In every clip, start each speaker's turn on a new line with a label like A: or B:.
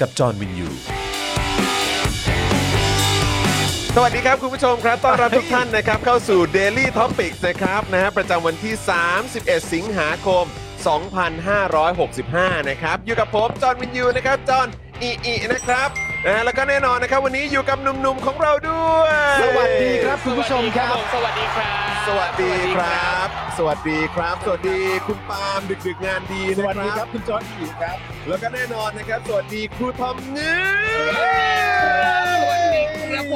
A: กับจอห์นวินยู
B: สวัสดีครับ คุณผู้ชมครับ ต้อนรับทุกท่านนะครับ เข้าสู่ Daily Topics นะครับนะฮะประจำวันที่ 31 สิงหาคม 2565 นะครับ อยู่กับผม จอห์นวินยูนะครับ จอห์นอีอีนะครับนะฮะแล้วก็แน่นอนนะครับ วันนี้อยู่กับหนุ่มๆของเราด้วย
C: สวัสดีครับคุณผู้ชมครับ
D: สวัสดีครับ
B: สวัสดีครับ สวัสดีครับ สวัสดีคุณปาล์มดึกๆงานดี
C: ส
B: นะ
C: วัส
B: ค
C: ดีค
B: รั
C: รับ บคุณจอร์นอีกครับ
B: แล้วก็แน่นอนนะครับ สวัสดีครูทอมเนื้อ
D: สวัสดีครับผ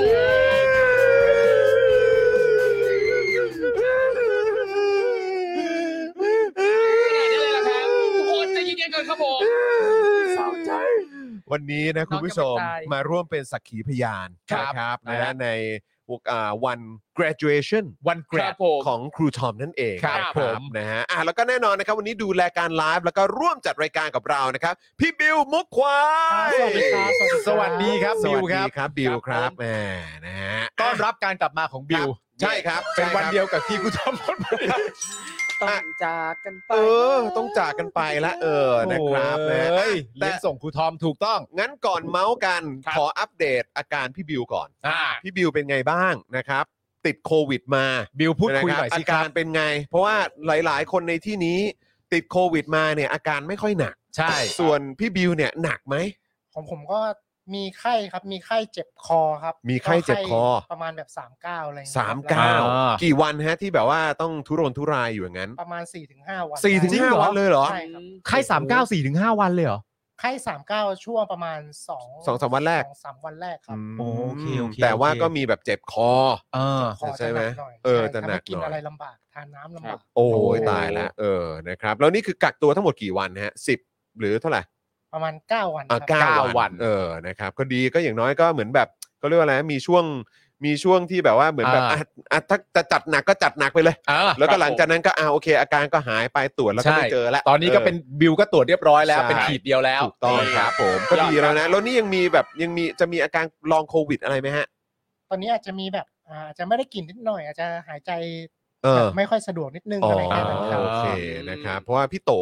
D: ม นี่แหละครับทุกคนใจะเย็นๆกันครับผม
B: วันนี้นะคุณผู้ชม
D: น้องจะไม่ตาย
B: มาร่วมเป็นสักขีพยาน
D: ครับ
B: นะครับ
D: ครั
B: นะ
D: บ
B: ในวกอ่าวัน graduation วัน
D: ครับ grad ผม
B: ของครูทอมนั่นเอง
D: ครับ
B: นะ
D: ผม
B: นะฮะอ่ะแล้วก็แน่นอนนะครับ วันนี้ดูแลการไลฟ์แล้วก็ร่วมจัดรายการกับเรานะครับ พี่บิวมุกควาย
C: สวัสดีครับ สวั
B: ส
C: สดีครับบิ
B: วั
C: ว
B: ส
C: ค
B: ดี
C: รับ
B: ครับบิวครับ
C: ผม
B: แหมนะฮะ
C: ต้อนรับการกลับมาของบิว
B: ใช่ครับ
C: เป็นวัน
B: ใช่ครับ
C: เดียวกับที่คุณจอมพล
B: ะ
D: จากกันไป
B: เออ ต้องจากกันไปละเออนะครับนะ
C: เอ้ย
B: แต่
C: เลี้ยงส่งครูทอมถูกต้อง
B: งั้นก่อนเมาส์กัน
C: ครับ
B: ขออัปเดตอาการพี่บิวก่อน
C: อ่า
B: พี่บิวเป็นไงบ้างนะครับ ติดโควิดมา
C: บิวพูดคุย
B: นะ
C: ห
B: รับ
C: น่อยสิ
B: อา
C: ครั
B: กา
C: บ
B: รเป็นไง เพราะว่าหลาย ๆ คนในที่นี้ติดโควิดมาเนี่ยอาการไม่ค่อยหนัก
C: ใช่
B: ส่วนพี่บิวเนี่ยหนักไหม
E: ของผมก็มีไข้ครับ มีไข้เจ็บคอครับ
B: มีไข้เจ็บคอ
E: ก็ไข้ประมาณแบบสามเก้าอะไรอย่งเงี้ย
B: สาม
E: ค
B: เก้า
E: รับ
B: กี่วันฮะที่แบบว่าต้องทุรนทุรายอยู่อย่างนั้น
E: ประมาณสี่ถึงห้าวัน
B: สี่ถึงห้าวันเลยเหรอ
E: ใช่ครับ
C: ไข้สามเก้าสี่ถึงห้าวันเลยเหรอ
E: ไข้สามเก้าช่วงประมาณสอง
B: สองสามวันแรก
E: สองสามวันแรกครับ
B: ม
C: โอเคโอเค
B: แต่ว่าก็มีแบบเจ็บคอ
C: เออ
E: คอ
B: ใช่ไหม
E: จะนักน่อย
B: เออ
E: ใช่
B: จะหนัก
E: ทำให้กิน
B: หน่อย
E: อะไรลำบากทานน้ำลำบาก
B: โอ้
C: โอ้
B: ยตายแล้วเออนะครับ แล้วนี่คือกักตัวทั้งหมดกี่วันฮะสิบหรือเท่าไหร่
E: ประมาณเก้าวัน
B: อ่ะ
E: ครับ
B: เก้า
C: เก้าวั
B: วัน
C: น
B: เออนะครับ ก็ดีก็อย่างน้อยก็เหมือนแบบก็เรียกว่าอะไรมีช่วงมีช่วงที่แบบว่าเหมือนแบบ
C: อ่า
B: อ่ะอ่ะถ้าจะจัดหนักก็จัดหนักไปเลย
C: เออ
B: แล้ว
D: ค
B: ก็
D: รับ
B: หลังจากนั้นก็อ่าโอเค อาการก็หายไปตรวจแล้วก็ไม่
C: ใช่
B: เจอละ
C: ตอนนี้ก็เป็น
B: อ
C: บิวก็ตรวจเรียบร้อยแล้ว
B: ใช่
C: เป็นขีดเดียวแล้ว
B: ถูกต้องครับผมก็ดีแล้วนะแล้วนี่ยังมีแบบยังมีจะมีอาการลองโควิดอะไรไหมฮะ
E: ตอนนี้อาจจะมีแบบอาอาจจะไม่ได้กลินนิดหน่อย อาจจะหายใจ
B: เออ
E: แบบไม่ค่อยสะดวกนิดนึงอะไร
B: อ๋
E: เงี้ยนะ
B: อ
E: ครับ
B: โอเคนะครับเพราะว่าพี่โต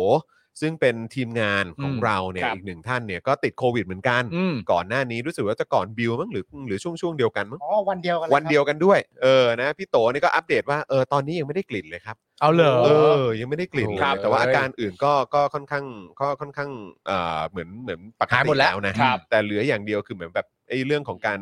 B: ซึ่งเป็นทีมงานของเราเนี่ย
D: ครับ
B: อีกหนึ่งท่านเนี่ยก็ติดโควิดเหมือนกัน
C: อืม
B: ก่อนหน้านี้รู้สึกว่าจะก่อนบิวมั้งหรือหรือช่วงช่วงๆเดียวกันมั้ง
E: อ๋อวันเดียวกันล
B: วัน
E: ครับ
B: เดียวกันด้วย เออนะพี่โตนี่ก็อัปเดตว่าเออตอนนี้ยังไม่ได้กลิ่นเลยครับ
C: เอาเหรอ
B: เออยังไม่ได้กลิ่นเลย
C: ครับ
B: แต่ว่าอาการอื่นก็ก็ค่อนข้างก็ค่อนข้างเอ่อเหมือนเหมือนปก
C: หาย
B: ติ
C: หมดแล้ว
B: นะ
C: ครับ
B: แต่เหลืออย่างเดียวคือเหมือนแบบไอ้เรื่องของการ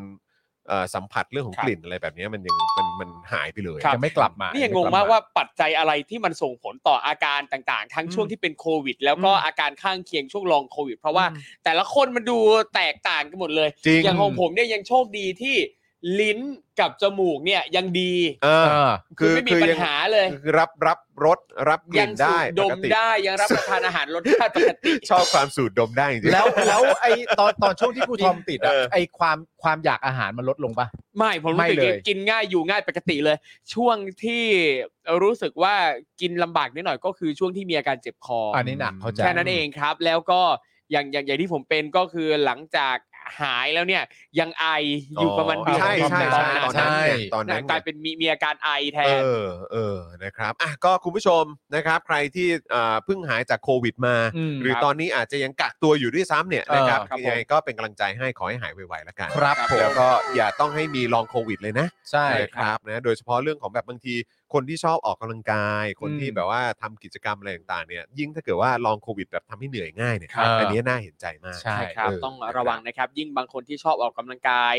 B: เอ่อสัมผัสเรื่องของ
D: ครับ
B: กลิ่นอะไรแบบเนี้ยมันยังมันมันหายไปเลย
D: ครับ
C: ยังไม่กลับมา
D: นี่ยังงงมากว่าปัจจัยอะไรที่มันส่งผลต่ออาการต่างๆ ทั้ง
C: อืม
D: ช่วงที่เป็นโควิด แล้วก็
C: อืม
D: อาการข้างเคียงช่วงลองโควิด เพราะว่าแต่ละคนมันดูแตกต่างกันหมดเลย
B: จริง
D: อย่างของผมเนี่ยยังโชคดีที่ลิ้นกับจมูกเนี่ยยังดี
B: เอ
C: เอ
B: อ
C: อ
B: คือ
D: ไม่มี
B: คือ
D: ปั
B: ยั
D: ญ
B: ง
D: หาเลย
B: คือรับรับรสรับก
D: ยั
B: ลิ่
D: ง
B: น
D: สู
B: ได้
D: ดด
B: ป
D: ม
B: กติ
D: ได้ยังรับประทานอาหารรสชาติปกติ
B: ชอบความสูดดมได้จริงๆ
C: แล้วแล้วไอตอนตอนช่วงที่ครูทอมติดอะ
B: เออ
C: ไอความความอยากอาหารมันลดลงปะ
D: ไม่ผมรู้สึ
C: ไม่
D: ก
C: เลย
D: กินง่ายอยู่ง่ายปกติเลย ช่วงที่รู้สึกว่ากินลำบากนิดหน่อยก็คือช่วงที่มีอาการเจ็บคออ
C: อันนี้หนักเข้าใจ
D: แค่นั้นเองครับ แล้วก็อย่างอย่างอย่างที่ผมเป็นก็คือหลังจากหายแล้วเนี่ยยังไออยู่ประมาณเดือน
B: ใช่ใช่
D: ต
B: ใช่
D: อน
B: ตอนนั้น
D: นั้น
B: ไงตอนนั้น
D: กลาย
B: ไง
D: เป็นมีมีอาการไอแท
B: เอน อเออนะครับอ่ะก็คุณผู้ชมนะครับ ใครที่อ่าเพิ่งหายจากโควิดมา
C: อืม
B: หรือตอนนี้อาจจะยังกักตัวอยู่ด้วยซ้ำเนี่ย
C: เออ
B: นะครับ
D: ครับผม
B: ยังไงก็เป็นกำลังใจให้ขอให้หายไวๆแล้วกัน
C: ครับผ
B: แล้ว
C: ม
B: ก็อย่าต้องให้มีลองโควิดเลยนะ
C: ใช่
B: นะครับนะโดยเฉพาะเรื่องของแบบบางที คนที่ชอบออกกำลังกาย คนที่
C: อืม
B: แบบว่าทำกิจกรรมอะไรต่างๆเนี่ยยิ่งถ้าเกิดว่าลองโควิดแบบทำให้เหนื่อยง่ายเนี่ย
C: ครับ
B: อันนี้น่าเห็นใจมาก
C: ใช่
D: ใช่ครับ
B: เออ
D: ต้องระวังนะครับ ยิ่งบางคนที่ชอบออกกำลังกาย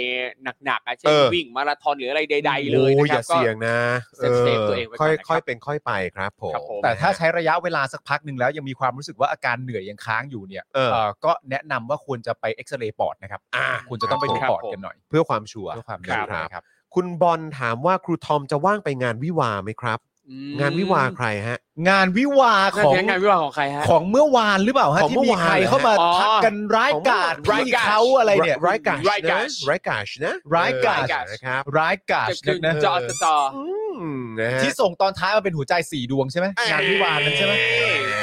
D: หนักๆอะเช่
B: เอนอ
D: วิ่งมาราธอนหรืออะไรใด ๆ เลย
B: โอ้อ
D: นะครั
B: ย่า
D: บก็
B: เสี่ยงนะ
D: เซฟเซฟตัวเองไว้ก่อนนะครับ
B: ค่อยๆเป็นค่อยไปครับผม
D: ครับผม
C: แต่ถ้าใช้ระยะเวลาสักพักหนึ่งแล้วยังมีความรู้สึกว่าอาการเหนื่อยยังค้างอยู่เนี่ย
B: เออ
C: เอ่อก็แนะนำว่าควรจะไปเอ็กซเรย์ปอดนะครับ
B: อ่า
C: คุณจะต้องไปดู
D: ครับ
C: ปอด
D: ผม
C: กันหน่อย
B: เพื่อความชัวร์
C: เพื่อความ
B: ค
C: แน่
B: รับ
C: ใจนะครับ
B: คุณบอลถามว่าครูทอมจะว่างไปงานวิวาห์ไหมครับ
D: อืม
B: งานวิวาห์ใครฮะ
C: งานวิวาห์
D: นั่น
C: ของ
D: เป็นงานวิวาห์ของใครฮะ
C: ของเมื่อวานหรือเปล่าฮะ
B: ของ
C: ที่
B: เมื่อ
C: มี
B: วาน
C: ใคร
B: เหรอ
C: เข้ามา
D: อ๋อ
C: ทักกันร้ายกาจ
D: ของเมื่อวานร้ายกาจ
C: เขาอะไรเนี่ย
B: ไรกาช
D: ร้ายกาจ
B: ไรกาชนะ
C: ร้ายกาจ
B: เออนะครับ
C: ร้ายกาจ
D: จะ
C: นั
D: คือก
C: นะ
D: จอสตอ
B: อืมนะฮะ
C: ที่ส่งตอนท้ายมาเป็นหัวใจสี่ดวงใช่ไหมงานวิวาห์นั้นใช่ไหม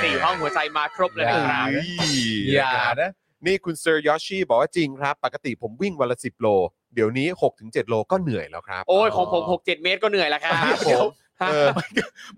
D: สี่ห้องหัวใจมาครบเลยนะครับ
B: เอ้ย
C: อย่า
B: ครับ
C: นะ
B: นี่คุณเซอร์ยอชีบอกว่าจริงครับ ปกติผมวิ่งวันละ 10 โล เดี๋ยวนี้ 6-7 โลก็เหนื่อยแล้วครับ
D: โอ้ยของผมหกเจ็ดเมตรก็เหนื่อยแล้วครับ
B: ครับผม
D: เดี๋ยวฮะ
B: เออ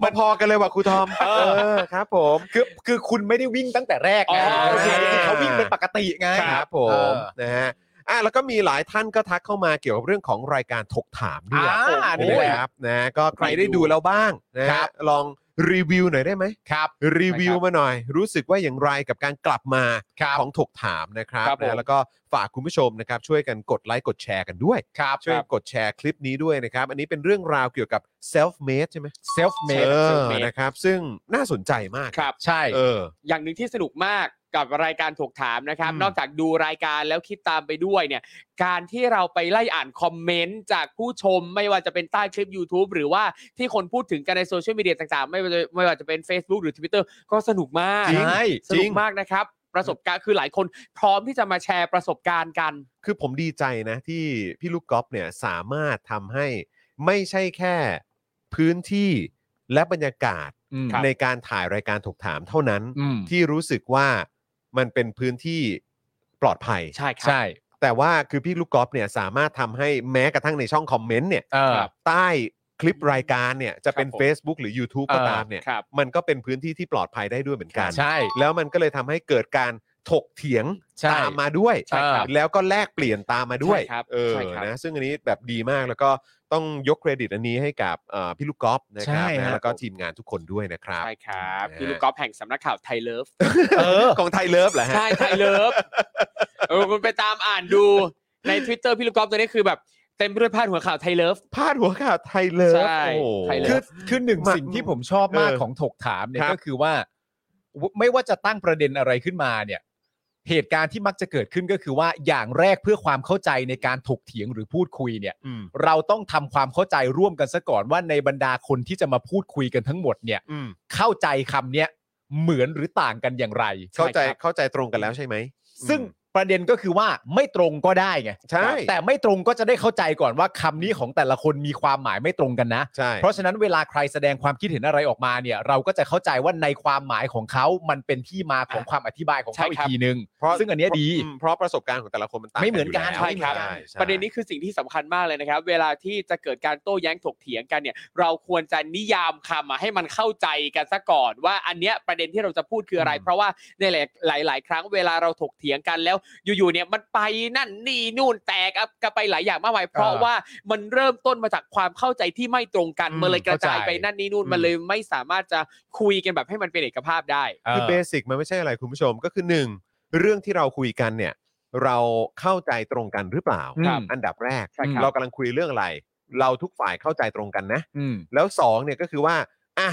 B: มาพอกันเลยว่ะครูทอม
D: เออ
B: เออครับ ผม
C: คือคือคุณไม่ได้วิ่งตั้งแต่แรกไง
D: อ๋อโอเค
C: เขาวิ่งเป็นปกติไง
B: ครับผ
C: เอ
B: ม
C: อ
B: นะฮะอ่ะแล้วก็มีหลายท่านก็ทักเข้ามาเกี่ยวกับเรื่องของรายการถกถามด้วย
C: อ่า
B: โอ้
C: นี่แหละ
B: ครับนะก็ใครได้ดูแล้วบ้างนะฮะลองรีวิวหน่อยได้ไหม
C: ครับ
B: รีวิวมาหน่อย รู้สึกว่าอย่างไรกับการกลับมา
C: ครับ
B: ของถกถามนะครับ
D: ครับผม
B: นะแล้วก็ฝากคุณผู้ชมนะครับ ช่วยกันกดไลค์กดแชร์กันด้วย
C: ครับ
B: ช่วยกดแชร์คลิปนี้ด้วยนะครับ อันนี้เป็นเรื่องราวเกี่ยวกับ self made ใช่ไหม
C: เซลฟ์เมด
B: เออ
D: self-made
B: นะครับ ซึ่งน่าสนใจมาก
D: ครับ
C: ใช่
B: เออ
D: อย่างหนึ่งที่สนุกมากกับรายการถกถามนะครับ
C: อืม
D: นอกจากดูรายการแล้วคิดตามไปด้วยเนี่ย การที่เราไปไล่อ่านคอมเมนต์จากผู้ชมไม่ว่าจะเป็นใต้คลิป YouTube หรือว่าที่คนพูดถึงกันในโซเชียลมีเดียต่างๆ ไม่ว่าจะไม่ว่าจะเป็น Facebook หรือ Twitter ก็สนุกมาก
B: จริง
C: ใช่
D: สนุกมากนะครับ ประสบการณ์คือหลายคนพร้อมที่จะมาแชร์ประสบการณ์กัน
B: คือผมดีใจนะที่พี่ลูกกอล์ฟเนี่ยสามารถทำให้ไม่ใช่แค่พื้นที่และบรรยากาศ
C: อืม
B: ในการถ่ายรายการถกถามเท่านั้น
C: อืม
B: ที่รู้สึกว่ามันเป็นพื้นที่ปลอดภัย
D: ใช่ครั
C: ใช่
B: แต่ว่าคือพี่ลูกกอล์ฟเนี่ยสามารถทำให้แม้กระทั่งในช่องคอมเมนต์เนี่ย
C: เออ
D: ครับ
B: ใต้คลิปรายการเนี่ยจะเป็น
D: ครับผม
B: Facebook หรือ YouTube ก็
C: เออ
B: ตามเนี่ย
D: ครับ
B: มันก็เป็นพื้นที่ที่ปลอดภัยได้ด้วยเหมือนกัน
C: ใช่
B: แล้วมันก็เลยทำให้เกิดการถกเถียง
C: ใช่
B: ตามมาด้วย
C: ใช่ครับ
B: แล้วก็แลกเปลี่ยนตามมาด้วย
D: ใช่ครับ
B: เออ
D: ใช่ครับ
B: นะซึ่งอันนี้แบบดีมากแล้วก็ต้องยกเครดิตอันนี้ให้กับเอ่อพี่ลูกกอล์ฟนะครับ
C: ใช่
B: นะครับ แล้วก็ทีมงานทุกคนด้วยนะครับ
D: ใช่ครับ
B: นะฮะ
D: พี่ลูกกอล์ฟแห่งสำนักข่าวไทยเลิฟ
C: เออ
B: ของไทยเลิฟเหรอฮะ
D: ใช่ไทยเลิฟเออคุณไปตามอ่านดูใน Twitter พี่ลูกกอล์ฟตัวนี้คือแบบเต็มไปด้วยพาดหัวข่าวไทยเลิฟ
B: พาดหัวข่าวไทยเลิฟ
D: ใช่
B: โอ้โห
D: ไทยเลิฟ
C: คือคือหนึ่งสิ่งที่ผมชอบมาก
B: เออ
C: ของถกถามเนี่ย
B: ครับ
C: ก็คือว่า ไม่ว่าจะตั้งประเด็นอะไรขึ้นมาเนี่ย เหตุการณ์ที่มักจะเกิดขึ้นก็คือว่าอย่างแรกเพื่อความเข้าใจในการถกเถียงหรือพูดคุยเนี่ย
B: อืม
C: เราต้องทำความเข้าใจร่วมกันซะก่อนว่าในบรรดาคนที่จะมาพูดคุยกันทั้งหมดเนี่ย
B: อืม
C: เข้าใจคำเนี้ยเหมือนหรือต่างกันอย่างไร
B: เข้าใจเข้าใจตรงกันแล้วใช่ไหม
C: ซึ่ง
B: อืม
C: ประเด็นก็คือว่าไม่ตรงก็ได้ไง
B: ใช่
C: แต่ไม่ตรงก็จะได้เข้าใจก่อนว่าคำนี้ของแต่ละคนมีความหมายไม่ตรงกันนะ
B: ใช่
C: เพราะฉะนั้นเวลาใครแสดงความคิดเห็นอะไรออกมาเนี่ย เราก็จะเข้าใจว่าในความหมายของเขา มันเป็นที่มาของความอธิบายของเขา
D: ใช่
C: อี
D: ครั
C: ก
D: บ
C: ทีนึง
B: เพราะ
C: ซึ่งอันเนี้ยดี
B: อืมเพราะประสบการณ์ของแต่ละคนมันต่าง
C: ไม่เหมือนกัน
B: ยู่แล้ว
C: ใช่ครับ
B: ใช่
D: ประเด็นนี้คือสิ่งที่สำคัญมากเลยนะครับ เวลาที่จะเกิดการโต้แย้งถกเถียงกันเนี่ย เราควรจะนิยามคำอะให้มันเข้าใจกันซะก่อน ว่าอันเนี้ยประเด็นที่เราจะพูดคืออะไร เพราะว่าในหลายหลาย ๆ ครั้งเวลาเราถกเถียงกันแล้ว อยู่ๆเนี่ยมันไปนั่นนี่นู่นแตกอะกันไปหลายอย่างมากมายเพราะว่ามันเริ่มต้นมาจากความเข้าใจที่ไม่ตรงกัน
C: อืม
D: มันเลยกระจายไป
C: เข้าใจ
D: นั่นนี่นู่นมันเลยไม่สามารถจะคุยกันแบบให้มันเป็นเอกภาพได้
B: คือเบสิกมันไม่ใช่อะไรคุณผู้ชมก็คือหนึ่งเรื่องที่เราคุยกันเนี่ย เราเข้าใจตรงกันหรือเปล่า
C: ครับ
B: อันดับแรก
C: ใช่ครับ
B: เรากำลังคุยเรื่องอะไร เราทุกฝ่ายเข้าใจตรงกันนะ
C: อืม
B: แล้วสองเนี่ยก็คือว่าอ่ะ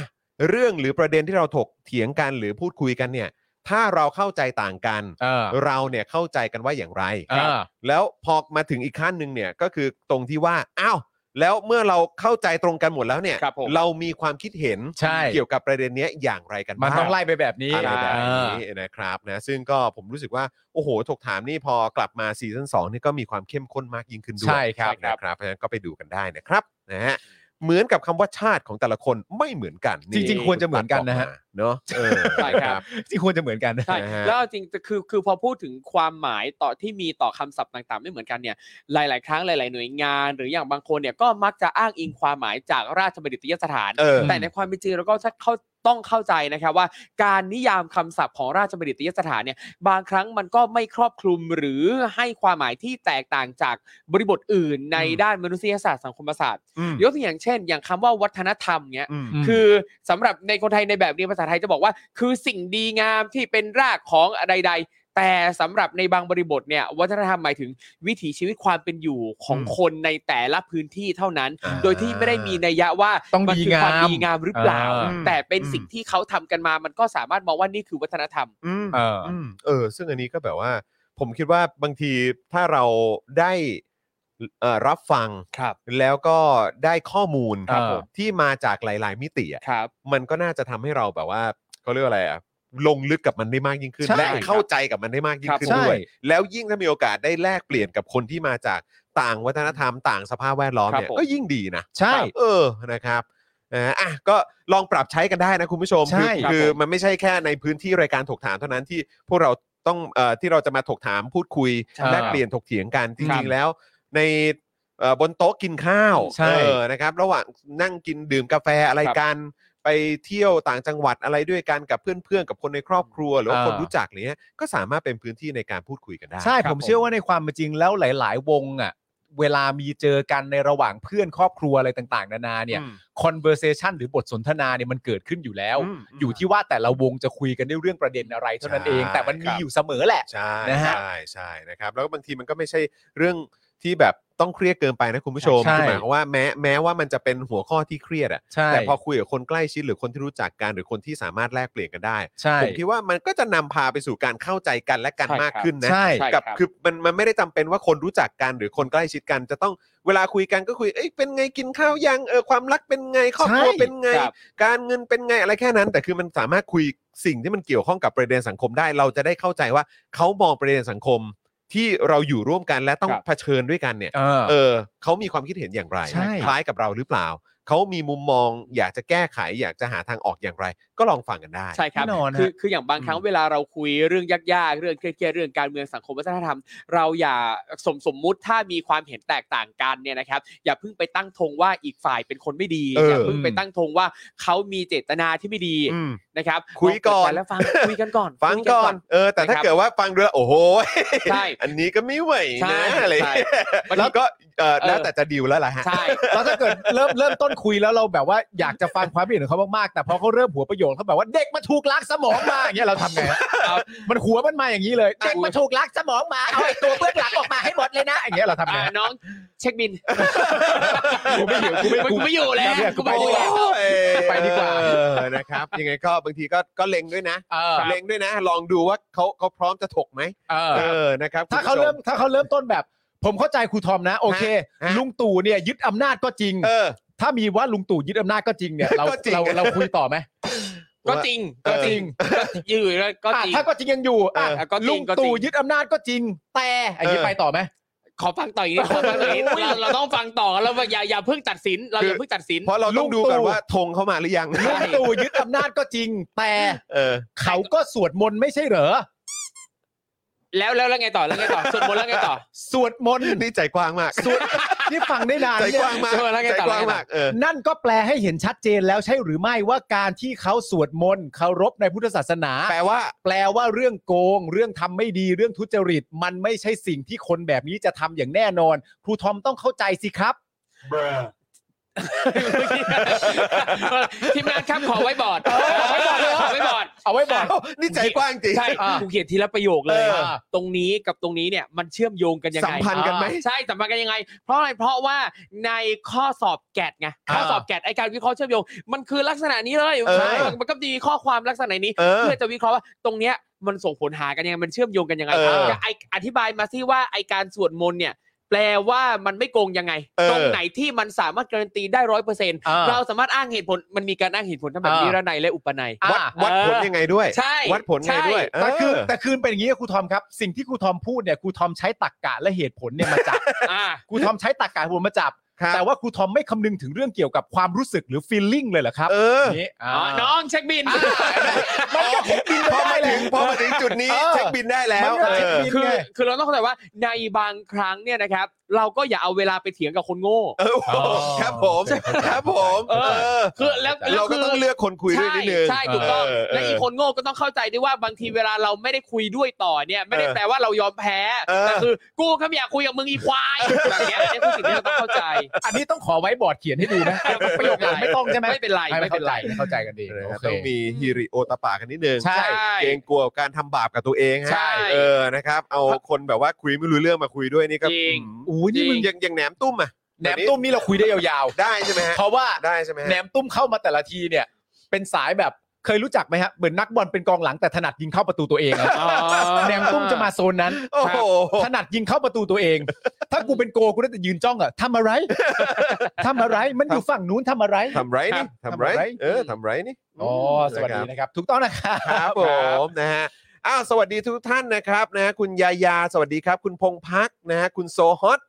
B: เรื่องหรือประเด็นที่เราถกเถียงกันหรือพูดคุยกันเนี่ย ถ้าเราเข้าใจต่างกัน
C: เออ
B: เราเนี่ยเข้าใจกันว่าอย่างไร
C: เออ
B: แล้วพอมาถึงอีกขั้นหนึ่งเนี่ยก็คือตรงที่ว่าอ้าวแล้วเมื่อเราเข้าใจตรงกันหมดแล้วเนี่ย
D: ครับผม
B: เรามีความคิดเห็น
C: ใช่
B: เกี่ยวกับประเด็นเนี้ยอย่างไรกัน
C: มัน
B: บ้าง
C: ต้องไล่ไปแบบนี้
B: อะไรแบบนี้
C: เออ
B: นะครับนะซึ่งก็ผมรู้สึกว่า โอ้โห ถกถามนี่พอกลับมาซีซั่นสองนี่ก็มีความเข้มข้นมากยิ่งขึ้นด้วย
C: ใช่ครับ
B: นะครับเพราะฉะนั้นก็ไปดูกันได้นะครับนะฮะเหมือนกับคำว่าชาติของแต่ละคนไม่เหมือนกัน
C: จ
B: นี่
C: ริงๆ ควรจะเหมือนกันนะฮะ
B: คุณตั๊กบอกมาเนาะเออ
D: ใช่
B: นะค
D: ครั
B: รับ บ
C: จริงๆควรจะเหมือนกันนะ
D: ใช่
B: นะฮะ
D: แล้วเอาจริงๆคือคือพอพูดถึงความหมายต่อที่มีต่อคำศัพท์ต่างๆ ไม่เหมือนกันเนี่ยหลาย ๆ ครั้งหลาย ๆ หน่วยงาน หรืออย่างบางคนเนี่ยก็มักจะอ้างอิงความหมายจากราชบัณฑิตยสถาน
B: เออ
D: แต่ในความเป็นจริงเราก็ชัดเข้า ต้องเข้าใจนะครับว่าการนิยามคำศัพท์ของราชบัณฑิตยสถานเนี่ยบางครั้งมันก็ไม่ครอบคลุมหรือให้ความหมายที่แตกต่างจากบริบทอื่นในด้านมนุษยศาสตร์สังคมศาสตร์
C: อืม
D: ยกตัวอย่างเช่น อย่างคำว่าวัฒนธรรมเนี้ย
C: อืม
D: คือสำหรับในคนไทยในแบบเรียนภาษาไทยจะบอกว่า คือสิ่งดีงามที่เป็นรากของอะไรใด แต่สำหรับในบางบริบทเนี่ยวัฒนธรรมหมายถึงวิถีชีวิตความเป็นอยู่ของ
C: อืม
D: คนในแต่ละพื้นที่เท่านั้น
C: อ่า
D: โดยที่ไม่ได้มีนัยยะว่า
C: ต้อง
D: มั
C: ดี
D: คืความ
C: งาม
D: ดีงามหรือเปล่า
C: อ่า
D: แต่เป็น
C: อืม
D: สิ่งที่เขาทำกันมามันก็สามารถมองว่านี่คือวัฒนธรรม
B: อืม
C: เออ
B: อืมเออซึ่งอันนี้ก็แบบว่า ผมคิดว่าบางทีถ้าเราได้เอ่อรับฟัง
D: ครับ
B: แล้วก็ได้ข้อมูล
C: ครับผม
B: ที่มาจากหลาย ๆ มิติอะ
D: ครับ
B: มันก็น่าจะทำให้เราแบบว่าเขาเรียกว่าอะไรอะลงลึกกับมันได้มากยิ่งขึ้น
C: ใช่
B: และเข้าใจกับมันได้มากยิ่ง
D: ครับ
B: ขึ้น
C: ใช่
B: ด้วย แล้วยิ่งถ้ามีโอกาสได้แลกเปลี่ยนกับคนที่มาจากต่างวัฒนธรรม ต่างสภาพแวดล้อมเนี่ย
D: ครับผม
B: ก็ยิ่งดีนะ
C: ใช่
B: ครับเออ นะครับนะฮะอ่ะ ก็ลองปรับใช้กันได้นะคุณผู้ชม
C: ใช่
B: คือ
C: ครับ
B: คือ
D: ผม
B: มันไม่ใช่แค่ในพื้นที่รายการถกถามเท่านั้นที่พวกเราต้องเอ่อที่เราจะมาถกถามพูดคุย
C: ใช่
B: แลกเปลี่ยนถกเถียงกัน จ
D: ครั
B: ริง
D: บ
B: ๆ แล้วในเอ่อบนโต๊ะกินข้าว
C: ใช่
B: เออนะครับ ระหว่างนั่งกินดื่มกาแฟอะไรกัน ไปเที่ยวต่างจังหวัดอะไรด้วยกันกับเพื่อนๆ กับคนในครอบครัว หรือว่าคนรู้จักอะไรเนี้ยก็สามารถเป็นพื้นที่ในการพูดคุยกันได้
C: ใช่
D: ครับ
C: ผมเชื่อ
D: ผม
C: ว่าในความเป็นจริงแล้วหลาย ๆ วงอ่ะเวลามีเจอกันในระหว่างเพื่อนครอบครัวอะไรต่าง ๆ นานาเนี่ย
B: อืม
C: conversation หรือบทสนทนาเนี่ยมันเกิดขึ้นอยู่แล้ว
B: อืม
C: อยู่ที่ว่าแต่ละวงจะคุยกันในเรื่องประเด็นอะไรเท่านั้นเอง
B: ใช่
C: แต่มัน
B: ครั
C: มี
B: บ
C: อยู่เสมอแหละ
B: ใช่
C: นะฮะ
B: ใช่ใช่นะครับแล้วก็บางทีมันก็ไม่ใช่เรื่องที่แบบต้องเครียดเกินไปนะคุณผู้ชม
C: ใช่
B: คือหมายความว่าแม้แม้ว่ามันจะเป็นหัวข้อที่เครียดอะ
C: ใช่
B: แต่พอคุยกับคนใกล้ชิดหรือคนที่รู้จักกันหรือคนที่สามารถแลกเปลี่ยนกันได้
C: ใช่
B: ผมคิดว่ามันก็จะนำพาไปสู่การเข้าใจกันและกัน
D: ใช่ครับ
B: มากขึ้นนะ
C: ใช่
D: ใช่
B: กับ
D: ครับ
B: คือมันมันไม่ได้จำเป็นว่าคนรู้จักกันหรือคนใกล้ชิดกัน จะต้องเวลาคุยกันก็คุยเอ้ยเป็นไงกินข้าวยังเออความรักเป็นไงครอบครัว
C: ใช่
B: เป็นไง
D: ครับ
B: การเงินเป็นไงอะไรแค่นั้น แต่คือมันสามารถคุยสิ่งที่มันเกี่ยวข้องกับประเด็นสังคมได้ เราจะได้เข้าใจว่าเขามองประเด็นสังคมที่เราอยู่ร่วมกันและต้อง
D: ครับ
B: เผชิญด้วยกันเนี่ย
C: เออ
B: เออเขามีความคิดเห็นอย่างไร
C: ใช่
B: คล้ายกับเราหรือเปล่า เขามีมุมมองอยากจะแก้ไข อยากจะหาทางออกอย่างไร ก็ลองฟังกันได้
D: ใช่ครับ
C: แน่นอนฮะ
D: คือคืออย่างบางครั้งเวลาเราคุยเรื่องยากๆ เรื่องเครียดๆเรื่องการเมืองสังคมวัฒนธรรม เราอย่าสมสมมุติถ้ามีความเห็นแตกต่างกันเนี่ยนะครับอย่าเพิ่งไปตั้งธงว่าอีกฝ่ายเป็นคนไม่ดี
B: เอออ
D: อย่าเพิ่งไปตั้งธงว่าเขามีเจตนาที่ไม่ดี
B: อืม
D: นะครับ
B: คุยก่อน
D: ลงเปิดใจแล้วฟังคุยกันก่อน
B: ฟัง
D: คุย
B: ก่อนเออ แต่ถ้า
D: นะครับ
B: เกิดว่าฟังเรือโอ้โห
D: ใช่
B: อันนี้ก็ไม่ไหว
D: ใช่
B: นะอะไร
D: ใช่
B: แล้วก็เออ
D: เออ
B: แล้วแต่จะดีลแล้วล่ะฮะ
D: ใช่
C: แล้วถ้าเกิดเริ่มเริ่ม ต้นคุยแล้วเราแบบว่าอยากจะฟังความคิดเห็นของเขามากๆแต่พอเขาเริ่มหัวประโยคเขาแบบว่าเด็กมาถูกลักสมองมาอย่างเงี้ยเราทำไงฮะ
D: เอา
C: มันหัวมันมาอย่างนี้เลยเด็กมาถูกลักสมองมาเอาไอ้ตัวเบื้องหลังออกมาให้หมดเลยนะอย่างเงี้ยเราทำไง
D: อ่า
C: ฮะ
D: น้องเช็คบิน
C: กูไม่หิวกูไม่
D: นกูไม่อยู่แล้ว
C: เนี่ยกู
D: กู
C: ไป
D: ไม่
C: ดี
D: อยู่
C: กว่า
D: แล้ว
C: ไปดีกว่า
B: เออนะครับ ยังไงก็บางทีก็ก็เล็งด้วยนะ
C: เออ
B: เล็งด้วยนะ ลองดูว่าเขาเขาพร้อมจะถกไหม
C: เออ
B: เออนะครับ
C: ถ้าเขา
B: คุณผู้ช
C: เริ่มถ้าเขาเริ่มต้นแบบ ผมเข้าใจครูทอมนะ โอเค
B: ฮะ
C: ลุงตู่เนี่ยยึดอำนาจก็จริง
B: เออ
C: ถ้ามีว่าลุงตู่ยึดอำนาจก็จริงเนี่ยเรา
B: ก็จริง
C: เราเราคุยต่อไหม
D: ก็จริง
C: ก็จริง
D: อยู่แล้วก็
C: อ่ะ
D: จริง
C: ถ้าก็จริงยังอยู่อ่ะ
D: เออก็จริง
C: ลุง
D: ก็จริง
C: ตู่ยึดอำนาจก็จริง แต่อันนี้
B: เออ
C: ไปต่อไหม
D: ขอฟังต่ออีกนิดขอฟังต่ออีกนิดเราเราต้องฟังต่อแล้วอย่าอย่าเพิ่งตัดสิน เราอย่าเพิ่งตัดสิน
B: เพราะเราต้อง
C: ลุงตู่
B: ดูกันว่าธงเข้ามาหรือยัง
C: ลุงตู่ยึดอำนาจก็จริง แต่
B: เออ
C: เขาก็สวดมนต์ไม่ใช่เหรอ
D: แล้วแล้วแล้วไงต่อแล้วไงต่อสวดมนต์แล้วไงต่อ
C: สวดมนต์
B: นี่ใจกว้างมาก
C: สวดนี่ฟังได้นาน
B: ใจ
C: เนี่
B: ก
C: ย
B: ว้างมาก
D: เออแล้วไง
B: ใจ
D: ต่อ
B: กว้างมาก เออ
C: นั่นก็แปลให้เห็นชัดเจนแล้วใช่หรือไม่ว่าการที่เขาสวดมนต์เคารพในพุทธศาสนา
B: แปลว่า
C: แปลว่าเรื่องโกง เรื่องทำไม่ดีเรื่องทุจริต มันไม่ใช่สิ่งที่คนแบบนี้จะทำอย่างแน่นอน ครูทอมต้องเข้าใจสิครับ
D: ทีมงานครับขอไว้บอร์ดขอไว้บอร์ดเลยขอไว้บอร์ด
C: เอาไว้บอก
B: นี่ใจกว้างจริง
D: ใช่
C: อ่า
D: กูเขียนทีละประโยคเลย
C: เออ
D: ตรงนี้กับตรงนี้เนี่ยมันเชื่อมโยงกันยังไง
B: สัมพันธ์กันไหม
D: ใช่สัมพันธ์กันยังไง เพราะอะไรเพราะว่าในข้อสอบแกดไง
C: อ่า
D: ข้อสอบแกดไอการวิเคราะห์เชื่อมโยงมันคือลักษณะนี้เลย
B: เออ
D: ใช่มันก็มีข้อความลักษณะนี้
B: เออ
D: เพื่อจะวิเคราะห์ว่าตรงเนี้ยมันส่งผลหากันยังไงมันเชื่อมโยงกันยังไง
B: เออ
D: ไออธิบายมาซิว่าไอการสวดมนต์เนี่ย แปลว่ามันไม่โกงยังไง
B: เออ
D: ตรงไหนที่มันสามารถการันตีได้ร้อยเปอร์เซ็นต์
C: อ่า
D: เราสามารถอ้างเหตุผลมันมีการอ้างเหตุผลทั้งแบบ
C: อ่านิ
D: นิรนัยและอุปนัย
B: วัดวัดผลยังไงด้วย
D: ใช่
B: วัดผลยังไงด้วย
D: ใช่
B: เออ
C: แต่คือแต่คืนเป็นอย่างนี้ครูทอมครับ สิ่งที่ครูทอมพูดเนี่ยครูทอมใช้ตรรกกะและเหตุผลเนี่ยมาจับ
D: อ่า
C: ครูทอมใช้ตรรกกะเหตุผลมาจับ
B: ครับ
C: แต่ว่าครูทอมไม่คำนึงถึงเรื่องเกี่ยวกับความรู้สึกหรือ feeling เลยเหรอครับ
B: เออ
C: นี้
D: อ๋อน้องเช็คบิน
C: มันก็เช็คบิน
B: พอมาถึงพอมาถึงจุดนี้
C: เออ
B: เช็คบินได้แล้ว
C: มันก็เช็คบิน
D: คือ
C: ไง
D: คือเราต้องเข้าใจว่าในบางครั้งเนี่ยนะครับ เราก็อย่าเอาเวลาไปเถียงกับคนโง่
B: เออ
C: อ๋อ
B: ครับผมครับผม
D: เออ
B: เออ
D: คือแล้วแว
B: เราก็
D: คื
B: ต้องเลือกคนคุยด้วยนิดนึง
D: ใช่ใช่ถูกต้อง
B: เออเออ
D: และอีกคนโง่ก็ต้องเข้าใจด้วยว่าบางทีเวลาเราไม่ได้คุยด้วยต่อเนี่ยไม่ได้
B: เออ
D: แปลว่าเรายอมแพ้
B: เออ
D: แต่คือกูก็ไม่อยากคุยกับมึงอีควายแบบเนี้ยอันนี้คือสิ่งที่เราต้องเข้าใจ
C: อันนี้ต้องขอไว้บอร์ดเขียนให้ดูนะประโยคหลัง ไม่ต้องใช่ไหม
D: ไม่เป็นไรไม่
C: ไม่
D: เป็
C: เป็น น
D: ไร
C: ไรเข้าใจกันเอง
B: เออ
C: โอเค
B: ต้องมีฮิริโอตปากันนิดนึง
C: ใช่
B: เกรงกลัวการทำบาปกับตัวเองฮะ
D: ใช่
B: เออนะครับเอาคนแบบว่าคุยไม่รู้เรื่องมาคุยด้วยนี่ก็
D: จริง
B: อืม
C: อู้ยนี่มึง
B: ยังยังแหนมตุ้มอ่ะ
C: แหนมตุ้มนี่เราคุยได้ยาว
B: ได้ใช่ไหม
C: ๆ
B: ฮะ
C: เพราะว่า
B: ได้ใช่ไหมฮะ
C: แหนมตุ้มเข้ามาแต่ละทีเนี่ย เป็นสายแบบเคยรู้จักไหมฮะเหมือนนักบอลเป็นกองหลังแต่ถนัดยิงเข้าประตูตัวเองอะแหนมตุ้มจะมาโซนนั้น
B: โอ้โห
C: ถนัดยิงเข้าประตูตัวเอง ถ้ากูเป็นโกกูน่าจะยืนจ้องอะทำอะไร ทำอะไร มันอยู่ฝั่งนู้นทำอะไร
B: ทำไร
C: ครั
B: นี่
C: บ
B: ทำไร
C: ทำไร
B: เออทำไรนี่
C: อ๋อสวัสดีนะครับ ถูกต้องนะครับ
B: ครับผมนะฮะอ้าวสวัสดีทุกท่านนะครับนะฮะคุณยายาสวัสดีครับ คุณพงพักนะฮะคุณโซฮอต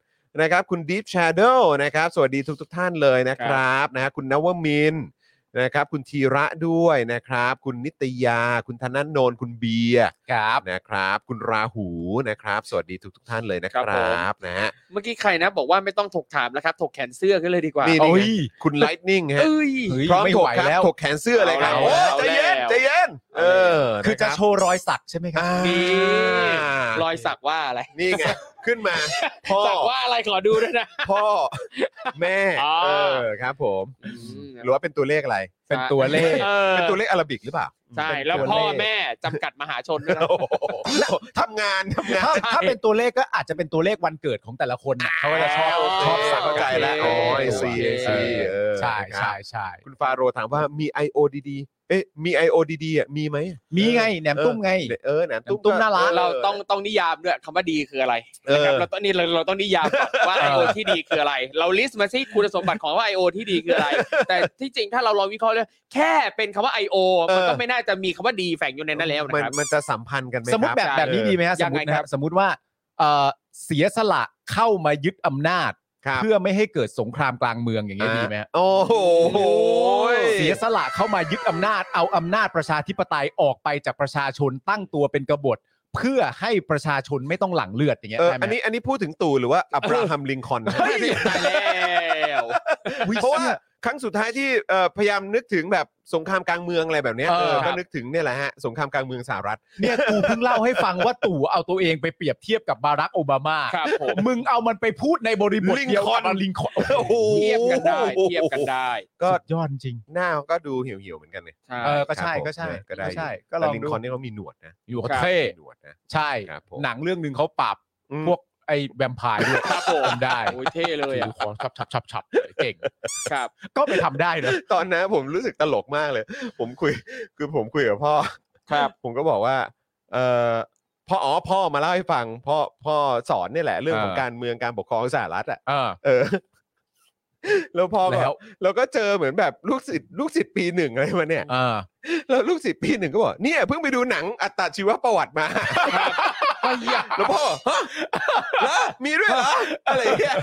B: นะครับคุณ Deep Shadow นะครับสวัสดีทุกทท่านเลยนะครับนะฮะคุณนวมินทร์นะครับคุณธีระด้วยนะครับ คุณนิตยา คุณธนนนท์คุณเบียร์
C: ครับ
B: นะครับ คุณราหูนะครับ สวัสดีทุกทท่านเลยนะค
D: ครับผ
B: รั
D: ม
B: บนะฮะ
D: เมื่อกี้ใครนะบอกว่าไม่ต้องถกถามแล้วครับถกแขนเสื้อกันเลยดีกว่า
B: นี่
C: โอ้ย
B: คุณ Lightning ฮะ
D: เอ้ย
C: เฮ้ย
B: พร้อม
C: ไม่
B: ถก
C: ไหว
B: ครับ
C: แล้ว
B: ถกแขนเสื้อเลยครับ
D: เอา
B: โอ้ย
D: แล้ว
B: ใจเย็น
D: เอาแล้ว
B: ใจเย็นเออ
C: คือจะ
B: นรับ
C: โชว์รอยสักใช่ไหมครับ
D: มี รอยสักว่าอะไร
B: นี่ไง ขึ้นมา พ่อ
D: สักว่าอะไรขอดูด้วยนะ
B: พ่อ แม่
D: อ๋อ
B: เออครับผม
D: อืม
B: หรือว่าเป็นตัวเลขอะไร
C: เป็นตัวเลข
D: เออ
B: เป็นตัวเลขอาราบิกหรือเปล่า
D: ใช่แล้วพ่อแม่จำกัดมหาชนด้วยนะ
B: โอ้โหทำงานทำงาน
C: ถ้าถ้าเป็นตัวเลขก็อาจจะเป็นตัวเลขวันเกิดของแต่ละคนน่ะเขาก็จะชอบ
D: โอเค
C: ชอบสัก
D: เข้าใจแล้ว
C: โ
D: โอ้ย
B: see see เออ
C: ใช่
B: นะครับ
C: ใช่ใช่
B: คุณฟาโรห์ถามว่ามี IO ดีๆเอ๊ะมี IO ดีๆอ่ะมีไหม
C: มีไงแหนมตุ้มไง
B: เออหนมตุ้ม
C: ตุ้มน่ารัก
B: ก็
D: เราต้องต้องนิยามด้วยคำว่าดีคืออะไร
B: เออ
D: นะครับเราต้องนี่เราเราต้องนิยามก่อนว่า IO ที่ดีคืออะไร เราลิสต์มาซิคุณสมบัติของว่า IO ที่ดีคืออะไร แต่ที่จริงถ้าเราลองวิเคราะห์เลยแค่เป็นคำว่า IO มันก็ไม่น่าจะมีคำว่าดีแฝงอยู่ในนั้นแล้วนะ
B: มั
D: ครับ
B: มันจะสัมพันธ์กันไหม
C: สมมติ
B: ครับ
C: แบบแบบนี้ดีไหมฮะส
D: ยั
C: ม
D: ง
C: ม
D: ไง
C: ตินะ
D: ค
C: ค
D: รั
C: รับ บสมมติว่าเอ่อเสียสละเข้ามายึดอำนาจ
B: ครับ
C: เพื่อไม่ให้เกิดสงครามกลางเมืองอย่างเงี้ยดีไหมฮะ
B: โอ้โห
C: เสียสละเข้ามายึดอำนาจเอาอำนาจประชาธิปไตยออกไปจากประชาชนตั้งตัวเป็นกบฏ เพื่อให้ประชาชนไม่ต้องหลังเลือดอย่างเงี้ย
B: เออ
C: ใช่ไหม
B: อันนี้อันนี้พูดถึงตู่หรือว่าอับราฮัมลิงคอล์น
D: เฮ้ยตายแล้ว
C: อุ๊ย
B: เพราะว่า
C: ชี่ย
B: ครั้งสุดท้ายที่เอ่อพยายามนึกถึงแบบสงครามกลางเมืองอะไรแบบเนี้ย
C: เออ
B: เออ
C: ครั
B: ก็
C: บ
B: นึกถึงเนี่ยแหละฮะสงครามกลางเมืองสหรัฐ
C: เนี่ยกูเพิ่งเล่าให้ฟังว่าตู่เอาตัวเองไปเปรียบเทียบกับบารักโอบามา
D: ครับผม
C: มึงเอามันไปพูดในบริบทเดียวกับลิงคอล์น
B: โอ้โห
D: เทียบกันได้เทียบกันได้
B: ก็
C: สุดยอดจริง
B: หน้าก็ดูเหี่ยวๆเหมือนกันเนี่ย
D: ใช่
C: เออก็ใช่ก็ใช่
B: ก็ได้
C: ก็ใช่ก็
B: ก็
C: ลอง
B: ลิง
C: ดู
B: คอล์นนี่เขามีหนวดนะ
C: อยู่กับเท่
B: มีหนวดนะ
C: ใช่
B: ครับผม
C: หนังเรื่องหนึ่งเขาปรับ
B: อืม
C: พวกไอ้แวมไพร์ด้วย
D: ครับผม
C: ทำได้
D: โอ้ยเท่เลยอ่ะ
C: ลิงคอล์นชับชับชับชับเลยเก่ง
D: ครับ
C: ก็ไปทำได้นะ
B: ตอนนั้นผมรู้สึกตลกมากเลย ผมคุยคือผมคุยกับพ่อ
D: ครับ
B: ผมก็บอกว่าเออพ่ออ๋อพ่อมาเล่าให้ฟังพ่อพ่อสอนเนี่ยแหละเรื่องของ
C: เออ
B: การเมืองการปกครองสหรัฐอ่ะ
C: เออ
B: เอ อ แล้วพอแบ
C: แล้
B: บ
C: ว
B: เราก็เจอเหมือนแบบลูกศิษย์ลูกศิษย์ปีหนึ่งอะไรมาเนี่ย
C: เออ
B: แล้วลูกศิษย์ปีหนึ่งก็บอกเนี่ยเพิ่งไปดูหนังอัตชีวประวัติ มา แล้วพ่อบอกฮะแล้วมีด้วยเหรอ อะไรเงี้ย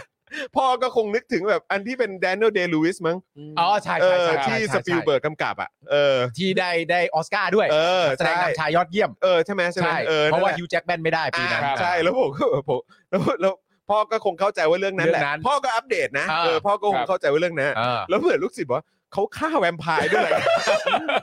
B: พ่อก็คงนึกถึงแบบอันที่เป็นแดเนียลเดลูวิสมั้ง
C: อ๋อใช่
B: เอ
C: ใช่
B: อ
C: ใช่
B: ที่ส
C: ใช่
B: ปิลเบิร์กกำกับอ่ะเออ
C: ที่ได้ได้ออสการ์ด้วย
B: เออ
C: แสดง
B: ใช่
C: นำชายยอดเยี่ยม
B: เออใช่ไหมใช่ไหม
C: ใช่
B: เออ
C: เพราะว่า
B: นั่นแหล
C: ฮิวจ์แจ็คแมนไม่ได้ปีนั้น
B: อ่าใช่แล้วผมก็ ผมแล้วแล้วพ่อก็คงเข้าใจว่าเรื่องนั้นแหละ
C: เรื่องนั้น
B: พ่อก็อัปเดตนะ
C: อ่า
B: เออพ่อก็คงเข้าใจว่าเรื่องนั้น
C: เออ
B: แล้วเหมือนลูกศิษย์บอกว่าเขาฆ่าแวมไพร์ด้วยเหรอ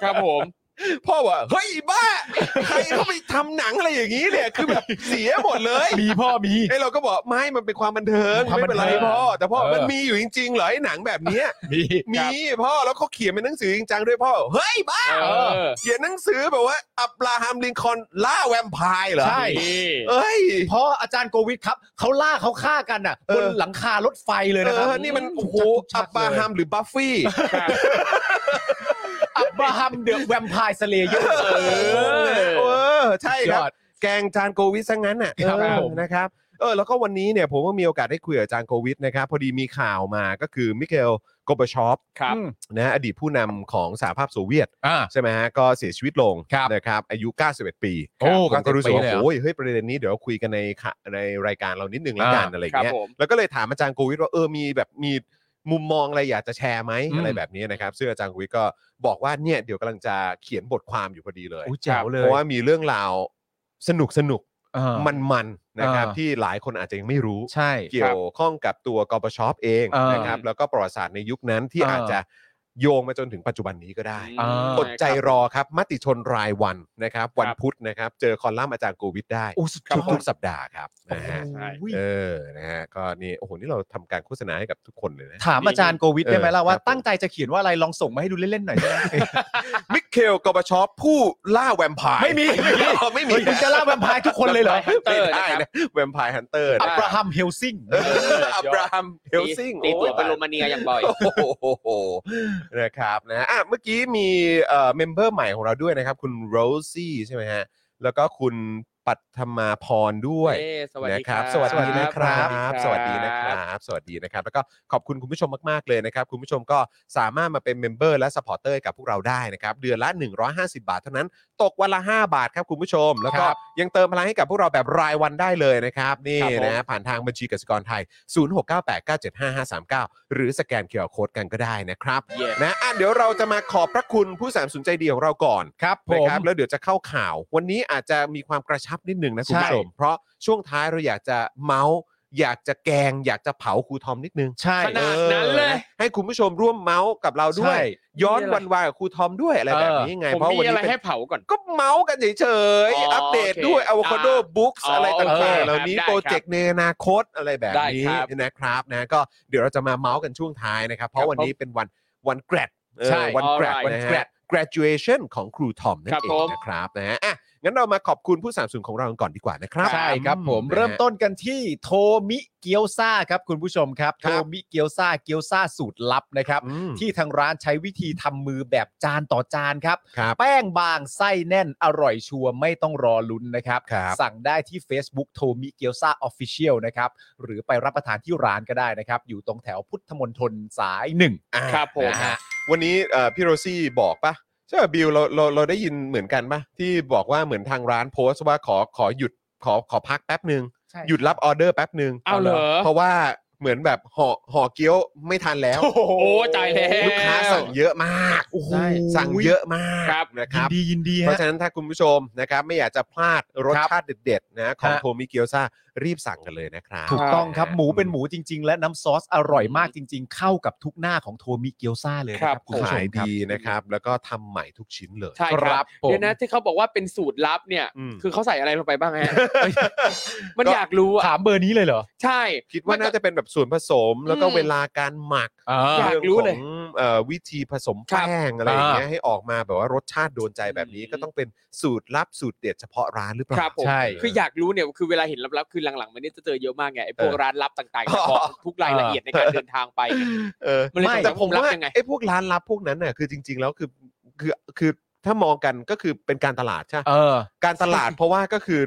D: ครับผม
B: พ่อว่าเฮ้ยอีบ้า ใครเขาไปทำหนังอะไรอย่างนี้เนี่ยคือแบบ เสียหมดเลย
C: มีพ่อมี
B: ไอ้เราก็บอกไม่มันเป็นความบันเทิง
C: ความ
B: ไม่
C: บันเทิง
B: เป็นไรพ่อแต่พ่อ
C: เออ
B: มันมีอยู่จริงๆเหรอไอ้หนังแบบเนี้ย
C: มี
B: มีพ่อแล้วเขาเขียนเป็นหนังสือจริงจังด้วยพ่อเฮ้ยบ้า
D: เออ
B: เขียนหนังสือแบบว่าอับราฮัมลินคอล์นล่าแวมไพร์เหรอ
C: ใช่
D: นี่
B: เอ้ย
C: พ่ออาจารย์โกวิทครับเขาล่าเขาฆ่ากันอ่ะ
B: เอบ อ
C: นหลังคารถไฟเลย
B: เอ
C: นะครับ
B: อนี่มันโอ้โห
C: ชั
B: อั
C: ก
B: บราฮัมหรือบัฟฟี่
D: ครับ
C: อับราฮัมเดอะแวมไพร์สเลเยอร์
B: เออเออใช่
C: ย
B: ครับ
C: อด
B: แกงจานโกวิทซะงั้นน่ะ
C: ครับ
B: เออ
C: ผม
B: นะครับเออแล้วก็วันนี้เนี่ยผมก็มีโอกาสได้คุยกับอาจารย์โควิดนะครับพอดีมีข่าวมาก็คือมิเกลโกบชอป
D: ครับ
B: นะฮะอดีตผู้นำของสหภาพโซเวียต
C: อ่า
B: ใช่ไหมฮะก็เสียชีวิตลง
C: ครับ
B: นะครับอายุ 91 ปี
C: โอ้
B: ผมก็รู้สึกว่า
C: 91ปีเลยเหรอ
B: โอ้ยเฮ้ยประเด็นนี้เดี๋ยวคุยกันในข่าในรายการเรานิดนึงแล้วกัน
C: อ่า
B: อะไร
D: ครับ
B: เงี้ย
D: ผม
B: แล้วก็เลยถามอาจารย์โควิดว่าเออมีแบบมี มุมมองอะไรอยากจะแชร์ไหม
C: อืม
B: อะไรแบบนี้นะครับซึ่งอาจารย์กุ้ยก็บอกว่าเนี่ยเดี๋ยวกำลังจะเขียนบทความอยู่พอดีเลย
C: อุ้ยแจ๋วเลย
B: เพราะว่ามีเรื่องราวสนุกสนุก
C: อ่า
B: มันมันๆนะครับ
C: อ่า
B: ที่หลายคนอาจจะยังไม่รู้
C: ใช่
B: เกี่ยวข้องกับตัวกปชเอง
C: เออ
B: นะครับแล้วก็ประวัติศาสตร์ในยุคนั้นที่
C: เอออ
B: อาจจะโยงมาจนถึงปัจจุบันนี้ก็ได้
C: อ่า
B: อดใจรอครับมติชนรายวันนะครับ วันพุธนะครับ เจอคอลัมน์อาจารย์โกวิทได้
C: โอ้สุดยอด
B: ทุกๆสัปดาห์ครับนะฮะ
D: ใช่
C: อุ้ย
B: เออนะฮะก็นี่โอ้โหนี่เราทำการโฆษณาให้กับทุกคนเลยนะ
C: ถามอาจารย์โกวิทได้ไหมล่ะว่า
B: เออครับ
C: ตั้งใจจะเขียนว่าอะไรลองส่งมาให้ดูเล่นๆหน่อยได้ไหม
B: มิเคลกบชผู้ล่าแวมไพร์
C: ไม่มี
B: ไม่มีไม่มี
C: เฮ้ยคุณจะล่าแวมไพร์ทุกคนเลยเหรอ
D: Vampire Hunter
B: ไม่ได้นะแวมไพร์ฮันเตอร์
C: อั
B: นะ
C: บราฮัมเฮลซิง
B: เอออับราฮัมเฮลซิง
D: ตีตัวไปโรมาเนียอย่างบ่อย
B: โอ้โหนะครับนะอ่ะเมื่อกี้มีเอ่อเมมเบอร์ใหม่ของเราด้วยนะครับ คุณโรซี่ใช่ไหมฮะ แล้วก็คุณปัทมาพรด้วย
D: เอ้สวัสดี
B: นะครับ สวัสดีนะครับ ส
D: สวั
B: วัส
D: สดี
B: ดี
D: ครั
B: นะ
D: บ
B: ครับ สวัสดีนะครับ แล้วก็ขอบคุณคุณผู้ชมมาก ๆ เลยนะครับ คุณผู้ชมก็สามารถมาเป็นเมมเบอร์และสปอร์เตอร์กับพวกเราได้นะครับ เดือนละ 150 บาทเท่านั้น ตกวันละ 5 บาทครับคุณผู้ชม แล้วก็
D: ครับ
B: ยังเติมพลังให้กับพวกเราแบบรายวันได้เลยนะครับ นี่
D: ครับผม
B: นะฮะผ่านทางบัญชีกสิกรไทย 0698975539 หรือสแกนเคอร์โคดกันก็ได้นะครับ
D: เย่
B: นะอ่ะเดี๋ยวเราจะมาขอบพระคุณผู้สามสนุนใจดีของเราก่อน
C: ครับผ
B: นะ
C: ม
B: ครับแล้วเดี๋ยวจะเข้าข่าว วันนี้อาจจะมีความกระชับนิดนึงนะคุณผู้ชม เพราะช่วงท้ายเราอยากจะเมาส์อยากจะแกง อยากจะเผาครูทอมนิดนึง
C: ใช่
D: ขนาดนั้นเลย
B: ให้คุณผู้ชมร่วมเมาส์กับเราด้ว
C: ใช่
B: ย ย้อนวันวานกับครูทอมด้วยอะไรแบบนี้ไง
D: ผม
B: เพราะ
D: มี
B: วัน
D: อะ
B: นี้
D: ไร
B: เป็น
D: ให้เผาก่อน
B: ก็เมาส์กันเฉย
D: อ๋อ
B: ๆ อัปเดตด้วย
D: โอเค
B: Avocado
D: อ่า
B: Books
D: อ๋ออ
B: อะไร
D: โอเค
B: ต่างๆ
D: ครับ
B: เหล่านี้
D: ได้ครับ
B: โปรเจกต์ในอนาคตอะไรแบบนี้
D: ได้ครับ
B: นะครับนะก็เดี๋ยวเราจะมาเมาส์กันช่วงท้ายนะครับ เพราะวันนี้เป็นวันวันแกรดเออ
C: ใช่
B: วันแกรด
D: alright
B: นะฮะ graduation ของครูทอมนั่น
D: ครับ
B: เอ
D: ผ
B: ง
D: ม
B: นะครับนะฮะอ่ะงั้นเรามาขอบคุณผู้สนับสนุนของเรากันก่อนดีกว่านะครับ
C: ใช่ครับผม
B: นะฮะ
C: เริ่มต้นกันที่โทมิเกียวซาครับคุณผู้ชมครับ
B: ครั
C: โท
B: บ
C: มิเกียวซาเกียวซาสูตรลับนะครับ
B: อืม
C: ที่ทางร้านใช้วิธีทำมือแบบจานต่อจานครับ
B: ครับ
C: แป้งบางไส้แน่นอร่อยชัวร์ไม่ต้องรอลุ้นนะครับ
B: ครับ
C: สั่งได้ที่ Facebook โทมิเกียวซาออฟฟิเชียลนะครับ หรือไปรับประทานที่ร้านก็ได้นะครับ อยู่ตรงแถวพุทธมณฑลสายหนึ่ง
B: อ่า
D: ครับผม
B: นะฮะวันนี้เอ่อพี่โรซี่บอกปะใช่ป่ะบิวเราเราเราได้ยินเหมือนกันปะที่บอกว่าเหมือนทางร้านโพสต์ว่าขอขอหยุดขอขอพักแป๊บหนึ่ง
E: ใช่
B: หยุดรับออเดอร์แป๊บหนึ่ง
D: เอาเหรอ
B: เพราะว่าเหมือนแบบห่อห่อเกี๊ยวไม่ทันแล้ว
D: โอ้ใจแล้ว
B: ลูกค้าสั่งเยอะมากโอ้โหสั่งเยอะมาก
D: ครับ
B: นะครับ
C: ยินดียินดี
B: เพ
C: ฮะ
B: ราะฉะนั้นถ้าคุณผู้ชมนะครับ ไม่อยากจะพลาดรส
C: ครับ
B: ชาติเด็ดๆนะของ
C: ฮะ
B: โทมิเกียวซารีบสั่งกันเลยนะครับ
C: ถูกต้องครับ
B: อ่า
C: หมูเป็นหมูจริง ๆ และน้ำซอสอร่อยมากจริง ๆ เข้ากับทุกหน้าของโทมิเกียวซาเลยนะครับ คุณผู้ช
B: ขาม ย
C: ครับ
B: ดีนะครับ แล้วก็ทำใหม่ทุกชิ้นเลย
D: ใช่ค
C: ครั
D: รับบ
C: ผม
D: เดี๋ยวนะที่เขาบอกว่าเป็นสูตรลับเนี่ย
B: อืม
D: คือเขาใส่อะไรลงไปบ้างฮะ มัน
B: ก็
D: อยากรู้อ่ะ
C: ถามเบอร์นี้เลยเหรอ
D: ใช่
B: คิดว่าน่าจะเป็นแบบส่วนผสมแล้วก็
D: อืม
B: เวลาการหมัก
C: อ่า
D: อยากรู้เลย
B: องของเอ่อวิธีผสมแป้งอะไรอย่างเงี้ยให้ออกมาแบบว่ารสชาติโดนใจแบบนี้
D: อืม
B: ก็ต้องเป็นสูตรลับสูตรเด็ดเฉพาะร้านหรือเป
D: ครั
B: ล่า
D: บผม
C: ใช่
D: คืออยากรู้เนี่ยคือเวลาเห็นลับๆคือหลังๆมันนี่จะเจอเยอะมากไงไอ้พวก
B: เออ
D: ร้านลับต่าง
B: อ๋
D: ๆ
B: อ
D: บอกทุกรายละเอียดในการเดินทางไป
B: เออ
D: มันเลย
B: ไม่
D: ต้อง
B: แต่ผมว่า
D: รับยังไง
B: ไอ้พวกร้านลับพวกนั้นน่ะคือจริง ๆ แล้วคือคือคือถ้ามองกันก็คือเป็นการตลาดใช่
C: เออ
B: การตลาดเพ ราะว่าก็คือ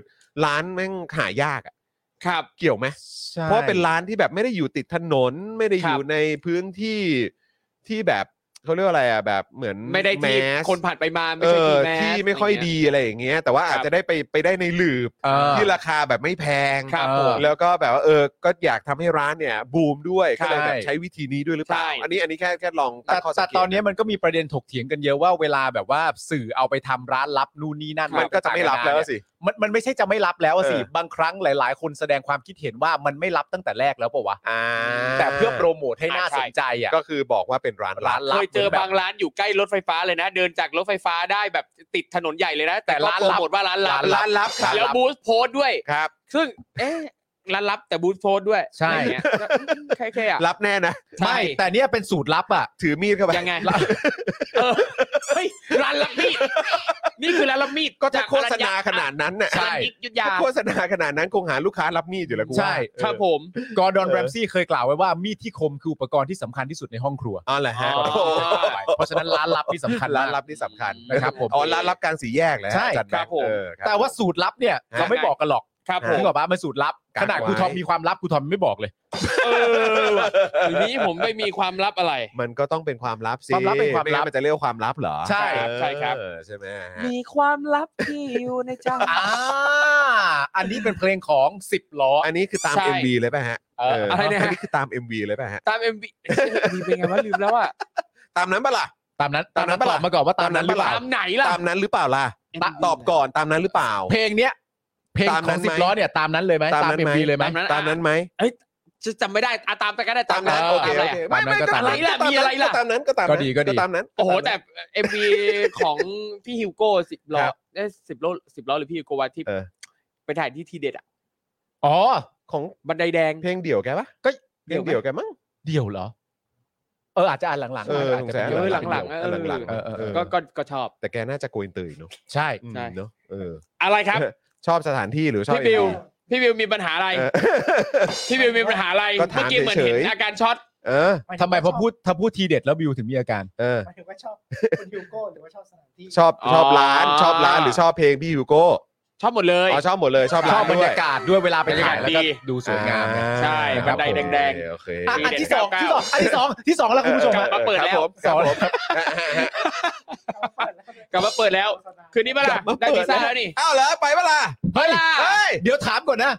B: ร้านแม่งหายากอะ
D: ครับ
B: เกี่ยวไหม
C: ใช่
B: เพราะเป็นร้านที่แบบไม่ได้อยู่ติดถนนไม่ได้อยู่ในพื้นที่ที่แบบเขาเรียกว่าอะไรอ่ะแบบเหมือน
D: ไม่ได้ที่
B: แส
D: คนผ่านไปมาไม่
B: เอ
D: ใช่
B: อ
D: ที่แมส
B: ที่ไม่ค่อยดีอะไรอย่างเงี้ยแต่ว่าอาจจะได้ไปไปได้ในหลืบ
C: เออ
B: ที่ราคาแบบไม่แพง
D: ครับผม
B: แล้วก็แบบว่าเออก็อยากทำให้ร้านเนี่ยบูมด้วย
C: ใช่
B: ก็เลยแบบใช้วิธีนี้ด้วยหรือเปล่า
D: ใช่
B: อันนี้อันนี้แค่แค่ลองตั้
C: แต่
B: งข้อสั
C: แต่
B: งเกต
C: ตอนนี้มันก็มีประเด็นถกเถียงกันเยอะว่าเวลาแบบว่าสื่อเอาไปทำร้านลับนู่นนี่นั่น
B: มันก็จะไม่รับแล้วสิ
C: มันมันไม่ใช่จะไม่รับแล้วอะสิ
B: เออ
C: บางครั้งหลาย ๆ คนแสดงความคิดเห็นว่ามันไม่รับตั้งแต่แรกแล้วปะวะ
B: อ่า
C: แต่เพื่อโปรโมทให้น่าสนใจอ่ะ
B: ก็คือบอกว่าเป็นร้าน
C: ร้าน
B: ลับ
C: ลับ
D: เคยเจอ
C: เหมือนแบบ
D: บางร้านอยู่ใกล้รถไฟฟ้าเลยนะ เดินจากรถไฟฟ้าได้แบบติดถนนใหญ่เลยนะ แต่
C: แต่
D: ก็
C: ร้าน
D: โปร
C: ลับ
D: โมทว่าร้านลับ
B: ร้านลับครับ
D: แล้วบูสต์โพสต์ด้วย
B: ครับ
D: ซึ่งเอ๊ะร้านลับแต่บูสต์โพสต์ด้วย
C: ใช่
D: อะไรเงี้ยแค่แค่อะ
B: รับแน่นะ
D: ใช่
C: ไม่แต่เนี่ยเป็นสูตรลับอ่ะ
B: ถือมีดเข้าไป
D: ยังไงเออเฮ้ยร้านลับมีดนี่คือร้านลับมีด
B: ก็ถ้า
D: จ
B: โฆษณาขนาดนั้นน่ะ
D: ใช่ยุทธยา
B: ถ้าโฆษณาขนาดนั้นคงหาลูกค้ารับมีดอยู่แล้วกูว่า
C: ใช่
B: เออ
D: ครับผม
C: กอร์ดอนแรมซี่เคยกล่าวไว้ว่ามีดที่คมคืออุปกรณ์ที่สำคัญที่สุดในห้องครัว
B: อ๋อเหรอฮะ
D: อ๋อ
B: โอ้โห
C: เพราะฉะนั้นร้านลับที่สำคัญมก
B: ร้านลับที่สำคัญ
C: นะครับผม
B: อ๋อร้านลับการสีแยกแหละ
C: ใช่
B: จัดแง
D: ครับผม
B: เออครับ
C: แต่ว่าสูตรลับเนี่ยเราไม่บอกกันหรอก
D: ครับผ
C: ถึ
D: ม
C: งบอกว่ามันสูตรลับ
B: กั
C: ข
B: นไว้
C: นาดครูทอมมีความลับครูทอมไม่บอกเลย
D: เออว่ะทีนี้ผมไม่มีความลับอะไร
B: มันก็ต้องเป็นความลับสิ
C: ความลับเป็นความลับ
B: ไงั้นมันจะเรียกว่าความลับเหรอ
C: ใช่
D: ครับใช่ครับ
B: เออใช่ไหมฮะ
F: มีความลับที่อยู่ในใจ
C: อ่าอันนี้เป็นเพลงของสิบล้อ
B: อันนี้คือตาม
D: ใช่
B: MV เลยป่ะฮะ
C: เออ
D: อะไรนะ
B: น
D: ฮะ
B: นี้คือตาม MV เลยป่ะฮะ
D: ตามเอ็มบีเป็นไงวะลืมแล้วอะ
B: ตามนั้นปะล่ะ
C: ตามนั้น
B: ตามนั้น
C: ตอ
B: ปะ
C: บ
B: ล่ะ
C: มาก่อนว่าตามนั้นหรือเป
B: ต
C: ล่า
D: ตามไหนล่ะ
B: ตามนั้นหรือเปล่าล่ะ
D: ตาม
B: ตอบก่อนตามนั้นหรือเปล่า
C: เพลงเนี้ย เพลง
B: ตาม
C: ข
B: นั้
C: อง
B: น
C: สิบ
B: ไหม
C: ล้อเนี่ยตามนั้นเลยไหม
B: ตาม
C: ตาม
B: นั้น
C: เอ็ม
B: ไหม
C: บีเลยไหม
D: ตามนั้น
B: ตามนั้นไหม
D: จะจำไม่ได้อะตามไปก็ได้
B: ตามนั้น
C: เออ
B: โอเค
D: ตาม
B: โอ
D: ไป
B: เค
C: ตามนั้นก็ตามนั้น
B: ก็
D: มีอะไรล่ะ
B: ก็ตามนั้นก็ตาม
C: ก็
B: นั้น
C: ดีก็ดี
B: ตามนั้น
D: โอ้โห
B: ก็
D: แต่
B: ตามนั้น
D: เอ็มบีของ พี่ฮิวโก้สิบล้อ
B: ครับ
D: เอ้ยสิบล้อสิบล้อหรือพี่ฮิวโกวาที่
B: เออ
D: ไปถ่ายที่ทีเด็ดอะ
C: อ๋อ
B: ของ
D: บันไดแดง
B: เพลงเดี่ยวแกปะ
C: ก็
B: เพลงเดี่ยวแกมั้ง
C: เดี่ยวเหรอ เอออาจจะอ่านหลังๆ
B: เออ
C: อาจ
B: สง
C: จะเป็น
B: สัย
C: เดี่ยว
D: เออหลังๆ
C: เออ
D: เออ
B: หลังๆ
C: เออเออ
B: เออ
D: ก็ก็ก็ชอบ
B: แต่แกน่าจะโกยตื่นเนาะ
C: ใช่
B: อืม
D: ใช่
B: เนาะเออ
D: อะไรครับ
B: ชอบสถานที่หรือชอบ
D: พี่บิว
B: MV
D: พี่บิวมีปัญหาอะไร
B: เออ
D: พี่บิวมีปัญหาอะไร
B: ก็ถาม
D: เมื่อกี้เหมือนเห็น
B: เฉยๆ
D: อาการช็อต
B: เออ
E: หาย
C: ทำ
E: ถึง
C: ไมพอพูดถ้าพูดทีเด็ดแล้วบิวถึงมีอาการ
B: เออ
E: หมายถึงว่าชอบคุณฮิวโก้หรือว่าชอบสถานที่
B: ชอบ
D: อ๋อ
B: ชอบร้านชอบร้านหรือชอบเพลงพี่ฮิวโก้
D: ชอบหมดเลย
B: อ๋อชอบหมดเลยชอบ
C: ช
B: ร้า
C: อน บบรร
B: ด้วย
C: ยากาศด้วยเวลาไป
D: บรรยา
C: ถ่าก
D: าย ศ
C: แล้วก็
D: ดี
C: ดูสวยงามนะ
B: อ่
D: ใช่
B: ครับ
D: ันได
B: ผม
D: แดง
B: โอเค
C: อ่ะอันที่สอง
D: เก้า
C: ที่
D: เก้า
C: สองอันที่สองที่สองแล้วคุณผู้ชม
D: กลับ
C: ฮะ
D: มาเปิดแล้ว
B: ครับผม
D: กลับมาเปิดแล้ว คืนนี้เมื่อไหร่ะ
B: กลับมา
D: ได้
B: เปิ
D: พิ
B: ด
D: ซซ่า
B: แล้ว
D: แล้วนี่
B: อ้าวเหรอไปเวลา
C: เฮ้ย
B: เฮ้ย
C: เดี๋ยวถามก่อนนะ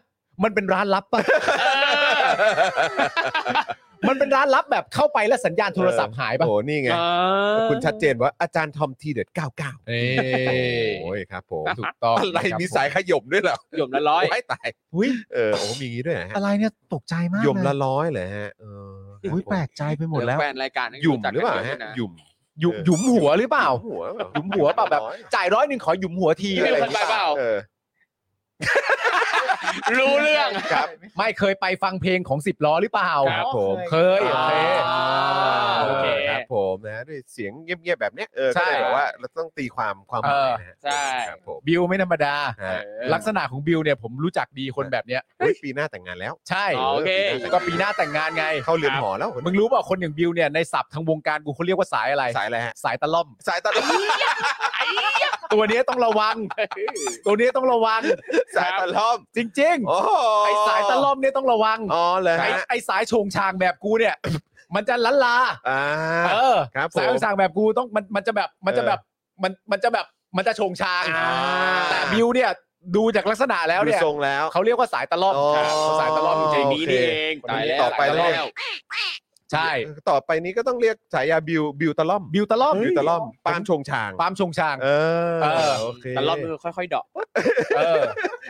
C: มันเป็นร้านลับปะ
D: เออ
C: มันเป็นร้านลับแบบเข้าไปแล้วสัญญาณโทรศัพท์หายปะ
B: โอ้นี่ไง
D: เออ
B: คุณชัดเจนว่าอาจารย์ทอมทีเด็ด99
C: เอ้
B: โอ้ยครับผม
C: ถูกต้อง
B: อะไร
C: คบ
B: มีสายขยมด้วยเหรอ
D: หย่มละร้อย
B: ไม่ตาย
C: อุ้ย
B: เออโอ้มีงี้ด้วยนะฮะ
C: อะไรเนี่ยตกใจมาก
B: ยม
C: เล
B: ละ
C: ย
B: ร้อยเลยฮะเออครับ
C: อุ้ย
B: ผม
C: แปลกใจไปหมดแล้ว
D: แฟนรายการ
B: หยุ่มหรือเปล่าฮะหยุ่ม
C: หยุมหยุมหัวหรือเปล่า
B: หัว
C: หยุมหัวเปล่าแบบ จ่ายร้อยหนึ่งขอหยุมหัวที
D: พี่
C: อะไรอ
D: บิวเค
C: ย่ายง
D: ไป
C: งี้
D: เปล่า
B: เออ
D: รู้เรื่อง
B: ครับ
C: ไม่เคยไปฟังเพลงของสิบล้อหรือเปล่า
B: ครับผม
C: เคย
D: อ่า
C: โอเค
D: โอเค
B: ครับผมนะฮะด้วยเสียงเงียบๆแบบเนี้ยเออ
C: ใช่
B: ก็เลยบอกว่าเราต้องตีความความหมายนะฮะ
D: เออใช่
B: ครับผม
C: บิวไม่ธรรมดา
B: ฮะ
C: ลักษณะของบิวเนี่ยผมรู้จักดีคนแบบเนี้ย
B: อุ๊ยปีหน้าแต่งงานแล้ว
C: ใช่
D: อ๋อโอเค
C: ก็ปีหน้าแต่งงานไง
B: เข้าเรือนหอแล้วคน
C: มึงรู้เปล่าคนอย่างบิวเนี่ยในศัพท์ทางวงการกูเขาเรียกว่าสายอะไร
B: สายอะไรฮะ
C: สายตะล่อม
B: สายตะล่อม
C: ตัวเนี้ยต้องระวัง ตัวเนี้ยต้องระวัง
B: สายตะล่อม
C: จริง
B: โอ้โห
C: ๆไอสายตะล่อมเนี่ยต้องระวัง
B: อ๋อเลย
C: ไอ
B: ฮะ
C: ไอสายโชงชางแบบกูเนี่ย มันจะลันลา
B: อ่า
C: เออ
B: ครับผม
C: สายโชงชางแบบกูต้องมันมันจะแบบมันจะแบบมันมันจะแบบมันจะโชงชาง
B: อ่า
C: แต่บิวเนี่ยดูจากลักษณะแล้ว
B: ดู
C: เนี่ย
B: ทรงแล้ว
C: เขาเรียกว่าสายตะล่อม
B: อ๋อ
C: ครับเขาสายตะล่อมจริง
B: โอ
D: นี้
B: เค
D: นี่เอง
B: คนนี้
D: แล้ว
B: ต่อไป
D: ตายแล้ว
C: ๆใช่
B: ต่อไปนี้ก็ต้องเรียกฉายาบิวบิวตะล่อม
C: บิวตะล่อม
B: บิวตะล่อมปามชงชาง
C: ปาล์มโชงชาง
B: เออ
C: เออ
B: โอเค
D: แต่รอบมือค่อยๆเดอก
C: เออ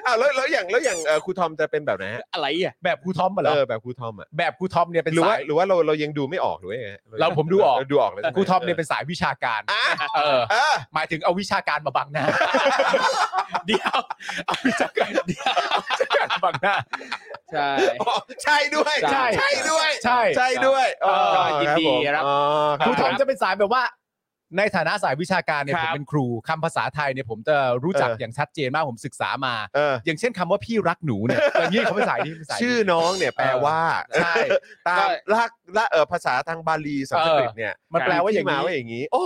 B: อ้าวแล้วแล้วอย่างแล้วอย่างเอ่อครูทอมจะเป็นแบบไหนฮะ
D: อะไรอ่ะ
C: แบบครูทอมมาเหร
B: เอ
C: อ
B: อแบบครูทอมอ่ะ
C: แบบครูทอมเนี่ยเป็น
B: หรือ
C: สา
B: ว่าย หรือว่าเราเรายังดูไม่ออกหรือว่ายังไงฮะ
C: เราผมดูออก
B: เดูออกเลยใช่ไห
C: ครูทอมเนี่ยเป็นสายวิชาการ
B: อ่ะ
C: เออ
B: เออ
C: หมายถึงเอาวิชาการมาบังหน้า เดี๋ยวเอาวิชาการเดี๋ยวเอาวิชาการมาบังหน้า
D: ใช่
B: อ๋อใช่ด้วย
D: ใช่
B: ใช่ด้วย
C: ใช่
B: ใช่ด้วยอ๋อ
D: ก็ยินดีรับ
B: อ๋อ
C: ครูทอม
B: รับ
C: จะเป็นสายแบบว่า ในฐานะสายวิชาการเนี่ย
D: ครั
C: ผ
D: บ
C: มเป็นครูคำภาษาไทยเนี่ยผมจะรู้จัก
B: เออ
C: อ
B: อ
C: ย่างชัดเจนมากผมศึกษามา
B: เออ
C: อย่างเช่นคำว่าพี่รักหนูเนี่ยอย่างนี้เขาเป็นสายนี้เป็นสายนี้
B: ชื่อน้องเนี่ยแปลว่า
C: ใช่
B: ตามลักละเออภาษาทางบาลีสันสกฤตเนี่ย
C: มันแปลว่าอย่างนี้
B: นี้ว่าอย่างนี้ โอ้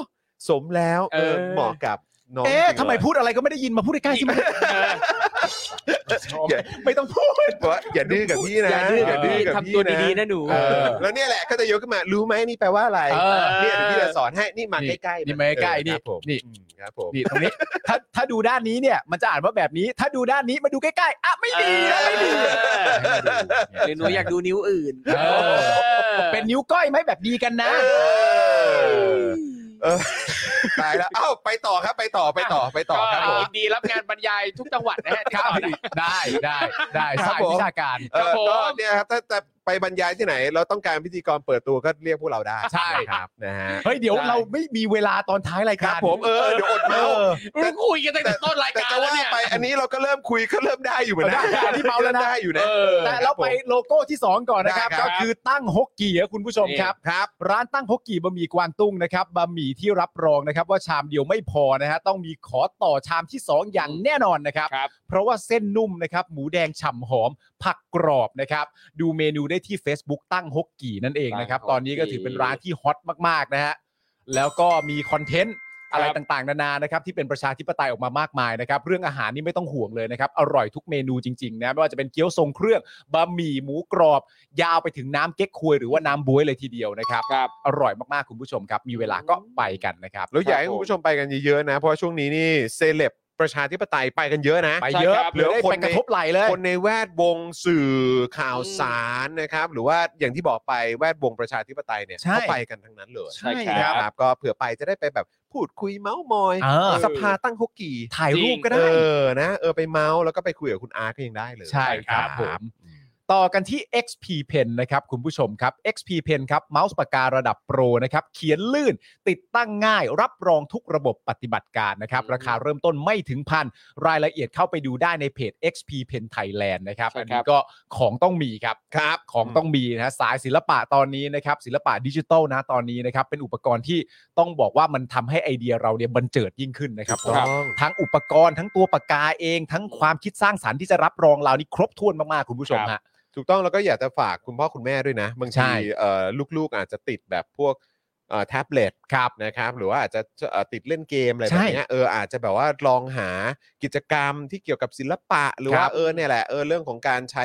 B: สมแล้วเออ
D: เออ
B: เหมาะกับน้อง
C: เอ๊ะ
B: จริงๆ
C: ทำไมพูดอะไรก็ไม่ได้ยินมาพูดใกล้ๆที่มัน
B: อย่า
C: ไม่ต้องพูด
B: บอกว่าอย่าดื้อกับพี่นะ
D: อย่าดื้อกับพี่
B: ย่ากับ
D: ทำตัวดีๆนะหนู
C: เออ
B: แล้วเนี่ยแหละก็จะยกขึ้นมารู้ไหมนี่แปลว่าอะไร
C: เออ
B: เนี่ยเดี๋ยวพี่จะสอนให้นี่มาใกล้ๆ
C: นี่มาใกล้ๆนี่
B: ครับผม
C: นี่
B: อืมครับผม
C: นี่ตรงนี้ ถ้าถ้าดูด้านนี้เนี่ยมันจะอ่านว่าแบบนี้ ถ้าดูด้านนี้มาดูใกล้ๆอ่ะไม่ดีนะไม่ดีนะ
D: หรือหนูอยากดูนิ้วอื่น
C: เออเป็นนิ้วก้อยไหมแบบดีกันนะ
B: เออเออตายแล้วเอ้าไปต่อครับไปต่อไปต่อไปต่อครับผ
D: ก็
B: ม
D: ยินดีรับงานบรรยายทุกจังหวัดนะฮะที่
C: ครับ
D: ต่อนะ
C: ได้ได้ได้
B: ครับ
C: สาย
B: ผม
C: วิชาการ
B: เอ
D: ครั
B: อ
D: บผม
B: ก็เนี่ยครับถ้าจะไปบรรยายที่ไหน เราต้องการพิธีกรเปิดตัวก็เรียกพวกเราได้
C: ใช่
B: นะครับนะฮะ
C: เฮ้ยเดี๋ยว
D: ได้
C: เราไม่มีเวลาตอนท้ายราย
B: ค
C: การ
B: รับผมเออเดี๋ยวอด
C: เอ
B: เมา
C: อ
D: รู้คุยกันตั้งแต่ต้นราย
B: แต่
D: การ
B: จะ
D: แล้ว
B: ว่า
D: เนี่ย
B: ไปอันนี้เราก็เริ่มคุยก็เริ่มได้อยู่เหมือนกัน
C: ได้ได้ที่เมาแล้วนะ
B: ได้อยู่นะ
C: แต่เราไปโลโก้ที่ 2 ก่อนนะครับ
B: ได้ครั
C: ก็
B: บ
C: คือตั้งฮกกี่ครับคุณผู้ชมครับ
B: ครับ
C: ร้านตั้งฮกกี่บะหมี่กวางตุ้งนะครับบะหมี่ที่รับรองนะครับ ว่าชามเดียวไม่พอนะฮะต้องมีขอต่อชามที่ 2 อย่างแน่นอนนะครับ
D: ครับ
C: เพราะว่าเส้นนุ่มนะครับหมูแดงฉ่ำหอม ผักกรอบนะครับดูเมนูได้ที่ Facebook ตั้งฮกกี่นั่นเองนะครับ
D: ตั้งฮกกี่
C: ตอนนี้ก็ถือเป็นร้านที่ฮอตมากๆนะฮะแล้วก็มีคอนเทนต์อะไร
D: ครับ
C: ต่างๆ นานานะครับที่เป็นประชาธิปไตยออกมามากมายนะครับ เรื่องอาหารนี่ไม่ต้องห่วงเลยนะครับ อร่อยทุกเมนูจริงๆนะไม่ว่าจะเป็นเกี๊ยวทรงเครื่องบะหมี่หมูกรอบ ยาวไปถึงน้ำเก๊กควยหรือว่าน้ำบ๊วยเลยทีเดียวนะครับ
D: ครับ
C: อร่อยมากๆคุณผู้ชมครับ มีเวลาก็ไปกันนะครับ
B: แล้วอยากให้คุณผู้ชมไปกันเยอะๆนะ เพราะว่าช่วงนี้นี่เซเลบ ประชาธิปไตยไปกันเยอะนะ
C: ไปเยอะ
D: ใช่ครับ
C: เหลือ
B: เหลือ
C: ค
B: ค
C: น
B: นใน
C: กระทบไหลเลย
B: คนในแวดวงสื่อข่าวสารนะครับ หรือว่าอย่างที่บอกไปแวดวงประชาธิปไตยเนี่ย
C: ใช่
B: เขาไปกันทั้งนั้นเลย
D: ใช่ครับ
B: นะครับก็เผื่อไปจะได้ไปแบบพูดคุยเมาส์มอย
C: เออ
B: สภาตั้งฮกกี่
C: ถ่ายรูปก็
B: เอ
C: ได้
B: อนะเออไปเมาส์แล้วก็ไปคุยกับคุณอาร์ตก็ยังได้เลย
C: ใช่ครับผม ต่อกันที่ XP Pen นะครับ คุณผู้ชมครับ XP Pen ครับเมาส์ปากการะดับโปรนะครับ เขียนลื่นติดตั้งง่าย รับรองทุกระบบปฏิบัติการนะครับ
D: อืม
C: ราคาเริ่มต้นไม่ถึงพัน รายละเอียดเข้าไปดูได้ในเพจ XP Pen Thailand นะครับ
D: ใช่ครับ
C: อันนี้ก็ของต้องมีครับ
B: ครับ
C: ของต้องมีนะฮะสายศิลปะตอนนี้นะครับ ศิลปะดิจิทัลนะตอนนี้นะครับ เป็นอุปกรณ์ที่ต้องบอกว่ามันทำให้ไอเดียเราเนี่ยบันเจิดยิ่งขึ้นนะครับ
B: ถูกต้อง
C: ทั้งอุปกรณ์ทั้งตัวปากกาเอง ทั้งความคิดสร้างสรรค์ที่จะรับรองเรานี่ครบถ้วนมากๆคุณผู้ชมฮะ
B: ถูกต้องแล้วก็อยากจะฝากคุณพ่อคุณแม่ด้วยนะ บาง
C: ใช่
B: ทีเอ่อลูกๆอาจจะติดแบบพวกเอ่อแท็บเล็ตครับนะครับ หรือว่าอาจจะเอ่อติดเล่นเกมอะไรแบบเนี้ยเอออาจจะแบบว่าลองหากิจกรรมที่เกี่ยวกับศิลปะ หรือว่าเออเนี่ยแหละเออเรื่องของการใช้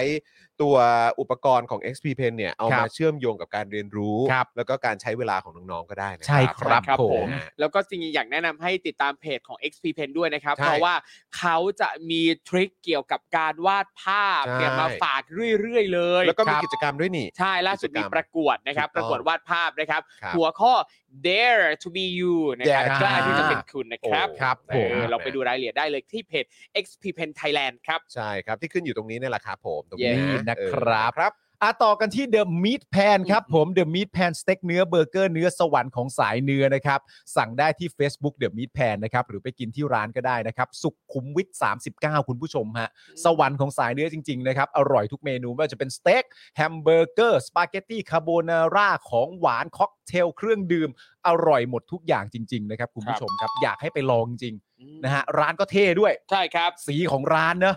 B: ตัวอุปกรณ์ของ XP Pen เนี่ยเอา
C: ครั
B: มา
C: บ
B: เชื่อมโยงกับการเรียนรู้
C: ครับ
B: แล้วก็การใช้เวลาของน้องๆก็ได้นะ
C: ใช่ครับผม
D: แล้วก็จริงๆอยากแนะนำให้ติดตามเพจของ XP Pen ด้วยนะครับ
B: ใช่
D: เพราะว่าเขาจะมีทริคเกี่ยวกับการวาดภาพ
B: ใช่
D: เนี่ยมาฝากเรื่อยๆ เลย
B: แล้วก็มี
D: ครับ
B: กิจกรรมด้วยนี่
D: ใช่ล่าสุดมีประกวดนะครับ
B: ถูก
D: ป
B: ต้อง
D: ระกวดวาดภาพนะครับ
B: ครับ
D: หัวข้อ dare to be you นะครับ
C: Dare
D: กล้าที่จะเป็นคุณนะครับ
B: โอ้
C: ครับ
D: เอ
C: ผม
D: อเราไปดูรายละเอียดได้เลยที่เพจ XP Pen Thailand ครับ
B: ใช่ครับที่ขึ้นอยู่ตรงนี้เนี่ยแหละครับผมตรง
C: นี่
B: นี้
C: นะ
B: เออ
C: ครับอ่ะต่อกันที่เดอะม a ทแพนครับผมเดอะม a ทแพนสเต็กเนื้อเบอร์เกอร์เนื้อสวรรค์ของสายเนื้อนะครับ สั่งได้ที่ Facebook เดอะม a ทแพนนะครับ หรือไปกินที่ร้านก็ได้นะครับ สุขขุมวิท39 คุณผู้ชมฮะ สวรรค์ของสายเนื้อจริง ๆ นะครับ อร่อยทุกเมนูไม่ว่าจะเป็นสเต็กแฮมเบอร์เกอร์ สปาเกตตี้คาโบนาร่าของหวานค็อกเทลเครื่องดื่ม อร่อยหมดทุกอย่างจริง ๆ นะครับคุณผู้ชมครับอยากให้ไปลองจริงๆนะฮะร้านก็เท่ด้วย
D: ใช่ครับ
C: สีของร้านเนอะ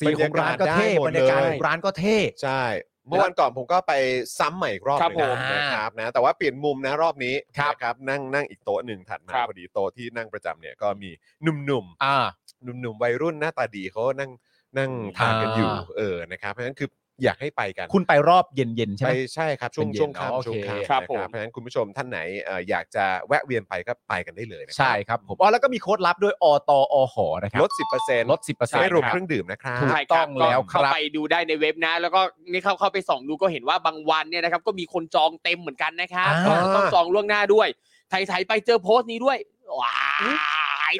C: สีของร้านก็เท่บบ ร
B: ร
C: รยา
B: รากา
C: ยากศ
B: ศ
C: ข
B: ได้หมดเล
C: อ
B: ย
C: งร้านก็เท่
B: ใช่ เมื่อวันก่อนผมก็ไปซ้ำใหม่อีกรอบ
D: ครับ
B: หนึ่ง
C: ผม
B: นะนะครับนะแต่ว่าเปลี่ยนมุมนะรอบนี้
C: ครับ
B: นะครับนั่งนั่งอีกโต๊ะหนึ่งถัดมา
D: ครับ
B: พอดีโต๊ะที่นั่งประจำเนี่ยก็มีหนุ่ม
C: อ่า
B: ๆหนุ่มๆวัยรุ่นหน้าตาดีเขานั่งนั่งทานกันอยู่
C: อ่า
B: เออนะครับเพราะฉะนั้นคืออยากให้ไปกัน
C: คุณไปรอบเย็นๆใช่ไห
B: ไป
C: ม
B: ใช่ครับช่วง
C: เป็นเย็น
B: ช่วง
C: อ๋อ
B: ค่ำช่วง
C: โอเค
B: ค่ำนะครับ
D: ผม
B: เพราะฉะนั้นคุณผู้ชมท่านไหนเอ่ออยากจะแวะเวียนไปก็ไปกันได้เลยนะ
C: ใช่ครับผมอ๋อแล้วก็มีโค้ดลับด้วยอตอหอนะครับ
B: ลด 10%
C: ลดสิบเปอร์เซ็นต์
B: ไม่รวมเครื่องดื่มนะครับ
C: ถูก
D: ใช่ครั
C: ต้
D: บ
C: องแล้ว
D: ก็
C: ค
D: เข้า
C: รับ
D: ไปดูได้ในเว็บนะ แล้วก็นี่เข้าเข้าไปส่องดูก็เห็นว่าบางวันเนี่ยนะครับก็มีคนจองเต็มเหมือนกันนะครับ
B: อ่า
D: ต้องจองล่วงหน้าด้วย ไทยๆไปเจอโพสต์นี้ด้วยว้ายตาย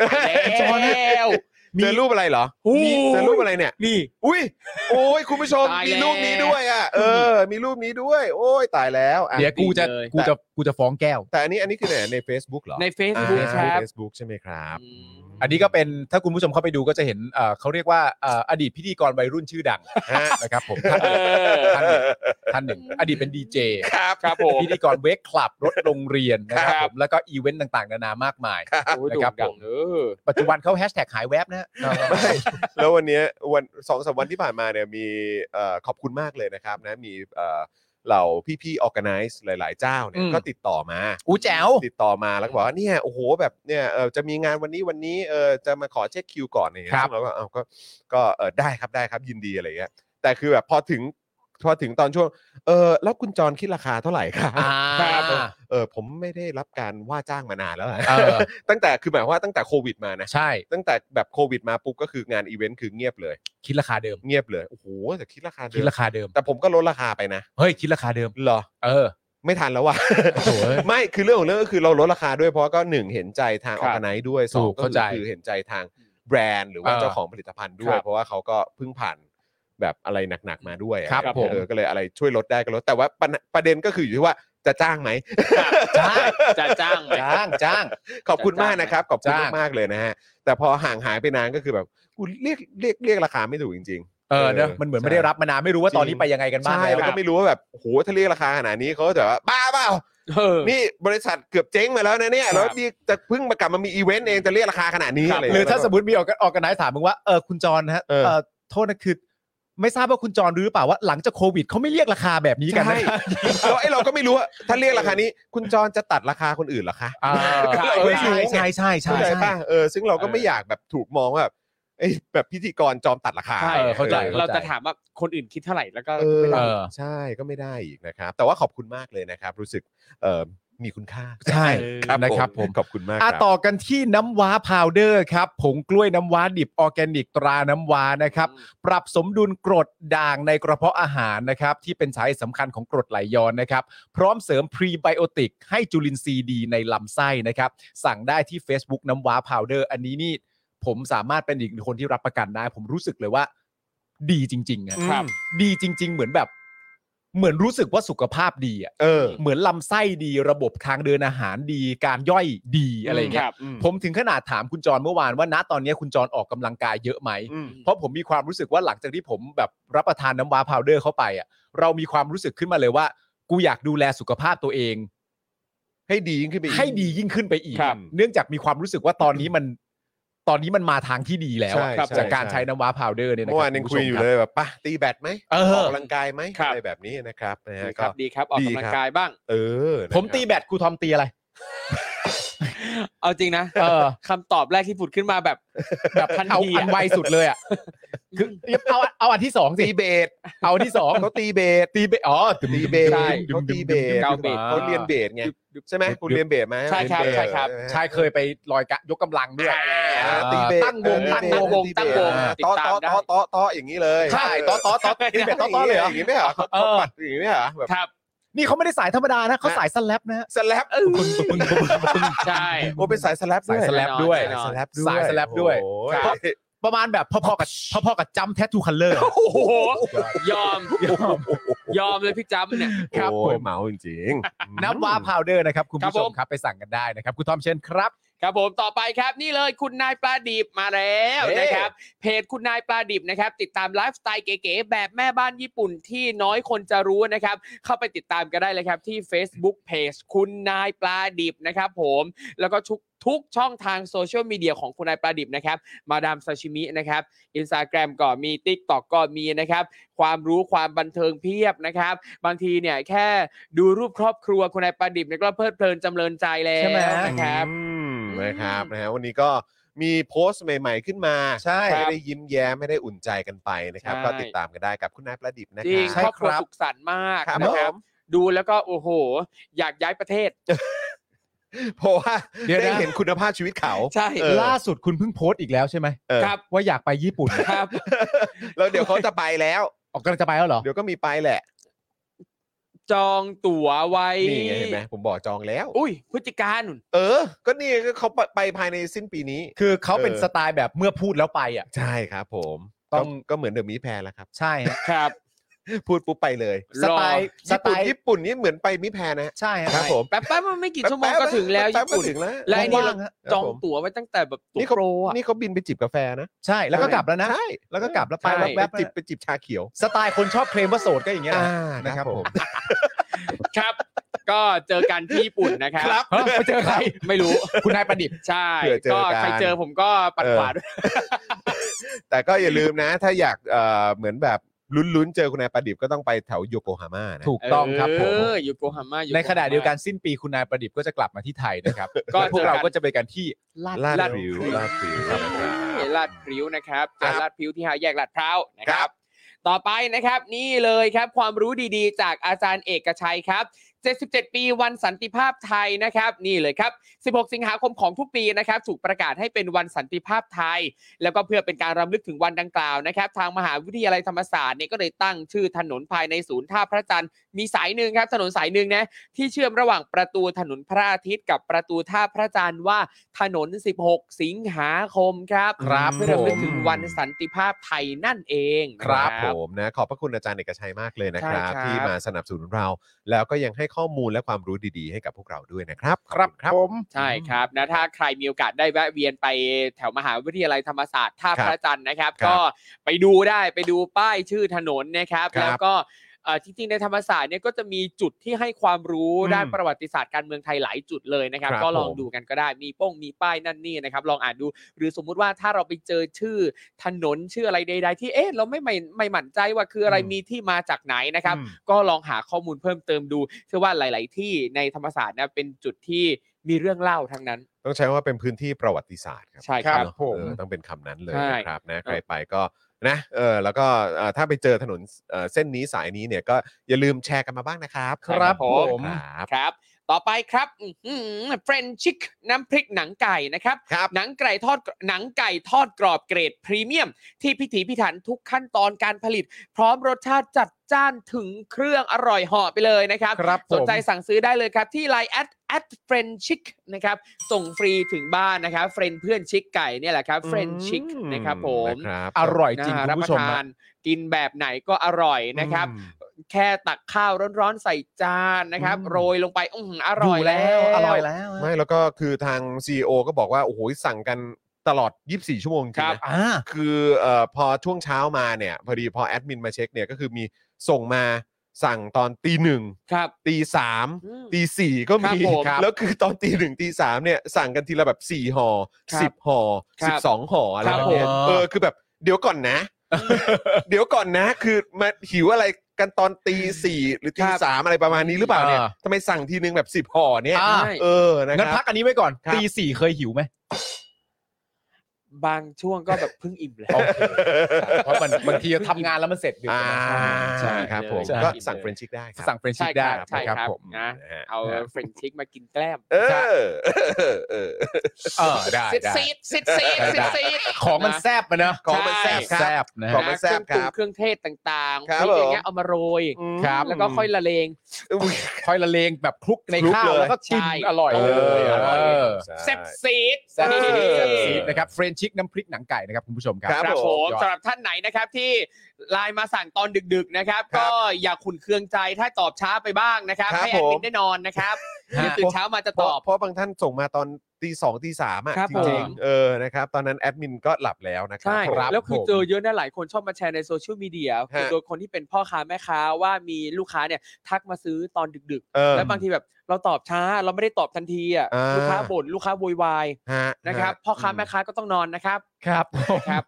D: แล้ว
B: เจอรูปอะไรเหรอ
D: โอ้ย
B: เจอรูปอะไรเนี่ย
D: นี่
B: อุ้ยโอ้ยคุณผู้ชม
D: ตาย
B: มี
D: แล้ว
B: รูปนี้ด้วย อ่ะเออ มีรูปนี้ด้วย โอ้ยตายแล้วอ่ะ
C: เดี๋ยวกูจะ
D: ดีเลย
C: กูจะกูจะฟ้องแก้ว
B: แต่อันนี้อันนี้คือไหนใน Facebook เหรอ
D: ใน Facebook
B: อ่า
D: ครับ
B: Facebook ใช่ไหมครับ
D: อืม
C: อันนี้ก็เป็นถ้าคุณผู้ชมเข้าไปดูก็จะเห็นเอ่อเขาเรียกว่าเอ่ออดีตพิธีกรวัยรุ่นชื่อดัง
B: ฮะ
C: นะครับผมท่านห
D: เอ
C: นึ่ง
D: อ
C: ท่านหนึ่งท่านหนึ่งอดีตเป็นดีเจ
D: ครับครับผม
C: พิธีกรเวกคลับรถโรงเรียนนะครับ
D: ครั
C: ผ
D: บ
C: มแล้วก็อีเวนต์ต่างๆ นานามากมาย
D: โอ้ย
C: นะ
D: โด่
C: ครับ
D: งดั
C: ผ
D: ง
C: ม
D: เออ
C: ปัจจุบันเขาแฮชแท็กหายแวบนะฮะ
B: แล้ววันเนี้ยวันสองสามวันที่ผ่านมาเนี่ยมีเอ่อขอบคุณมากเลยนะครับนะมีเอ่อเหล่าพี่ๆ organize หลาย ๆ เจ้าเนี่
C: อื
B: ย
C: ม
B: ก็ติดต่อมา
C: อู้แจ๋ว
B: ติดต่อมาแล้วก็บอกว่าเนี่ยโอ้โหแบบเนี่ยเออจะมีงานวันนี้วันนี้เออจะมาขอเช็คคิวก่อนเนี่ย
C: ครับ
B: ซึ่งเราก็เอาก็ก็เออได้ครับได้ครับยินดีอะไรเงี้ยแต่คือแบบพอถึงพอถึงตอนช่วงเออแล้วคุณจรคิดราคาเท่าไหร่ครับ
C: อ่า
B: ครับเออผมไม่ได้รับการว่าจ้างมานานแล้วนะ
C: เออ
B: ตั้งแต่คือหมายความว่าตั้งแต่โควิดมานะ
C: ใช่
B: ตั้งแต่แบบโควิดมาปุ๊บก็คืองานอีเวนต์คือเงียบเลย
C: คิดราคาเดิม
B: เงียบเลยโอ้โหแต่คิดราคาเดิ
C: คิด
B: ม
C: ราคาเดิม
B: แต่ผมก็ลดราคาไปนะ
C: เฮ้ย คิดราคาเดิม
B: เหรอ
C: เออ
B: ไม่ทันแล้วว่ะ
C: โอ้โห
B: ไม่คือเรื่องของเรื่องก็คือเราลดราคาด้วยเพราะก็หนึ่งเห็นใจทางอ
D: ครั
B: อบ กไนด้วยสอ
C: ถู
B: ง
C: ก
B: ก็
C: เข้าใจ
B: คือเห็นใจทางแบรนด์หรือว่า
C: เออ
B: เจ้าของผลิตภัณฑ์ด้วย
D: ครับ
B: เพราะว่าเขาก็เพิ่งผ่านแบบอะไรหนักๆมาด้วย
C: ครับ
B: อะ
C: ผม
B: เออก็เลยอะไรช่วยลดได้ก็ลดแต่ว่าปัญประเด็นก็คืออยู่ที่ว่าจะจ้างไหม
D: ครับ
C: จ้าง
D: จะจ้างไหม
C: จ้างจ้าง
B: ขอบคุ
D: จะจ้าม
B: ณาง ก
D: ไหม
B: นะครับขอบคุณ
C: จ้าง
B: มากๆเลยนะฮะแต่พอห่างหายไปนานก็คือแบบกูเรียกเรียกเรียกราคาไม่ถูกจริง
C: เออเนอะ
B: เออ
C: มันเหมือน
B: ใช่
C: ไม่ได้รับมานานไม่รู้ว่าตอนนี้ไปยังไงกัน
B: ๆ
C: บ้าง
B: ใช่
C: แล้ว
B: แล้วก็ไม่รู้ว่าแบบโอ้โหถ้าเรียกราคาขนาดนี้เขาก็จะแบบว่าบ้าเปล่า
D: เออ
B: นี่บริษัทเกือบเจ๊งมาแล้วนะเนี่ย
D: ครับ
B: แล้วนี่จะเพิ่งมากลับมามีอีเวนต์เองจะเรียกราคาขนาดนี้
D: ครับ
B: อะไรย่
C: ห
B: ง
C: รื
B: เงี้
C: อย ถ้าสมมติมีออกออกกันไนถามมึงว่าเออคุณจรนะฮะ
B: เออ
C: เออโทษนะคือไม่ทราบว่าคุณจรรู้หรือเปล่าว่าหลังจากโควิดเขาไม่เรียกราคาแบบนี้กัน
B: ใช่
C: นะ
B: แล้วไอ้เราก็ไม่รู้ว่าถ้าเรียกราคานี้ คุณจรจะตัดราคาคนอื่นเหรอคะ
C: อ่า
B: เราไม่รู้ไง
C: ใช่ใช่ใช่
B: เข้าใจ
C: ใช่ใช่
B: ป่ะเออซึ่งเราก็ไม่อยากแบบถูกมองว่าแบบไอ้แบบพิธีกรจอมตัดราคา
D: ใช่
C: เออเข้าใจ
D: เรา
C: เข้าใจ
D: จะถามว่าคนอื่นคิดเท่าไหร่แล้วก็
B: เออ
D: ไม่ได้
C: เออ
B: ใช่ก็ไม่ได้อีกนะครับ แต่ว่าขอบคุณมากเลยนะครับ รู้สึกเออ มีคุณค่า
C: ใช่
B: ครับ
C: นะครับผม
B: ขอบคุณมากค
C: อ่ะ
B: รับ
C: ต่อกันที่น้ำว้าพาวเดอร์ครับผงกล้วยน้ำว้าดิบออร์แกนิกตราน้ำว้านะครับ ปรับสมดุลกรดด่างในกระเพาะอาหารนะครับที่เป็นสาเหตุสำคัญของกรดไหลย้อนนะครับ พร้อมเสริมพรีไบโอติกให้จุลินทรีย์ดีในลำไส้นะครับ สั่งได้ที่ Facebook น้ำว้าพาวเดอร์ อันนี้นี่ผมสามารถเป็นอีกหนึ่งคนที่รับประกันได้ ผมรู้สึกเลยว่า ดีจริงๆอะ
D: ครับ
C: ดีจริง ๆ เหมือนแบบ เหมือนรู้สึกว่าสุขภาพดีอ่ะ
B: เออ
C: เหมือนลำไส้ดีระบบทางเดินอาหารดี การย่อยดีอะไรอย่างเงี้ย
D: ครับ
C: ผมถึงขนาดถามคุณจรเมื่อวานว่าณตอนนี้คุณจรออกกำลังกายเยอะไหม
B: อืม
C: เพราะผมมีความรู้สึกว่าหลังจากที่ผมแบบรับประทานน้ำว้าพาวเดอร์เข้าไปอ่ะเรามีความรู้สึกขึ้นมาเลยว่า กูอยากดูแลสุขภาพตัวเอง
B: ให้ดียิ่งขึ้นไปอีก
C: ให้ดียิ่งขึ้นไปอีก
D: ครับ
C: เนื่องจากมีความรู้สึกว่าตอนนี้มันตอนนี้มันมาทางที่ดีแล้วอะ
B: ใช่
C: ครับ
B: ใช่
C: จากการ
B: ใช่
C: ใช้น้ำว้าพาวเดอร์เนี่ยนะ
B: เมื่อ
C: รั
B: วา
C: บ
B: นยัง
C: ณผู้
B: คุ
C: ช
B: ย
C: ม
B: อยู่
C: รับ
B: เลยแบบป่ะตีแบตไหม
C: เออ
B: ออกกำลังกายไหม
D: ครับ
B: อะไรแบบนี้นะครับนะฮะ
D: ดีค
B: ก็
D: รับดีครับออก
B: ดี
D: กำลั
B: ค
D: ง
B: รับ
D: กายบ้าง
B: เออนะครับ
C: ผมตีแบตครูทอมตีอะไร
D: เอาจริงนะ
C: เออ
D: คำตอบแรกที่ผุดขึ้นมาแบบแบบทัน
C: เอา
D: ที
C: อันไว
D: อะ
C: สุดเลยอ่ะคือเอาเอาอันที่สองสิ
B: ตีเบส
C: เอาอันที่สอง
B: เขาตีเบส
C: ตีเบอ๋อ
B: ตีเบส
D: ใช่
B: เขาตีเบส
D: เกาเบรก
B: เขาเรียนเบสไงใช่ไหมคุณเรียนเบสไหม
D: ใช่ครับ
B: เยนเส
D: ใช่ครับ
B: ไหม
C: ชายเคยไปลอยกะยกกำลังด้วย
B: อ่า
C: อ่า
B: ตีเบส
C: ตั้งวง
B: เออ
C: ตั้ง
B: ตี
C: ว
B: เบส
C: ง
D: วงตั้งวง
B: อ่า
D: ติดตามได้
B: โต๊ะโต๊ะโต๊ะโต๊ะอย่างนี้เลย
C: ใช่โต๊ะโต๊ะโต๊ะตีเบสโต๊ะโต๊ะเลยเหรอ
B: อย่างนี้ไม่เหรอเขาเขาปัดอย่างนี้ไม่เหรอแบบ
D: ครับ
C: นี่เขาไม่ได้สายธรรมดานะเขาสายสแลปนะฮะ
B: สแลป
D: ใช่
B: โอ้เป็นสายสแลปด้ว
C: สา
B: ยย
C: สแลปด้วย
D: แน่นอน
B: สแลปด้วย
C: สายสแลปด้วย
B: โอ้
D: ครับ
C: ประมาณแบบพอๆกับพอๆกับจำแททูคัลเลอร์
D: โอ้โห ยอม ยอมเลยพี่จ๊ำเนี่ย
C: ครับ
B: โอ้
C: ผ
B: ย
C: ม
B: เหมาจริงๆ
C: น้ำว้าพาวเดอร์นะครับ คุณผู้ช
D: ครับผม ม
C: ครับไปสั่งกันได้นะครับ คุณทอมเชิญครับ
D: ครับผมต่อไปครับนี่เลยคุณนายปลาดิบมาแล้ว
C: เอ๊ะ
D: นะครับเพจคุณนายปลาดิบนะครับ ติดตามไลฟ์สไตล์เก๋ๆแบบแม่บ้านญี่ปุ่นที่น้อยคนจะรู้นะครับ เข้าไปติดตามกันได้เลยครับที่ Facebook Page คุณนายปลาดิบนะครับผมแล้วก็ทุกทุกช่องทางโซเชียลมีเดียของคุณนายปลาดิบนะครับ มาดามซาชิมินะครับอินสตาแกรมก็มี t ิ k t o k ก็มีนะครับ ความรู้ความบันเทิงเพียบนะครับ บางทีเนี่ยแค่ดูรูปครอบครัวคุณนายปลาดิบเนี่ยก็เพลิดเพลินจำเริญใจแล้ว
C: ใช่ไหม
D: นะครับ
B: อืมนะครับนะฮะวันนี้ก็มีโพสต์ใหม่ ๆ ขึ้นมา
C: ใช่
B: ให้ได้ยิ้มแย้มไม่ได้อุ่นใจกันไปนะครับ
D: ใช่
B: ก็ติดตามกันได้กับคุณนายประดิษฐ์นะ
D: จ
B: ค
D: ริง
B: รับ
C: ใช่
D: ครอบครัว
C: ครับ
D: สุขสันต์มาก
B: ครับ
D: นะครับ ดูแล้วก็โอ้โห อยากย้ายประเทศ
B: เพราะว่า
C: เดี๋ยวนะ
B: ได้เห็นคุณภาพชีวิตเขา
D: ใช่
B: เออ
C: ล่าสุดคุณเพิ่งโพสต์อีกแล้วใช่ไหม
B: เออ
D: ครับ
C: ว่าอยากไปญี่ปุ่น
D: ครับ
B: แล้วเดี๋ยวเขาจะไปแล้ว
C: ออกกำลังจะไปแล้วเหรอ
B: เดี๋ยวก็มีไปแหละ
D: จองตั๋วไว้
B: นี่ไงเห็นไหมผมบอกจองแล้ว
D: อุ้ยพฤติการนู่น
B: เออ ก็นี่ก็เขาไปไปภายในสิ้นปีนี้
C: คือเขาเป็น
B: เออ
C: สไตล์แบบเมื่อพูดแล้วไปอ่ะ
B: ใช่ครับผม
C: ต้
B: ก็
C: อง
B: ก็เหมือนเดอะมีแพรแล้วครับ
C: ใช่ฮะ
D: ครับ
B: พูดปุ๊บไปเลย
C: สไตล์ส
B: ญี่
C: ไต
B: ปุ่น
C: ล์
B: ญี่ปุ่นนี่เหมือนไปมิแพรนะฮะ
C: ใช่ฮะ
B: ครับผม
D: แป๊บแป๊บๆมันไม่กี่ชั่วโมง
B: ป๊บๆ
D: ก็ถึงแล้ว
B: ป๊
D: ญี่
B: บๆก็
D: ปุ่น
B: ถึงแล้ว
D: และไอ้นี่เรา
C: ว่างๆฮะ
D: จองตั๋วไว้ตั้งแต่แบบตั๋ว
B: นี่เขา
D: โปรอ่ะ
B: นี่เขาบินไปจิบกาแฟนะ
C: ใช่แล้วก็กลับแล้วนะ
B: ใช่
C: แล้วก็กลับแล้วไป
D: ใช่
C: แว
B: ไป
C: บๆ
B: จิบ
C: นะ
B: ไปจิบชาเขียว
C: สไตล์คนชอบเคลมว่าโสดก็อย่างเงี้ยนะ นะครับผม
D: ครับ ก็เจอกันที่ญี่ปุ่นนะครับ
B: ครับ
C: เฮ้ยไปเจอใคร
D: ไม่รู้
C: คุณนายประดิษฐ์
D: ใช่
B: เผื่อเจอ
D: ก็
B: กัน
D: ใครเจอผมก็ปัดขวาด้วย
B: แต่ก็อย่าลืมนะ ถ้าอยากเอ่อเหมือนแบบลุ้นๆเจอคุณนายประดิษฐ์ก็ต้องไปแถวโยโกฮาม่านะ
C: ถูกต้องครับผม
D: เอออยู่โกฮาม่าอยู่
C: ในขณะเดียวกันสิ้นปีคุณนายประดิษฐ์ก็จะกลับมาที่ไทยนะครับ
D: ก็
C: พวก
D: จอ
C: เรา
D: น
C: ก็จะไปกันที่
B: ลาด
D: ลาด
B: ผิว
D: พริ้ว
B: ลาดผิวครับ
D: ลาดพริ้วนะครับ
B: ครับ
D: เจอลาดพริ้วที่หาแยกลาดพร้าวนะค
B: ครั
D: รับ
B: บ
D: ต่อไปนะครับนี่เลยครับความรู้ดีๆ จากอาจารย์เอกชัยครับ 77 ปีวันสันติภาพไทยนะครับ นี่เลยครับ 16 สิงหาคมของทุกปีนะครับถูกประกาศให้เป็นวันสันติภาพไทย แล้วก็เพื่อเป็นการรำลึกถึงวันดังกล่าวนะครับ ทางมหาวิทยาลัยธรรมศาสตร์เนี่ยก็เลยตั้งชื่อถนนภายในศูนย์ท่าพระจันทร์มีสายหนึ่งครับ ถนนสายหนึ่งนะที่เชื่อมระหว่างประตูถนนพระอาทิตย์กับประตูท่าพระจันทร์ว่าถนน 16 สิงหาคมครับ
C: ครับ
D: เพื่อ
C: ผ
D: รำลึก
C: ม
D: ถึงวันสันติภาพไทยนั่นเองนะ
B: ครับผมนะขอบพระคุณอาจารย์เอกชัยมากเลยนะครับ
D: ใช่ครับ
B: ที่มาสนับสนุนเรา แล้วก็ยังให้ข้อมูลและความรู้ดีๆ ให้กับพวกเราด้วยนะครับค
C: ค
B: รั
C: รับ บผม
D: ใช่ครับนะถ้าใครมีโอกาสได้แวะเวียนไปแถวมหาวิทยาลัยธรรมศาสตร์ท่าพระจันทร์นะครับ
B: ครับ
D: ก็ไปดูได้ไปดูป้ายชื่อถนนนะครับ
B: ครับ
D: แล้วก็เอ่อจริงๆในธรรมศาสตร์เนี่ยก็จะมีจุดที่ให้ความรู้ด้านประวัติศาสตร์การเมืองไทยหลายจุดเลยนะครับ
B: ครับ
D: ก็ลอง
B: ผม
D: ดูกันก็ได้มีป้องมีป้ายนั่นนี่นะครับ ลองอ่านดู หรือสมมุติว่าถ้าเราไปเจอชื่อถนนชื่ออะไรใด ๆ ที่เอ๊ะเราไม่ไม่ไม่หมั่นใจว่าคืออะไร
B: อืม
D: มีที่มาจากไหนนะครับ
B: อืม
D: ก็ลองหาข้อมูลเพิ่มเติมดูเชื่อว่าหลาย ๆ ที่ในธรรมศาสตร์นะเป็นจุดที่มีเรื่องเล่าทั้งนั้น
B: ต้องใช้ว่าเป็นพื้นที่ประวัติศาสตร์ครับ
D: ใช่ครับ
B: เนอะ
C: ผม
B: เออต้องเป็นคำนั้นเลย
D: ใช่
B: นะครับนะใครไปก็นะเออแล้วก็เอ่อถ้าไปเจอถนนเอ่อเส้นนี้สายนี้เนี่ยก็อย่าลืมแชร์กันมาบ้างนะครับ
D: ครับผม
B: ครับ
D: ครับ ต่อไปครับเฟรนชิกน้ำพริกหนังไก่นะครับ
B: ครับ
D: หนังไก่ทอดหนังไก่ทอดกรอบเกรดพรีเมียม ที่พิถีพิถันทุกขั้นตอนการผลิต พร้อมรสชาติจัดจ้านถึงเครื่องอร่อยเหาะไปเลยนะครับ
C: ครับผม
D: สนใจสั่งซื้อได้เลยครับ ที่ Line แอดแอดเฟรนชิกนะครับ ส่งฟรีถึงบ้านนะครับเฟรนเพื่อนชิกไก่เนี่ยแหละครับเฟรนชิกนะครับผม
B: นะครับ
C: อร่อยจริงคุณ
D: น่ารับป
C: ผู้
D: ระ
C: ชม
D: ทา
C: ฮะ
D: นกินแบบไหนก็อร่อยนะครับ
B: อืม
D: แค่ตักข้าวร้อนๆใส่จานนะครับ
B: อืม
D: โรยลงไปอื้อหืออร่อยแล้ว
C: อร่อยแล้ว
B: ไม่แล้วก็คือทาง CEO ก็บอกว่า โอ้โหสั่งกันตลอด 24 ชั่วโมงจริง
D: ครับ
B: นะ
C: อ่า
B: คือเอ่อพอช่วงเช้ามาเนี่ยพอดีพอแอดมินมาเช็คเนี่ยก็คือมีส่งมาสั่งตอนตีหนึ่ง
D: ครับ
B: ตีสาม
D: อืม
B: ตีสี่ก็มี
D: ครับผม
B: ครับแล้วคือตอนตีหนึ่งตีสามเนี่ยสั่งกันทีละแบบสี่ห่อ
D: ครับ
B: สิบห่อ
D: ครับ
B: สิบสองห่ออะไร
D: ครั
B: แบ
D: บ
B: บเนี้ย
C: ผม
B: เออคือแบบเดี๋ยวก่อนนะ เดี๋ยวก่อนนะคือมาหิวอะไรกันตอนตีสี่หรือตี
D: ครับ
B: สามอะไรประมาณนี้หรือเปล่าเนี่ยทำไมสั่งทีนึงแบบสิบห่อเนี่ย
C: อ่า
D: ใช่
B: เออนะ
C: งั้น
B: ค
C: พั
B: รับ
C: กอันนี้ไว้ก่อน
B: ครับ
C: ตีสี่เคยหิวไหม
D: บางช่วงก็แบบเพิ่งอิ่มแล้ว
C: เพราะมันบางทีทำงานแล้วมันเสร็จดึก
B: อ่า
C: ใช่
B: ครับผม
D: ใช่
B: ก็สั่งเฟรนช์ชิกได้ครับ
C: สั่งเฟรนช์ชิ
D: ใช่
C: ก
D: ค
C: ได้
D: รับใช่
C: นะ
D: ค
C: ค
D: รั
C: รั
D: บบ
C: ผม
D: นะ
B: นะฮะ
D: เอาเฟรนชิกมากินแกล้ม
B: เอ
C: ใช่
B: อ เออเออ
C: เออได้
D: ซิด
C: ได้
D: ซีดซิดซีดซิดซีด
C: ของมันแซบมันนะ
B: ของมันแซ่บครับ
C: แซบนะ
B: ข
D: ข
B: อ
D: อง ง
B: มั
D: มัน น
B: แซ่
D: แซ่
B: บบ ค
D: ค
B: รั
D: รับ เครื่องเทศต่างๆ
B: ครับ
D: พกอย่างเงี้
B: ผม
D: ยเอามาโรย
C: ครับ
D: แล้วก็ค่อยละเลง
B: อุ๊ย
C: ค่อยละเลงแบบคลุกใน
B: คลุก
C: ข้าว
B: เลย
C: แล้วก็กิน
D: ใช่
C: อร่อย
B: เอ
C: เลย
B: ออร่อย
C: เออ
D: เซฟซีด
C: แซ่บซีด
B: เออ
C: แซ่บซีดนะครับเฟรนชิกน้ำพริกหนังไก่นะครับคุณผู้ชมครั
B: ครับ
D: ครับผม
C: ยอด
D: สำหรับท่านไหนนะครับที่ไลน์มาสั่งตอนดึกๆนะครับ
B: ครับ
D: ก็อย่าขุนเคืองใจถ้าตอบช้าไปบ้างนะครับ
B: ครับ
D: ให้แอดมิ
B: ผม
D: นได้นอนนะครับ
C: ฮะ
D: เดี๋ยวตื่นเช้ามาจะ
B: เพ
D: ต
B: ราะ
D: อบ
B: เพราะบางท่านส่งมาตอนตีสองตีสามอ่ะ
D: ครับ
B: จ
D: ผม
B: ริงๆเออนะครับตอนนั้นแอดมินก็หลับแล้วนะครั
D: ใช่
B: ผม
D: แล้วคือ
C: ผม
D: เจอเยอะนะหลายคนชอบมาแชร์ในโซเชียลมีเดียคือ
B: ฮะ
D: โดยคนที่เป็นพ่อค้าแม่ค้าว่ามีลูกค้าเนี่ยทักมาซื้อตอนดึก
B: เออ
D: ๆ แล้วบางทีแบบเราตอบช้าเราไม่ได้ตอบทันทีอ่ะ
B: อ่า
D: ลูกค้าบ่นลูกค้าโวยวาย
B: ฮะ
D: นะครับ
B: ฮ
D: พ่อค้าแม่ค้าก็ต้องนอนนะครับ
C: ครับผม
D: ครับ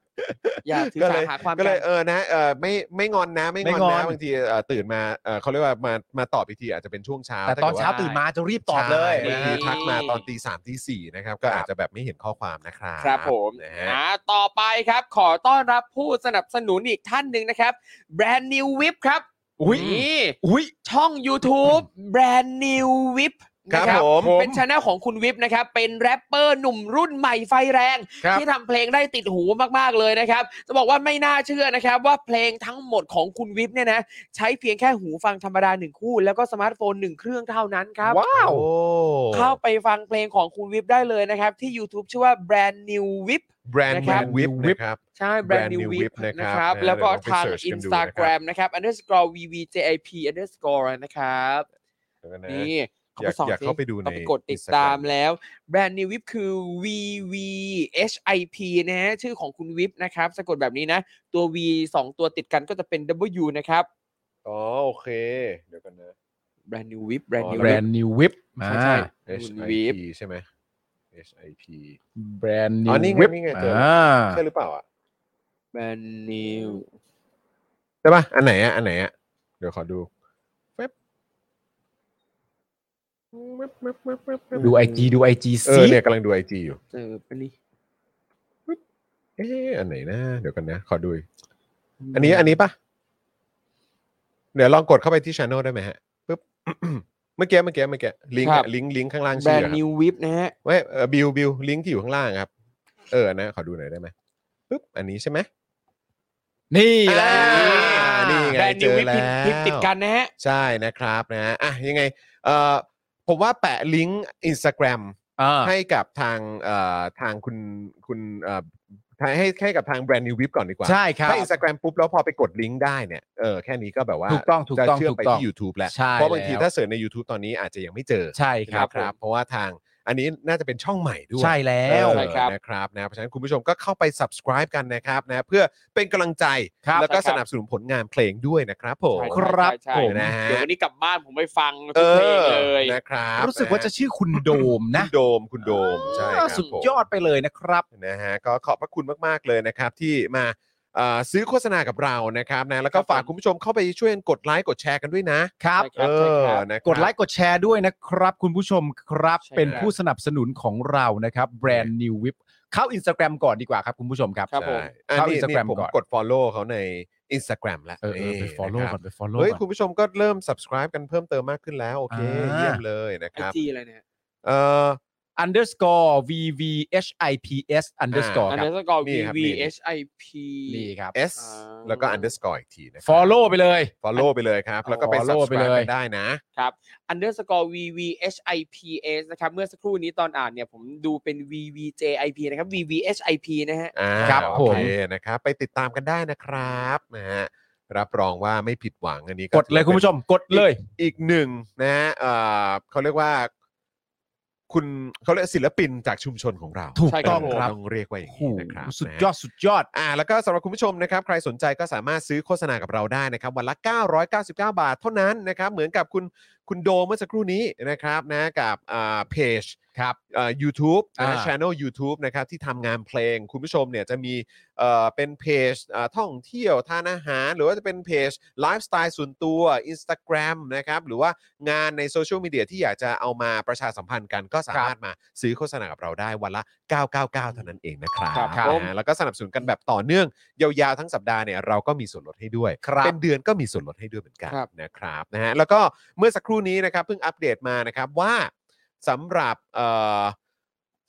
D: อย่าถือ
B: ก็
D: สา
B: เลย
D: หาความ
B: ก็เลย
D: น
B: เออนะเออไม่ไม่งอนนะไม่
C: ไม่
B: งอน
C: งอน
B: นะบางทีเอ่อตื่นมาเออเขาเรียกว่ามามาตอบอีกทีอาจจะเป็นช่วงเช้า
C: แต่ตอนเช้า
B: ถ้กิดว่
C: ตื่นมาจะรีบตอบเลย
B: ใช่
C: นะ
B: คื
C: ฮะ
B: อทักมาตอนตีสามตีสี่นะครับก็อาจจะแบบไม่เห็นข้อความนะครับ
D: ครับผม
B: นะฮะ
D: อ่าต่อไปครับ ขอต้อนรับผู้สนับสนุนอีกท่านหนึ่งนะครับ Brand New Whip ครับ
C: อุ๊ย
D: นี่
C: อุ้ย
D: ช่อง YouTube Brand New Whip
B: ครั
D: นะ
B: บ
D: ครับ
B: ผม
D: เป็นช anel ของคุณวิปนะครับ เป็นแรปเปอร์หนุ่มรุ่นใหม่ไฟแรง
C: ครับ
D: ที่ทำเพลงได้ติดหูมาก ๆ เลยนะครับ จะบอกว่าไม่น่าเชื่อนะครับ ว่าเพลงทั้งหมดของคุณวิปเนี่ยนะ ใช้เพียงแค่หูฟังธรรมดาหนึ่งคู่ แล้วก็สมาร์ทโฟนหนึ่งเครื่องเท่านั้นครับ
C: ว้าว
B: โอ้
D: เข้าไปฟังเพลงของคุณวิปได้เลยนะครับ ที่ YouTube ชื่อว่า Brand New Whip
B: แบรนด์
D: นะค
B: วิ
D: รับ
B: ปนะครับ
D: ใช่
B: Brand
D: Brand
B: New
D: New
B: Whip
D: Whip
B: นะครับ
D: นะครับ
B: นะ
D: แล้วก็
B: เดี๋ยวลองไป
D: ทาง
B: search กันดูนะครับ
D: Instagram นะครับ underscore vvjip underscore นะครับ
B: เดี๋ยวะ
D: นี่เขา
B: อยาก
D: ไปส่อง
B: อยาก
D: สิ
B: เข้าไปดู
D: ต้อง
B: ใน
D: ไปกดติด
B: Instagram
D: ตามแล้ว Brand New Whip คือ vvhip นะฮะชื่อของคุณวิปนะครับ สะกดแบบนี้นะ ตัว v สองตัวติดกันก็จะเป็น w นะครับ
B: อ๋อโอเค เดี๋ยวกันนะ
D: Brand New Whip Brand
B: อ๋อ
D: New
C: แบร
D: Whip
C: นด์นิววิปมา
D: ใช่ใช่ Brand New
B: HIP
D: Whip
B: ใช่ไหม HIP
C: แบรนด์นิ
B: อ๋
C: ว
B: อนี่ไง
C: วิป
B: นี่ไงเจอ
C: อ่า
B: ใช่หรือเปล่าอ่ะ
D: Brand New
B: ใช่ป่ะ อันไหนอ่ะ อันไหนอ่ะ เดี๋ยวขอดูแป๊บแป๊บแป๊บแป๊บแป๊บแป๊บ
C: ดูไอจีดูไอจี
B: เอ
C: ซี
B: อเนี่ยกำลังดูไอจีอยู่
D: เจอปะนี่
B: เอ๊ะอันไหนนะ เดี๋ยวกันนะ ขอดูอีกอันนี้อันนี้ป่ะ เดี๋ยวลองกดเข้าไปที่ช anel ได้ไหมฮะปึ๊บ เมื่อกี้เมื่อกี้เมื่อกี้ลิงก์
D: ครับ
B: ลิงก์ลิงก์ข้างล่างชื่อ
D: Brand
B: อะครับ
D: New Whip นะฮะ
B: เว้ยเอ่อบิวบิวลิงก์ที่อยู่ข้างล่างครับ เอออันนะขอดูหน่อยได้ไหมปึ๊บอันนี้ใช่ไหม
C: นี่แหละ
B: อ่านี่ไง
D: แบรนด์นิว
B: เจอ
D: วิป
B: แล้ว
D: พิมพ์พิมพ์ติดกันนะฮะ
B: ใช่นะครับนะฮะอ่ะยังไงเอ่อผมว่าแปะลิงก์ Instagram
C: อ่า
B: ให้กับทางเอ่อทางคุณคุณเอ่อให้ให้กับทางแบรนด์นิววิปก่อนดีกว่า
C: ใช่ครับ
B: ถ้า Instagram ปุ๊บแล้วพอไปกดลิงก์ได้เนี่ยเออแค่นี้ก็แบบว่า
C: ถูกต้องถูก
B: จะ
C: ต้อง
B: เชื่อมไป
C: ถูกต้อง
B: ที่ YouTube แล้ว
C: ใช่
B: เพราะบางที
C: แล้ว
B: ถ้าเสิร์ชใน YouTube ตอนนี้อาจจะยังไม่เจอ
C: ใช่ครับ
B: นะเพราะว่าทางอันนี้น่าจะเป็นช่องใหม่ด้วย
C: ใช่แล้ว
B: เออ
D: ใช่ครับ
B: นะครับนะเพราะฉะนั้นคุณผู้ชมก็เข้าไป subscribe กันนะครับนะเพื่อเป็นกำลังใจ
C: ครับ
B: แล้วก็
D: ใช่
B: ส
D: ครับ
B: นับสนุนผลงานเพลงด้วยนะครับผม
D: ใช่
C: ครับ
D: ใช่
C: ผม
B: นะฮะ
D: เดี๋ยววันนี้กลับบ้านผมไปฟัง
B: เอ
D: ทุกเพลง
B: อ
D: เลย
B: นะครับ
C: รู้สึกว่าจะชื่อคุณโดม
B: นะ
C: นะ
B: คุณโดมคุณโดมใช่ครับ
C: สุด
B: ผม
C: ยอดไปเลยนะครับ
B: นะฮะก็ขอบพระคุณมาก ๆ เลยนะครับ ที่มาเอ่อซื้อโฆษณากับเรานะครับนะแล้วก็
D: ครับผม
B: ฝากคุณผู้ชมเข้าไปช่วยกันกดไลค์กดแชร์กันด้วยนะครับ เออนะรับ
C: กดไลค์กดแชร์ด้วยนะครับ คุณผู้ชมครับ
D: ใช่
C: เป็น
D: ครับ
C: ผู้สนับสนุนของเรานะครับแบรนด์นิววิปเข้า Instagram ก่อนดีกว่าครับคุณผู้ชมครับ
D: ครับผม
B: ใช่อัน
C: เข้า
B: นี้
C: Instagram
B: นี่ผม
C: ก่อน
B: กด follow เขาใน Instagram แล้ว
C: เออเออไป
B: นี่
C: follow
B: นะครับ
C: ก่อนไป follow
B: เฮ้ย
C: ก่อน
B: คุณผู้ชมก็เริ่ม subscribe กันเพิ่มเติมมากขึ้นแล้ว โอเค
C: อ่า
B: เยี่ยมเลยนะ
D: ไอ
B: ครับ
D: จีอะไรเนี่ย
B: เออ
C: underscore vvhips underscore
D: อัน
C: ครั
D: นั้
C: บ
D: นก็
B: นี่
D: V
B: ครับ
D: V
B: นี่
D: H I P
C: นี่ครับ
B: S แล้วก็ underscore อีกทีนะครั
C: follow ไปเลย
B: follow ไปเลยครับ แล้วก็ไป
C: follow ไป
B: subscribe
C: เลย
B: กันได้นะ
D: underscore V V H I P S นะครับ เมื่อสักครู่นี้ตอนอ่านเนี่ยผมดูเป็น V V J I P นะครับ V V H I P นะฮะ
B: อ่า
C: ครับ
B: โอ
C: ผม
B: เคนะครับ ไปติดตามกันได้นะครับนะฮะรับรองว่าไม่ผิดหวังอันนี้
C: กดเลยคุณผู้ชมกดเลย
B: อีกอีกหนึ่งนะฮะเอ่อเขาเรียกว่า คุณเขาเรียกศิลปินจากชุมชนของเรา
C: ถูก
D: ใช่ครับ
C: ต้องครับ
B: ต้องเรียกว่าอย่าง
C: โอ้
B: นี้
C: โห
B: นะครับ
C: สุด
B: นะ
C: ย
B: ฮะ
C: อดสุดยอด
B: อ่าแล้วก็สำหรับคุณผู้ชมนะครับ ใครสนใจก็สามารถซื้อโฆษณากับเราได้นะครับ วันละ 999 บาทเท่านั้นนะครับ เหมือนกับคุณคุณโดเมื่อสักครู่นี้นะครับนะกับอ่าเพจ
C: ครับ
B: เอ่อ YouTube นะ
C: อ่า
B: channel YouTube นะครับที่ทำงานเพลงคุณผู้ชมเนี่ยจะมีเอ่อเป็นเพจเอ่อท่องเที่ยวทานอาหาร หรือว่าจะเป็นเพจไลฟ์สไตล์ส่วนตัว Instagram นะครับ หรือว่างานในโซเชียลมีเดียที่อยากจะเอามาประชาสัมพันธ์กันก็สามารถมาซื้อโฆษณากับเราได้วันละ 999 เท่านั้นเองนะครับ
D: ครับ
B: ครับ
D: ผม
B: นะฮะแล้วก็สนับสนุนกันแบบต่อเนื่อง ยาวๆทั้งสัปดาห์เนี่ยเราก็มีส่วนลดให้ด้วย
C: ครับ
B: เป็นเดือนก็มีส่วนลดให้ด้วยเหมือนกัน
D: ครับ
B: นะครับนะฮะแล้วก็เมื่อสักครู่นี้นะครับเพิ่งอัปเดตมานะครับว่าสำหรับ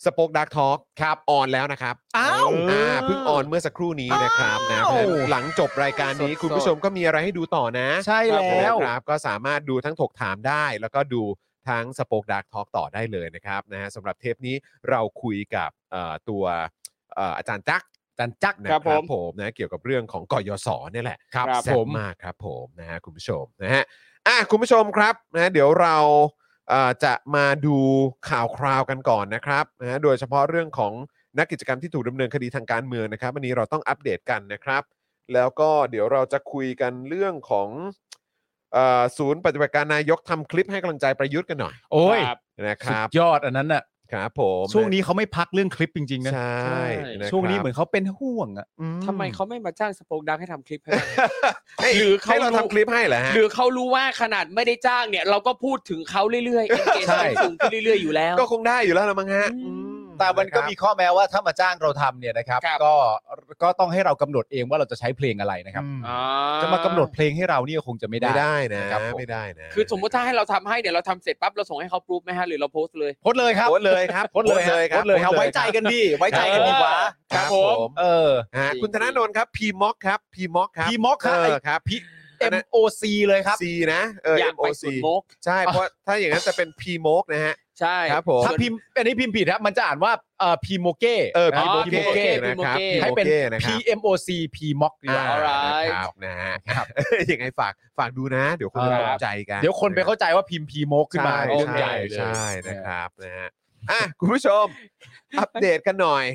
B: สป็อกดักทอล์กครับออนแล้วนะครับ
C: อ้าว
B: เพิ่งออนเมื่อสักครู่นี้นะครับนะ
C: อ้าว
B: เพราะฉะนั้นหลังจบรายการนี้คุณผู้ชมก็มีอะไรให้ดูต่อนะ
C: ใช่แล้ว
B: นะครับก็สามารถดูทั้งถกถามได้ แล้วก็ดูทั้งสป็อกดักทอล์กต่อได้เลยนะครับนะฮะสำหรับเทปนี้เราคุยกับเอ่อตัวเอ่ออาจารย์จักร
C: จันจักร
B: นะครับผมนะเกี่ยวกับเรื่องของกยศเนี่ยแหละ
C: ครับ
B: แซ่
C: ผ
B: บ
C: ม
B: มากครับผมนะฮะคุณผู้ชมนะฮะอ่ะคุณผู้ชมครับนะเดี๋ยวเราเอ่อจะมาดูข่าวคราวกันก่อนนะครับนะฮะโดยเฉพาะเรื่องของนักกิจกรรมที่ถูกดำเนินคดีทางการเมืองนะครับวันนี้เราต้องอัปเดตกันนะครับ แล้วก็เดี๋ยวเราจะคุยกันเรื่องของเอ่อศูนย์ปฏิบัติการนายกทำคลิปให้กำลังใจประยุทธ์กันหน่อย
C: โอ้ย
D: ครับ
B: นะค
C: สุ
B: รั
C: ด
B: บ
C: ยอดอันนั้นน่ะ
B: ครับผม
C: ช่วงนี้เขาไม่พักเรื่องคลิปจริงๆนะ
B: ใช่ะ
C: ช่วง
B: ค
C: นี้
B: รับ
C: เหมือนเขาเป็นห่วงอ่ะ
B: อื
D: ทำไมเขาไม่มาจ้างสปงดังให้ทำคลิปให้
B: ให้
D: หรือเขา
B: ให้เราทำคลิปให้เหรอฮะ
D: หรือเขารู้ว่าขนาดไม่ได้จ้างเนี่ย เราก็พูดถึงเขาเรื่อยๆเอ็นเกจ
C: ใช่
D: สูงขึ้นเรื่อยๆอยู่แล้ว
B: ก็คงได้อยู่แล้วละมั้งฮะ
D: อืม
B: อื
C: แต่มันก็
B: ะครับ
C: มีข้อแม้ว่าถ้ามาจ้างเราทำเนี่ยนะครับ
D: ครับ
C: ก็ก็ต้องให้เรากำหนดเองว่าเราจะใช้เพลงอะไรนะครับ
D: อ่า
C: จะมากำหนดเพลงให้เราเนี่ยคงจะไม่
B: ไม่
C: ได้
B: ได้นะ
C: นะครับผม
B: ไม่ได้นะ
D: คือสมมติถ้าให้เราทำให้เดี๋ยวเราทำเสร็จปั๊บเราส่งให้เขาปรูฟไหมฮะหรือเราโพสต์เลย
C: โพสต์เลยครับ
B: โพสต์เลยครับ
C: โพสต์เลย
B: โพสต์เลยครับ
C: โพสต์เลยครับไว้ใจกันดี ไว้ใจกันดีกว่า
B: ครับผม
C: เออ
B: ฮะคุณธนาโนนครับพีม็อกครับพีม็อกครับ
C: P-mock ครับ
B: เออครับพี
C: M O C เลยครับ
B: ซีนะเออ
D: อยากไป
B: MOC
D: สุดมก
B: ใช่เพราะถ้าอย่างนั้นจะเป็นพีม็อกนะฮะ
D: ใช่
B: ครับผม
C: ถ้าพิมพ์อันนี้พิมพ์ผิดครับมันจะอ่านว่าเอ่อพีโมเก้
B: เออ
D: อ๋
B: พี
D: อ
B: โม
D: พี
B: เก้
D: โมเก้
B: นะครับพี
D: พีโมเก้
B: โม
C: ให้เป็น
B: เก้นะค
C: P
B: รับ
C: M O C P m o c ดีกว่า
B: อ่านะ
D: Alright
B: ครับนะฮะ
C: ครับ
B: ยังไงฝากฝากดูนะ เดี๋ยวคนจะตกใจกัน
C: เดี๋ยวคนไปเข้าใจว่าพิมพ์พีโมกขึ้นมา
B: ใช่
C: เรื่องใหญ่เลย
B: ใช่นะครับนะฮะ อ่ะคุณผู้ชม อัปเดตกันหน่อย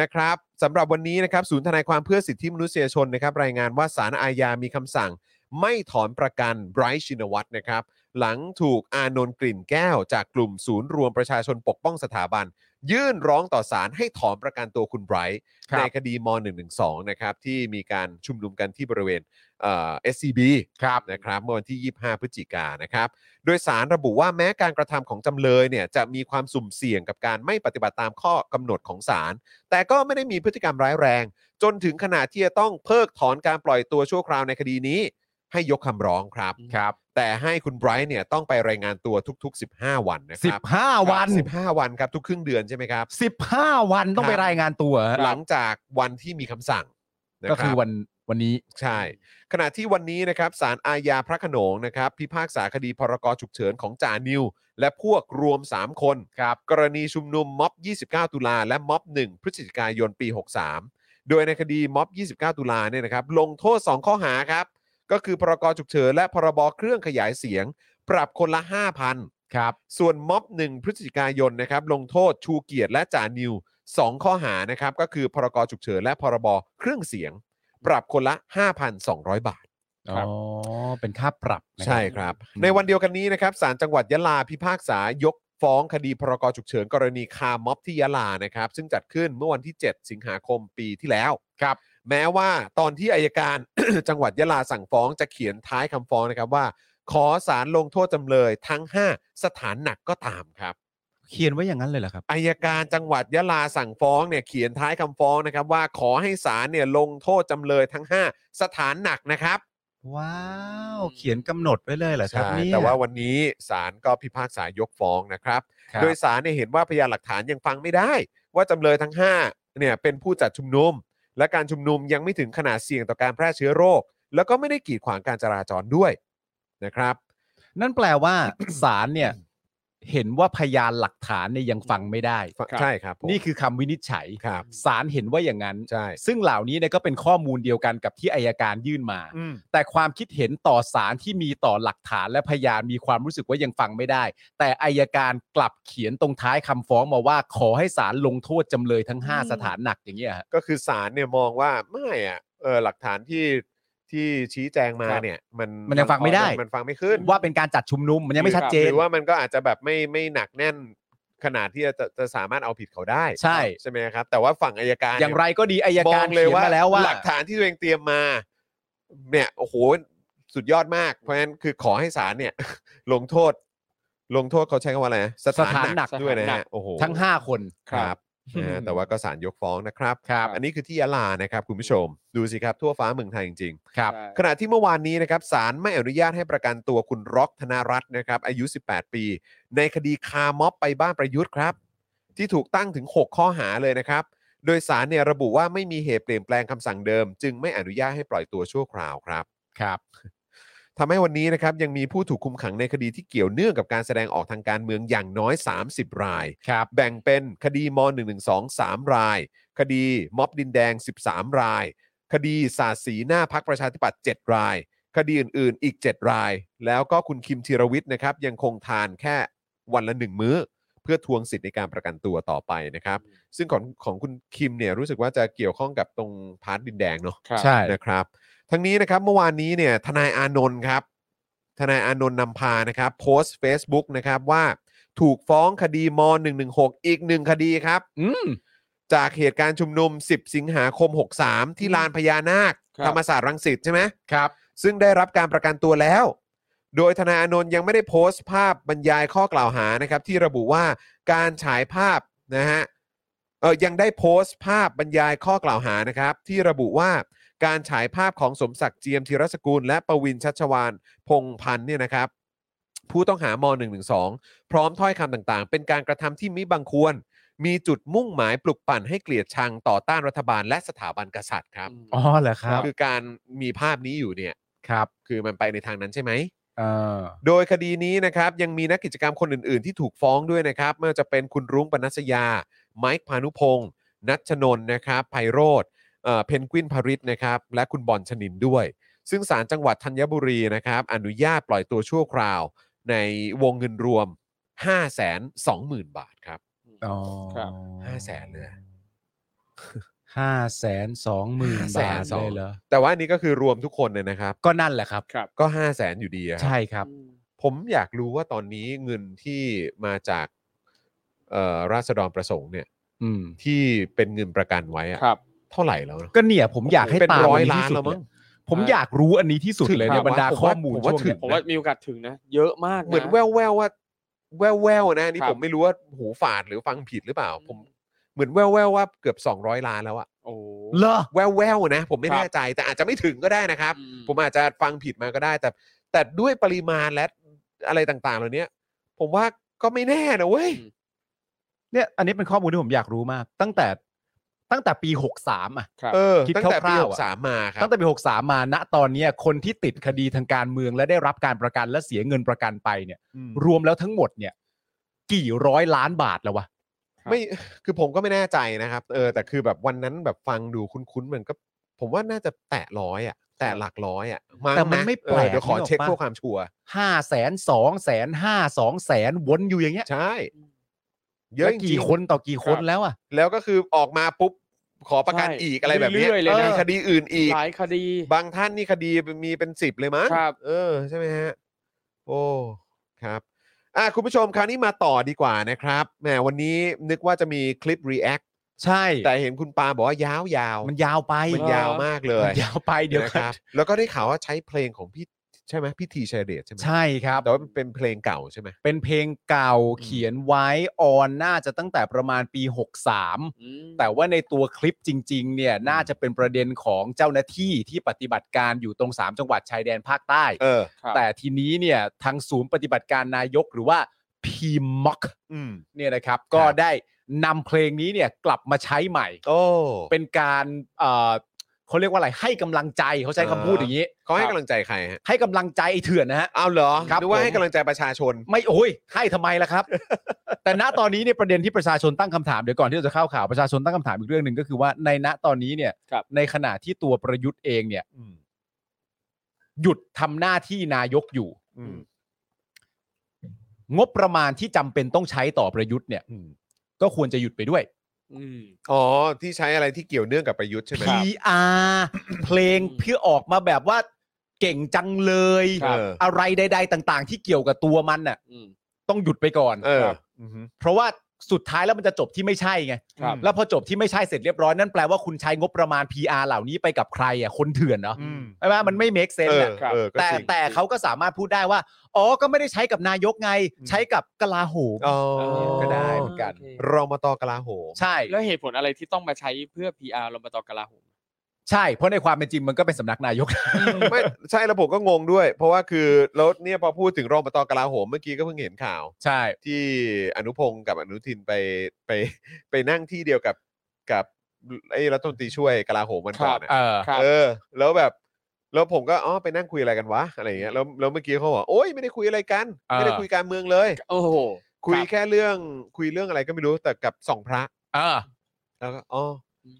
B: นะครับสำหรับวันนี้นะครับศูนย์ทนายความเพื่อสิทธิมนุษยชนนะครับรายงานว่าศาลอาญามีคำสั่ง ไม่ถอนประกันไบรท์ชินวัตรนะครับ หลังถูกอานนท์กลิ่นแก้ว จากกลุ่มศูนย์รวมประชาชนปกป้องสถาบัน ยื่นร้องต่อศาลให้ถอนประกันตัวคุณไบรท์
C: ครับ
B: ในคดีม .112 นะครับที่มีการชุมนุมกันที่บริเวณเอ่อ SCB
C: ครับ
B: นะครับเมื่อวันที่ 25 พฤศจิกายนนะครับ โดยสารระบุว่าแม้การกระทำของจำเลยเนี่ยจะมีความสุ่มเสี่ยงกับการไม่ปฏิบัติตามข้อกำหนดของศาลแต่ก็ไม่ได้มีพฤติกรรมร้ายแรง จนถึงขนาดที่จะต้องเพิกถอนการปล่อยตัวชั่วคราวในคดีนี้ ให้ยกคำร้องครับ
C: ครับ
B: แต่ให้คุณไบรท์เนี่ยต้องไปรายงานตัวทุก ๆ 15 วันนะค
C: สิ
B: รับบ
C: ห้าวัน
B: 15 วันครับทุกครึ่งเดือนใช่ไหมครับ
C: สิบห้าวันต้อง
B: ครับ
C: ไปรายงานตัวฮะ
B: หลังจากวันที่มีคำสั่งนะ
C: ก็
B: รับ
C: คือวันวันนี้
B: ใช่ ขณะที่วันนี้นะครับสารอาญาพระโขนงนะครับ พิพากษาคดีพรกฉุกเฉินของจานิว และพวกรวม 3 คน
C: ครับ
B: กรณีชุมนุมม็อบ 29 ตุลาและม็อบ 1 พฤศจิกายนปี 63 โดยในคดีม็อบ 29 ตุลาเนี่ยนะครับ ลงโทษ 2 ข้อหาครับ ก็คือพรกฉุกเฉินและพรบเครื่องขยายเสียง ปรับคนละ 5,000
C: ครับ
B: ส่วนม็อบ 1 พฤศจิกายนนะครับลงโทษชูเกียรติและจานิว 2 ข้อหานะครับก็คือพรกฉุกเฉินและพรบเครื่องเสียง ปรับคนละ 5,200 บาท
C: อ๋อ เป็นค่าปรับนะ
B: ใช่ครับ
C: อืม
B: ในวันเดียวกันนี้นะครับศาลจังหวัดยะลาพิพากษายกฟ้องคดีพรกฉุกเฉินกรณีคาร์ม็อบที่ยะลานะครับ ซึ่งจัดขึ้นเมื่อวันที่ 7 สิงหาคมปีที่แล้วครับ แม้ว่าตอนที่อายการ จังหวัดยะลาสั่งฟ้องจะเขียนท้ายคำฟ้องนะครับว่า ขอศาลลงโทษจำเลยทั้ง 5 สถานหนักก็ตามครับ
C: เขียนไว้อย่างนั้นเลยเหรอครับ
B: อายการจังหวัดยะลาสั่งฟ้องเนี่ยเขียนท้ายคำฟ้องนะครับ ว่าขอให้ศาลเนี่ยลงโทษจำเลยทั้ง 5 สถานหนักนะครับ
C: ว้าวเขียนกำหนดไว้เลยเหรอครับ
B: ใช่
C: เนี่ย
B: แต่ว่าวันนี้ศาลก็พิพากษายกฟ้องนะครับ
C: ครับ
B: โดยสารเนี่ยเห็นว่าพยานหลักฐานยังฟังไม่ได้ ว่าจำเลยทั้ง5เนี่ยเป็นผู้จัดชุมนุม และการชุมนุมยังไม่ถึงขนาดเสี่ยงต่อการแพร่เชื้อโรค แล้วก็ไม่ได้กีดขวางการจราจรด้วยนะครับ
C: นั่นแปลว่า ศาลเนี่ย เห็นว่าพยานหลักฐานเนี่ยยังฟังไม่ได้
B: ใช่ครับผม
C: นี่คือคำวินิจฉัย
B: ครับ
C: ศาลเห็นว่าอย่างนั้น
B: ใช่
C: ซึ่งเหล่านี้เนี่ยก็เป็นข้อมูลเดียวกันกับที่อายการยื่นมา
B: อืม
C: แต่ความคิดเห็นต่อสารที่มีต่อหลักฐานและพยานมีความรู้สึกว่ายังฟังไม่ได้ แต่อายการกลับเขียนตรงท้ายคำฟ้องมาว่า ขอให้ศาลลงโทษจำเลยทั้ง 5 สถานหนักอย่างเงี้ยฮะ
B: ก็คือสารเนี่ยมองว่าไม่อะเออหลักฐานที่ที่ชี้แจงมา
C: ครับ
B: เนี่ย มัน
C: มันยังฟังไม่ได้
B: มันฟังไม่ขึ้น
C: ว่าเป็นการจัดชุมนุมมันยังไม่ชัดเจ
B: ห
C: น
B: รือว่ามันก็อาจจะแบบไม่ไม่หนักแน่นขนาดที่จะจะสามารถเอาผิดเขาได้
C: ใช่
B: ใช่ไหมครับ แต่ว่าฝั่งอายการ
C: อ
B: เนี่
C: ย่างไรก็ดีอาย
B: มอก
C: าง ร
B: เลย
C: เขียน
B: ว่า
C: มาแล้วว่า
B: หลักฐานที่ตัวเองเตรียมมา เนี่ยโอ้โหสุดยอดมาก เพราะฉะนั้นคือขอให้ศาลเนี่ย ลงโทษ ลงโทษเขาใช้คำว่าอะไรนะสถาน
C: สถา
B: ห
C: นหนั
B: นัก
C: ก
B: ด้วยนะ
D: สถานหนั
B: ฮะ
D: ก
B: โอ้โห
C: ทั้ง 5 คน
B: ครับนะฮะแต่ว่าก็ศาลยกฟ้องนะครับ
C: ครับ
B: อันนี้คือที่ยะลานะครับคุณผู้ชม ดูสิครับทั่วฟ้าเมืองไทยจริง
C: ครับ
B: ขณะที่เมื่อวานนี้นะครับศาลไม่อนุญาตให้ประกันตัวคุณร็อกธนรัตน์นะครับอายุ 18 ปี ในคดีคาร์ม็อบไปบ้านประยุทธ์ครับ ที่ถูกตั้งถึง 6 ข้อหาเลยนะครับ โดยศาลเนี่ยระบุว่าไม่มีเหตุเปลี่ยนแปลงคำสั่งเดิม จึงไม่อนุญาตให้ปล่อยตัวชั่วคราวครับ
C: ครับ
B: ทำให้วันนี้นะครับยังมีผู้ถูกคุมขังในคดีที่เกี่ยวเนื่องกับการแสดงออกทางการเมืองอย่างน้อย 30 ราย
C: ครับ
B: แบ่งเป็นคดีม .112 3 ราย คดีม็อบดินแดง 13 ราย คดีสาดสีหน้าพักประชาธิปัตย์7ราย คดีอื่นๆ อีก 7 ราย แล้วก็คุณคิมธีรวิทย์นะครับยังคงทานแค่วันละ 1 มื้อ เพื่อทวงสิทธิ์ในการประกันตัวต่อไปนะครับ ซึ่งของของคุณคิมเนี่ยรู้สึกว่าจะเกี่ยวข้องกับตรงพาร์ทดินแดงเนาะ
C: ใช่
B: นะครับทั้งนี้นะครับเมื่อวานนี้เนี่ยทนายอานนท์ครับทนายอานนท์นำพานะครับโพสต์ Facebook นะครับว่าถูกฟ้องคดีม .116 อีกหนึ่งคดีครับ
C: อืม
B: จากเหตุการณ์ชุมนุม 10 สิงหาคม 63 ที่ลานพญานาค
D: ครับ
B: ธรรมศาสตร์รังสิตใช่ไหม
C: ครับ
B: ซึ่งได้รับการประกันตัวแล้ว โดยธนายอานนท์ยังไม่ได้โพสต์ภาพบรรยายข้อกล่าวหานะครับที่ระบุว่าการฉายภาพนะฮะเออยังได้โพสต์ภาพบรรยายข้อกล่าวหานะครับ ที่ระบุว่าการฉายภาพของสมศักดิ์เจียมธีรสกุลและประวินชัชวานพงษ์พันธ์เนี่ยนะครับ ผู้ต้องหาม .112 พร้อมถ้อยคำต่างๆ เป็นการกระทำที่มิบังควร มีจุดมุ่งหมายปลุกปั่นให้เกลียดชังต่อต้านรัฐบาลและสถาบันกษัตริย์ครับ
C: อ๋อเหรอครับ
B: คือการมีภาพนี้อยู่เนี่ย
C: ครับ
B: คือมันไปในทางนั้นใช่ไหม
C: เออ
B: โดยคดีนี้นะครับยังมีนักกิจกรรมคนอื่นๆ ที่ถูกฟ้องด้วยนะครับไม่ว่าจะเป็นคุณรุ้งปนัสยา ไมค์พานุพงศ์นัชนนท์นะครับไพโรธเอ่อเพนกวินพริตนะครับและคุณบอลชนินด้วย ซึ่งศาลจังหวัดธัญบุรีนะครับอนุญาตปล่อยตัวชั่วคราว ในวงเงินรวม 5 2 0 0 0 0 บาทครับ
C: อ๋อ
D: ครับ
B: ห้าแสนเลยอะ
C: ห้าแสนสองหมื่นบาทเลยเหรอ
B: แต่ว่าอันนี้ก็คือรวมทุกคนเลยนะครับ
C: ก็นั่นแหละครับ
D: ครับ
B: ก็ 5 0 0 0 0นอยู่ดีอะครับ
C: ใช่ครับ
D: อืม
B: ผมอยากรู้ว่าตอนนี้เงินที่มาจากเอ่อราษฎรประสงค์เนี่ย
C: อืม
B: ที่เป็นเงินประกันไว้อะ
D: ครับ
B: เท่าไหร่แล้วเนอะ
C: ก็เนี่ยผมอยากให้
B: เป็น
C: ตาม
B: ร้อย
C: อันนี้
B: ล้าน
C: ที่สุด
B: แล้วมั้ง
C: เนี่ยผมอยากรู้อันนี้ที่สุด
B: ถึง
C: เลยใน
B: ภาวะ
C: บรรดา
B: ผมว่า
C: ข้อมูล
B: ผมว่า
C: ช่วง
B: ถึ
C: เนี้
B: ง
C: ย
D: ผมว่ามีโอกาสถึงนะ เยอะมากะ
B: เหมือนแววแววๆว่า แววแววๆนะอันนี่
D: ครับ
B: ผมไม่รู้ว่าหูฝาดหรือฟังผิดหรือเปล่า ผมเหมือนแววแววๆว่าเกือบ 200 ล้านแล้วอะ
D: โอ้โห
C: เหรอ
B: แววแววๆนะ ผมไม่
D: ครับ
B: แน่ใจแต่อาจจะไม่ถึงก็ได้นะครับ
D: อื
B: ผมอาจจะฟังผิดมาก็ได้ แต่แต่ด้วยปริมาณและอะไรต่างๆ เหล่านี้ผมว่าก็ไม่แน่นะเว้ย
C: เนี่ยอันนี้เป็นข้อมูลที่ผมอยากรู้มาก ตั้งแต่ตั้งแต่ปี 63 อ่ะ
D: ครับ
B: เออ
C: คิด
B: ตั้งแต่
C: ค
B: ปี
C: ร่าว
B: ห
C: ๆอะ
B: กสามมาครั
C: ตั้
B: บ
C: งแต่ปี 63 มาณตอนเนี้ยคนที่ติดคดีทางการเมืองและได้รับการประกันและเสียเงินประกันไปเนี่ย
B: อืม
C: รวมแล้วทั้งหมดเนี่ย กี่ร้อยล้านบาทแล้ววะ
D: ครับ
B: ไม่ คือผมก็ไม่แน่ใจนะครับ เออ แต่คือแบบวันนั้นแบบฟังดูคุ้นๆ มันก็ ผมว่าน่าจะแตะร้อยอ่ะ แตะหลักร้อยอ่ะงะ
C: แต่มันไม่แปลก
B: เออเดี๋ยวขอเช็ค
C: นึกออกปะ
B: เพื่อความชัวร์
C: ห้าแสนสองแสนห้าสองแสนวนอยู่อย่างเงี้ย
B: ใช่ เยอะจ
C: แล้ว
B: ริ
C: กี่
B: ง
C: คนต่อกี่คนแล้วอ่ะ
B: ๆแล้วก็คือออกมาปุ๊บ ขอประกัน
D: ใช่
B: อีกอะไรแบบเนี้ย
D: เรื่อยๆเลยนะ
B: มีคดีอื่นอีก
D: หลายคดี
B: บางท่านนี่คดีมีเป็นสิบเลยมั้ง
D: ครับ
B: เออ ใช่ไหมฮะ โอ้ ครับ อ่ะคุณผู้ชมคราวนี้มาต่อดีกว่านะครับแหมวันนี้นึกว่าจะมีคลิป react
C: ใช่
B: แต่เห็นคุณปาบอกว่ายาวยาวๆ
C: มันยาวไป
B: มันยาวมากเลย
C: มันยาวไปเดี๋ยว
B: นะ
C: ค
B: ค
C: รั
B: รั
C: บบ
B: แล้วก็ได้ข่าวว่าใช้เพลงของพี่ ใช่ไหมพี่ทีชัยเดชใช่ไหม
C: ใช่ครับ
B: แต่ว่ามันเป็นเพลงเก่าใช่ไหม
C: เป็นเพลงเก่าเขียนไว้ออนน่าจะตั้งแต่ประมาณปี 63
D: อืม
C: แต่ว่าในตัวคลิปจริง ๆ เนี่ยน่าจะเป็นประเด็นของเจ้าหน้าที่ที่ปฏิบัติการอยู่ตรง 3 จังหวัดชายแดนภาคใต้
B: เออ
D: ครับ
C: แต่ทีนี้เนี่ยทางศูนย์ปฏิบัติการนายกหรือว่า PMOC
B: อืม
C: เนี่ยนะครับ ก็
B: ครับ
C: ได้นำเพลงนี้เนี่ยกลับมาใช้ใหม่
B: โอ้
C: เป็นการเอ่อเขาเรียกว่าอะไรให้กำลังใจเขาใช้คำพูดอย่างนี้
B: เขาให้
C: ครับ
B: กำลังใจใครฮะ
C: ให้กำลังใจไอ้เถื่อนนะฮะ
B: เอาเหรอ
C: ครับ
B: นึกว่า
C: ผม
B: ให้กำลังใจประชาชน
C: ไม่โอ้ยให้ทำไมล่ะครับ แต่ณตอนนี้เนี่ยประเด็นที่ประชาชนตั้งคำถามเดี๋ยวก่อนที่เราจะเข้าข่าวประชาชนตั้งคำถามอีกเรื่องหนึ่งก็คือว่าในณตอนนี้เนี่ย
D: ครับ
C: ในขณะที่ตัวประยุทธ์เองเนี่ย
B: อืม
C: หยุดทำหน้าที่นายกอยู่
B: อืม
C: งบประมาณที่จำเป็นต้องใช้ต่อประยุทธ์เนี่ย
B: อืม
C: ก็ควรจะหยุดไปด้วย
D: อืม
B: อ๋อ ที่ใช้อะไรที่เกี่ยวเนื่องกับประยุทธ์ใช่ไหม
C: PR เพลง
D: อืม
C: เพื่อออกมาแบบว่าเก่งจังเลย
D: ครับ
B: เออ
C: อะไรใด ๆ ต่าง ๆ ที่เกี่ยวกับตัวมันน่ะ
D: อืม
C: ต้องหยุดไปก่อน
B: เอออือฮึ
C: เพราะว่าสุดท้ายแล้วมันจะจบที่ไม่ใช่ไง
B: ครับ
C: แล้วพอจบที่ไม่ใช่เสร็จเรียบร้อยนั่นแปลว่าคุณใช้งบประมาณ PR เหล่านี้ไปกับใครอ่ะคนเถื่อนเนาะ
B: อืม
C: ใช่ไหมมันไม่ make
B: เอ
C: sense
B: อ
C: อะ
D: ครับ
B: เออก็
C: แต่
B: จริง
C: แต่เขาก็สามารถพูดได้ว่า อ๋อก็ไม่ได้ใช้กับนายกไง ใช้กับกลาโหม
B: อ๋อ
C: ก็ได้เหมือนกัน
D: โค
B: รอมตกลาโหม
C: ใช่
D: แล้วเหตุผลอะไรที่ต้องมาใช้เพื่อ PR รมตกลาโหม
C: ใช่เพราะในความเป็นจริงมันก็เป็นสำนักนายก
B: ไม่ใช่แล้วผมก็งงด้วย เพราะว่าคือแล้วเนี่ยพอพูดถึงรองปตกลาโหมเมื่อกี้ก็เพิ่งเห็นข่าว
C: ใช่
B: ที่อนุพงศ์กับอนุทินไปไป ไปนั่งที่เดียวกับกับไอ้รัฐมนตรีช่วยกลาโหมวันก่อนอะ
C: เออ
D: ครับ
B: เออ แล้วแบบ แล้วผมก็อ๋อไปนั่งคุยอะไรกันวะอะไรอย่างเงี้ยแล้วแล้วเมื่อกี้เขาบอกโอ๊ยไม่ได้คุยอะไรกัน ไม่ได้
C: เออ
B: คุยการเมืองเลย
D: โอ้โห
B: คุยแค่เรื่องคุยเรื่องอะไรก็ไม่รู้แต่กับสองพระ
C: เออ
B: แล้วก็อ๋อ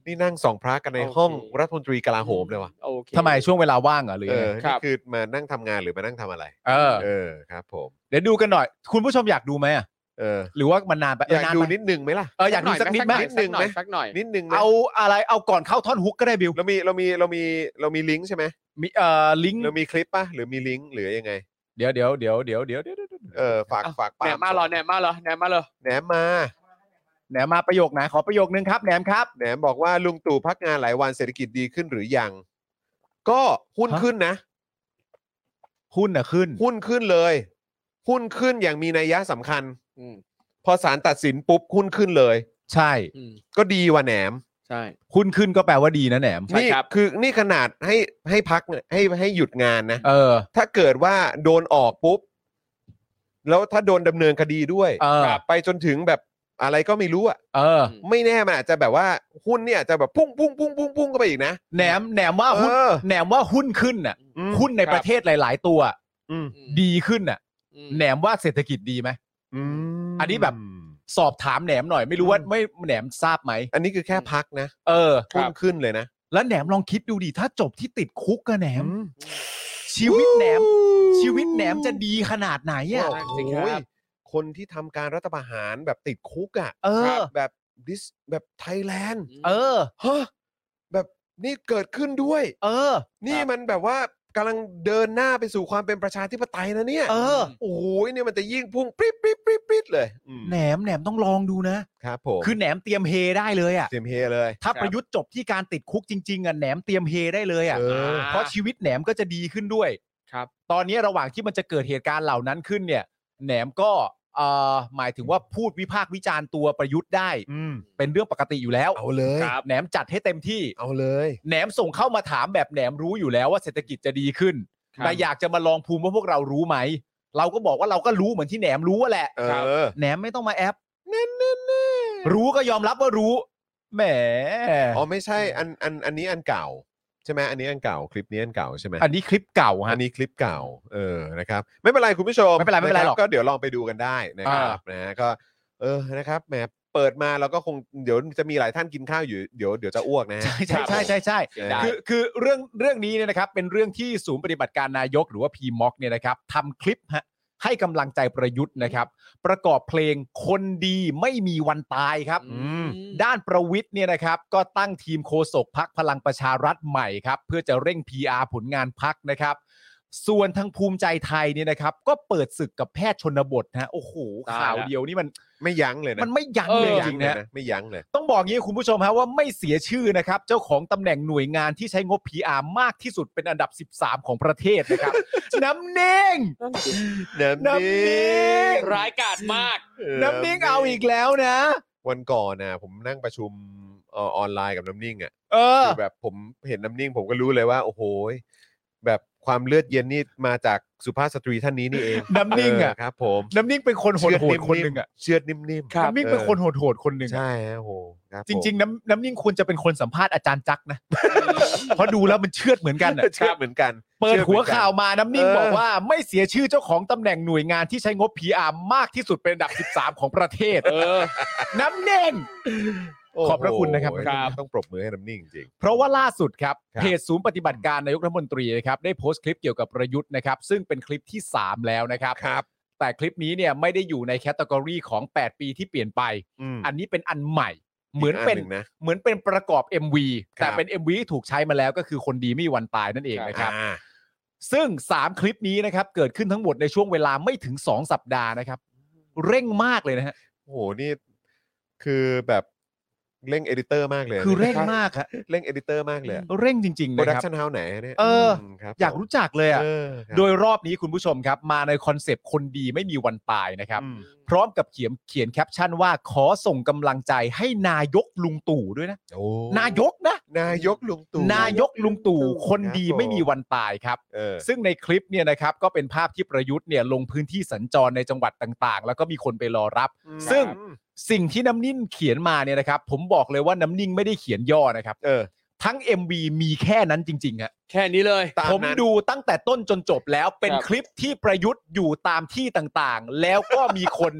B: นี่นั่งสองพระกันในห้อง
D: โอเค
B: รัฐมนตรีกลาโหมเลยว่ะ
D: โอเค
C: ทำไมช่วงเวลาว่างเหรอหรือ
B: เอ
C: ยังไง
B: อ
D: ครั
B: นี่
D: บ
B: คือมานั่งทำงานหรือมานั่งทำอะไร
C: เออ
B: เออครับผม
C: เดี๋ยวดูกันหน่อย คุณผู้ชมอยากดูไหมอะ
B: เออ
C: หรือว่ามันนานไป
B: อยาก
C: เนน
B: ดู
C: ไป
B: นิดนึงไหมล่ะ
C: เอออยากดูสักนิดไหม
B: นิดนึงไหม
D: สักหน่อย
B: นิดนึงไหม
C: เอาอะไรเอาก่อนเข้าท่อนฮุกก็ได้บิว
B: เรามีเรามีเรามีเรามีลิงก์ใช่ไหม
C: มีเอ่อลิงก์
B: เรามีคลิปป่ะหรือมีลิงก์หรือยังไง
C: เดี๋ยวเดี๋ยวเดี๋ยวเดี๋ยวเดี๋ยวเดี๋ยวเดี๋ยว
B: เออฝาก
D: อ่ะ
B: ฝากป
D: แหนมมาเหรอแหนมมาเหรอแหนมมาเหรอ
B: แหนมมา
C: แหนมมาประโยคไหนขอประโยคนึงครับแหนมครับ
B: แหนมบอกว่าลุงตู่พักงานหลายวันเศรษฐกิจดีขึ้นหรือยัง ก็หุ้น
C: ฮะ
B: ขึ้นนะ
C: หุ้นน่ะขึ้น
B: หุ้นขึ้นเลย หุ้นขึ้นอย่างมีนัยยะสำคัญ
D: อืม
B: พอศาลตัดสินปุ๊บหุ้นขึ้นเลย
C: ใช่
D: อืม
B: ก็ดีว่ะแหนม
D: ใช่
C: หุ้นขึ้นก็แปลว่าดีนะแหนม
D: ใช่
B: นี่
D: ครับ
B: คือนี่ขนาดให้ให้พักให้ให้หยุดงานนะ
C: เออ
B: ถ้าเกิดว่าโดนออกปุ๊บ แล้วถ้าโดนดำเนินคดีด้วย
C: เออ
B: ครับไปจนถึงแบบอะไรก็ไม่รู้อะ
C: เออ
B: ไม่แน่มันอาจจะแบบว่าหุ้นเนี่ยอาจจะแบบพุ่งพุ่งพุ่งพุ่งพุ่งก็ไปอีกนะ
C: แหนมแหนมว่าหุ้น
B: เออ
C: แหนมว่าหุ้นขึ้นน่ะ
B: อืม
C: หุ้นในประเทศหลาย ๆ ตัว
B: อืม
C: ดีขึ้นน่ะ
D: อืม
C: แหนมว่าเศรษฐกิจดีไหม
B: อืม
C: อันนี้แบบ สอบถามแหนมหน่อยไม่รู้ว่าไม่แหนมทราบไหม
B: อันนี้คือแค่พักนะ
C: เออ
B: หุ้นขึ้นเลยนะ
C: แล้วแหนมลองคิดดูดิถ้าจบที่ติดคุกกะแหนม
B: อืม
C: ชีวิตแหนม ชีวิตแหนมจะดีขนาดไหนอ่ะ
B: โอ้โหคนที่ทำการรัฐประหารแบบติดคุกอะ
C: เออ
B: ครับแบบดิสแบบไทยแลนด์
C: เออ
B: ฮะแบบนี่เกิดขึ้นด้วย
C: เออ
B: นี่มันแบบว่ากำลังเดินหน้าไปสู่ความเป็นประชาธิปไตยนะเนี่ย
C: เออ
B: โอ้โหเนี่ยมันจะยิ่งพุ่งปริ๊ดปริ๊ดปริ๊ดปริ๊ดเลยอืม
C: แหนมแหนมต้องลองดูนะ
B: ครับผม
C: คือแหนมเตรียมเฮได้เลยอ่ะ
B: เตรียมเฮเลย
C: ถ้าประยุทธ์จบที่การติดคุกจริง ๆอ่ะแหนมเตรียมเฮได้เลยอ่ะ
B: เออ
C: เพราะชีวิตแหนมก็จะดีขึ้นด้วย
D: ครับ
C: ตอนนี้ระหว่างที่มันจะเกิดเหตุการณ์เหล่านั้นขึ้นเนี่ย แหนมก็เอ่อหมายถึงว่าพูดวิพากษ์วิจารณ์ตัวประยุทธ์ได้
B: อืม
C: เป็นเรื่องปกติอยู่แล้ว
B: เอาเลย
C: แหนมจัดให้เต็มที่
B: เอาเลย
C: แหนมส่งเข้ามาถามแบบแหนมรู้อยู่แล้วว่าเศรษฐกิจจะดีขึ้น
D: ครับ
C: แต่อยากจะมาลองภูมิว่าพวกเรารู้ไหม เราก็บอกว่าเราก็รู้เหมือนที่แหนมรู้อะแหละ
B: เออ
C: แหนมไม่ต้องมาแอปรู้ก็ยอมรับว่ารู้ แหม
B: อ๋อไม่ใช่อันอันอันนี้อันเก่า ใช่ไหมอันนี้อันเก่าคลิปนี้อันเก่าใช่ไหม
C: อันนี้คลิปเก่า
B: อั
C: ฮะ
B: นนี้คลิปเก่าเออนะครับไม่เป็นไรคุณผู้ชม
C: ไม่เป็นไรไม่เป็นไร
B: คบ
C: หรอก
B: ก็เดี๋ยวลองไปดูกันได้นะครับ
C: อ่าน
B: นะฮะก็เออนะครับแหมเปิดมาเราก็คงเดี๋ยวจะมีหลายท่านกินข้าวอยู่เดี๋ยวเดี๋ยวจะอ้วกนะฮะ
C: ใช่ใช่ใช่ใช่ใช่
B: เสียดาย
C: คือคือเรื่องเรื่องนี้เนี่ยนะครับ เป็นเรื่องที่ศูนย์ปฏิบัติการนายกหรือว่า PMOC เนี่ยนะครับทำคลิปฮะให้กำลังใจประยุทธ์นะครับ ประกอบเพลงคนดีไม่มีวันตายครับ ด้านประวิทย์เนี่ยนะครับก็ตั้งทีมโฆษกพักพลังประชารัฐใหม่ครับ เพื่อจะเร่ง PR ผลงานพักนะครับ ส่วนทางภูมิใจไทยเนี่ยนะครับ ก็เปิดศึกกับแพทย์ชนบทนะฮะโอ้โห
D: ตายละ
C: ข่าวเดียวนี่มัน
B: ไม่ยั้งเลยนะ
C: มันไม่ยั้ง
D: เออ
C: เลย
B: ไม่
C: จ
B: ยั้
C: ริง
B: เลย
C: ๆนะ
B: นะไม่ยั้งเลย
C: ต้องบอกงี้คุณผู้ชมฮะว่าไม่เสียชื่อนะครับ เจ้าของตำแหน่งหน่วยงานที่ใช้งบ PR มากที่สุดเป็นอันดับ 13 ของประเทศนะครับ น้ำเน่ง
B: น้ำ
C: น้ำนิ่
B: นิ่ง
C: ง
D: ร้ายกาจมาก
B: เออ
C: น้ำเน่งเอาอีกแล้วนะ
B: วันก่อนนะผมนั่งประชุมเอ่อออนไลน์กับน้ำนิ่งอ่ะ
C: เออ
B: คือแบบผมเห็นน้ำนิ่งผมก็รู้เลยว่า โอ้โหยแบบความเลือดเย็นนี่มาจากสุภาพสตรีท่านนี้นี่เอง
C: น้ำนิ่งอะ
B: เครับ ผม
C: น้ำนิ่งเป็นคนโหด
B: เชือด
C: โหด
B: นิ่มๆ
C: คนหนึ่งอ่ะ
B: เชือดนิ่มๆ
C: น้ำนิ่งเป็นคนโหดโหดคนหนึ่งอะ
B: ใช่ฮะโหคบ
C: จริง ๆ น้ำน้ำนิ่งควรจะเป็นคนสัมภาษณ์อาจารย์จักรนะ เพราะดูแล้วมันเชื่อดเหมือนกัน
B: ผม
C: อะ
B: เชื่อเหมือนกัน
C: เปิด
B: ชื่อ
C: หั
B: มื
C: ว
B: อนกัน
C: ข่าวมาน้ำนิ่ง
B: เออ
C: บอกว่าไม่เสียชื่อเจ้าของตำแหน่งหน่วยงานที่ใช้งบ PR มากที่สุดเป็นอันดับ 13 ของประเทศ
D: เออ
C: น้ำเน่ง
B: โโห
C: ขอบพระคุณนะครับ
D: ครับ
B: ต้องปรบมือให้น้ำนิ่งจริง
C: เพราะว่าล่าสุดครับ
B: ครับ
C: เพจศูนย์ปฏิบัติการนายกรัฐมนตรีนะครับได้โพสต์คลิปเกี่ยวกับประยุทธ์นะครับซึ่งเป็นคลิปที่ 3 แล้วนะครับ
B: ครับ
C: แต่คลิปนี้เนี่ยไม่ได้อยู่ในแคตตากรีของ 8 ปีที่เปลี่ยนไป
B: อืม
C: อันนี้เป็นอันใหม่ เหมือนเป็น
B: กงนะ
C: เหมือนเป็นประกอบ MV
B: ครับ
C: แต่เป็น MV ที่ถูกใช้มาแล้วก็คือคนดีไม่มีวันตายนั่นเองนะครับ
B: อ่า
C: ซึ่ง 3 คลิปนี้นะครับเกิดขึ้นทั้งหมดในช่วงเวลาไม่ถึง 2 สัปดาห์นะครับ เร่งมากเลยนะฮะ
B: โอ้โหนี่คือแบบเร่งเอดิเตอร์มากเลย
C: คือเร่ง
B: นี่ย
C: มากฮะ
B: เร่งเอดิเตอร์มากเลย
C: เร่งจริงๆ
B: โปร
C: นะ
B: ดัก
C: ครับ
B: ชันเฮาไหนอะเนี่ย
C: เออ
B: มครับ
C: อยากรู้จักเลยอะ
B: เออครับ
C: โดยรอบนี้คุณผู้ชมครับ มาในคอนเซปต์คนดีไม่มีวันตายนะครับ
B: อืม
C: พร้อมกับเขียนเขียนแคปชั่นว่าขอส่งกำลังใจให้นายกลุงตู่ด้วยนะ
B: โอ้
C: นายกนะ
B: นายกลุงตู่
C: นายกลุงตู่คนดี
B: ครับผม
C: ไม่มีวันตายครับ
B: เออ
C: ซึ่งในคลิปเนี่ยนะครับก็เป็นภาพที่ประยุทธ์เนี่ยลงพื้นที่สัญจรในจังหวัดต่างๆ แล้วก็มีคนไปรอรับ ซึ่ง สิ่งที่น้ำนิ่งเขียนมาเนี่ยนะครับ ผมบอกเลยว่าน้ำนิ่งไม่ได้เขียนย่อนะครับ
B: เออ
C: ทั้ง MV มีแค่นั้นจริงๆฮะ
D: แค่นี้เลย
B: ตามนั้น
C: ผมดูตั้งแต่ต้นจนจบแล้วเป็น
D: ครับ
C: คลิปที่ประยุทธ์อยู่ตามที่ต่างๆ แล้วก็มีคน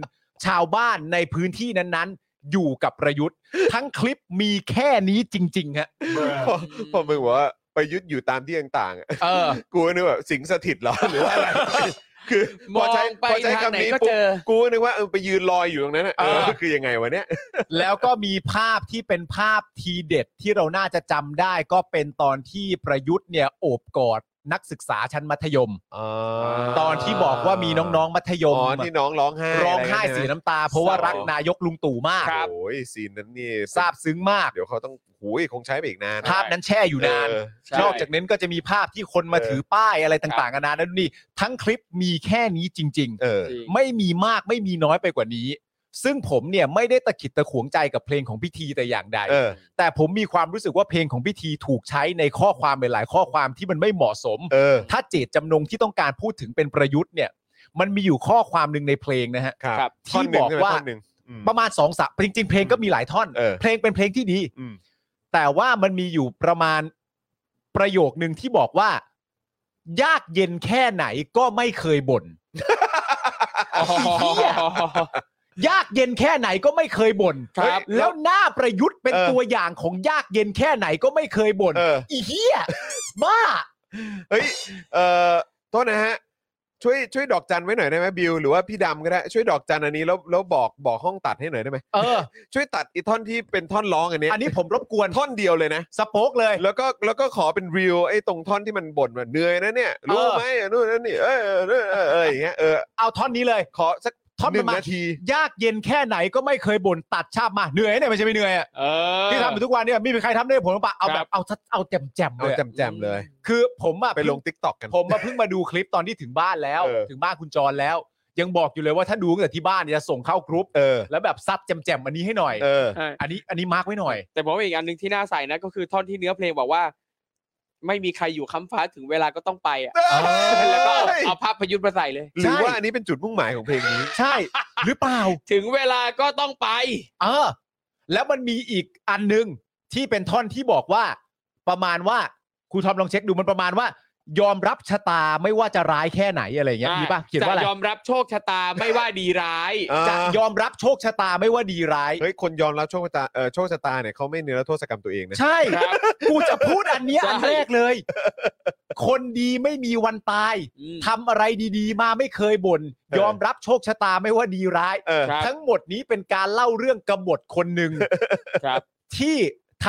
C: ชาวบ้านในพื้นที่นั้นๆ อยู่กับประยุทธ์ ทั้งคลิปมีแค่นี้จริงๆฮะ
B: พอพอมึงบอกว่าประยุทธ์อยู่ตามที่ต่างๆอะ
C: เออ
B: กูก็นึกแบบสิงสถิตเหรอหรือว่า อะไร คือ
D: ม
B: พ
D: อ
B: องใช้
D: ไป
B: พอใช้
D: ทางไหน
B: คำนี้
D: ก็
B: ปุ๊บ
D: เจอ
B: กูนึกว่าเออไปยืนลอยอยู่ตรงนั้นน่ะเอ
C: เอ
B: อ
C: อ
B: คือยังไงวะเนี่ย
C: แล้วก็มีภาพที่เป็นภาพทีเด็ดที่เราน่าจะจำได้ก็เป็นตอนที่ประยุทธ์เนี่ยโอบกอดนักศึกษาชั้นมัธยม ตอนที่บอกว่ามีน้องๆมัธย
B: อ๋
C: ม
B: อที่น้องร้องไห้
C: ร้องไห้
B: ะ
C: เสีย
B: รกั
C: น้ำตา เพราะว่ารักนายกลุงตู่มาก
B: ใช่ไหมโอ้ยซีนนั้นนี่
C: ซาบซึ้งมาก
B: เดี๋ยวเขาต้องหูยคงใช้ไปอีกนาน
C: ภาพนั้นแช่อยู่นาน
B: เออ
D: ใช่
C: นอกจากนั้นก็จะมีภาพที่คนมา
B: เออ
C: ถือป้ายอะไรต่างๆนานานั่นนี่ ทั้งคลิปมีแค่นี้จริง
B: เออ
D: จริง
C: ๆ ไม่มีมากไม่มีน้อยไปกว่านี้ ซึ่งผมเนี่ยไม่ได้ตะขิดตะขวงใจกับเพลงของพิธีแต่อย่างใด
B: เออ
C: แต่ผมมีความรู้สึกว่าเพลงของพิธีถูกใช้ในข้อความหลายๆข้อความที่มันไม่เหมาะสม
B: เออ
C: ถ้าเจตจำนงที่ต้องการพูดถึงเป็นประยุทธ์เนี่ย มันมีอยู่ข้อความหนึ่งในเพลงนะฮะ
B: ครับ
D: ครับ
B: ท่
C: ที่
B: นหนึ่ง
C: บอก
B: ใช่ไหม
C: ว่า
B: ท่อนหนึ่งอืม
C: ประมาณสองสามจริงๆ เพลงก็มีหลายท่อน
B: เออ
C: เพลงเป็นเพลงที่ดี
B: อืม
C: แต่ว่ามันมีอยู่ประมาณประโยคหนึ่งที่บอกว่า ยากเย็นแค่ไหนก็ไม่เคยบ่น เหี้ย ยากเย็นแค่ไหนก็ไม่เคยบ่น
D: ครับ
C: แล้วหน้าประยุทธ์เป็น
B: เออ
C: ตัวอย่างของยากเย็นแค่ไหนก็ไม่เคยบ่น
B: เออ
C: อีเหี้ยบ้า
B: เฮ้ย เออโทษนะฮะ ช่วยช่วยดอกจันไว้หน่อยได้ไหมบิว หรือว่าพี่ดำก็ได้ ช่วยดอกจันอันนี้แล้วแล้วบอกบอกห้องตัดให้หน่อยได้ไหม
C: เออ
B: ช่วยตัดอีท่อนที่เป็นท่อนร้องอันเนี้ย
C: อันนี้ผมรบกวน
B: ท่อนเดียวเลยนะ
C: สโป๊กเลย
B: แล้วก็แล้วก็ขอเป็นรีวไอ้ตรงท่อนที่มันบ่นว่าเหนื่อยนะเนี่ย รู้
C: เออ
B: ไหมนู่นนั่นนี่เออเออเออเออเอออย่างเงี้ยเออ
C: เอาท่อนนี้เลย
B: ขอสัก
C: ท่อน
B: หนึ่ง
C: ประมาณ
B: นาที
C: ยากเย็นแค่ไหนก็ไม่เคยบ่นตัดชาบมาเหนื่อยเนี่ยไม่ใช่ไม่เหนื่อยอะ
D: เออ
C: ที่ทำอยู่ทุกวันเนี่ยไม่มีใครทำได้ผมหรอกปะเอา
D: ค
C: แบ
D: รั
C: บบ เอาทัดเอาแจ่มแจ่มๆ
B: เอา
C: เลยอะ
B: แจมๆเลย
C: คือผมอะ
B: ไปลงทิกตอกกัน
C: ผมมาเพิ่งมาดูคลิปตอนที่ถึงบ้านแล้ว
B: เออ
C: ถึงบ้านคุณจรแล้ว ยังบอกอยู่เลยว่าถ้าดูตั้งแต่ที่บ้านเนี่ยจะส่งเข้ากรุ๊ป
B: เออ
C: แล้วแบบซัดแจมๆอันนี้ให้หน่อย
B: เออ
D: ใช่
C: อันนี้อันนี้มาร์กไว้หน่อย
D: แต่ผมว่าอีกอันหนึ่งที่น่าใส่นะก็คือท่อนที่เนื้อเพลงบอกว่า ไม่มีใครอยู่ค้ำฟ้าถึงเวลาก็ต้องไปอ่ะแล้วก็เอาเอาภาพประยุทธ์มาใส่เลย
B: หรือว่าอันนี้เป็นจุดมุ่งหมายของเพลงนี้
C: ใช่ หรือเปล่า
D: ถึงเวลาก็ต้องไป
C: เออ แล้วมันมีอีกอันหนึง ที่เป็นท่อนที่บอกว่า ประมาณว่าครูทอมลองเช็คดูมันประมาณว่า ยอมรับชะตาไม่ว่าจะร้ายแค่ไหนอะไรอย่างเงี้ยมีป่ะเขียนว่าอะไร
D: จะยอมรับโชคชะตาไม่ว่าดีร้าย
B: เออ
C: จะยอมรับโชคชะตาไม่ว่าดีร้าย
B: เฮ้ย คนยอมรับโชคชะตาเออโชคชะตาเนี่ยเขาไม่เนรโทษกรรมตัวเองนะ
C: ใช่
D: ครับ
C: กูจะพูดอันเนี้ย
D: ใช่
C: อันแรกเลย คนดีไม่มีวันตาย
D: อืม
C: ทำอะไรดีๆ มาไม่เคยบน่น
B: ออ
C: ยอมรับโชคชะตาไม่ว่าดีร้าย
B: เออ
D: ครับ
C: ทั้งหมดนี้เป็นการเล่าเรื่องกบฏคนหนึ่ง
D: ครับ
C: ที่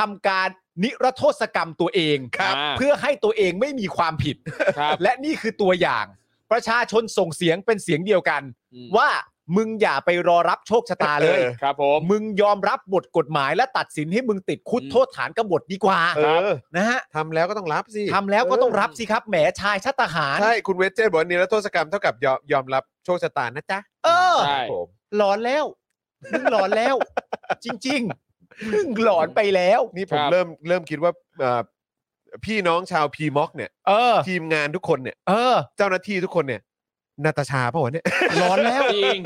C: ทำการ นิรโทษกรรมตัวเอง
D: ครับอ่า
C: เพื่อให้ตัวเองไม่มีความผิด
D: ครับ
C: และนี่คือตัวอย่าง ประชาชนส่งเสียงเป็นเสียงเดียวกัน
D: อืม
C: ว่ามึงอย่าไปรอรับโชคชะตาเลย
D: ครับผม
C: มึงยอมรับบทกฎหมายและตัดสินให้มึงติดคุก
D: อืม
C: โทษฐานกบฏดีกว่า
B: เออ
C: นะฮะ
B: ทำแล้วก็ต้องรับสิ
C: ทำแล้วก็ต้องรับสิครับแหมชายชาติทหาร
B: ใช่ คุณเวจเจนบอกว่านิรโทษกรรมเท่ากับยอมยอมรับโชคชะตานะจ๊ะ
C: เออ
B: ค
D: ใช่
B: รับผม
C: หลอนแล้วมึงหลอนแล้ว จริงๆมึงหลอนไปแล้ว
B: นี่ผม
D: ครับ
B: เริ่มเริ่มคิดว่าเอ่อพี่น้องชาวพีม็อกเนี่ย
C: เออ
B: ทีมงานทุกคนเนี่ย
C: เออ
B: เจ้าหน้าที่ทุกคนเนี่ยนาตาชาป่าวะเนี่ย
C: ร้อนแล้ว
D: จริง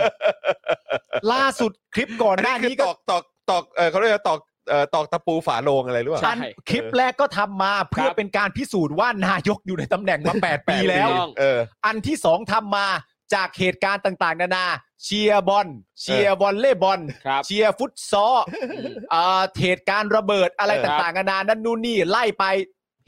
C: ล่าสุดคลิปก่อนหน้านี้
B: ต
C: ก็
B: อกตอกตอกเออเขาเรียกว่าตอกเอ่อตอกตะปูฝาโลงอะไรหรือเปล่า
D: ใช่
C: อันคลิปแรกก็ทำมาเพื่อเป็นการพิสูจน์ว่านายกอยู่ในตำแหน่งมา 8 ปีแล้ว
D: ถูกต้อง
B: เออ
C: อันที่สองทำมาจากเหตุการณ์ต่างๆ นานา เชียร์บอลเชียร์บอลเล่บอล
D: ครับ
C: เชียร์ฟุตซอลเอ่อเหตุการณ์ระเบิดอะไร
B: เออ
C: ต่างๆนานานั่นนู่นนี่ไล่ไป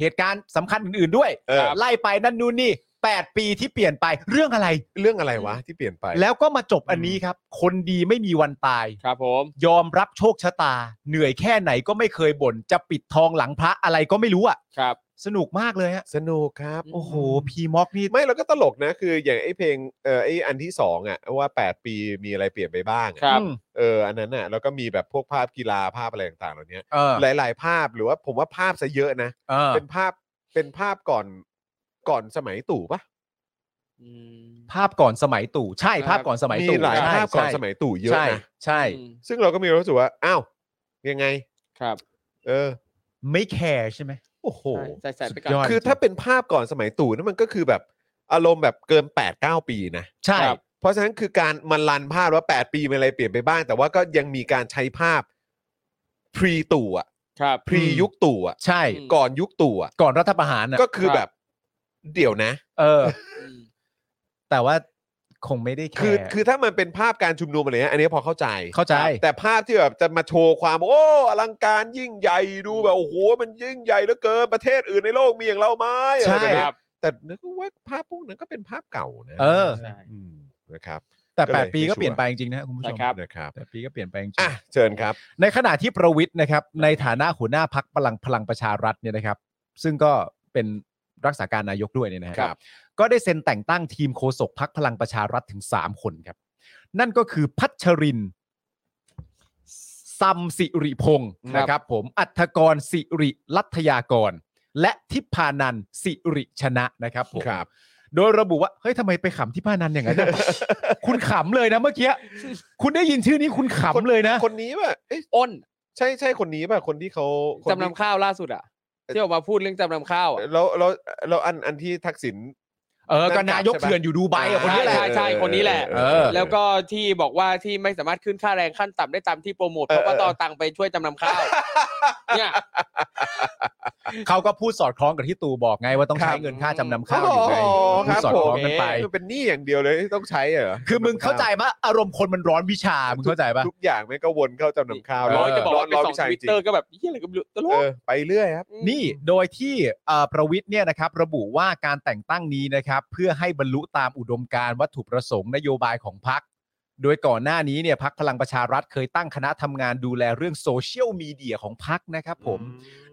C: เหตุการณ์สำคัญอื่นๆด้วย
B: เออ
C: ไล่ไปนั่นนู่นนี่ 8 ปีที่เปลี่ยนไปเรื่องอะไร
B: เรื่องอะไรวะที่เปลี่ยนไป
C: แล้วก็มาจบอันนี้ครับ คนดีไม่มีวันตาย
D: ครับผม
C: ยอมรับโชคชะตา เหนื่อยแค่ไหนก็ไม่เคยบ่นจะปิดทองหลังพระอะไรก็ไม่รู้อะ
D: ครับ
C: สนุกมากเลยฮะ
B: สนุกครับ
C: โอ้โหพีมอกนี่
B: ไม่แล้วก็ตลกนะคืออย่างไอ้เพลงเออไอ้อันที่สองอ่ะว่า 8 ปีมีอะไรเปลี่ยนไปบ้างอะ
D: ครับ
C: อืม
B: เอออันนั้นอ่ะแล้วก็มีแบบพวกภาพกีฬาภาพอะไรต่างๆเหล่านี้
C: เออ
B: หลายๆ ภาพหรือว่าผมว่าภาพซะเยอะนะ
C: เออ
B: เป็นภาพเป็นภาพก่อนก่อนสมัยตู่ปะ
C: ภาพก่อนสมัยตู่ใช่ภาพก่อนสมัย
B: มี
C: ตู่
B: หลาย
C: ใช่
B: ภาพก่อน
C: ใช่
B: สมัยตู่เยอะ
C: ใช่
B: นะ
C: ใช่
D: อืม
B: ซึ่งเราก็มีความรู้สึกว่าอ้าวยังไง
D: ครับ
B: เออ
C: ไม่แคร์ใช่ไหม
B: โอ้โห
D: ใส่ใส่ไปก่
C: สุดย
D: อ
C: อด
D: น
B: คือถ้าเป็นภาพก่อนสมัยตู่นั่นมันก็คือแบบอารมณ์แบบเกิน 8 9 ปีนะ
C: ใช่
D: ครับ
B: เพราะฉะนั้นคือการมันลันภาพว่า 8 ปีมันอะไรเปลี่ยนไปบ้าง แต่ว่าก็ยังมีการใช้ภาพ pre ตู่อะ
D: ครับ
B: pre ยุคตู่อะ
C: ใช่
D: อืม
B: ก่อนยุคตู่อะ
C: ก่อนรัฐประหารอะ
B: ก็คือแบบ เดี๋ยวนะ
C: เออ
D: อืม
C: แต่ว่าคงไม่ได้แค
B: คือ
C: ร์
B: คือถ้ามันเป็นภาพการชุมนุมอะไรเงี้ยอันนี้พอเข้าใจ
C: เข้าใจ
B: แต่ภาพที่แบบจะมาโชว์ความโอ้อลังการยิ่งใหญ่ดูแบบโอ้โหมันยิ่งใหญ่เหลือเกินประเทศอื่นในโลกมีอย่างเราไหมอะไรแบบ
C: ใช่
B: เนี้
D: ค
B: ย
D: รับ
B: แต่นึกว่าภาพพวกนั้นก็เป็นภาพเก่านะ
C: เออ
D: ใช่
B: มนะครับ
C: แต่
B: ก็เลย
C: 8 ปีก็
B: ไม่ชัวร์
C: เปลี่ยนไปจริงๆนะคุณผู้ชม
D: ใช่ครับ
B: นะครับ
C: แปดปีก็เปลี่ยนไปจริงๆ
B: อ่ะ เชิญครับ
C: ในขณะที่ประวิทย์นะครับในฐานะหัวหน้าพักพลังพลังประชารัฐเนี่ยนะครับ ซึ่งก็เป็นรักษาการนายกด้วยเนี่ยนะฮะ
B: ครับ
C: ก็ได้เซ็นแต่งตั้งทีมโฆษกพักพลังประชารัฐถึง 3 คนครับ นั่นก็คือพัชรินทร์ซัมสิริพงศ์
D: ครับ
C: นะครับผมอัฐกรสิริลัทยากร และทิพานันท์สิริชนะนะครับผม
B: ครับ
C: โดยระบุว่าเฮ้ยทำไมไปขำทิพานันท์อย่างนั้น น่ะ คุณขำเลยนะเมื่อกี้คุณได้ยินชื่อนี้คุณขำเลยนะ
B: คนนี้ป่ะเอ๊ะ
D: อ้น
B: ใช่ใช่คนนี้ป่ะ คนที่เขาคน
D: จำนำข้าวล่าสุดอ่ะที่ออกมาพูดเรื่องจำนำข้าวอะ
B: แล้วแล้วแล้วอันอันที่ทักษิณ
C: เออ ก็
B: นั่นจำ
C: นายก
B: ใช่ปะ
C: เถื่อนอยู่ดูไบอะคนนี้แหละ
D: ใช่ใช่
B: เออ
D: คนนี้แหละ
B: เออเออ
D: แล้วก็ที่บอกว่าที่ไม่สามารถขึ้นค่าแรงขั้นต่ำได้ตามที่โปรโมท
B: เออ
D: เพราะว่า
B: เออ
D: ต่อตังค์ไปช่วยจำนำข้าว เนี่ย
C: เขาก็พูดสอดคล้องกับที่ตู่บอกไงว่าต้อง
B: ครับ
C: ใช้เงินค่าจำนำข้าวอยู่ไง
B: โอ้โห
C: พู
B: ค
C: ด
B: รับ
C: สอด
B: ผ
C: ค
B: ม
C: ล้องกันไป
B: คือเป็นหนี้อย่างเดียวเลยที่ต้องใช้เหรอ
C: คือมึงเข้าใจปะอารมณ์คนมันร้อนวิชา มึงเข้าใจปะ
B: ทุกอย่างไม่งก็วนเข้าจำนำข้าว
C: เออ
D: ร้อยจะบอกว่าไป
B: ร้ย
D: สอง
B: วิชา
D: ทวิต
B: จริ
D: เตอร์ก็แบบยี่อะไรก็ไม่รู้ตล
B: เอก อไปเรื่อยครับ
C: นี่โดยที่เอ่อประวิทย์เนี่ยนะครับ ระบุว่าการแต่งตั้งนี้นะครับ เพื่อให้บรรลุตามอุดมการณ์วัตถุประสงค์นโยบายของพัก โดยก่อนหน้านี้เนี่ยพักพลังประชารัฐเคยตั้งคณะทำงานดูแลเรื่องโซเชียลมีเดียของพักนะครับผม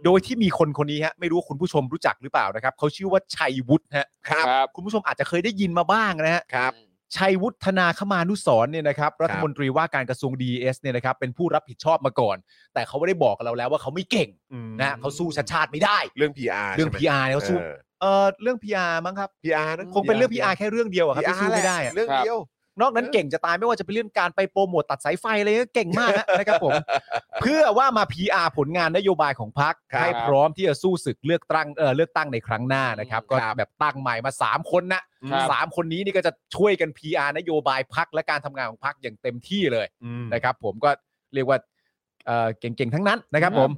C: โดยที่มีคนคนนี้ฮะไม่รู้คุณผู้ชมรู้จักหรือเปล่านะครับเขาชื่อว่าชัยวุฒิฮะ
B: ครับ
D: ครับ
C: คุณผู้ชมอาจจะเคยได้ยินมาบ้างนะฮะ
B: ครับ
C: ชัยวุฒนาคมานุสรณ์เนี่ยนะครับ รัฐมนตรีว่าการกระทรวง DES เนี่ยนะครับ เป็นผู้รับผิดชอบมาก่อน แต่เขาไม่ได้บอกกับเราแล้วว่าเขาไม่เก่งนะเขาสู้ชาติชาติไม่ได้
B: เรื่อง PR
C: เรื่อง
B: ใช่ไหม
C: PR เนี่ยเขาสู้
B: เออ
C: เออเรื่อง PR มั้งครับ
B: PR นะ
C: คงเป็นเรื่อง PR แค่เรื่องเดียวอะครับ
B: PR
C: ที่สู้ไม่ได้
B: แห
C: อะ
B: ละเรื่องเดียว
C: นอกนั้นเก่งจะตายไม่ว่าจะเป็นเรื่องการไปโปรโมตตัดสายไฟอะไรก็เก่งมากนะ นะครับ ผม เพื่อว่ามา PR ผลงานนโยบายของพรรค
B: ครับ
C: ให้พร้อมที่จะสู้ศึกเลือกตั้งเออเลือกตั้งในครั้งหน้านะครับ ก็แบบตั้งใหม่มาสามคนนะ
D: ครับ
C: สามคนนี้นี่ก็จะช่วยกัน PR นโยบายพักและการทำงานของพักอย่างเต็มที่เลยนะครับ ผมก็เรียกว่าเอ่อเก่งๆ ทั้งนั้นนะครับผม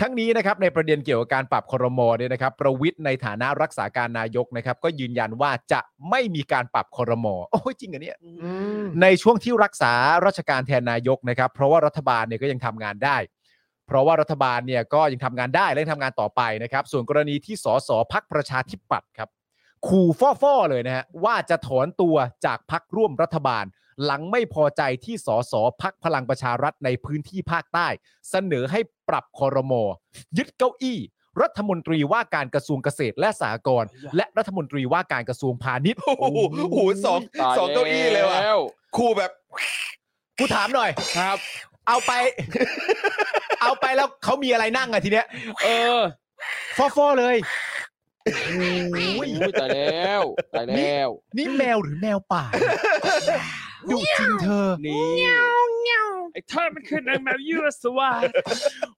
C: ทั้งนี้นะครับในประเด็นเกี่ยวกับการปรับครมเนี่ยนะครับ ประวิทย์ในฐานะรักษาการนายกนะครับ ก็ยืนยันว่าจะไม่มีการปรับครมโอ้ยจริงเหรอเนี่ย ในช่วงที่รักษาราชการแทนนายกนะครับ เพราะว่ารัฐบาลเนี่ยก็ยังทำงานได้ เพราะว่ารัฐบาลเนี่ยก็ยังทำงานได้และยังทำงานต่อไปนะครับ ส่วนกรณีที่สสพักประชาธิปัตย์ครับ ขู่ฟ่อๆเลยนะฮะว่าจะถอนตัวจากพักร่วมรัฐบาล หลังไม่พอใจที่สสพักพลังประชารัฐในพื้นที่ภาคใต้ เสนอให้ปรับคอรมอยึดเก้าอี้ รัฐมนตรีว่าการกระทรวงเกษตรและสหกรณ์และรัฐมนตรีว่าการกระทรวงพาณิชย์
B: โอ้โหโอ้โหสอง
D: ตย
B: สองเก้าอี้เลยว่ะ
D: แล้ว
B: คู่แบบ
C: กูถามหน่อยครับ เอาไป เอาไปแล้วเขามีอะไรนั่งอะทีเนี้ย
D: เออ
C: ฟ่อๆเลย
D: อุ้ยตายแล้วตายแล้ว
C: นี่แมวหรือแมวป่า ดูจริงเธอ
D: นี่ไอ้ท่านมันคือนางแมวยั่วสวา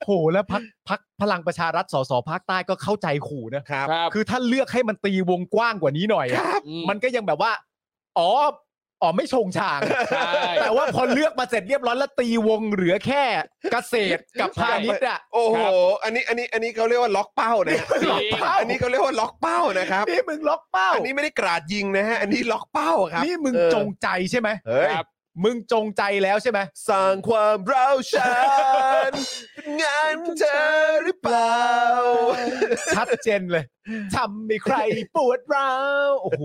C: โหแล้วพักพักพลังประชารัฐสสภาคใต้ก็เข้าใจขู่นะ
B: ครับ
D: ครับ
C: คือถ้าเลือกให้มันตีวงกว้างกว่านี้หน่อยอะ
D: อื
C: มันก็ยังแบบว่า อ๋อ อ๋อไม่ชงชาง
D: ใช่
C: แต่ว่าพอเลือกมาเสร็จเรียบร้อยแล้วตีวงเหลือแค่เกษตรกับพาณิชย์อะ
B: โอ้โห อันนี้อันนี้อันนี้เขาเรียกว่าล็อกเป้านะฮะ
D: จริง
B: อันนี้เขาเรียกว่าล็อกเป้านะครับ
C: นี่มึงล็อกเป้า
B: อันนี้ไม่ได้กราดยิงนะฮะ อันนี้ล็อกเป้าครับ
C: นี่มึง
B: เออ
C: จงใจใช่ไหม
B: เฮ้ย
D: ครับ
C: มึงจงใจแล้วใช่ไหม
B: สร้างความร้าวฉานงานเธอหรือเปล่า
C: ชัดเจนเลย ทำไม่ใครปวดร้าวโอ้โห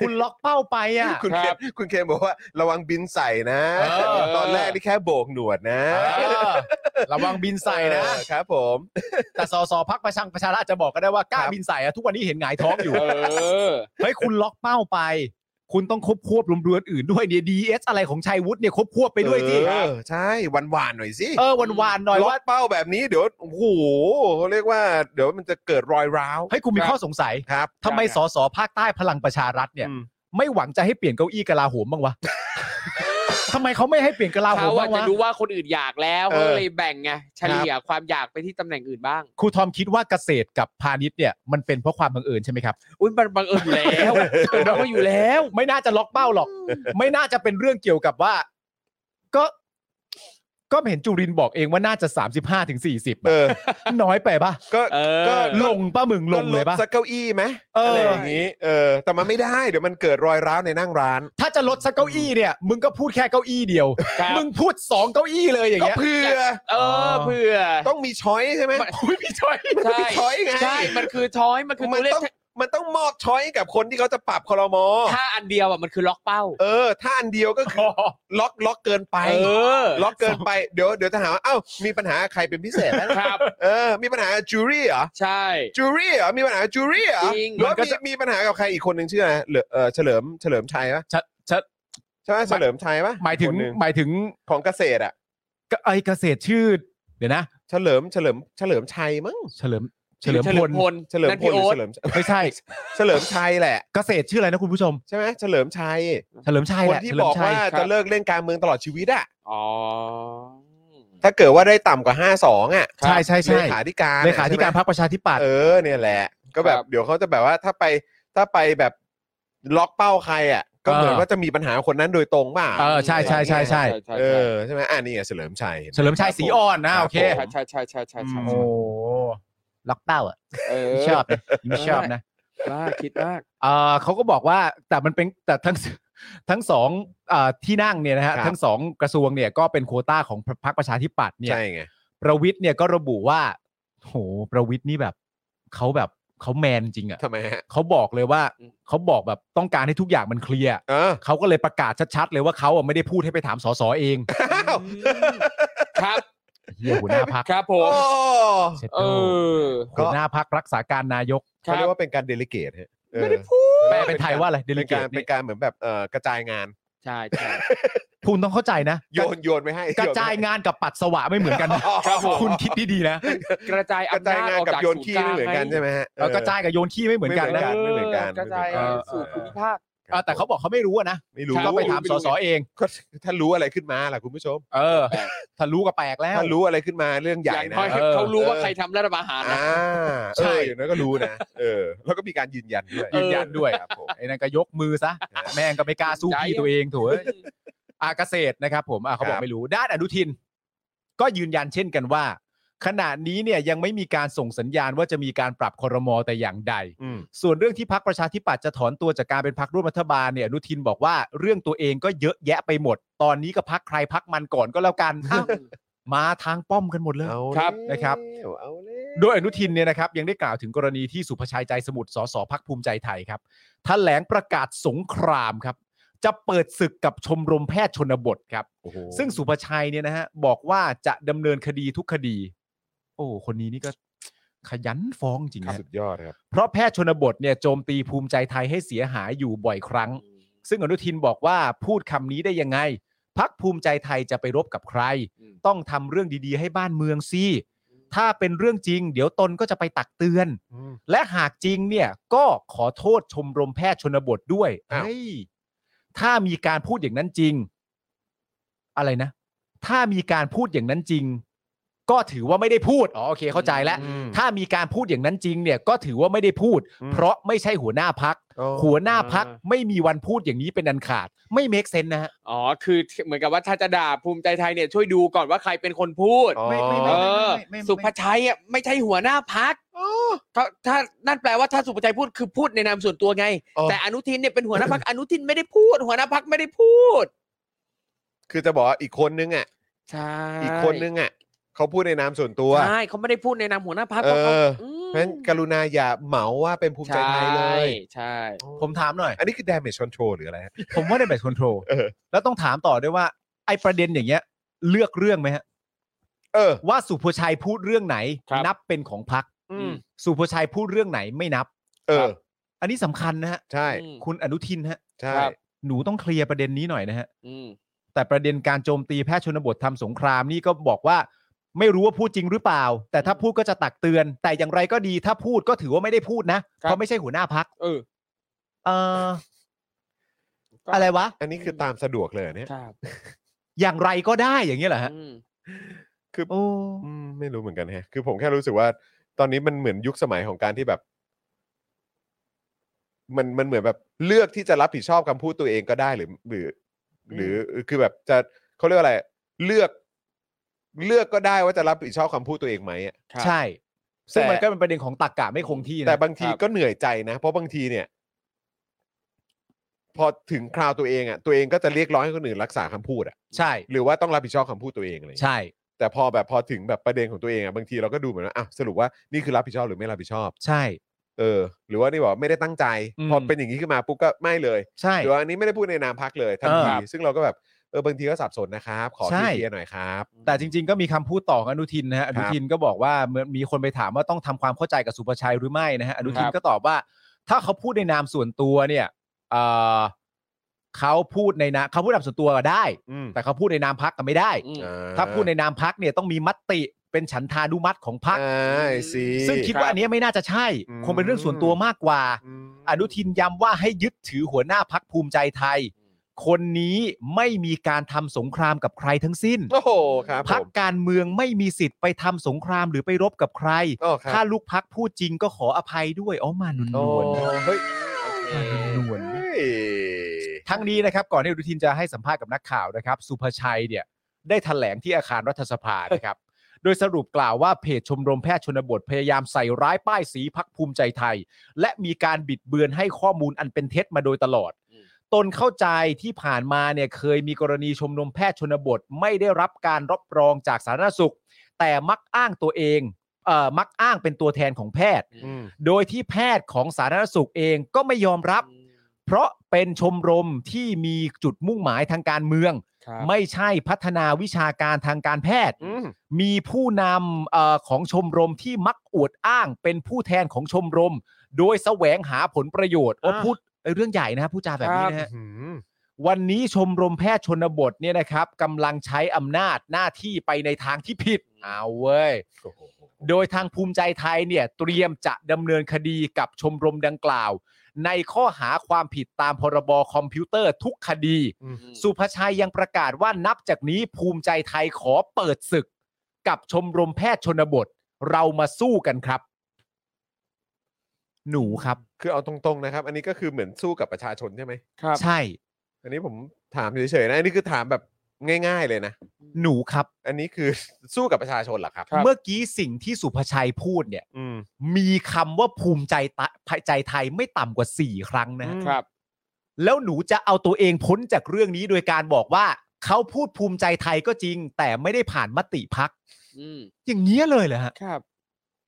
C: คุณล็อกเป้าไปอ่ะ
B: คุณ
D: ค
B: เครับ นคุณเคนบอกว่าระวังบินใส่นะ
C: เออ
B: ตอนแรกนี่แค่โบกหนวดนะ
C: เออระวังบินใส่นะ
B: เออครับผม
C: แต่สสพักประชังประชารัฐอาจจะบอกก็ได้ว่ากล้า
B: ครับ
C: บินใส่อะทุกวันนี้เห็นหงายท้องอยู่
D: เออ
C: เฮ้ย คุณล็อกเป้าไป คุณต้องควบควบรวมเรือนอื่นด้วยเนี่ยดีเอสอะไรของชัยวุฒิเนี่ยควบควบไปด้วยสิ
B: เออใช่วันหวานๆหน่อยสิ
C: เออวันวานๆหน่อย
B: ล็อ
C: ว่าก
B: เป้าแบบนี้เดี๋ยวโอ้โหเขาเรียกว่า เดี๋ยวมันจะเกิดรอยร้าว
C: เฮ้ยกูมีข้อสงสัย
B: ครับ
C: ทำไมสสภาคใต้พลังประชารัฐเนี่ย
B: อืม
C: ไม่หวังจะให้เปลี่ยนเก้าอี้กลาโหมบ้าง วะ ทำไมเขาไม่ให้เปลี่ยนกลาโห
D: เขา
C: ม
D: ว่า
C: บ้างวะ
D: จะรู้ว่าคนอื่นอยากแล้ว
B: เออ
D: เขาเลยแบ่งไงเฉลี่ยความอยากไปที่ตำแหน่งอื่นบ้าง
C: ครูทอมคิดว่าเกษตรกับพาณิชย์เนี่ยมันเป็นเพราะความบังเอิญใช่ไหมครับ
D: อุ้ยมันบังเอิญอยู่แล้วมันบังเอิญอยู่แล้ว
C: ไม่น่าจะล็อกเป้าหรอก ไม่น่าจะเป็นเรื่องเกี่ยวกับว่า ก็ ก็เห็นจุรินทร์บอกเองว่าน่าจะ 35ถึง40
B: เอ
C: อะ
B: อ
C: น้อยไปปะ
B: ก็
D: เออ
B: ก็
C: ลงป้ามึงลงเลยปะ
B: ก็ดสักเก้าอี้ไหม
C: เอออ
B: อะไรอย่างนี้ เออ แต่มันไม่ได้เดี๋ยวมันเกิดรอยร้าวในนั่งร้าน
C: ถ้าจะลดสักเก้าอี้เนี่ย มึงก็พูดแค่เก้าอี้เดียว
D: ครับ
C: มึงพูด 2 เก้าอี้เลยอย่าง
B: ก็
C: เงี้ย
B: เพื่อ
D: เออเพื่อ
B: ต้องมีช้อยใช่ไหม
D: มัน
B: อุ๊ยมีช้อย
D: ใช่
B: ช้อยไง
D: ใช่มันคือช้อยมันคือ
B: มั
D: ตั
B: น
D: วเลข
B: ต้องมันต้องมอบช้อยให้กับคนที่เขาจะปรับคอรมอ
D: ถ้าอันเดียวอ่ะมันคือล็อกเป้า
B: เออ ถ้าอันเดียวก็คือล็อกล็อกเกินไป
D: เออ
B: ล็อกเกินไปเดี๋ยวเดี๋ยวจะหาว่าเอ้ามีปัญหาใครเป็นพิเศษนะครับ เออ มีปัญหาจูรี่เหรอ
D: ใช่
B: จูรี่เหรอมีปัญหาจูรี่เหรอ
D: จริง
B: แล้ว
C: มันก็
B: มี
C: จะ
B: มีปัญหากับใครอีกคนหนึ่งชื่ออะไรเหลือเออเฉลิมเฉลิมชัยปะ
C: ชะชะ
B: ใช่ไหมเฉลิมชัยปะ
C: หมายถึง
B: คนนึ่
C: หมายถึง
B: ของเกษตรอ่ะ
C: ก็ไอเกษตรชื่อ เดี๋ยวนะ
B: เฉลิมเฉลิมเฉลิมชัยมั้ง
C: เฉลิม เฉลิมพล
B: เฉลิม
D: นั่น
B: พลห
D: พี่
B: รือ
D: โอ๊ต
B: เฉลิม
C: ไม่ใช่
B: เฉลิมชัยแหละ
C: เกษตรชื่ออะไรนะคุณผู้ชม
B: ใช่ไหมเฉลิมชัย
C: เฉลิมชัย
B: ค
C: แห
B: น
C: ละ
B: ที่
C: เฉลิ
B: บอ
C: ม
B: ก
C: ชัย
B: ว่าจะเลิกเล่นการเมืองตลอดชีวิตอะ
D: อ๋อ
B: ถ้าเกิดว่าได้ต่ำกว่า 52อ่ะ
C: ใช่ใช่ใช่
B: เลขาธิการ
C: เลขาธิการ
B: ใช่ไหม
C: พรรคประชาธิปัตย์
B: เออเนี่ยแหละ ก็แบบ
D: ครับ
B: เดี๋ยวเขาจะแบบว่าถ้าไปถ้าไปแบบล็อกเป้าใครอ่ะก็เหมือนว่าจะมีปัญหาคนนั้นโดยตรงเปล่า
C: เออใช่ใช่ใช่ใช่
B: เออใช่ไหมอ่ะนี่อะเฉลิมชัย
C: เฉลิมชัยสีอ่อนนะโอเค
B: ครับผม
D: ใช่ใช่ใช่ใช่ใช่ใช่
C: โอ้ล็อกเป้าอ่ะ
D: เออ
C: ชอบนะ
D: เออ
C: ชอบนะ
D: มากคิดมาก
C: เออเขาก็บอกว่าแต่มันเป็นแต่ทั้ง ทั้งสองเอ่อที่นั่งเนี่ยนะ
B: ครั
C: ฮะ
B: บ
C: ทั้งสองกระทรวงเนี่ยก็เป็นโควต้าของพรรคประชาธิปัตย์เนี่ย
B: ใช่ไง
C: ประวิทย์เนี่ยก็ระบุว่าโหประวิทย์นี่แบบเขาแบบเขาแมนจริงอ่ะ
B: ทำไมฮะ
C: เขาบอกเลยว่า
D: อืม
C: เขาบอกแบบต้องการให้ทุกอย่างมันเคลียร์
B: เออ
C: เขาก็เลยประกาศชัดๆเลยว่าเขาอ่ะไม่ได้พูดให้ไปถามสสเอง
B: อ้าว
D: ครับ
C: เฮียหัวหน้าพัก
D: ครับผ
B: โอ้
D: ม
C: เอ
D: เอ
C: อ
D: อ
C: หัวหน้าพักรักษาการนายก
D: ค
B: เขา
D: รั
B: เรีย
D: บ
B: กว่าเป็นการเดลิเกตฮะเออ
C: ไม่ได้พูดแปลเป็นไทยว่าอะไรเดลิ
B: เป็น
C: เก
B: การ
C: ต
B: เป็นการเหมือนแบบเอ่อกระจายงาน
D: ใช่ใช่
C: คุณต้องเข้าใจนะ
B: โยนโยนไปให้
C: กระจายงานกับปัดสาวะไม่เหมือนกันนะครับ
D: ผม
C: คุณคิดดีๆนะ
D: กระจาย
B: กระ
D: อำ
B: จาย
D: นาจ
B: งาน
D: ออก
B: กับ
D: จาก
B: โยนขี้ไม่เหมือนกันใช่ไหมฮะ
C: เออกระจายกับโยนขี้ไม่เหมือนกันนะ
B: ไม่เหมือนกัน
D: กระจาย
B: ไม่เหมือนน
D: สู่ภูมิภาค
C: เออแต่เขาบอกเขาไม่รู้อะนะ
B: ไม่รู้
C: เขาไปถามสสเอง
B: ก็ถ้ารู้อะไรขึ้นมาล่ะคุณผู้ชม
C: เออถ้ารู้ก็แปลกแล้ว
B: ถ้ารู้อะไรขึ้นมาเรื่องใหญ่นะ
D: อย่างน้อย
C: เออ
D: เขารู้ว่าใครทำรัฐประหารนะ
B: อ่า
C: ใช่
B: ใช่อย่างนั้นก็รู้นะเออ แล้วก็มีการยืนยันด้วย
D: เออ
C: ยืนยันด้วย
B: ครับผม
C: ไอ้นั่นก็ยกมือซะแม่งก็ไม่กล้าสู้พี่ตัวเองโถูกอาเกษตรนะครับ ผมอ่ะเขาบอกไม่รู้ด้านอนุทิน ก็ยืนยันเช่นกันว่า ขณะนี้เนี่ยยังไม่มีการส่งสัญญาณว่าจะมีการปรับครมอแต่อย่างใด
B: อืม
C: ส่วนเรื่องที่พักประชาธิปัตย์จะถอนตัวจากการเป็นพักร่วมรัฐบาลเนี่ยอนุทินบอกว่าเรื่องตัวเองก็เยอะแยะไปหมด ตอนนี้ก็พักใครพักมันก่อนก็แล้วกันอ้าวมาทางป้อมกันหมดเลย
B: เอา
D: ครับ
B: แล้ว
C: นะครับ
B: เอาแล้ว
C: โดยอนุทินเนี่ยนะครับยังได้กล่าวถึงกรณีที่สุภชัยใจสมุทรสสพักภูมิใจไทยครับแถลงประกาศสงครามครับ จะเปิดศึกกับชมรมแพทย์ชนบทครับ ซึ่งสุภชัยเนี่ยนะฮะบอกว่าจะดำเนินคดีทุกคดี โอ้คนนี้นี่ก็ขยันฟ้องจริงนะ
B: สุดยอดครับ
C: เพราะแพทย์ชนบทเนี่ยโจมตีภูมิใจไทยให้เสียหายอยู่บ่อยครั้ง ซึ่งอนุทินบอกว่าพูดคำนี้ได้ยังไง พักภูมิใจไทยจะไปรบกับใคร
D: อืม
C: ต้องทำเรื่องดีๆ ให้บ้านเมืองสิถ้าเป็นเรื่องจริง เดี๋ยวตนก็จะไปตักเตือน และหากจริงเนี่ยก็ขอโทษชมรมแพทย์ชนบทด้วย
B: อ้าว
C: เฮ้ยถ้ามีการพูดอย่างนั้นจริง อะไรนะ ถ้ามีการพูดอย่างนั้นจริง ก็ถือว่าไม่ได้พูดอ๋อโอเคเข้าใจแล้ว
B: อืม
C: ถ้ามีการพูดอย่างนั้นจริงเนี่ยก็ถือว่าไม่ได้พูด
B: อืม
C: เพราะไม่ใช่หัวหน้าพัก
B: โอ้
C: หัวหน้าพักไม่มีวันพูดอย่างนี้เป็นอันขาด ไม่เมคเซนนะฮะ
D: อ๋อคือเหมือนกับว่าถ้าจะด่าภูมิใจไทยเนี่ยช่วยดูก่อนว่าใครเป็นคนพูด
B: อ๋อ
E: ไม่ไม่
D: เอ
E: ไม่
D: อ
E: ไม่ไม่ไม่ไม่
D: สุภชัยอ่ะไม่ใช่หัวหน้าพักก็ถ้านั่นแปลว่าถ้าสุภชัยพูดคือพูดในนามส่วนตัวไง
B: อ๋อ
D: แต่อนุทินเนี่ยเป็นหัวหน้าพัก อนุทินไม่ได้พูด หัวหน้าพักไม่ได้พูด
B: คือจะบอกว่าอีกคนนึงอ่ะ
D: ใช่
B: อีกคนนึงอ่ะเขาพูดในนามส่วนตัว
D: ใช่เขาไม่ได้พูดในนามหัวหน้าพัก
B: เออ
D: เพราะเขาอืม
B: เพราะฉะนั้นกรุณาอย่าเหมาว่าเป็นภูมิใจไทยเลย
D: ใช่
C: ผมถามหน่อย
B: อันนี้คือ damage control หรืออะไรฮะ
C: ผมว่าได้แบบคอนโทรล
B: เออ
C: แล้วต้องถามต่อด้วยว่า ไอ้ประเด็นอย่างเงี้ย เลือกเรื่องไหมฮะ
B: เออ
C: ว่าสุภชัยพูดเรื่องไหน
B: ครับ
C: นับเป็นของพัก
B: อืม
C: สุภชัยพูดเรื่องไหนไม่นับ
B: เอ
C: ค
B: อ
C: รับ อันนี้สำคัญนะฮะ
B: ใช่
D: อืม
C: คุณอนุทินฮะ
B: ใช่
D: ครับ
C: หนูต้องเคลียร์ประเด็นนี้หน่อยนะฮะ
D: อืม
C: แต่ประเด็นการโจมตีแพทย์ชนบททำสงครามนี่ก็บอกว่า ไม่รู้ว่าพูดจริงหรือเปล่า แต่ถ้าพูดก็จะตักเตือน แต่อย่างไรก็ดีถ้าพูดก็ถือว่าไม่ได้พูดนะเพราะไม่ใช่หัวหน้าพัก
D: เออ
C: เอ่ อ
D: ก็
C: อะไรวะ
B: อันนี้คือตามสะดวกเลยเนี่ย
D: ครับ
C: อย่างไรก็ได้อย่างเงี้ยเหรอฮะ
D: อืม
B: คือ
C: โอ้
B: อืมไม่รู้เหมือนกันฮะ คือผมแค่รู้สึกว่า ตอนนี้มันเหมือนยุคสมัยของการที่แบบ มันมันเหมือนแบบเลือกที่จะรับผิดชอบคำพูดตัวเองก็ได้หรือ หรือ หรือคือแบบจะเขาเรียกว่าอะไร เลือก เลือกก็ได้ว่าจะรับผิดชอบคำพูดตัวเองไหมอะ
D: ครับ
C: ใช่ ซึ่ง
B: แต่
C: มันก็เป็นประเด็นของตรกกะไม่คงที่นะ
B: แต่บางที
D: ครับ
B: ก็เหนื่อยใจนะ เพราะบางทีเนี่ย พอถึงคราวตัวเองอ่ะตัวเองก็จะเรียกร้องให้คนอื่นรักษาคำพูดอ่ะ
C: ใช่
B: หรือว่าต้องรับผิดชอบคำพูดตัวเองอะไรอย่างเงี้ย
C: ใช่
B: แต่พอแบบพอถึงแบบประเด็นของตัวเองอ่ะบางทีเราก็ดูเหมือนว่าอ่ะสรุปว่านี่คือรับผิดชอบหรือไม่รับผิดชอบ
C: ใช่
B: เออ หรือว่านี่บอกไม่ได้ตั้งใจ
C: อืม
B: พอเป็นอย่างนี้ขึ้นมาปุ๊บก็ไม่เลย
C: ใช่
B: หรือว่าอันนี้ไม่ได้พูดในนามพักเลยทันที
D: เออ
B: ซึ่งเราก็แบบเออบางทีก็สับสนนะครับ ขอ
C: ใช่
B: เคลียร์หน่อยครับ
C: แต่จริง ๆ ก็มีคำพูดต่อของอนุทินนะฮะอนุทินก็บอกว่าเหมือนมีคนไปถามว่าต้องทำความเข้าใจกับสุภชัยหรือไม่นะฮะอนุทินก็ตอบว่า ถ้าเขาพูดในนามส่วนตัวเนี่ยเอ่อเขาพูดในนามเขาพูดในนามส่วนตัวก็ได้
B: อืม
C: แต่เขาพูดในนามพักก็ไม่ได้
D: อืม
B: อ่
C: ถ้าพูดในนามพักเนี่ยต้องมีมติเป็นฉันทานุมัติของพัก
B: อ่าสิ
C: ซึ่งคิดว่าอันเนี้ยไม่น่าจะใช่
B: อืม
C: คงเป็นเรื่องส่วนตัวมากกว่า
B: ม
C: อนุทินย้ำว่าให้ยึดถือหัวหน้าพักภูมิใจไทย คนนี้ไม่มีการทำสงครามกับใครทั้งสิ้น
B: โอ้โหครับ
C: พัก
B: ผม
C: การเมืองไม่มีสิทธิ์ไปทำสงครามหรือไปรบกับใคร
B: อ๋อครับ
C: ถ้าลูกพักพูดจริงก็ขออภัยด้วยอ๋อมานุน
B: โอ้
C: วล
B: เฮ้ย
C: มานุนวล
B: เฮ้ย
C: ทั้งนี้นะครับ ก่อนที่อนุทินจะให้สัมภาษณ์กับนักข่าวนะครับ สุภชัยเนี่ย ได้แถลงที่อาคารรัฐสภานะครับ โดยสรุปกล่าวว่าเพจชมรมแพทย์ชนบทพยายามใส่ร้ายป้ายสีพักภูมิใจไทย และมีการบิดเบือนให้ข้อมูลอันเป็นเท็จมาโดยตลอด
D: อืม
C: ตนเข้าใจที่ผ่านมาเนี่ยเคยมีกรณีชมรมแพทย์ชนบทไม่ได้รับการรับรองจากสาธารณสุข แต่มักอ้างตัวเองเอ่อมักอ้างเป็นตัวแทนของแพทย์
B: อืม
C: โดยที่แพทย์ของสาธารณสุขเองก็ไม่ยอมรับ เพราะเป็นชมรมที่มีจุดมุ่งหมายทางการเมือง
D: ครับ
C: ไม่ใช่พัฒนาวิชาการทางการแพทย์
B: อืม
C: มีผู้นำเออของชมรมที่มักอวดอ้างเป็นผู้แทนของชมรม โดยแสวงหาผลประโยชน์โอ้
D: อ่า
C: พูดเอ้ยเรื่องใหญ่นะฮะผู้จาแบบนี้นะฮะ
B: อืม
C: วันนี้ชมรมแพทย์ชนบทเนี่ยนะครับกำลังใช้อำนาจหน้าที่ไปในทางที่ผิดเอาเว้ย
B: โอ้โห
C: โดยทางภูมิใจไทยเนี่ยเตรียมจะดำเนินคดีกับชมรมดังกล่าว ในข้อหาความผิดตามพรบคอมพิวเตอร์ทุกคดี สุภชัยยังประกาศว่านับจากนี้ภูมิใจไทยขอเปิดศึก กับชมรมแพทย์ชนบท เรามาสู้กันครับ หนูครับ
B: คือเอาตรงๆนะครับ อันนี้ก็คือเหมือนสู้กับประชาชนใช่ไหม
D: ครับ
C: ใช่
B: อันนี้ผมถามเฉยๆนะอันนี้คือถามแบบง่าย ๆ เลยนะ
C: หนูครับ
B: อันนี้คือ สู้กับประชาชนเหรอครับ
D: ครับ
C: เมื่อกี้สิ่งที่สุภชัยพูดเนี่ย
B: อืม
C: มีคำว่าภูมิใจตะใจไทยไม่ต่ำกว่า 4 ครั้งนะฮะ
D: ครับ
C: แล้วหนูจะเอาตัวเองพ้นจากเรื่องนี้โดยการบอกว่า เขาพูดภูมิใจไทยก็จริง แต่ไม่ได้ผ่านมติพัก
D: อืม
C: อย่างเงี้ยเลยเหรอฮะ
D: ครับ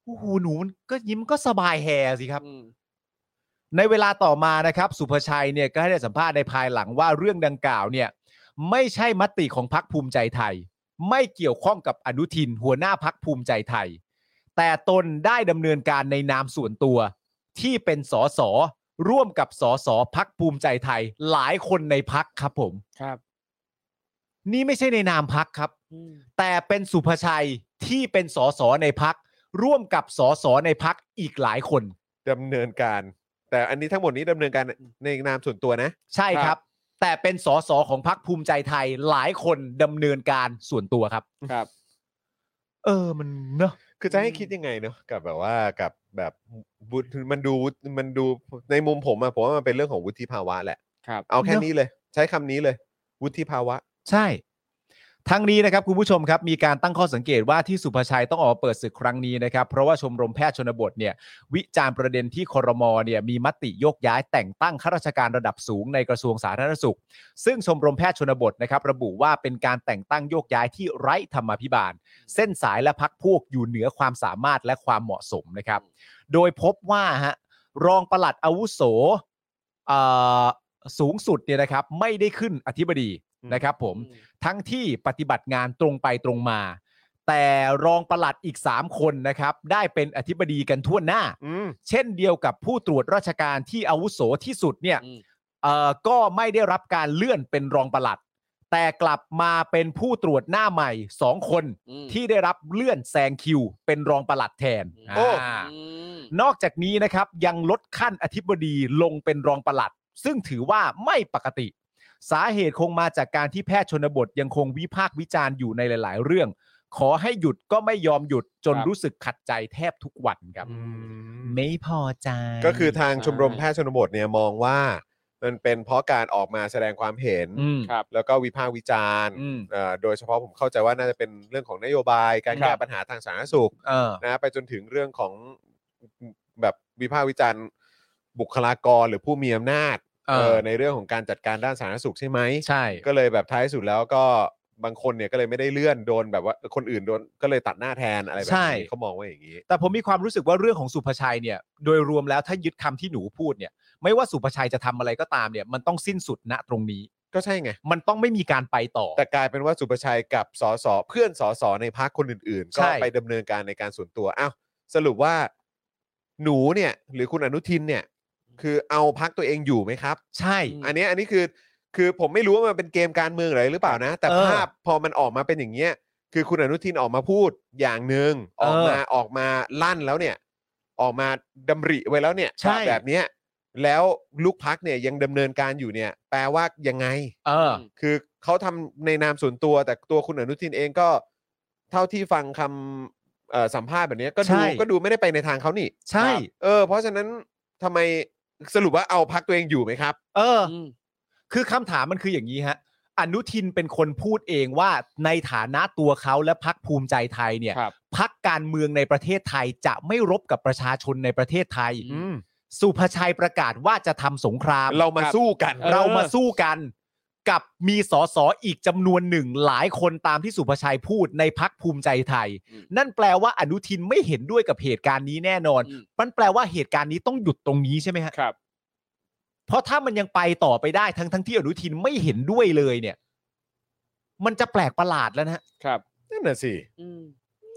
C: โอ้โหหนูมันก็ยิ้มก็สบายแฮสิครับ
D: อืม
C: ในเวลาต่อมานะครับ สุภชัยเนี่ยก็ให้ได้สัมภาษณ์ในภายหลังว่าเรื่องดังกล่าวเนี่ย ไม่ใช่มติของพักภูมิใจไทย ไม่เกี่ยวข้องกับอนุทิน หัวหน้าพักภูมิใจไทย แต่ตนได้ดำเนินการในนามส่วนตัว ที่เป็นสสร่วมกับสสพักภูมิใจไทย หลายคนในพักครับผม
D: ครับ
C: นี่ไม่ใช่ในนามพักครับ
D: อืม
C: แต่เป็นสุภชัยที่เป็นสสในพักร่วมกับสสในพักอีกหลายคน
B: ดำเนินการ แต่อันนี้ทั้งหมดนี้ดำเนินการในนามส่วนตัวนะ
C: ใช่ครับ แต่เป็นสสของพักภูมิใจไทยหลายคนดำเนินการส่วนตัวครับ
D: ครับ
C: เออมันเนอะ
B: คือจะให้คิดยังไงเนอะกับแบบว่ากับแบบวุฒิมันดูมันดูในมุมผมอะผมว่ามันเป็นเรื่องของวุฒิภาวะแหละ
D: ครับ
B: เอาแค่นี้เลย ใช้คำนี้เลย วุฒิภาวะ
C: ใช่ ทั้งนี้นะครับคุณผู้ชมครับ มีการตั้งข้อสังเกตว่าที่สุภาชัยต้องออกมาเปิดศึกครั้งนี้นะครับ เพราะว่าชมรมแพทย์ชนบทเนี่ยวิจารณ์ประเด็นที่ครมเนี่ยมีมติโยกย้ายแต่งตั้งข้าราชการระดับสูงในกระทรวงสาธารณสุข ซึ่งชมรมแพทย์ชนบทนะครับระบุว่าเป็นการแต่งตั้งโยกย้ายที่ไร้ธรรมาภิบาล เส้นสายและพักพวกอยู่เหนือความสามารถและความเหมาะสมนะครับ โดยพบว่าฮะรองปลัดอาวุโสเอ่อสูงสุดเนี่ยนะครับไม่ได้ขึ้นอธิบดี
B: อืม
C: นะครับผม ทั้งที่ปฏิบัติงานตรงไปตรงมา แต่รองปลัดอีก 3 คนนะครับ ได้เป็นอธิบดีกันทั่วหน้า
B: อืม
C: เช่นเดียวกับผู้ตรวจราชการที่อาวุโสที่สุดเนี่ย
D: อืม
C: เอ่อก็ไม่ได้รับการเลื่อนเป็นรองปลัด แต่กลับมาเป็นผู้ตรวจหน้าใหม่ 2 คน
D: อืม
C: ที่ได้รับเลื่อนแซงคิว เป็นรองปลัดแทน
B: โอ้
C: า
D: อืม
C: นอกจากนี้นะครับยังลดขั้นอธิบดีลงเป็นรองปลัด ซึ่งถือว่าไม่ปกติ สาเหตุคงมาจากการที่แพทย์ชนบทยังคงวิพากษ์วิจารณ์อยู่ในหลาย ๆ เรื่อง ขอให้หยุดก็ไม่ยอมหยุดจนรู้สึกขัดใจแทบทุกวันครับ ไม่พอใจ
B: ก็คือทางชมรมแพทย์ชนบทเนี่ยมองว่า มันเป็นเพราะการออกมาแสดงความเห็น
C: อืม
D: ครับ
B: แล้วก็วิพากษ์วิจารณ์
C: อืม
B: เอ่อโดยเฉพาะผมเข้าใจว่าน่าจะเป็นเรื่องของนโยบาย การ
C: ครับ
B: แก้ปัญหาทางสาธารณสุข
C: เออ
B: นะไปจนถึงเรื่องของแบบวิพากษ์วิจารณ์บุคลากรหรือผู้มีอำนาจ
C: เออ
B: เออในเรื่องของการจัดการด้านสาธารณสุขใช่ไหม
C: ใช่
B: ก็เลยแบบท้ายสุดแล้วก็บางคนเนี่ยก็เลยไม่ได้เลื่อนโดนแบบว่าคนอื่นโดนก็เลยตัดหน้าแทนอะไรแบบ
C: ใช่
B: นี้เขามองว่าอย่างนี้
C: แต่ผมมีความรู้สึกว่าเรื่องของสุภชัยเนี่ย โดยรวมแล้วถ้ายึดคำที่หนูพูดเนี่ย ไม่ว่าสุภชัยจะทำอะไรก็ตามเนี่ย มันต้องสิ้นสุดณตรงนี้
B: ก็ใช่ไง
C: มันต้องไม่มีการไปต่อ
B: แต่กลายเป็นว่าสุประชัยกับสสเพื่อนสสในพักคนอื่นๆ ก็
C: ใช่
B: ไปดำเนินการในการส่วนตัวอ้าวสรุปว่าหนูเนี่ยหรือคุณอนุทินเนี่ย คือเอาพักตัวเองอยู่ไหมครับ
C: ใช่
D: อืม
B: อันเนี้ยอันนี้คือคือผมไม่รู้ว่ามันเป็นเกมการเมืองหรืออะไรหรือเปล่านะ แต่
C: เออ
B: ภาพพอมันออกมาเป็นอย่างเงี้ย คือคุณอนุทินออกมาพูดอย่างหนึ่งอ
C: เออ
B: อกมาออกมาลั่นแล้วเนี่ย ออกมาดำริไว้แล้วเนี่ย
C: ใช่
B: แบบเนี้ยแล้วลูกพักเนี่ยยังดำเนินการอยู่เนี่ย แปลว่ายังไง
C: เออ
B: คือเขาทำในนามส่วนตัว แต่ตัวคุณอนุทินเองก็ เท่าที่ฟังคำเอ่อสัมภาษณ์แบบเนี้ยก็
C: ใช่
B: ดูก็ดูไม่ได้ไปในทางเขานี่
C: ใช่
B: ครับเออ เพราะฉะนั้นทำไมสรุปว่าเอาพักตัวเองอยู่ไหมครับ
C: เออ
D: อืม
C: คือคำถามมันคืออย่างนี้ฮะ อนุทินเป็นคนพูดเองว่าในฐานะตัวเขาและพักภูมิใจไทยเนี่ย
D: ครับ
C: พักการเมืองในประเทศไทยจะไม่รบกับประชาชนในประเทศไทย
D: อืม
C: สุภชัยประกาศว่าจะทำสงคราม
B: เรามา
D: ครับ
B: สู้กัน
D: เออ
C: เรามาสู้กันกับมีสสอีกจำนวนหนึ่งหลายคนตามที่สุภชัยพูดในพักภูมิใจไทย
D: อืม
C: นั่นแปลว่าอนุทินไม่เห็นด้วยกับเหตุการณ์นี้แน่นอน
D: อืม
C: มันแปลว่าเหตุการณ์นี้ต้องหยุดตรงนี้ใช่ไหมฮะ
D: ครับ
C: เพราะถ้ามันยังไปต่อไปได้ทั้งทั้งที่อนุทินไม่เห็นด้วยเลยเนี่ย มันจะแปลกประหลาดแล้วนะฮะ
D: ครับ
B: นั่นน่ะสิ
D: อืม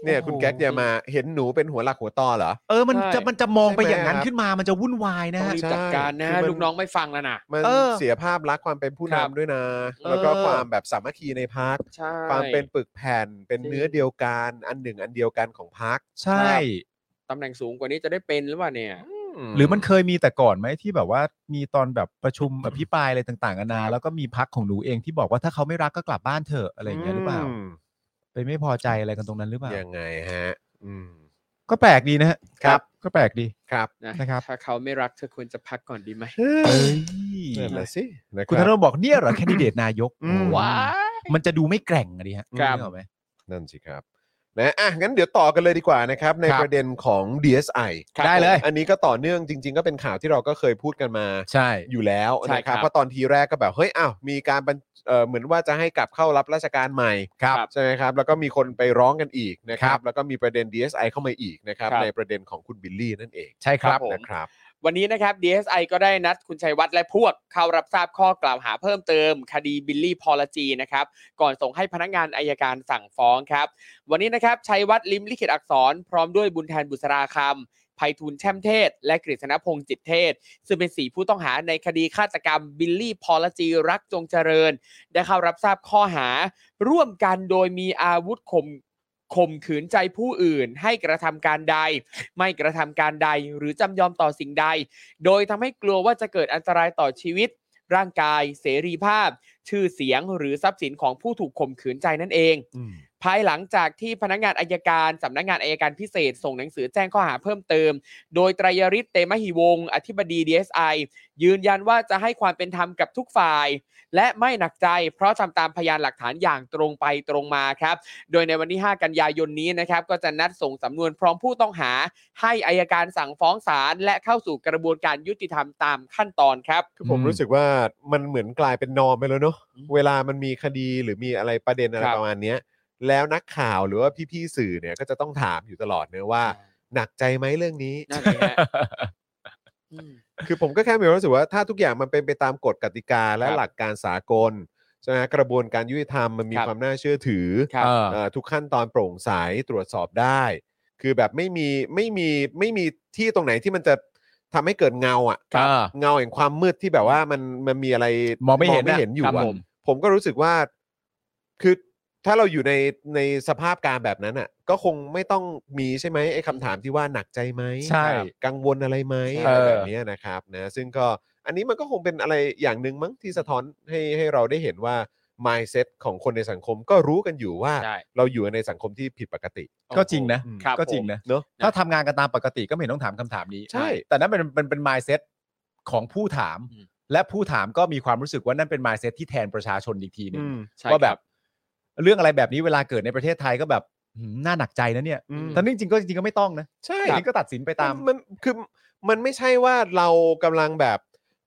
B: เนี่ยคุณแก๊กอย่ามาเห็นหนูเป็นหัวหลักหัวต่อเหรอ
C: เออมัน
D: ใช่
C: จะมันจะมองไป
B: ใช่ไหม
C: อย่างนั้น
B: ครับ
C: ขึ้นมามันจะวุ่นวายนะ
D: ต้อง
C: ฮะ
D: รีบจัดการนะ
B: ใช่คือมัน
D: ลูกน้องไม่ฟังแล้วนะ
B: มัน
C: เออ
B: เสียภาพลักษณ์ความเป็นผู้
D: ครับ
B: นำด้วยนะ
D: เออ
B: แล้วก็ความแบบสามัคคีในพัก
D: ใช่
B: ความเป็นปึกแผ่นเป็นเนื้อเดียวกันอันหนึ่งอันเดียวกันของพัก
C: ใช่
D: ตำแหน่งสูงกว่านี้จะได้เป็นหรือเปล่าเนี่ย
C: หรือมันเคยมีแต่ก่อนไหมที่แบบว่ามีตอนแบบประชุมอภิปรายอะไรต่างๆนานาแล้วก็มีพักของหนูเองที่บอกว่าถ้าเขาไม่รักก็กลับบ้านเถอะอะไรอย่างเงี้ยหรือเปล่าไปไม่พอใจอะไรกันตรงนั้นหรือเปล่า
B: ยังไงฮะ อืม
C: ก็แปลกดีนะฮะ
B: ครับ
C: ก็แปลกดี
B: ครับ
D: นะ
C: นะครับ
D: ถ้าเขาไม่รักเธอควรจะพักก่อนดีไหม
C: เอ้ย
B: นั่นแหละสินะ
C: คุณ
B: ค
C: ธ
B: รับ
C: นนบอกเนี่ยเหรอแคนดิเดตนายก
B: อืม
C: ว้า
D: ว้าย
C: มันจะดูไม่แกร่งอะดิฮะ
D: ครับ
C: นึกออกไหม
B: นั่นสิครับ นะอ่ะงั้นเดี๋ยวต่อกันเลยดีกว่านะครับ ใน
C: ครับ
B: ประเด็นของ DSI
D: ครับ
C: ได้เลย
B: อันนี้ก็ต่อเนื่องจริง ๆ ก็เป็นข่าวที่เราก็เคยพูดกันมา
C: ใช่
B: อยู่แล้ว
D: ใช่
B: นะค
D: ครั
B: รับบ เพราะตอนทีแรกก็แบบเฮ้ยอ้าวมีการบันเอ่อเหมือนว่าจะให้กลับเข้ารับราชการใหม่
D: ครับ
B: ใช่ไหมครับ แล้วก็มีคนไปร้องกันอีกนะค
C: ค
B: รั
C: รับ บ
B: แล้วก็มีประเด็น DSI เข้ามาอีกนะครับ
D: ครับ
B: ในประเด็นของคุณบิลลี่นั่นเอง
C: ใช่ครับ
D: ผม
B: นะครับ
D: วันนี้นะครับ DSI ก็ได้นัดคุณชัยวัฒน์และพวกเข้ารับทราบข้อกล่าวหาเพิ่มเติม คดีบิลลี่พอลจีนะครับ ก่อนส่งให้พนักงานอายการสั่งฟ้องครับ วันนี้นะครับชัยวัฒน์ลิมลิขิตอักษร พร้อมด้วยบุญแทนบุษราคำไพฑูรย์แช่มเทศ และกฤษณพงษ์จิตเทศ ซึ่งเป็นสีผู้ต้องหาในคดีฆาตกรรมบิลลี่พอลจีรักจงเจริญ ได้เข้ารับทราบข้อหา ร่วมกันโดยมีอาวุธข่มข่มขืนใจผู้อื่น ให้กระทำการใด ไม่กระทำการใดหรือจำยอมต่อสิ่งใด โดยทำให้กลัวว่าจะเกิดอันตรายต่อชีวิต ร่างกาย เสรีภาพ ชื่อเสียงหรือทรัพย์สินของผู้ถูกข่มขืนใจนั่นเอง ภายหลังจากที่พนักงานอายการสำนักงานอายการพิเศษ ส่งหนังสือแจ้งข้อหาเพิ่มเติม โดยไตรยฤทธิ์เตมหิวงศ์อธิบดี DSI ยืนยันว่าจะให้ความเป็นธรรมกับทุกฝ่าย และไม่หนักใจ เพราะทำตามพยานหลักฐานอย่างตรงไปตรงมาครับ โดยในวันที่ 5 กันยายนนี้นะครับ ก็จะนัดส่งสำนวนพร้อมผู้ต้องหา ให้อายการสั่งฟ้องศาลและเข้าสู่กระบวนการยุติธรรมตามขั้นตอนครับ
B: คือผม
C: อืม
B: รู้สึกว่ามันเหมือนกลายเป็นนอมไปแล้วเนอะ
D: อืม
B: เวลามันมีคดีหรือมีอะไรประเด็นอะไร
D: ครับ
B: ประมาณเนี้ยแล้วนักข่าวหรือว่าพี่ๆสื่อเนี่ยก็จะต้องถามอยู่ตลอดเนอะว่า หนักใจไหมเรื่องนี้
D: นั่นเลยฮะ อืม
B: คือผมก็แค่มีความรู้สึกว่าถ้าทุกอย่างมันเป็นไปตามกฎกติกาและ
D: ครับ
B: หลักการสากลใช่ไหมกระบวนการยุติธรรมมันมี
D: ครับ
B: ความน่าเชื่อถือ
D: ครับ
C: เออ
B: เอ่อทุกขั้นตอนโปร่งใสตรวจสอบได้ คือแบบไม่มีไม่มีไม่มีที่ตรงไหนที่มันจะทำให้เกิดเงาอ่ะ
C: ครับ
B: เงาแห่งความมืดที่แบบว่ามันมันมีอะไร
C: มองไม่เห็น
B: เห็นอยู่
C: ครับ
B: อะ
C: ผม
B: ผมก็รู้สึกว่าคือถ้าเราอยู่ในในสภาพการแบบนั้นอ่ะ ก็คงไม่ต้องมีใช่ไหมไอ้คำถามที่ว่าหนักใจไหม
C: ใช่
B: ครับกังวลอะไรไหมอะ
D: ใช่
B: ไรแบบเนี้ยนะครับนะซึ่งก็อันนี้มันก็คงเป็นอะไรอย่างหนึ่งมั้งที่สะท้อนให้ให้เราได้เห็นว่า mindset ของคนในสังคมก็รู้กันอยู่ว่า
D: ใช่
B: เราอยู่ในสังคมที่ผิดปกติ
C: ก็จริงนะ
B: อืม
D: ครับ
C: ก็จริง
D: ผม
C: นะ
B: เนาะ
C: ถ้าทำงานกันตามปกติก็ไม่เห็นต้องถามคำถามนี้
B: ใช่
C: แต่นั่นเป็นเป็นเป็น mindset ของผู้ถาม
D: อืม
C: และผู้ถามก็มีความรู้สึกว่านั่นเป็น mindset ที่แทนประชาชนอีกทีหนึง
D: ใช่
C: ว่าแบ
D: ครับ
C: เรื่องอะไรแบบนี้เวลาเกิดในประเทศไทยก็แบบหืมน่าหนักใจนะเนี่ย
B: อืม
C: แต่จริงๆก็จริงๆก็ไม่ต้องนะ
B: ใช่
C: จริงๆก็ตัดสินไปตาม
B: มันคือมันไม่ใช่ว่าเรากำลังแบบ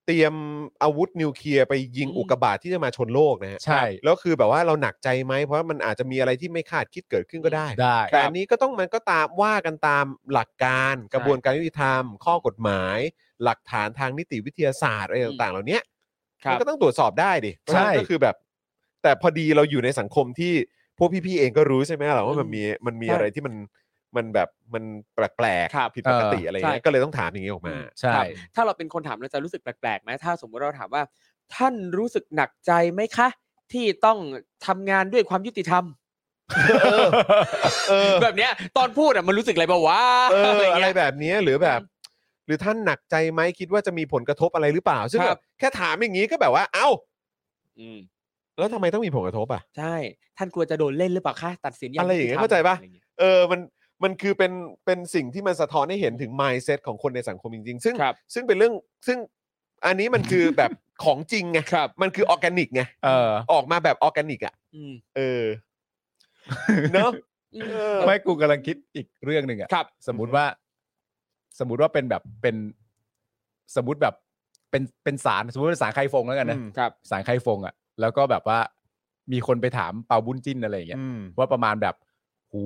B: เตรียมอาวุธนิวเคลียร์ไปยิง
D: อืม
B: อุกกาบาตที่จะมาชนโลกนะฮะ
C: ใช่
B: แล้วคือแบบว่าเราหนักใจไหมเพราะมันอาจจะมีอะไรที่ไม่คาดคิดเกิดขึ้นก็ได้
C: ได้
B: แต่อันนี้ก็ต้องมันก็ตามว่ากันตามหลักการกระบวนการยุติธรรม ข้อกฎหมาย หลักฐานทางนิติวิทยาศาสตร์อะไรต่างๆ เหล่าเนี้ย
D: ครั
B: มั
D: บ
B: ก็ต้องตรวจสอบได้ดิ
C: ใช่
B: เพราะฉะนั้นก็คือแบบ แต่พอดีเราอยู่ในสังคมที่พวกพี่ๆเองก็รู้ใช่ไหมล่ะว่ามันมีมันมี
D: ใช่
B: อะไรที่มันมันแบบมันแปลก
D: ครับ
B: ๆผิดปกติอะไร
D: ใช่
B: เงี้ยก็เลยต้องถามอย่างนี้ออกมา
C: ใช่
D: ครับถ้าเราเป็นคนถามเราจะรู้สึกแปลกๆไหมถ้าสมมติเราถามว่า ท่านรู้สึกหนักใจไหมคะ ที่ต้องทำงานด้วยความยุติธรรม
B: เออ
D: แบบเนี้ยตอนพูดอ่ะมันรู้สึกอะไรบ้าวะ
B: เออ
D: อะไร
B: อะไร
D: เงี้ย
B: แบบเนี้ยหรือแบบ หรือท่านหนักใจไหมคิดว่าจะมีผลกระทบอะไรหรือเปล่า ซึ่ง
D: ค
B: แบ
D: รั
B: บบ แค่ถามอย่างนี้ก็แบบว่า เอ้า
D: อืม
B: แล้วทำไมต้องมีผลกระทบอ่ะ
D: ใช่ ท่านกลัวจะโดนเล่นหรือเปล่าคะตัดสินอย่าง
B: อะไรอย่างเงี้ย
D: ยุติธม
B: เข้าใจปะ
D: อไรเงี้ย
B: เออ มัน มันคือเป็น เป็นสิ่งที่มันสะท้อนให้เห็นถึง mindset ของคนในสังคมจริง ๆ ซึ่ง
D: ครับ
B: ซึ่งเป็นเรื่อง ซึ่ง อันนี้มันคือ แบบ ของจริงไง
D: ครับ
B: มันคือออร์แกนิกไง
C: เออ
B: ออกมาแบบออร์แกนิกอ่ะ
D: อืม
B: เออ เนอะ
D: อืม
B: เออ
C: ไม่กูกำลังคิดอีกเรื่องหนึ่งอะ
D: ครับ
C: สมมุติว่า สมมุติว่าเป็นแบบเป็น สมมุติแบบเป็นเป็นสารสมมติเป็นสารไคฟงแล้วกันนะ
B: อืม
D: ครับ
C: สารไคฟงอะแล้วก็แบบว่ามีคนไปถามเปาบุญจิ้นอะไรอย่างเงี้ย
B: อืม
C: ว่าประมาณแบบ หู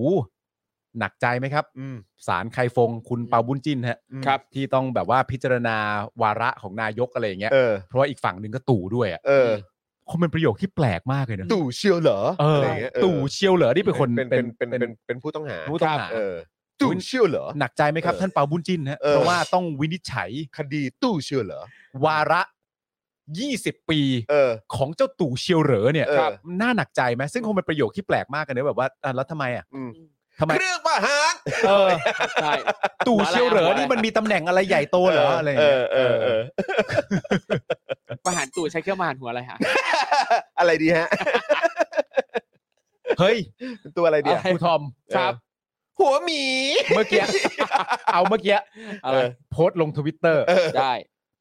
C: หนักใจไหมครับ
B: อืม
C: สารไคฟง คุณเปาบุญจิ้นฮะ
B: อืม
D: ครับ
C: ที่ต้องแบบว่าพิจารณาวาระของนายกอะไรอย่างเงี้ย
B: เออ
C: เพราะว่าอีกฝั่งหนึ่งก็ตู่ด้วยอะ
B: เออ
C: คนเป็นประโยคที่แปลกมากเลยนะ
B: ตู่เชียวเหรอ
C: เออ
B: อะไรอย่างเงี้ยเออ
C: ตู่เชียวเหรอนี่เป็นคน
B: เป็น เป็น เป็น เป็น เป็นผู้ต้องหา
C: ผู้ต้องหา
B: เออ ตู่เชียวเหรอ
C: หนักใจไหมครับ
B: เออ
C: ท่านเปาบุญจินฮะ
B: เออ
C: เพราะว่าต้องวินิจฉัย
B: คดีตู่เชียวเหรอ
C: วาระ 20 ปี
B: เออ
C: ของเจ้าตู่เชียวเหรอเนี่ย
B: เออ
C: ครับน่าหนักใจไหมซึ่งคงเป็นประโยคที่แปลกมากกันเนอะแบบว่าอ่ะแล้วทำไมอ่ะ
B: อืม
C: ทำไม
B: เครื่องประหาร
C: เออ
D: ใช่
C: ตู่เชียวเหรอ
D: หัวอะไร
C: นี่มันมีตำแหน่งอะไรใหญ่โตเหรออะไรอย่าง
B: เอ
C: เงี้
B: อย เออเออ
D: ประหารตู่ใช้เครื่องประหารหัวอะไรฮะ
B: อะไรดีฮะ
C: เฮ้ย
B: เป็นตัวอะไรดีอะ
D: อะไร
C: ครูทอม
D: ครับ
B: หัวหมี
C: เมื่อกี้เอาเมื่อกี้
D: อะไร
C: โพสต์ลงทวิตเตอร์
B: เออ
D: ได้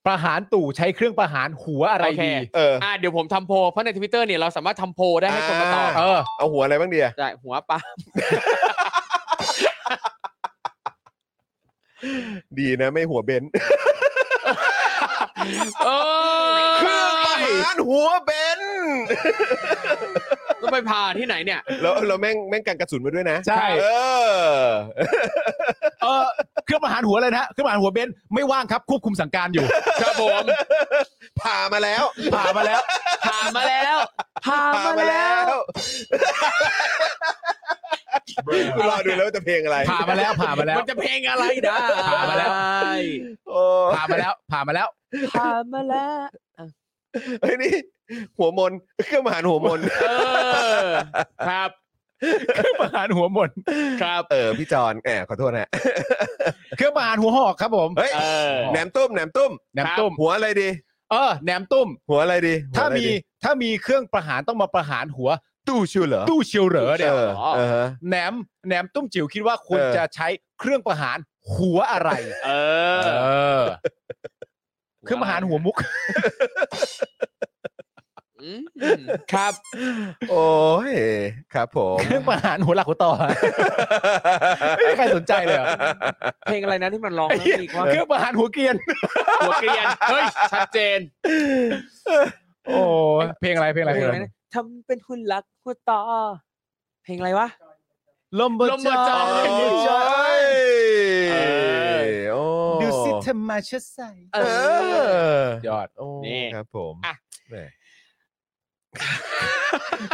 C: ประหารตู่ใช้เครื่องประหารหัวอะไร
D: โอเค
C: ดี
B: เออ
D: อ่าเดี๋ยวผมทำโพลเพราะในทวิตเตอร์เนี่ยเราสามารถทำโพลได้ให้คนมาตอบ
B: อ่
C: เออ
B: เอาหัวอะไรบ้างดีอะ
D: ได้หัวปลา
B: ดีนะไม่หัวเบนซ์
D: เอ
B: เครื่อง
D: อ
B: ประหารหัวเบนซ์
D: ต้องไปผ่าที่ไหนเนี่ย
B: แล้วเราแม่งแม่งกันกระสุนมาด้วยนะ
C: ใช่
B: เออ
C: เออเครื่องประหารหัวอะไรนะฮะเครื่องประหารหัวเบนซ์ไม่ว่างครับควบคุมสั่งการอยู่
D: ครับผม
B: ผ่ามาแล้ว
C: ผ่ามาแล้ว
D: ผ่ามาแล้วผ่า
B: ผ่า
D: มา
B: มา
D: แล้
B: แล้ว วรอดูแล้วว่าจะเพลงอะไร
C: ผ่ามาแล้วผ่ามาแล้ว
D: มันจะเพลงอะไรได้
C: ผ่ามาแล้ว
B: โอ้
C: ผ่ามาแล้วผ่ามาแล้ว
D: ผ่ามาแล้ว
B: เฮ้ยนี่ หัวมนเครื่องประหารหัวมน
D: เออครับ
C: เครื่องประหารหัวหมด
D: ครับ
B: เออพี่จอนแหมขอโทษนะ
C: เครื่องประหารหัวหอกครับผม
B: เฮ้ย
D: เออ
B: แหนมตุ้มแหนมตุ้ม
C: แหนมตุ้ม
B: หัวอะไรดี
C: เออแหนมตุ้ม
B: หัวอะไรดีหัว
C: ถ้า
B: อะไร
C: มี
B: ดี
C: ถ้ามีเครื่องประหารต้องมาประหารหัว
B: ตู้ชิวเหรอ
C: ตู้เชียวเหรอเนี่ย
B: เออเออฮะ
C: แหนมแหนมตุ้มจิ๋วคิดว่าควร
B: เออ
C: จะใช้เครื่องประหารหัวอะไร
D: เอ
C: เอ
D: อ
C: อ เครื่องประหารหัวมุก
D: อืมครับ
B: โอ้ยครับผม
C: เครื่องประหารหัวหลักหัวต่อ ไม่มีใครสนใจเลยเหรอ
D: เพลงอะไรนะที่มันร้องแล้วมีว่า
C: เครื่องประหารหัวเกรียน
D: หัวเกรียนเฮ้ยชัดเจน
C: โอ้ยเพลงอะไรเพลงอะไรเพลงอะไร
D: ทำเป็นหุ่นลักหัวต่อเพลงอะไรวะ
C: ลมบ่
D: ลมบ่จอ
C: ลมบ่จอ
B: เออโอ้
C: ดูสิเธอมาเชิดใส่
D: เอ
B: เอ
D: อ
B: อย
C: อด
B: โอ้
D: นี่
B: ครับผม
D: อ่ะ
B: แหม่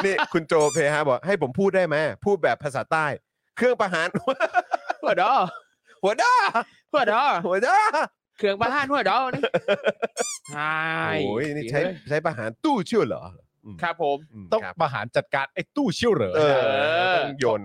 B: นี่คุณโจเพฮะบอกให้ผมพูดได้ไหมพูดแบบภาษาใต้ เครื่องประหาร
D: หัวดอ
B: หัวด้า
D: หัวดอ
B: หัวด้า
D: เครื่องประหารหัวดอนี่ใช่
B: โอ้ยนี่ใช้ใช้ประหารตู้เชื่อเหรออืม
D: ครับผม
B: ม
C: ต้อง
B: ครับ
C: ประหารจัดการไอ้ตู้เชี่ยวเหรอ
B: เออ
D: เออ
B: ต้องโยน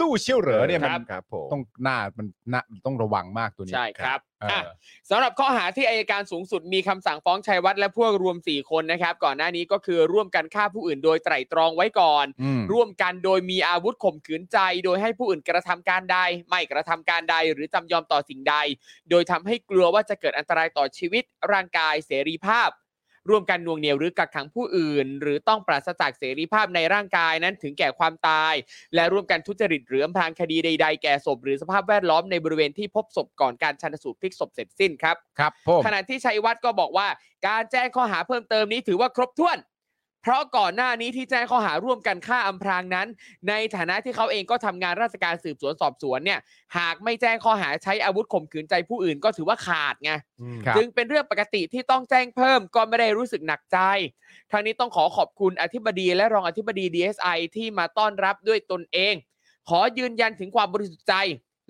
C: ตู้เชี่ยวเหรอเนี่ยมัน
B: ครับครับผม
C: ต้องหน้ามันหน้ามันต้องระวังมากตัวนี้
D: ใช่ครับ
C: เอออ
D: อ่ะ สำหรับข้อหาที่อายการสูงสุดมีคำสั่งฟ้องชัยวัฒน์และพวกรวม 4 คนนะครับ ก่อนหน้านี้ก็คือร่วมกันฆ่าผู้อื่นโดยไตร่ตรองไว้ก่อน
C: อืม
D: ร่วมกันโดยมีอาวุธข่มขืนใจ โดยให้ผู้อื่นกระทำการใด ไม่กระทำการใด หรือจำยอมต่อสิ่งใด โดยทำให้กลัวว่าจะเกิดอันตรายต่อชีวิต ร่างกายเสรีภาพ ร่วมกันหน่วงเหนี่ยวหรือกักขังผู้อื่น หรือต้องปราศจากเสรีภาพในร่างกายนั้นถึงแก่ความตาย และร่วมกันทุจริตหรืออำพรางคดีใด ๆ แก่ศพ หรือสภาพแวดล้อมในบริเวณที่พบศพก่อนการชันสูตรพลิกศพเสร็จสิ้นครับ
C: ครับผม
D: ขณะที่ชัยวัฒน์ก็บอกว่าการแจ้งข้อหาเพิ่มเติมนี้ถือว่าครบถ้วน เพราะก่อนหน้านี้ที่แจ้งข้อหาร่วมกันฆ่าอำพรางนั้น ในฐานะที่เขาเองก็ทำงานราชการสืบสวนสอบสวนเนี่ย หากไม่แจ้งข้อหาใช้อาวุธข่มขืนใจผู้อื่นก็ถือว่าขาดไง
B: อืม
C: ครับ
D: จึงเป็นเรื่องปกติที่ต้องแจ้งเพิ่มก็ไม่ได้รู้สึกหนักใจทางนี้ต้องขอขอบคุณอธิบดีและรองอธิบดี DSI ที่มาต้อนรับด้วยตนเอง ขอยืนยันถึงความบริสุทธิ์ใจ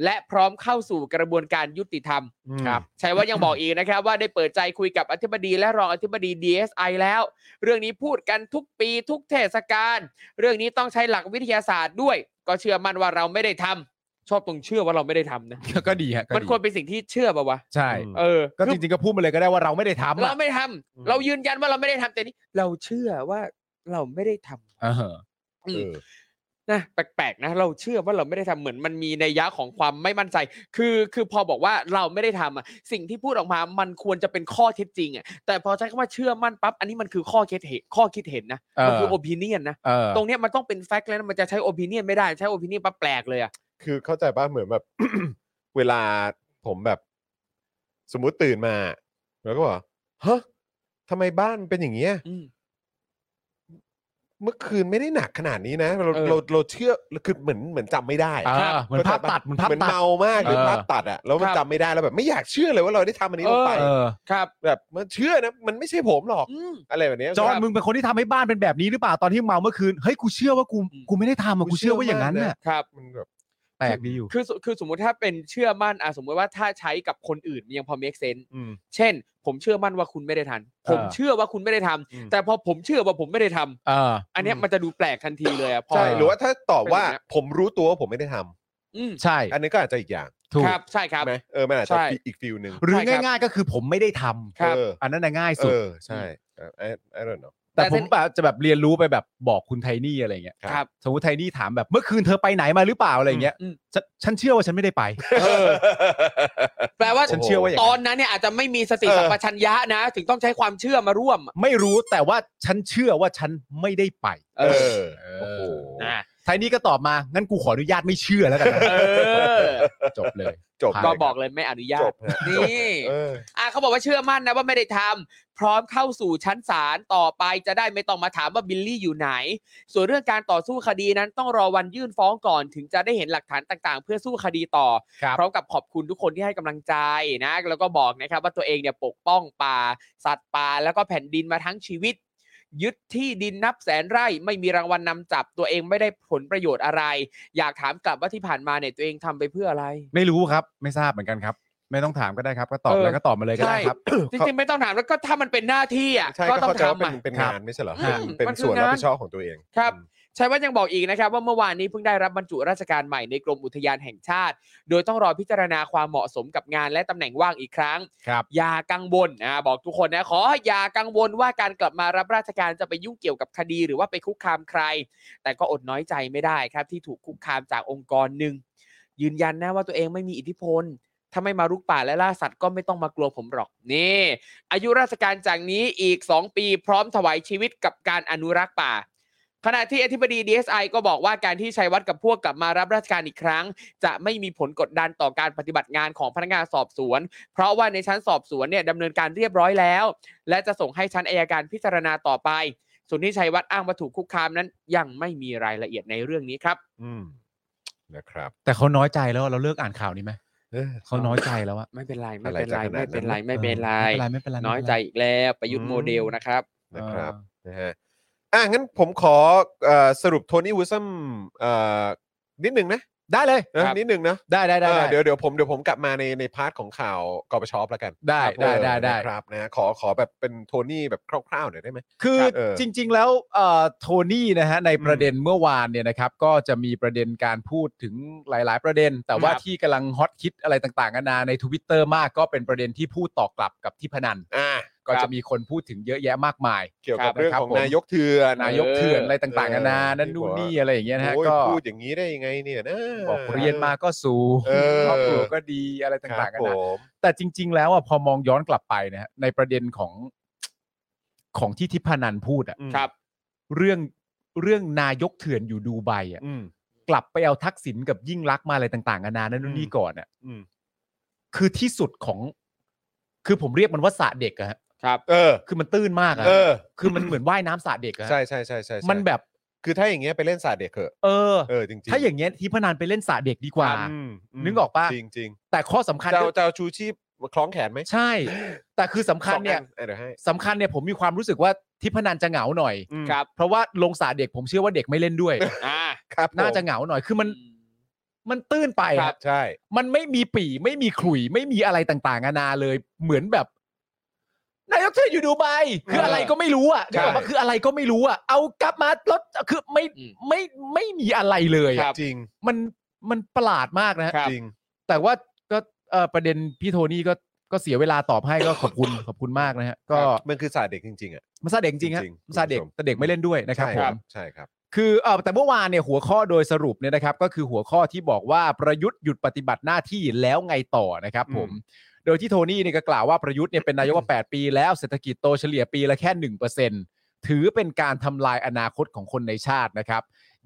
D: และพร้อมเข้าสู่กระบวนการยุติธรรม
B: อืม
D: ครับชัยวัฒน์ยังบอกอีกนะครับ ว่าได้เปิดใจคุยกับอธิบดีและรองอธิบดี DSI แล้ว เรื่องนี้พูดกันทุกปีทุกเทศกาลเรื่องนี้ต้องใช้หลักวิทยาศาสตร์ด้วย ก็เชื่อมั่นว่าเราไม่ได้ทำชอบตรงเชื่อว่าเราไม่ได้ทำนะ
C: ก็ดีฮะก็
D: มัน
C: ดี
D: ควรเป็นสิ่งที่เชื่อป่าวะ
C: ใช่
B: อืม
D: เออ
C: ก็จริงๆก็พูดมาเลยก็ได้ว่าเราไม่ได้ทำ
D: เรา
C: อะ
D: ไม่ทำ
B: อืม
D: เรายืนยันว่าเราไม่ได้ทำแต่นี่เราเชื่อว่าเราไม่ได้ทำ
C: เออ
D: อืมนะแปลกๆนะ เราเชื่อว่าเราไม่ได้ทำเหมือนมันมีในยยะของความไม่มั่นใจ คือคือพอบอกว่าเราไม่ได้ทำอ่ะสิ่งที่พูดออกมามันควรจะเป็นข้อเท็จจริงอ่ะแต่พอใช้คำว่าเชื่อมั่นปั๊บอันนี้มันคือข้อคิดเห็นข้อคิดเห็นนะ
C: เอ
D: มัน
C: อ
D: คือโอปิเนียนนะ
C: เออ
D: ตรงเนี้ยมันต้องเป็นแฟกต์แล้วนะมันจะใช้โอปิเนียนไม่ได้ใช้โอปิเนียนปั๊บแปลกเลยอ่ะ
B: คือเข้าใจป่ะเหมือนแบบ เวลาผมแบบ สมมุติตื่นมา แล้วก็บอกฮะทำไมบ้านมันเป็นอย่างเงี้ย
D: อืม
B: เมื่อคืนไม่ได้หนักขนาดนี้นะเรา
D: เออ
B: เราเราเชื่อคือเหมือนเหมือนจำไม่ได้
C: เอ
B: อะ
C: อเหมือนภาพ
B: ข้ใจปะ
C: ตัดเหมือนภาพ
B: เหมือน
C: ตัด
B: เมามากหรือ
C: เออ
B: ภาพตัดอะแล้วมัน
D: ครับ
B: จำไม่ได้แล้วแบบ ไม่อยากเชื่อเลยว่าเราได้ทำอันนี้ลงไป
D: เ
C: เออ
D: ครับ
B: แบบมันเชื่อนะมันไม่ใช่ผมหรอก
D: อืม
B: อะไรแบบเนี้ย
C: จอห์น
B: แบบ
C: มึงเป็นคนที่ทำให้บ้านเป็นแบบนี้หรือเปล่าตอนที่เมาเมื่อคืนเฮ้ยกูเชื่อว่ากู
D: อืม
C: กูไม่ได้ทำอะ
B: กู
C: กู
B: เชื่
C: เชื่
B: อ
C: อว่าอย่างนั้น
B: มาก
C: น่ะ
B: นะ
D: ครับ
B: มันแบบ
C: แปลกดีอยู่
D: คือสคือสมมุติถ้าเป็นเชื่อมั่นอ่ะสมมติว่าถ้าใช้กับคนอื่นมันยังพอ make sense
B: อืม
D: เช่น ผมเชื่อมั่นว่าคุณไม่ได้ทัน
C: เออ
D: ผมเชื่อว่าคุณไม่ได้ทำ
B: อืม
D: แต่พอผมเชื่อว่าผมไม่ได้ทำ
C: เออ
D: อันเนี้ยมันจะดูแปลกทันทีเลยอ่ะพอ
B: ใช่หรือว่าถ้าตอบว่า
D: เป็นแบบเนี้ย
B: ผมรู้ตัวว่าผมไม่ได้ทำ
D: อืม
C: ใช่
B: อันนี้ก็อาจจะอีกอย่าง
C: ถูก
D: ครับใช่ครับ
B: ไหมเออมันอาจ
D: ใช่
B: จะอีกฟิลหนึ่ง
C: หรือง่ายๆก็คือผมไม่ได้ทำ
D: ครับ
B: เออ
C: อันนั้นน่ะง่ายสุ
B: เอ
C: ด
B: อใช่เออ I I don't know
C: แต่
D: แต่
C: ผมแบบจะแบบเรียนรู้ไปแบบบอกคุณไทนี่อะไรเงี้ย
D: ครับ
C: สมมติไทนี่ถามแบบเมื่อคืนเธอไปไหนมาหรือเปล่าอะไรเงี้ย
D: อืม
C: ฉันฉันเชื่อว่าฉันไม่ได้ไป
D: แปลว่า
C: ฉันเชื่อว่าอย่าง
D: ต
C: นั้น
D: อนนั้นเนี่ยอาจจะไม่มีสติสัมปชัญญะนะ ถึงต้องใช้ความเชื่อมาร่วม
C: ไม่รู้แต่ว่าฉันเชื่อว่าฉันไม่ได้ไป
B: เออ
C: โอ้โห
D: นะ
C: ไทนี่ก็ตอบมางั้นกูขออนุญาตไม่เชื่อแล้ว กันนะ
D: เออ
C: จบเลย
B: จบ
D: ก็
B: เลย
D: บอกเลยไม่อนุญา
B: จ
D: ต
B: บฮะจบ
D: นี่
B: เออ
D: อ่ะเขาบอกว่าเชื่อมั่นนะว่าไม่ได้ทำพร้อมเข้าสู่ชั้นศาลต่อไปจะได้ไม่ต้องมาถามว่าบิลลี่อยู่ไหน ส่วนเรื่องการต่อสู้คดีนั้นต้องรอวันยื่นฟ้องก่อน ถึงจะได้เห็นหลักฐานต่างๆ เพื่อสู้คดีต่อ
C: ครับ
D: พร้อมกับขอบคุณทุกคนที่ให้กำลังใจนะ แล้วก็บอกนะครับว่าตัวเองเนี่ยปกป้องป่า สัตว์ป่าแล้วก็แผ่นดินมาทั้งชีวิต ยึดที่ดินนับแสนไร่ไม่มีรางวัลนนำจับตัวเองไม่ได้ผลประโยชน์อะไร อยากถามกลับว่าที่ผ่านมาเนี่ยตัวเองทำไปเพื่ออะไร
C: ไม่รู้ครับ ไม่ทราบเหมือนกันครับ ไม่ต้องถามก็ได้ครับ ก็ตอบ
D: เออ
C: แล้วก็ตอบมาเลยก็ได้ครับ
D: จริงๆไม่ต้องถามแล้วก็ถ้ามันเป็นหน้าที่อ่ะ
B: ใช่
D: ก็
B: ก็
D: ต้อง
B: เข้าใจว่า
D: ทำ
B: เป็น
D: อ่ะ
B: เป็น
C: ครับ
B: งานไม่ใช่เหรอ
D: อืม
B: เป็น
D: มันคือ
B: ส่วนรับผิด
D: งาน
B: ชอบของตัวเอง
D: ครับ
B: อืม
D: ชัยวัฒน์ยังบอกอีกนะครับว่าเมื่อวานนี้เพิ่งได้รับบรรจุราชการใหม่ในกรมอุทยานแห่งชาติ โดยต้องรอพิจารณาความเหมาะสมกับงานและตำแหน่งว่างอีกครั้ง
C: ครับ
D: อย่ากังวลนะบอกทุกคนนะขออย่ากังวลว่าการกลับมารับราชการจะไปยุ่งเกี่ยวกับคดีหรือว่าไปคุกคามใคร แต่ก็อดน้อยใจไม่ได้ครับ ที่ถูกคุกคามจากองค์กรหนึ่งยืนยันนะว่าตัวเองไม่มีอิทธิพล ถ้าไม่มารุกป่าและล่าสัตว์ก็ไม่ต้องมากลัวผมหรอกนี่ อายุราชการจากนี้อีก 2 ปีพร้อมถวายชีวิตกับการอนุรักษ์ป่า ขณะที่อธิบดี DSI ก็บอกว่าการที่ชัยวัฒน์กับพวกกลับมารับราชการอีกครั้ง จะไม่มีผลกดดันต่อการปฏิบัติงานของพนักงานสอบสวน เพราะว่าในชั้นสอบสวนเนี่ยดำเนินการเรียบร้อยแล้ว และจะส่งให้ชั้นอายการพิจารณาต่อไป ส่วนที่ชัยวัฒน์อ้างว่าถูกคุกคามนั้น ยังไม่มีรายละเอียดในเรื่องนี้ครับ
B: อืมนะครับ
C: แต่เขาน้อยใจแล้วเราเลิกอ่านข่าวนี้ไหม
B: เออ
C: เขาน้อยใจแล้วอะ
D: ไม่เป็นไรไม่เป็นไร
B: อะไรจะขนาดนั้น
D: ไม่เป็นไรไม่
C: อ
D: เป็นไร
C: อไม่เป็นไรไม่เป็นไร
D: น้อยใจอีกแล้วประยุทธ์โมเดลนะครับ
B: นะครับ
C: เออ
B: นะฮะอ่ะงั้นผมขอเอ่อสรุปโทนี่วิลสัมเอ่อนิดหนึ่งนะ
C: ได้เลย
B: เออ
C: ครับ
B: นิดหนึ่งนะ
C: ได้ได้ได้
B: เออ
C: ได้
B: เดี๋ยวเดี๋ยวผมเดี๋ยวผมกลับมาในในพาร์ทของข่าวกบชอปแล้วกัน
C: ได้
B: เอ
C: ได้
B: อ
C: ได้ได้
B: นะครับนะขอขอแบบเป็นโทนี่แบบคร่าวๆหน่อยได้ไหม
C: คือ
B: ครับเออ
C: จริง ๆ แล้วเอ่อโทนี่นะฮะในประเด็นเมื่อวานเนี่ยนะครับ ก็จะมีประเด็นการพูดถึงหลายๆ ประเด็น แต่ว่า
D: ครับ
C: ที่กำลังฮอตคิดอะไรต่างๆกันานาใน Twitter มากก็เป็นประเด็นที่พูดต่อกลับกับที่พนัน
B: อ่า
C: ก็จะมีคนพูดถึงเยอะแยะมากมาย
B: เกี่ยว
D: ครั
B: กับบ เรื่องของ
C: นะครับผม
B: นายกเถื่อน
C: นายกเถื่อนอะไรต่างๆกันานา
B: เออ
C: นั่นนู่นนี่อะไรอย่างเงี้ยนะฮะ
B: โอ้ย
C: ก็
B: พูดอย่างนี้ได้ยังไงเนี่ยนะ
C: บอกเรียนมาก็สูง
B: เออ
C: ครอบครัวก็ดีอะไร
B: ค
C: ต่า
B: รั
C: ง
B: บ
C: ๆกั
B: ผ
C: นนะ
B: ม
C: แต่จริง ๆ แล้วอ่ะพอมองย้อนกลับไปนะฮะในประเด็นของของที่ทิพนันพูดอ่ะ
B: อืม
D: ครับ
C: เรื่องเรื่องนายกเถื่อนอยู่ดูไบอ่ะ
B: อืม
C: กลับไปเอาทักษิณกับยิ่งรักษณ์มาอะไรต่างๆนานานั่นนู่นนี่ก่อนอ่ะ
B: อืม
C: คือที่สุดของ คือผมเรียกมันว่าสระเด็กอะฮะ
D: ครับ
B: เออ
C: คือมันตื้นมากอะ
B: เออ
C: คือมันเหมือนว่ายน้ำสระเด็กอะฮะ
B: ใช่ใช่ใช่ใช่ใช่
C: มันแบบ
B: คือถ้าอย่างเงี้ยไปเล่นศาสตร์เด็กเถอะ
C: เออ
B: เออจริงๆ
C: ถ้าอย่างเงี้ยทิพนันไปเล่นสระเด็กดีกว่า
B: มม
C: นึกออกปะ
B: จริงจริง
C: แต่ข้อสำคัญ
B: จะเอา
C: ก็
B: จะเอาชูชีพมาคล้องแขนไหม
C: ใช่ แต่คือสำคัญเนี่ย
B: สองอัเดี๋ยวให้
C: สำคัญเนี่ยผมมีความรู้สึกว่าทิพนันจะเหงาหน่อย
B: อืม
D: ครับ
C: เพราะว่าลงสาเด็กผมเชื่อว่าเด็กไม่เล่นด้วย
D: อ่า
B: ครับ
C: น่าจะ
B: ผม
C: เหงาหน่อยคือมันมันตื้นไป
D: ครั
C: อะ
D: บ
B: ใช่
C: มันไม่มีปีไม่มีขลุ่ยไม่มีอะไรต่างๆนานาเลย เหมือนแบบ นายกเธออยู่ดูไบคืออะไรก็ไม่รู้อ่ะเดี๋ยวบอกว่าคืออะไรก็ไม่รู้อ่ะเอากลับมารถคือไม่
D: อืม
C: ไม่ไม่มีอะไรเลย
D: ครั
C: อะ
D: บ
B: จริง
C: มันมันประหลาดมากนะฮะ
D: ครับ
B: จริง
C: แต่ว่าก็เอ่อประเด็นพี่โทนี่ก็ก็เสียเวลาตอบให้ก็ขอบคุณขอบคุณมากนะฮะก็
B: มันคือศาสตร์เด็กจริงๆอ่ะ
C: มันซาเด็กจริงๆฮะ
B: จริงๆ
C: มันซาเด็ก
B: คุณผู้ชม
C: แต่เด็กไม่เล่นด้วยนะครับ
B: ใช่
C: ผม
B: ใช่ครับ
C: คือเออแต่เมื่อวานเนี่ยหัวข้อโดยสรุปเนี่ยนะครับ ก็คือหัวข้อที่บอกว่าประยุทธ์หยุดปฏิบัติหน้าที่แล้วไงต่อนะครับผม โดยที่โทนี่เนี่ยก็กล่าวว่าประยุทธ์เนี่ยเป็นนายกมา 8 ปีแล้วเศรษฐกิจโตเฉลี่ยปีละแค่ 1%ถือเป็นการทำลายอนาคตของคนในชาตินะครับ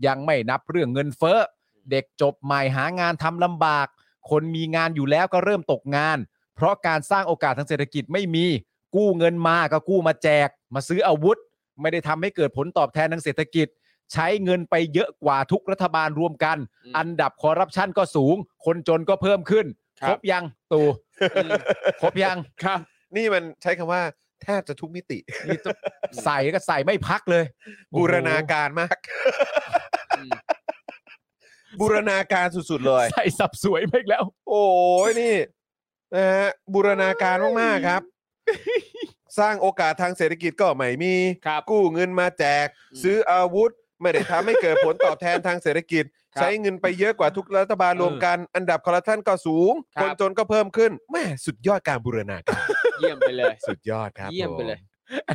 C: ยังไม่นับเรื่องเงินเฟ้อ เด็กจบใหม่หางานทำลำบาก คนมีงานอยู่แล้วก็เริ่มตกงาน เพราะการสร้างโอกาสทางเศรษฐกิจไม่มี กู้เงินมาก็กู้มาแจก มาซื้ออาวุธ ไม่ได้ทำให้เกิดผลตอบแทนทางเศรษฐกิจ ใช้เงินไปเยอะกว่าทุกรัฐบาลรวมกัน
D: อืม
C: อันดับคอร์รัปชันก็สูง คนจนก็เพิ่มขึ้น
D: ครั
C: คร
D: บ
C: บยังตู่
D: อืม
C: ครบยัง
D: ครับ
B: นี่มันใช้คำว่าแทบจะทุกมิติ
C: นี่จะใส่ก็ใส่ไม่พักเลย
B: บูรณาการมาก
D: อืม
B: บูรณาการสุดๆเล
C: โอ้
B: ย
C: โหใส่สับสวยไปอีกแล้ว
B: โอ้ยนี่นะฮะบูรณาการมากๆครับ สร้างโอกาสทางเศรษฐกิจก็ไม่มี
D: ครับ
B: กู้เงินมาแจก
D: อืม
B: ซื้ออาวุธ ไม่ได้ทำให้เกิดผลตอบแทนทางเศรษฐกิจ
D: ครับ
B: ใช้เงินไปเยอะกว่าทุกรัฐบาลรวมกัน อันดับคอร์รัปชันก็สูง
D: ครั
B: ค
D: บ
B: นจนก็เพิ่มขึ้นแม่สุดยอดการบูรณาการ
D: เยี่ยมไปเลย
B: สุดยอดครับ
D: เยี่ยมไปเลย
B: ผ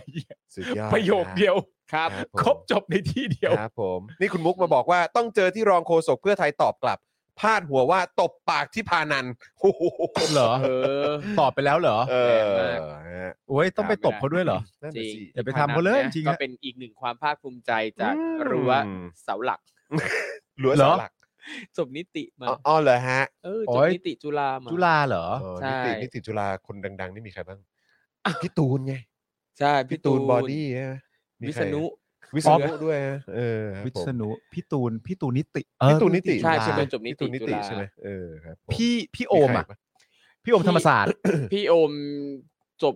B: สุดยอด
C: ประโยคเดียว
D: ครับ
C: ครบจบในที่เดียว
B: ครับผมนี่คุณมุกมาบอกว่าต้องเจอที่รองโฆษกเพื่อไทยตอบกลับ พาดหัวว่าตบปากที่พานันโอ้โห
C: เหรอ
D: เออ
C: ตอบไปแล้วเหรอ
B: เอ
D: แร
B: อง
D: มาก
B: นะฮะ
C: โอ้ยต้องไปตบเขาด้วยเหรอ
B: นั่น
D: จ
B: น่ะ
D: ริง
B: สิ
C: อย่าไปทำเขาเลยจริงๆ
D: ก็
C: ฮะ
D: เป็นอีกหนึ่งความภาคภูมิใจจาก
B: อืม
D: รั้วเสาหลัก
B: ล้ว
C: เหรอ
B: เสาหลัก
D: จบนิติมา
B: อ๋ออ๋อเหรอฮะ
D: เออ
C: โอ้
D: จบ
C: ย
D: นิติจุฬามา
C: จุฬาเหรอ
B: เออ
D: ใช่
B: นิตินิติจุฬาคนดัง ๆ นี่มีใครบ้างพี่ตูนไง
D: ใช่
B: พี่ตูนบอดี้ใช่ไหมมี
D: วิ
B: ใคร
D: ษ ณุ
B: วิษณุด้วยฮะเออครับ
C: วิ
B: ผม
C: ษณุพี่ตูนพี่ตูนนิติ
B: พี่ตูนนิติ
C: เออ
D: ใช่
C: จุ
D: ใช่
C: ฬา
D: เป็นจบนิ
B: พี่
D: ติ
B: ตูนนิ
D: จุ
B: ติ
D: ฬา
B: ใช่ไหมเออครับผม
C: พี่พี่โอมอ่ะ
B: มีใครปะ
C: พี่โอม
D: พี่
C: ธรรมศาสตร์
D: พี่โอมจบ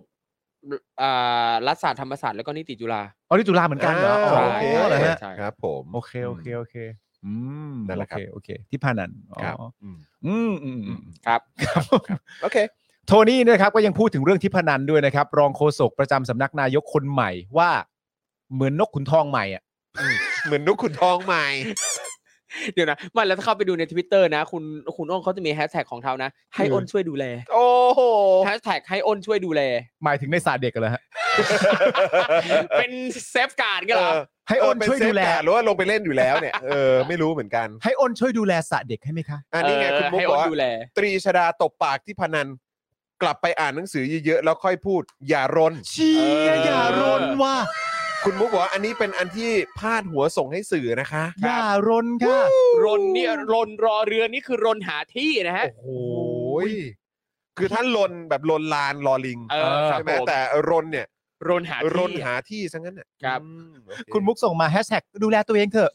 D: อ่ารัฐศาสตร์ธรรมศาสตร์แล้วก็นิติจุฬา
C: อ๋อที่จุฬาเหมือนกันเหรออ๋อ
B: ใช่
C: โอเคเหรอฮะ
D: ใช่
B: ครับผม
C: โอเคโอเคโอเคอืม
B: นั่นแหละครับ
C: โอเคโอเค ที่พานันอ๋อ
B: ครับ
C: อืมอืมอืม
D: ครับ
B: โอเค
C: โทนี่นะครับก็ยังพูดถึงเรื่องที่พนันด้วยนะครับ รองโฆษกประจำสำนักนายกคนใหม่ว่าเหมือนนกขุนทองใหม่อ่ะ
B: เหมือนนกขุนทองใหม่
D: เดี๋ยวนะไมันแล้วถ้าเข้าไปดูในทวิตเตอร์นะ คุณคุณอ้นเขาจะมีแฮชแท็กของเขานะ ให้อ้นช่วย ดูแล
B: โอ้โห
D: แฮชแท็กให้อ้นช่วย ดูแล
C: หมายถึงในศาสตร์เด็กกันเลยฮะ
D: เป็นเซฟการ์ดก็เหรอ
B: เออ
C: ให้อ้น
B: เเป็
C: ช่วยดูแล
B: เซฟการ์หรือว่าลงไปเล่นอยู่แล้วเนี่ย เออ ไม่รู้เหมือนกัน
C: ให้อ้นช่วยดูแลศาสตร์เด็กให้ไหมคะ
B: อันนี้ไง
D: เออ
B: คุณมุก
D: ให้
B: บ
D: อ้
B: อก
D: น
B: ว่า
D: ดูแล
B: ตรีชดาตบปากที่พนัน กลับไปอ่านหนังสือเยอะๆ แล้วค่อยพูด อย่ารน
C: เชีย
D: เอออ
C: อย่ารนว่ะ
B: คุณมุกบอกว่าอันนี้เป็นอันที่พาดหัวส่งให้สื่อนะคะ
C: อย่ารนค่ะ
D: รนนี่รนรอเรือนี่คือรนหาที่นะฮะ
B: โอ้โหคือท่านลนแบบลนลานลอลิง
D: เออครับ
B: ใช่ไหม
D: ผม
B: แต่รนเนี่ย
D: รนหาที่
B: รนหาที่ซะงั้นน่ะ
D: ครับ
B: อืมโอเ
C: คุณมุกส่งมาแฮชแท็กดูแลตัวเองเถอะ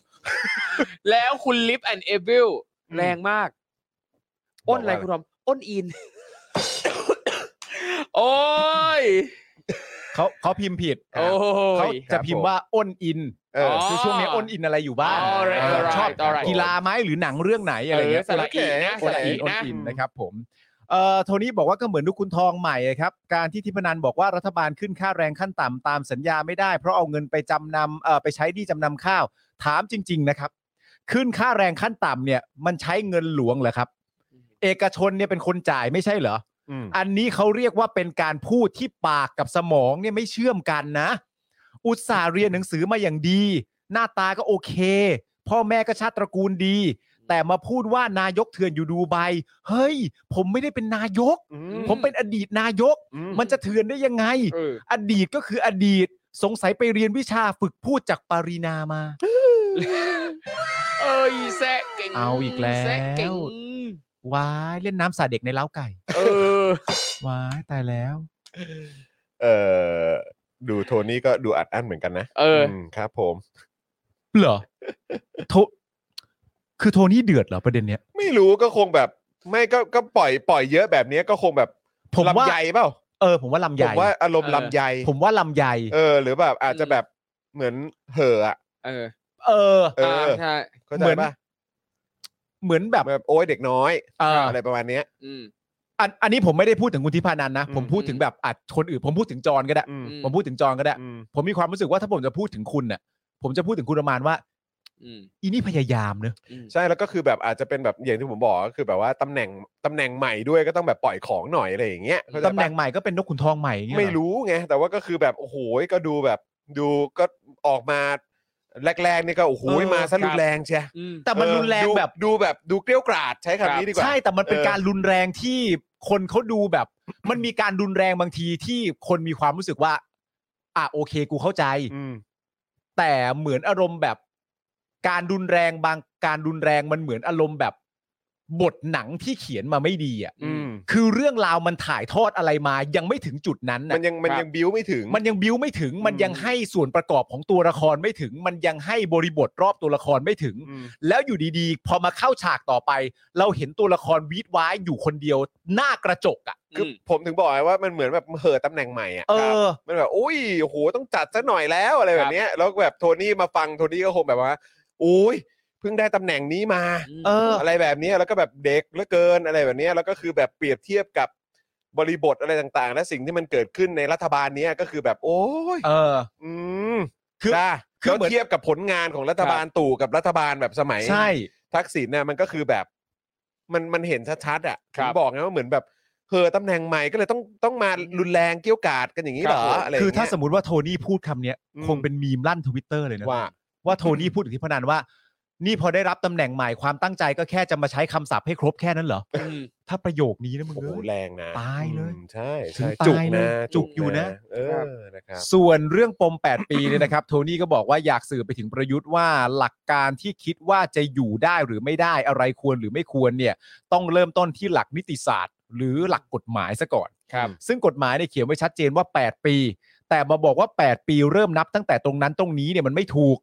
D: แล้วคุณลิฟแอนเอวิลแรงมาก
B: บ
D: อ้
B: อก
D: น
B: ว่า
D: อะไรคุณทอมอ้นอิน โอ้ย
C: เขาเขาพิมพ์ผิด
B: ครับ
D: โอ้
C: เขา
D: ย
C: จะพิมพ์ว่าอ้นอิน
B: เออ
C: คือช่วงนี้อ้นอินอะไรอยู่บ้าง
D: alright
C: เออ
D: alright
C: ชอบ
D: alright
C: กีฬาไหมหรือหนังเรื่องไหนอะไรเงี้ย
D: สละอีนะ
C: โอ
D: ส
C: น
D: ละ
C: อิ
D: อี
C: นโอน
D: นะ
C: อินนะครับผมเอ่อโทนี่บอกว่าก็เหมือนนุกคุณทองใหม่ครับ การที่ทิพนันบอกว่ารัฐบาลขึ้นค่าแรงขั้นต่ำตามสัญญาไม่ได้ เพราะเอาเงินไปจำนำเอ่อไปใช้ดีจำนำข้าว ถามจริง ๆนะครับ ขึ้นค่าแรงขั้นต่ำเนี่ย มันใช้เงินหลวงเหรอครับ เอกชนเนี่ยเป็นคนจ่ายไม่ใช่เหรอ
B: อืม
C: อันนี้เขาเรียกว่าเป็นการพูดที่ปากกับสมองเนี่ยไม่เชื่อมกันนะ อุตส่าห์เรียนหนังสือมาอย่างดี หน้าตาก็โอเค พ่อแม่ก็ชาติตระกูลดี แต่มาพูดว่านายกเถื่อนอยู่ดูไบเฮ้ย ผมไม่ได้เป็นนายก
B: อื
D: ม
C: ผมเป็นอดีตนายก
B: อื
C: มันจะเถื่อนได้ยังไง
D: เออ
C: อดีตก็คืออดีต สงสัยไปเรียนวิชาฝึกพูดจากปารีนามา
D: เอ้ยแซะเก่ง
C: เอาอีกแล้ว
D: แซะเก่ง
C: ว้ายเล่นน้ำสาดเด็กในเล้าไก่
D: เออ
C: ว้ายตายแล้ว
B: เออดูโทนี่ก็ดูอัดอั้นเหมือนกันนะ
D: เอออื
B: มครับผม
C: เหรอ โทคือโทนี่เดือดเหรอประเด็นเนี้ย
B: ไม่รู้ก็คงแบบ ไม่ก็ก็ปล่อยปล่อยเยอะแบบเนี้ยก็คงแบบ
C: ผมว่า
B: ลำไยเปล่า
C: เออผมว่า
B: ผ
C: ลำใหญ่
B: มว่าอารมณ์
D: เออ
B: ลำไย
C: ผมว่าลำใหญ่
B: เออ หรือแบบอาจจะแบบเหมือนเห่ออะ
D: เออ
C: เออ
B: เออ
D: ใช่
B: เข้า
C: เห
B: ใจ
C: มือน
B: ป่ะ
C: เหมือนแบบ
B: แบบโอ้ยเด็กน้อย
C: เออ
B: อะไรประมาณเนี้ย
D: อืม
C: อันอันนี้ผมไม่ได้พูดถึงคุณทิพานันนะ
B: อืม
C: ผมพูดถึงแบบอาจคนอื่น ผมพูดถึงจอนก็ได้
B: อืม
D: ม
C: ผมพูดถึงจอนก็ได้
B: อืม
C: ผมมีความรู้สึกว่าถ้าผมจะพูดถึงคุณน่ะ ผมจะพูดถึงคุณประมาณว่า
D: อืม
C: อีนี่พยายามเนอะ
D: อืม
B: ใช่แล้วก็คือแบบอาจจะเป็นแบบอย่างที่ผมบอกก็คือแบบว่าตำแหน่งตำแหน่งใหม่ด้วยก็ต้องแบบปล่อยของหน่อยอะไรอย่างเงี้ยเข้าใจ
C: ตำแหน่
B: ปะ
C: งใหม่ก็เป็นนกขุนทองใหม่อย่างเงี้ย
B: ไม่
C: เหอ
B: รู้ไงแต่ว่าก็คือแบบโอ้โหก็ดูแบบ ดูก็ออกมาแรกๆนี่ก็โอ้โห
D: เออ
B: มาซะ
D: ครั
B: รุ
D: บ
B: นแรงเชีย
D: อืม
C: แต่มัน
B: เออ
C: รุนแรง
B: ดู
C: แบบ
B: ดูแบบดูเกลี้ยวกราดใช้
D: ครับ
B: คำนี้ดีกว่า
C: ใช่แต่มันเป็น
B: เออ
C: การรุนแรงที่คนเขาดูแบบ มันมีการรุนแรงบางทีที่คนมีความรู้สึกว่า อ่ะโอเคกูเข้าใจ
B: อืม
C: แต่เหมือนอารมณ์แบบการรุนแรงบางการรุนแรงมันเหมือนอารมณ์แบบ บทหนังที่เขียนมาไม่ดีอ่ะ
B: อืม
C: คือเรื่องราวมันถ่ายทอดอะไรมายังไม่ถึงจุดนั้น
B: มั
C: นะ
B: นยังมันยังบิ้วไม่ถึง
C: มันยังบิวไม่ถึง มันยัง
B: อืม
C: ให้ส่วนประกอบของตัวละครไม่ถึง มันยังให้บริบทรอบตัวละครไม่ถึง
B: อืม
C: แล้วอยู่ดีๆ พอมาเข้าฉากต่อไป เราเห็นตัวละครวีดว้ายอยู่คนเดียว หน้ากระจกอ่ะ
B: คือผมถึงบอกไงว่ามันเหมือนแบบเหอะตำแหน่งใหม่อ่ะ
C: เอ
B: ครับ
C: อ
B: มันแบบโอ้ยโอ้โหต้องจัดซะหน่อยแล้วอะไรแบบเนี้ยแล้วแบบโทนี่มาฟังโทนี่ก็คงแบบว่าโอ้ยเพิ่งได้ตำแหน่งนี้มา
C: เออ
B: อะไรแบบเนี้ยแล้วก็แบบเด็กเหลือเกินอะไรแบบเนี้ยแล้วก็คือแบบเปรียบเทียบกับบริบทอะไรต่างๆ และสิ่งที่มันเกิดขึ้นในรัฐบาลเนี้ยก็คือแบบโอ้ย
C: เออ
B: อืม
C: คือ
B: จ้า
C: คือ
B: แล้ว
C: เหมือน
B: เทียบกับผลงานของรัฐบาลตู่กับรัฐบาลแบบสมัย
C: ใช่
B: ทักษิณเนี่ยมันก็คือแบบ มันมันเห็นชัดๆอ่ะ
D: ครับ
B: ผมบอกไงว่าเหมือนแบบ เหอะตำแหน่งใหม่ก็เลยต้องต้องมารุนแรงเกี้ยวกราดกันอย่างนี้เหรอ
D: ครับผม
B: อะไรย่ง
C: คือ
B: เงี้ย
C: ถ้าสมมติว่าโทนี่พูดคำเนี้ย
B: อืม
C: คงเป็นมีมลั่นทวิตเตอร์เลยนะ
B: ว่า
C: ว่าโทนี่พูดถึงที่พนันว่า นี่พอได้รับตำแหน่งใหม่ความตั้งใจก็แค่จะมาใช้คำศัพท์ให้ครบแค่นั้นเหรอ
D: อืม
C: ถ้าประโยคนี้นะมึง
B: โอ้โห
C: เอ้ย
B: แรงนะ
C: ตายเลย
B: อืมใช่
C: ถึง
B: ใช่
C: ตาย
B: จุก
C: เล
B: นะ
C: ยจุกอยู่นะ
B: เอ
D: ครับ
B: อนะครับ
C: ส่วนเรื่องปม 8 ปีเนี่ยนะครับ โทนี่ก็บอกว่าอยากสื่อไปถึงประยุทธ์ว่าหลักการที่คิดว่าจะอยู่ได้หรือไม่ได้อะไรควรหรือไม่ควรเนี่ยต้องเริ่มต้นที่หลักนิติศาสตร์ หรือหลักกฎหมายซะก่อน
D: ครับ
C: ซึ่งกฎหมายเนี่ยเขียนไว้ชัดเจนว่า 8 ปี แต่มาบอกว่า 8 ปีเริ่มนับตั้งแต่ตรงนั้นตรงนี้เนี่ยมันไม่ถูก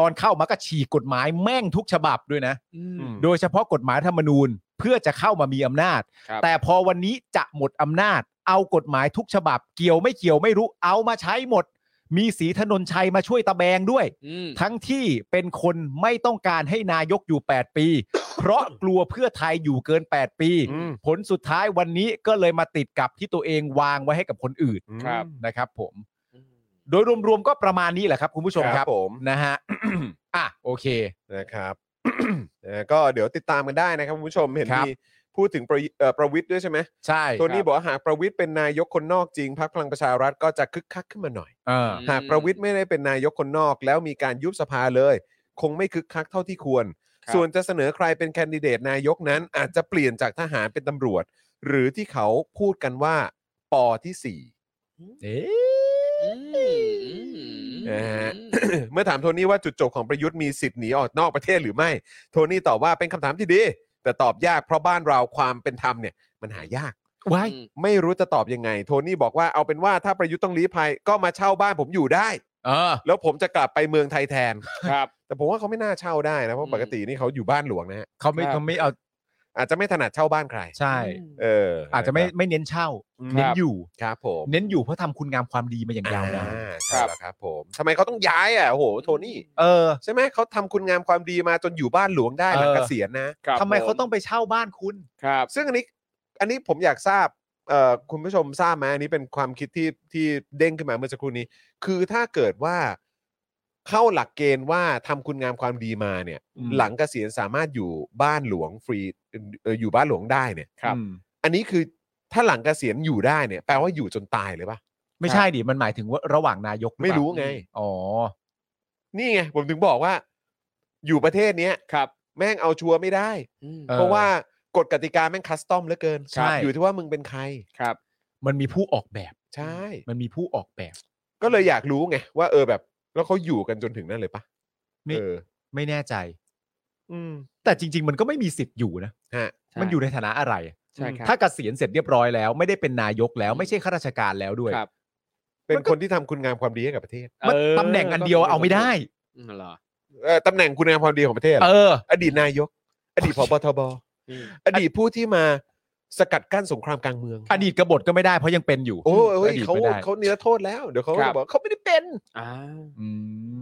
C: ตอนเข้ามาก็ฉีกกฎหมายแม่งทุกฉบับด้วยนะ
D: อืม
B: ม
C: โดยเฉพาะกฎหมายรัฐธรรมนูญเพื่อจะเข้ามามีอำนาจ
D: ครับ
C: แต่พอวันนี้จะหมดอำนาจ เอากฎหมายทุกฉบับ เกี่ยวไม่เกี่ยวไม่รู้เอามาใช้หมด มีสีถนนชัยมาช่วยตะแบงด้วย
D: อืม
C: ทั้งที่เป็นคนไม่ต้องการให้นายกอยู่ 8 ปี เพราะกลัวเพื่อไทยอยู่เกิน 8 ปี
B: อืม
C: ผลสุดท้ายวันนี้ก็เลยมาติดกับที่ตัวเองวางไว้ให้กับคนอื่น
D: ครับ
C: นะครับผม โดยรวมๆก็ประมาณนี้แหละครับคุณผู้ชม
B: ค
C: ค
B: รั
C: รั
B: บบ ผม
C: นะฮะ อ่ะโอเค
B: นะครับ นะก็เดี๋ยวติดตามกันได้นะครับคุณผู้ชมเห็น
C: ครับ
B: มีพูดถึงประยุเอ่อประวิทย์ด้วยใช่ไหม
C: ใช่
B: โทนี่บอกว่าหากประวิทย์เป็นนายกคนนอกจริงพรรคพลังประชารัฐก็จะคึกคักขึ้นมาหน่อย
C: เออ
D: ม
B: หากประวิทย์ไม่ได้เป็นนายกคนนอก แล้วมีการยุบสภาเลย คงไม่คึกคักเท่าที่ควร
D: ครับ
B: ส่วนจะเสนอใครเป็นแคนดิเดตนายกนั้น อาจจะเปลี่ยนจากทหารเป็นตำรวจ หรือที่เขาพูดกันว่า ปอที่สี่
C: เอ๊ะ
D: อืมอืม
B: นะฮะ เมื่อถามโทนี่ว่าจุดจบของประยุทธ์มีสิทธิ์หนีออกนอกประเทศหรือไม่ โทนี่ตอบว่าเป็นคำถามที่ดี แต่ตอบยากเพราะบ้านเราความเป็นธรรมเนี่ยมันหายาก
C: ไว้
D: อืม
B: ไม่รู้จะตอบยังไง โทนี่บอกว่าเอาเป็นว่าถ้าประยุทธ์ต้องลี้ภัยก็มาเช่าบ้านผมอยู่ได้
C: เออ
B: แล้วผมจะกลับไปเมืองไทยแทน
D: ครับ
B: แต่ผมว่าเขาไม่น่าเช่าได้นะเพ
D: อื
B: ราะ
D: ม
B: ปกตินี่เขาอยู่บ้านหลวงนะฮะ
C: เขาไม่
D: ครับ
C: เขาไม่เอา
B: อาจจะไม่ถนัดเช่าบ้านใคร
C: ใช่
B: เออ
C: อา
B: อา
C: จจะไม่ไม่เน้นเช่า เน้นอยู่
B: ครับผม
C: เน้นอยู่เพราะทำคุณงามความดีมาอย่างยาวนาน
B: อ่าใช่แล้วครับผมทำไมเขาต้องย้ายอ่ะโอ้โหโทนี่
C: เออ
B: ใช่ไหมเขาทำคุณงามความดีมาจนอยู่บ้านหลวงได้หลัง
C: เออ
B: เกษียณนะ
D: ครับ
C: ทำไมเขาต้องไปเช่าบ้านคุณ
D: ครับ
B: ซึ่งอันนี้อันนี้ผมอยากทราบเอ่อคุณผู้ชมทราบไหมอันนี้เป็นความคิดที่ที่เด้งขึ้นมาเมื่อสักครู่นี้ คือถ้าเกิดว่าเข้าหลักเกณฑ์ว่าทำคุณงามความดีมาเนี่ย
C: อืม
B: หลังเกษียณสามารถอยู่บ้านหลวงฟรีเอ่ออยู่บ้านหลวงได้เนี่ย
D: ครับ
C: อืม
B: อันนี้คือถ้าหลังเกษียณอยู่ได้เนี่ยแปลว่าอยู่จนตายเลยปะ
C: ไม่ใช่ดิมันหมายถึงว่าระหว่างนายกหอเป
B: ไม่
C: ล่า
B: รู้ไง
C: อ๋อ
B: นี่ไงผมถึงบอกว่า อยู่ประเทศเนี้ย
D: ครับ
B: แม่งเอาชัวร์ไม่ได้
D: อืม
C: เออ
B: เพราะว่ากฎกติกาแม่งคัสตอมเหลือเกิน
C: ใช่
B: อยู่ที่ว่ามึงเป็นใคร
D: ครับ
C: มันมีผู้ออกแบบ
B: ใช่
C: มันมีผู้ออกแบบ
B: ก็เลยอยากรู้ไงว่าเออแบบ แล้วเขาอยู่กันจนถึงนั่นเลยปะ
C: ไม่
B: เออ
C: ไม่แน่ใจ
B: อืม
C: แต่จริง ๆ มันก็ไม่มีสิทธิ์อยู่นะ
B: ฮะ
D: ใช่
C: มันอยู่ในฐานะอะไร
D: ใช่ครับ
C: ถ้าเกษียณเสร็จเรียบร้อยแล้ว ไม่ได้เป็นนายกแล้วไม่ใช่ข้าราชการแล้วด้วย
D: ครับ
B: เป็นคนที่ทำคุณงามความดีให้กับประเทศ
C: มัน
D: เออ
C: ตำแหน่งอันเดียวเอาไม่ได้
D: อืมเหรอ
B: เออตำแหน่งคุณงามความดีของประเทศเหร
C: เอ
B: อ
C: อ
B: อดีตนายก อดีตพบทบ
D: อืม
B: อดีตผู้ที่มาสกัดกั้นสงครามกลางเมือง
C: อดีตกบฏก็ไม่ได้เพราะยังเป็นอยู่
B: โอ้
C: อ
B: เฮ้ย
C: ดีต
B: เขา
C: ไม่ได้
B: เขาเนื้อโทษแล้ว เดี๋ยวเขา
D: ครั
B: จะ
D: บ
B: บอกเขาไม่ได้เป็น
D: อ่า
C: อื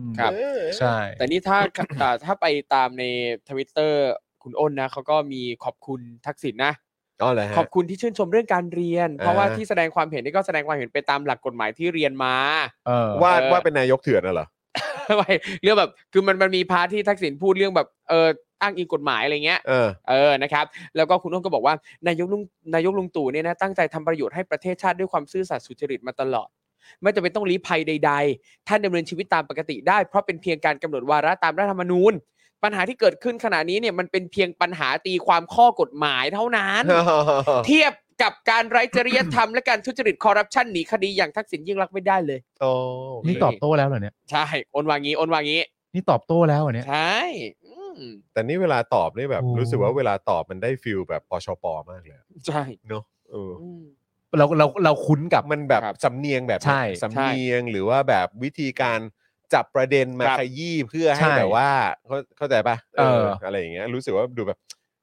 C: ม
D: ครับ
B: เออ
C: ใช่
D: แต่นี่ ถ้า อ่าถ้าไปตามในทวิตเตอร์คุณอ้นนะเขาก็มีขอบคุณทักษิณนะ
B: อ๋อเหรอฮะ
D: ขอบคุณที่ชื่นชมเรื่องการเรียน เพราะว่า
B: อ่า
D: ที่แสดงความเห็นนี่ก็แสดงความเห็นไปตามหลักกฎหมายที่เรียนมา
C: เออ
B: ว่า
D: เออ
B: ว่าเป็นนายกเถื่อนน่ะเหรอ
D: ไม่เรื่องแบบคือมันมันมีพาร์ทที่ทักษิณพูดเรื่องแบบเอออ้างอิงกฎหมายอะไรเงี้ย
B: เออ
D: เออ นะครับ แล้วก็คุณอ้นก็บอกว่านายกลุงนายกลุงตู่เนี่ยนะตั้งใจทำประโยชน์ให้ประเทศชาติด้วยความซื่อสัตย์สุจริตมาตลอด ไม่จำเป็นต้องลี้ภัยใด ๆ ท่านดำเนินชีวิตตามปกติได้ เพราะเป็นเพียงการกำหนดวาระตามรัฐธรรมนูญ ปัญหาที่เกิดขึ้นขณะนี้เนี่ยมันเป็นเพียงปัญหาตีความข้อกฎหมายเท่านั้น เทียบกับการไร้จริยธรรม และการทุจริตคอร์รัปชันหนีคดีอย่างทักษิณยิ่งรักษณ์ไม่ได้เลย
B: โอ้
C: นี่ตอบโต้แล้วเหรอเนี่ย
D: ใช่โอนวางงี้โอนวางงี้
C: นี่ตอบโต้แล้วเหรอเนี่ย
D: ใช่อืม
B: แต่นี่เวลาตอบนี่แบบ
C: โอ้
B: รู้สึกว่าเวลาตอบมันได้ฟิลแบบปชปมากเลยอะ
D: ใช่
B: เนอะเออ
D: อืม
C: เราเราเราคุ้นกับ
B: มันแบบ
D: ครับ
B: สำเนียงแบบ
C: ใช่
B: สำเนียงหรือว่าแบบวิธีการจับประเด็นมา
D: ครับ
B: ขยี้เพื่อให้
C: ใช่
B: แบบว่าเข้าเข้าใจปะ
C: เออ
B: อะไรอย่างเงี้ยรู้สึกว่าดูแบบ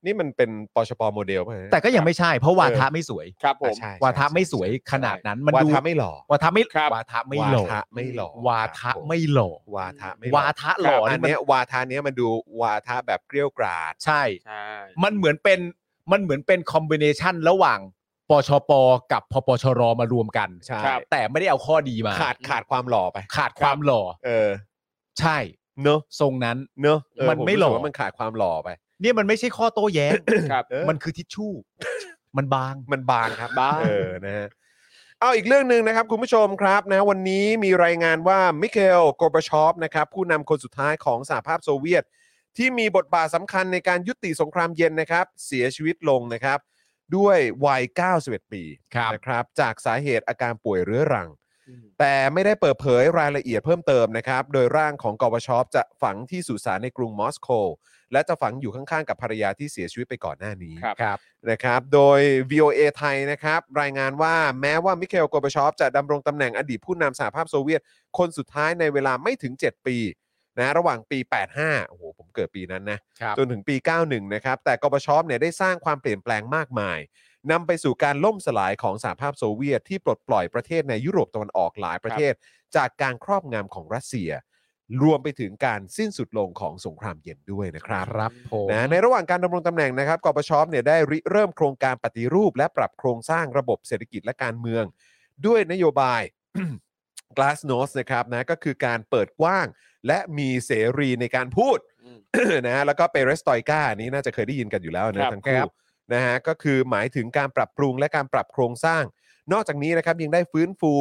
B: นี่มันเป็นปชปโมเดลป่ะฮะ
C: แต่ก็ยังไม่ใช่ เพราะวาทะไม่สวย
D: ครับผ
B: อ่ะ
D: ม
B: ใช่
C: วาทะไม่
B: ใช่
C: สวย
B: ใช่
C: ขนาดนั้นมัน
B: วา
C: ดู
B: ทะไม่หล่อ
C: วาทะไม่
D: ครับ
C: วาทะไม่หล่อ
B: วาทะไม่หล่อ
C: วาทะไม่หล่อ
B: วาทะไม่หล่อ
C: วาทะหล่
B: ค
C: อ
B: รับอั
C: นี่
B: น
C: มัน
B: เนี้ยวาทะเนี้ยมันดูวาทะแบบเกรี้ยวกราด
C: ใช่
D: ใช่
C: มันเหมือนเป็นมันเหมือนเป็นคอมบิเนชันระหว่างปชปกับพปชรมารวมกัน
B: ใช่
C: แต่ไม่ได้เอาข้อดีมา
B: ขาดขาดความหล่อไป
C: ขาดความหล่อ
B: เออ
C: ใช่
B: เนอะ
C: ทรงนั้น
B: เนอะเ
C: มันไม่หล่
B: ผ
C: อ
B: รู้สึกว่ามันขาดความหล่อไป
C: เนี่ยมันไม่ใช่ข้อโต้แย้ง
D: ครับ
B: เออ
C: มันคือทิชชู่ มันบาง
B: มันบางครับ
D: บาง
B: เออนะฮะเอาอีกเรื่องหนึ่งนะครับ คุณผู้ชมครับนะวันนี้มีรายงานว่ามิเคลโกบาชอฟนะครับผู้นำคนสุดท้ายของสหภาพโซเวียต ที่มีบทบาทสำคัญในการยุติสงครามเย็นนะครับ เสียชีวิตลงนะครับ ด้วยวัย 91 ปี
C: ครับ
B: นะครับ จากสาเหตุอาการป่วยเรื้อรัง แต่ไม่ได้เปิดเผยรายละเอียดเพิ่มเติมนะครับ โดยร่างของกอบชอปจะฝังที่สุสานในกรุงมอสโก และจะฝังอยู่ข้างๆ กับภรรยาที่เสียชีวิตไปก่อนหน้านี้
D: ครับ
C: ครับ
B: นะครับ โดย VOA ไทยนะครับ รายงานว่าแม้ว่ามิเคลโกบชอปจะดำรงตำแหน่งอดีตผู้นำสหภาพโซเวียต คนสุดท้ายในเวลาไม่ถึง 7 ปีนะระหว่างปี 85 โอ้โห ผมเกิดปีนั้นนะ
C: ครับ
B: จนถึงปี 91 นะครับ แต่กบชอปเนี่ยได้สร้างความเปลี่ยนแปลงมากมายนำไปสู่การล่มสลายของสหภาพโซเวียตที่ปลดปล่อยประเทศในยุโรปตะวันออกหลายประเทศ จากการครอบงำของรัสเซีย รวมไปถึงการสิ้นสุดลงของสงครามเย็นด้วยนะครับ
C: ครับผม
B: นะในระหว่างการดำรงตำแหน่งนะครับกปชเนี่ยได้ริเริ่มโครงการปฏิรูป และปรับโครงสร้างระบบเศรษฐกิจและการเมือง ด้วยนโยบาย glasnost นะครับนะก็คือการเปิดกว้าง และมีเสรีในการพูด
D: อืม
B: นะแล้วก็เปเรสตอยกานี้น่าจะเคยได้ยินกันอยู่แล้ว
D: ครั
B: นะ
D: บ
B: ทั้งคู่นะฮะก็คือหมายถึงการปรับปรุงและการปรับโครงสร้าง นอกจากนี้นะครับยังได้ฟื้นฟู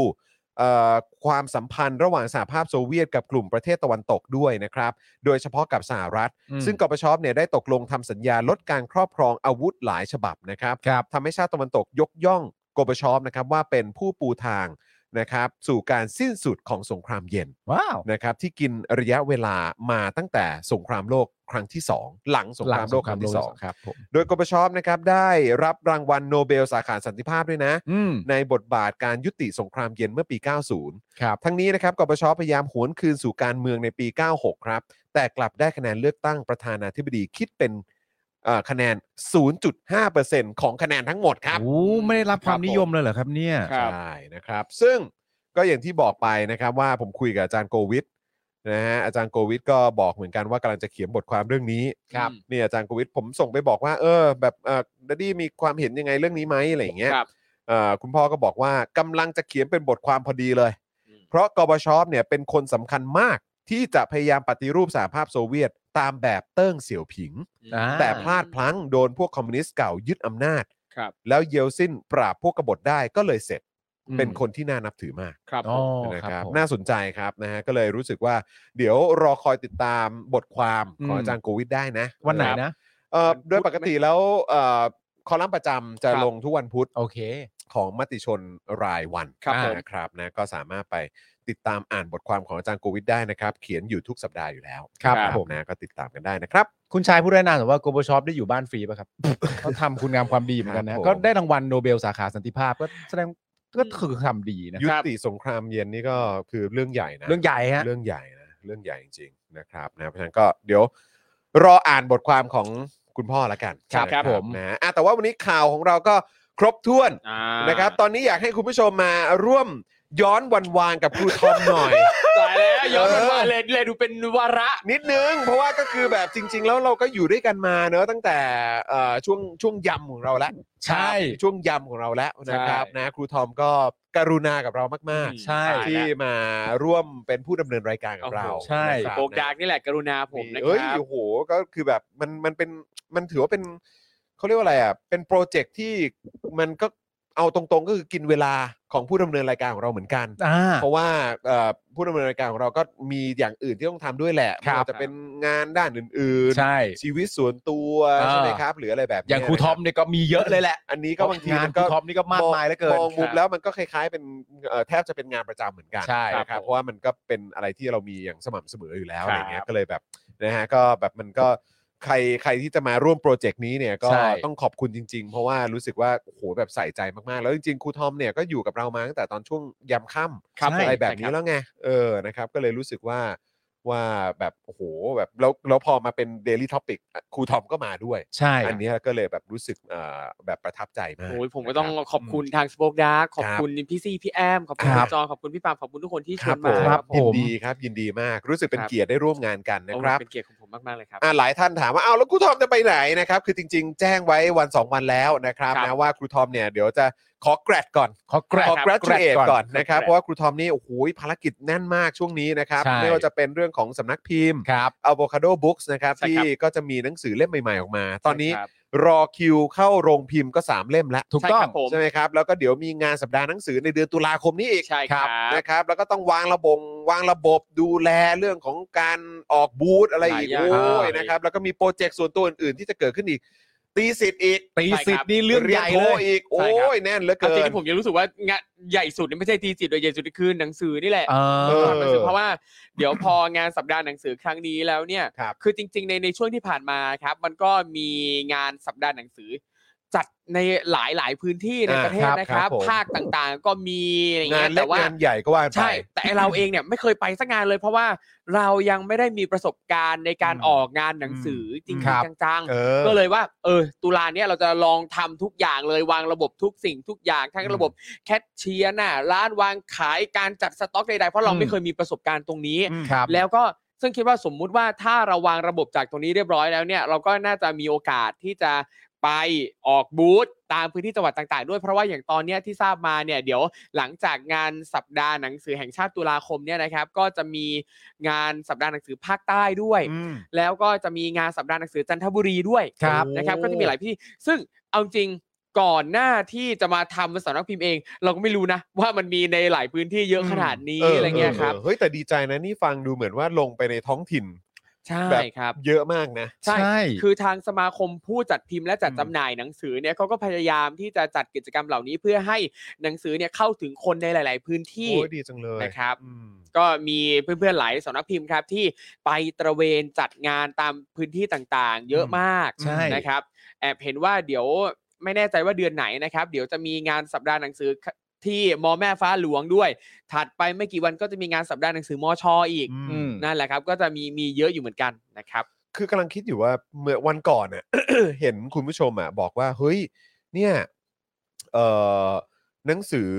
B: เอ่อความสัมพันธ์ระหว่างสหภาพโซเวียตกับกลุ่มประเทศตะวันตกด้วยนะครับ โดยเฉพาะกับสหรัฐ ซึ่งกปชเนี่ยได้ตกลงทำสัญญาลดการครอบครองอาวุธหลายฉบับนะครับ
C: ครับ
B: ทำให้ชาติตะวันตกยกย่องกปชนะครับว่าเป็นผู้ปูทางนะครับสู่การสิ้นสุดของสงครามเย็น
C: ว้าว
B: นะครับที่กินระยะเวลามาตั้งแต่สงครามโลกครั้งที่ 2 หลังสงครามโลกครั้งที่ 2
C: ครับผม
B: โดยกบชอปนะครับได้รับรางวัลโนเบลสาขาสันติภาพด้วยนะ
C: อืม
B: ในบทบาทการยุติสงครามเย็นเมื่อปี 90
C: ครับ
B: ทั้งนี้นะครับกบชอปพยายามหวนคืนสู่การเมืองในปี 96 ครับ แต่กลับได้คะแนนเลือกตั้งประธานาธิบดีคิดเป็นเอ่อคะแนน 0.5%ของคะแนนทั้งหมดครับ
C: โอ้ไม่ได้รับความนิยมเลยเหรอครับเนี่ย
D: ครับ
B: ใช่นะครับ ซึ่งก็อย่างที่บอกไปนะครับว่าผมคุยกับอาจารย์โกวิทนะฮะอาจารย์โกวิทก็บอกเหมือนกันว่ากำลังจะเขียนบทความเรื่องนี้
D: ครับ
B: เนี่ยอาจารย์โกวิทผมส่งไปบอกว่า เออ แบบเออดัดดี้มีความเห็นยังไงเรื่องนี้ไหมอะไรอย่างเงี้ย
D: ครับ
B: เอ่อคุณพ่อก็บอกว่ากำลังจะเขียนเป็นบทความพอดีเลย
D: อืม
B: เพราะกบชเนี่ยเป็นคนสำคัญมากที่จะพยายามปฏิรูปสหภาพโซเวียตตามแบบเติ้งเสี่ยวผิง
C: อ่า
B: แต่พลาดพลั้งโดนพวกคอมมิวนิสต์เก่ายึดอำนาจ
D: ครับ
B: แล้วเยลซินปราบพวกกบฏได้ก็เลยเสร็จ
C: อืม
B: เป็นคนที่น่านับถือมาก
D: ครับ
C: อ๋อ
B: นะครับ ครับ
C: ผม
B: น่าสนใจครับนะฮะก็เลยรู้สึกว่าเดี๋ยวรอคอยติดตามบทความของ
C: อืม
B: อาจารย์โกวิทได้นะ
C: วันไหนนะ
B: เอ่อ
D: วันพุธ
B: โดยปกติแล้วเอ่อคอลัมน์ประจำจะ
D: ครับ
B: ลงทุกวันพุธ
C: โอเค
B: ของมติชนรายวัน
D: ครับผม
B: นะครับนะก็สามารถไปติดตามอ่านบทความของอาจารย์โกวิทได้นะครับ เขียนอยู่ทุกสัปดาห์อยู่แล้ว
C: ครับผม
B: นะก็ติดตามกันได้นะครับ
C: คุณชายผู้ได้นามแต่ว่าโกโบชอปได้อยู่บ้านฟรี ป่ะครับ เขาทำคุณงามความดีเหมือนกัน
B: ครับ
C: นะ
B: ผม
C: ก็ได้รางวัลโนเบลสาขาสันติภาพก็แสดงก็คือทำดีนะ
B: ยุติสงครามเย็นนี่ก็คือเรื่องใหญ่นะ
C: เรื่องใหญ่ฮะ
B: เรื่องใหญ่นะเรื่องใหญ่จริงๆนะครับนะเพราะฉะนั้นก็เดี๋ยวรออ่านบทความของคุณพ่อละกัน
C: ครับ
B: นะครับ
C: ผม
B: นะฮะอ่ะแต่ว่าวันนี้ข่าวของเราก็ครบถ้วน
D: อ่า
B: นะครับ ตอนนี้อยากให้คุณผู้ชมมาร่วมย้อนวันวานกับครูทอมหน่อย
D: ตายแล้วย้อนกลับมาเลยเลยดูเป็นวาระ
B: นิดนึง เพราะว่าก็คือแบบจริง ๆ แล้วเราก็อยู่ด้วยกันมาเนอะตั้งแต่เอ่อช่วงช่วงยำของเราแล้ว
C: ใช่
B: ช่วงยำของเราแล้วนะครับนะครูทอมก็กรุณากับเรามาก
C: ใช่
B: ๆ ที่มาร่วมเป็นผู้ดำเนินรายการกับเรา
D: โอ้โห
C: ใช่
B: นะครับ
D: โปกดาร์กนี่แหละกรุณาผมนะ
B: เอ้ย
D: ครับ
B: โอ้โหก็คือแบบมันมันเป็นมันถือว่าเป็นเขาเรียกว่าอะไรอ่ะเป็นโปรเจกต์ที่มันก็เอาตรงๆก็คือกินเวลาของผู้ดำเนินรายการของเราเหมือนกัน
C: อ่า
B: เพราะว่าเอ่อผู้ดำเนินรายการของเราก็มีอย่างอื่นที่ต้องทำด้วยแหละ
C: ครับ
B: ไม่ว่าจะเป็นงานด้านอื่น
C: ใช่
B: ๆ ชีวิตส่วนตัว
C: อ่า
B: ใช่ไหมครับ หรืออะไรแบบเนี้
C: อย่างครูทอมเนี่ยก็มีเยอะเลยแหละ
B: อันนี้ก็บางที
C: งาน
B: มัน
C: ครู
B: ก็
C: ทอมนี่ก็มากมายเหลือเกิน
B: มองมุมแล้วมันก็คล้ายๆเป็นเอ่อแทบจะเป็นงานประจำเหมือนกัน
C: ใช่
B: นะค
C: ครั
B: รับบเพราะว่ามันก็เป็นอะไรที่เรามีอย่างสม่ำเสมออยู่แล้ว
D: ค
B: อะ
D: รับ
B: ไรเงี้ยก็เลยแบบนะฮะก็แบบมันก็ใครใครที่จะมาร่วมโปรเจกต์นี้เนี่ยก็
C: ใช่
B: ต้องขอบคุณจริง ๆ เพราะว่ารู้สึกว่าโอ้โหแบบใส่ใจมากๆ แล้วจริงๆครูทอมเนี่ยก็อยู่กับเรามาตั้งแต่ตอนช่วงยามค่
C: ครับ
B: ำอะไรแบบนี้แล้วไงเออนะครับก็เลยรู้สึกว่าว่าแบบโอ้โหแบบแล้วแล้วพอมาเป็น Daily Topic ครูทอมก็มาด้วย
C: ใช่
B: อันเนี้ยก็เลยแบบรู้สึกเอ่อแบบประทับใจมาก
D: โอ้ยผมก็ต้อง
B: นะครับ
D: ขอบคุณทางสป o อ e ดาร์ขอบคุณพี่ซี่พี่แอม ขอบคุณ
B: ครั
D: คุ
B: บ
D: ณจอนขอบคุณพี่ปาล์มขอบคุณทุกคนที่ช
B: ครั
D: ว
B: บ
D: น
B: ผ
D: มา
B: ม
C: ครับผ
B: ยิน
C: ม
B: ดีครับยินดีมากรู้สึกเป็น
D: ครับ
B: เกียรติได้ร่วมงานกันนะ
D: โอ้
B: ค
D: โห
B: รับ
D: เป็นเกียรติของผมมากๆเลยครับ
B: อ่ะหลายท่านถามว่าเอาแล้วครูทอมจะไปไหนนะครับ คือจริง ๆ แจ้งไว้วัน 2 วันแล้วนะครับ
D: ครับ
B: นะว่าครูทอมเนี่ยเดี๋ยวจะขอแกรดก่อน
C: ขอแกรก
B: ขอ
D: ครับ
B: graduate
C: แกรด
B: ก่อนนะครับ
D: ครับ
B: เพราะว่าครูทอมนี่โอ้โหภารกิจแน่นมากช่วงนี้นะครับ
C: ใช่
B: ไม่ว่าจะเป็นเรื่องของสำนักพิมพ์
C: ครับ
B: Avocado Books นะครับ
D: ใช่
B: ที่
D: ครับ
B: ก็จะมีหนังสือเล่มใหม่ๆออกมา ตอนนี้
D: ครับ
B: รอคิวเข้าโรงพิมพ์ก็ 3 เล่มแล้ว
C: ถูกต้อง
D: ใช่ครับผม
B: ใช่ไหมครับ แล้วก็เดี๋ยวมีงานสัปดาห์หนังสือในเดือนตุลาคมนี้อีก
D: ใช่ครับ
B: นะครับแล้วก็ต้องวางระบงวางระบบดูแลเรื่องของการออกบูธอะไรอีก
D: หลายอย่าง
B: โอ้ยนะครับแล้วก็มีโปรเจกต์ส่วนตัวอื่นๆที่จะเกิดขึ้นอีก ตีสิทธิ์อีก
C: ตีสิทธิ์นี่เรื่อง
B: รี
C: ให
B: ยน
C: ญ่
B: โท
C: เลย
B: อีก โอ้
D: ใช่ครับ
B: ยแน่นเหลือ
D: เอา
B: เกิ
D: จริง
B: น
D: ที่ผมยังรู้สึกว่างานใหญ่สุดเนี่ยไม่ใช่ตีจิตโดยใหญ่สุดคือหนังสือนี่แหละ
C: เอ
B: เอ
C: อ
B: อ
D: หนังสือเพราะว่าเดี๋ยวพองานสัปดาห์หนังสือครั้งนี้แล้วเนี่ย
B: ครับ
D: อจริง ๆ ในในช่วงที่ผ่านมาครับ มันก็มีงานสัปดาห์หนังสือ จัดในหลายหลายๆพื้นที่ใน
B: อ่า
D: ประเทศนะค
B: ครั
D: รั
B: บบ ผม
D: ภาคต่างๆ ก็มีอะไรอย่าง
B: งา
D: เงี้
B: น
D: ย
B: เล็
D: แต่ว่าง
B: กานใหญ่ก็ว่าไป
D: ใช่ แต่ไอ้เราเองเนี่ยไม่เคยไปสักงานเลย เพราะว่าเรายังไม่ได้มีประสบการณ์ในการ
C: อืม
D: ออกงานหนังสือจริง
C: ครับ
D: ๆจังๆ
B: เออ
D: ก็เลยว่าเออตุลาเนี่ยเราจะลองทำทุกอย่างเลยวางระบบทุกสิ่งทุกอย่างทั้ง
C: อืม
D: ระบบแคชเชียร์น่ะร้านวางขายการจัดสต็อกใดๆเพราะเรา
C: อืม
D: ไม่เคยมีประสบการณ์ตรงนี้
C: ครับ
D: แล้วก็ซึ่งคิดว่าสมมุติว่าถ้าเราวางระบบจากตรงนี้เรียบร้อยแล้วเนี่ยเราก็น่าจะมีโอกาสที่จะไปออกบูธตามพื้นที่จังหวัดต่างๆ ด้วยเพราะว่าอย่างตอนเนี้ยที่ทราบมาเนี่ยเดี๋ยวหลังจากงานสัปดาห์หนังสือแห่งชาติตุลาคมเนี่ยนะครับ ก็จะมีงานสัปดาห์หนังสือภาคใต้ด้วย แล้วก็จะมีงานสัปดาห์หนังสือจันทบุรีด้วย
C: ครับ
D: นะครับ
C: โอ้
D: ก็จะมีหลายพี่ ซึ่งเอาจริงก่อนหน้าที่จะมาทำสำนักพิมพ์เอง เราก็ไม่รู้นะ ว่ามันมีในหลายพื้นที่เยอะขนาดนี้อะไรเงี้ยครับ
B: เฮ้ยแต่ดีใจนะนี่ฟังดูเหมือนว่าลงไปในท้องถิ่น
D: ใช่ครับ
B: เยอะมากนะ
D: ใช่
C: ใช่
D: คือทางสมาคมผู้จัดพิมพ์และจัด
C: อืม
D: จำหน่ายหนังสือเนี่ยเขาก็พยายามที่จะจัดกิจกรรมเหล่านี้เพื่อให้หนังสือเนี่ยเข้าถึงคนในหลาย ๆ พื้นที่
B: โอ้ยดีจังเลย
D: นะครับ
B: อืม
D: ก็มีเพื่อนๆหลายสำนักพิมพ์ครับที่ไปตระเวนจัดงานตามพื้นที่ต่างๆ เยอะมาก
C: ใช่
D: นะครับแอบเห็นว่าเดี๋ยวไม่แน่ใจว่าเดือนไหนนะครับ เดี๋ยวจะมีงานสัปดาห์หนังสือที่มอแม่ฟ้าหลวงด้วย ถัดไปไม่กี่วันก็จะมีงานสัปดาห์หนังสือมอชออีก
C: อืม
D: นั่นแหละครับก็จะมีมีเยอะอยู่เหมือนกันนะครับ
B: คือกำลังคิดอยู่ว่าเมื่อวันก่อนเน่ะ เห็นคุณผู้ชมอ่ะบอกว่าเฮ้ยเนี่ยเอ่อหนังสือ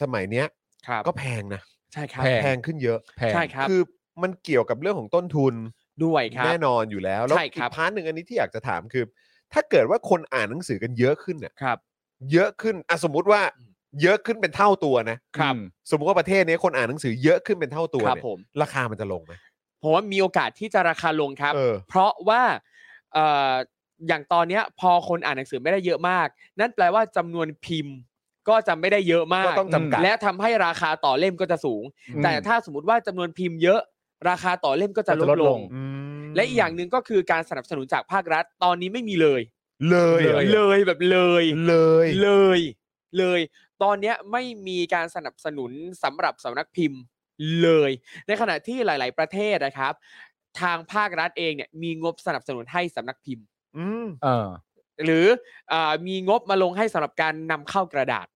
B: สมัยเนี้ย
D: ครับ
B: ก็แพงนะ
D: ใช่ครับ
C: แพ
B: แพงขึ้นเยอะ
C: แพง
D: ใช่ครับ
B: คือมันเกี่ยวกับเรื่องของต้นทุน
D: ด้วยครับ
B: แน่นอนอยู่แล้วแล้ว
D: ใช่
B: อี
D: ครั
B: ก
D: บ
B: พาร์ทหนึ่งอันนี้ที่อยากจะถามคือ ถ้าเกิดว่าคนอ่านหนังสือกันเยอะขึ้นเนี่ย
D: ครับ
B: เยอะขึ้นอ่ะสมมติว่าเยอะขึ้นเป็นเท่าตัวนะครับ สมมติว่าประเทศเนี้ยคนอ่านหนังสือเยอะขึ้นเป็นเท่าตัว
D: ครับ
B: เนี่ย
D: ผม
B: ราคามันจะลงไหม
D: ผมว่ามีโอกาสที่จะราคาลงครับ
B: เออ
D: เพราะว่าเอ่ออย่างตอนเนี้ยพอคนอ่านหนังสือไม่ได้เยอะมาก นั่นแปลว่าจำนวนพิมพ์ก็จะไม่ได้เยอะมาก
B: ก็ต้องจำกัด
D: และทำให้ราคาต่อเล่มก็จะสูง
C: อืม
D: แต่ถ้าสมมติว่าจำนวนพิมพ์เยอะ ราคาต่อเล่มก็จะลด
C: ก็จะลด
D: ล
C: ล
D: ง
C: ง
B: อืม
D: และอีกอย่างหนึ่งก็คือการสนับสนุนจากภาครัฐตอนนี้ไม่มีเลย
B: เลยหรอ
D: เลยแบบเลย
B: เลย
D: เลยเลย ตอนเนี้ยไม่มีการสนับสนุนสำหรับสำนักพิมพ์เลย ในขณะที่หลาย ๆ ประเทศนะครับ ทางภาครัฐเองเนี่ยมีงบสนับสนุนให้สำนักพิมพ์
B: อืม
C: เออ
D: หรืออามีงบมาลงให้สำหรับการนำเข้ากระดาษ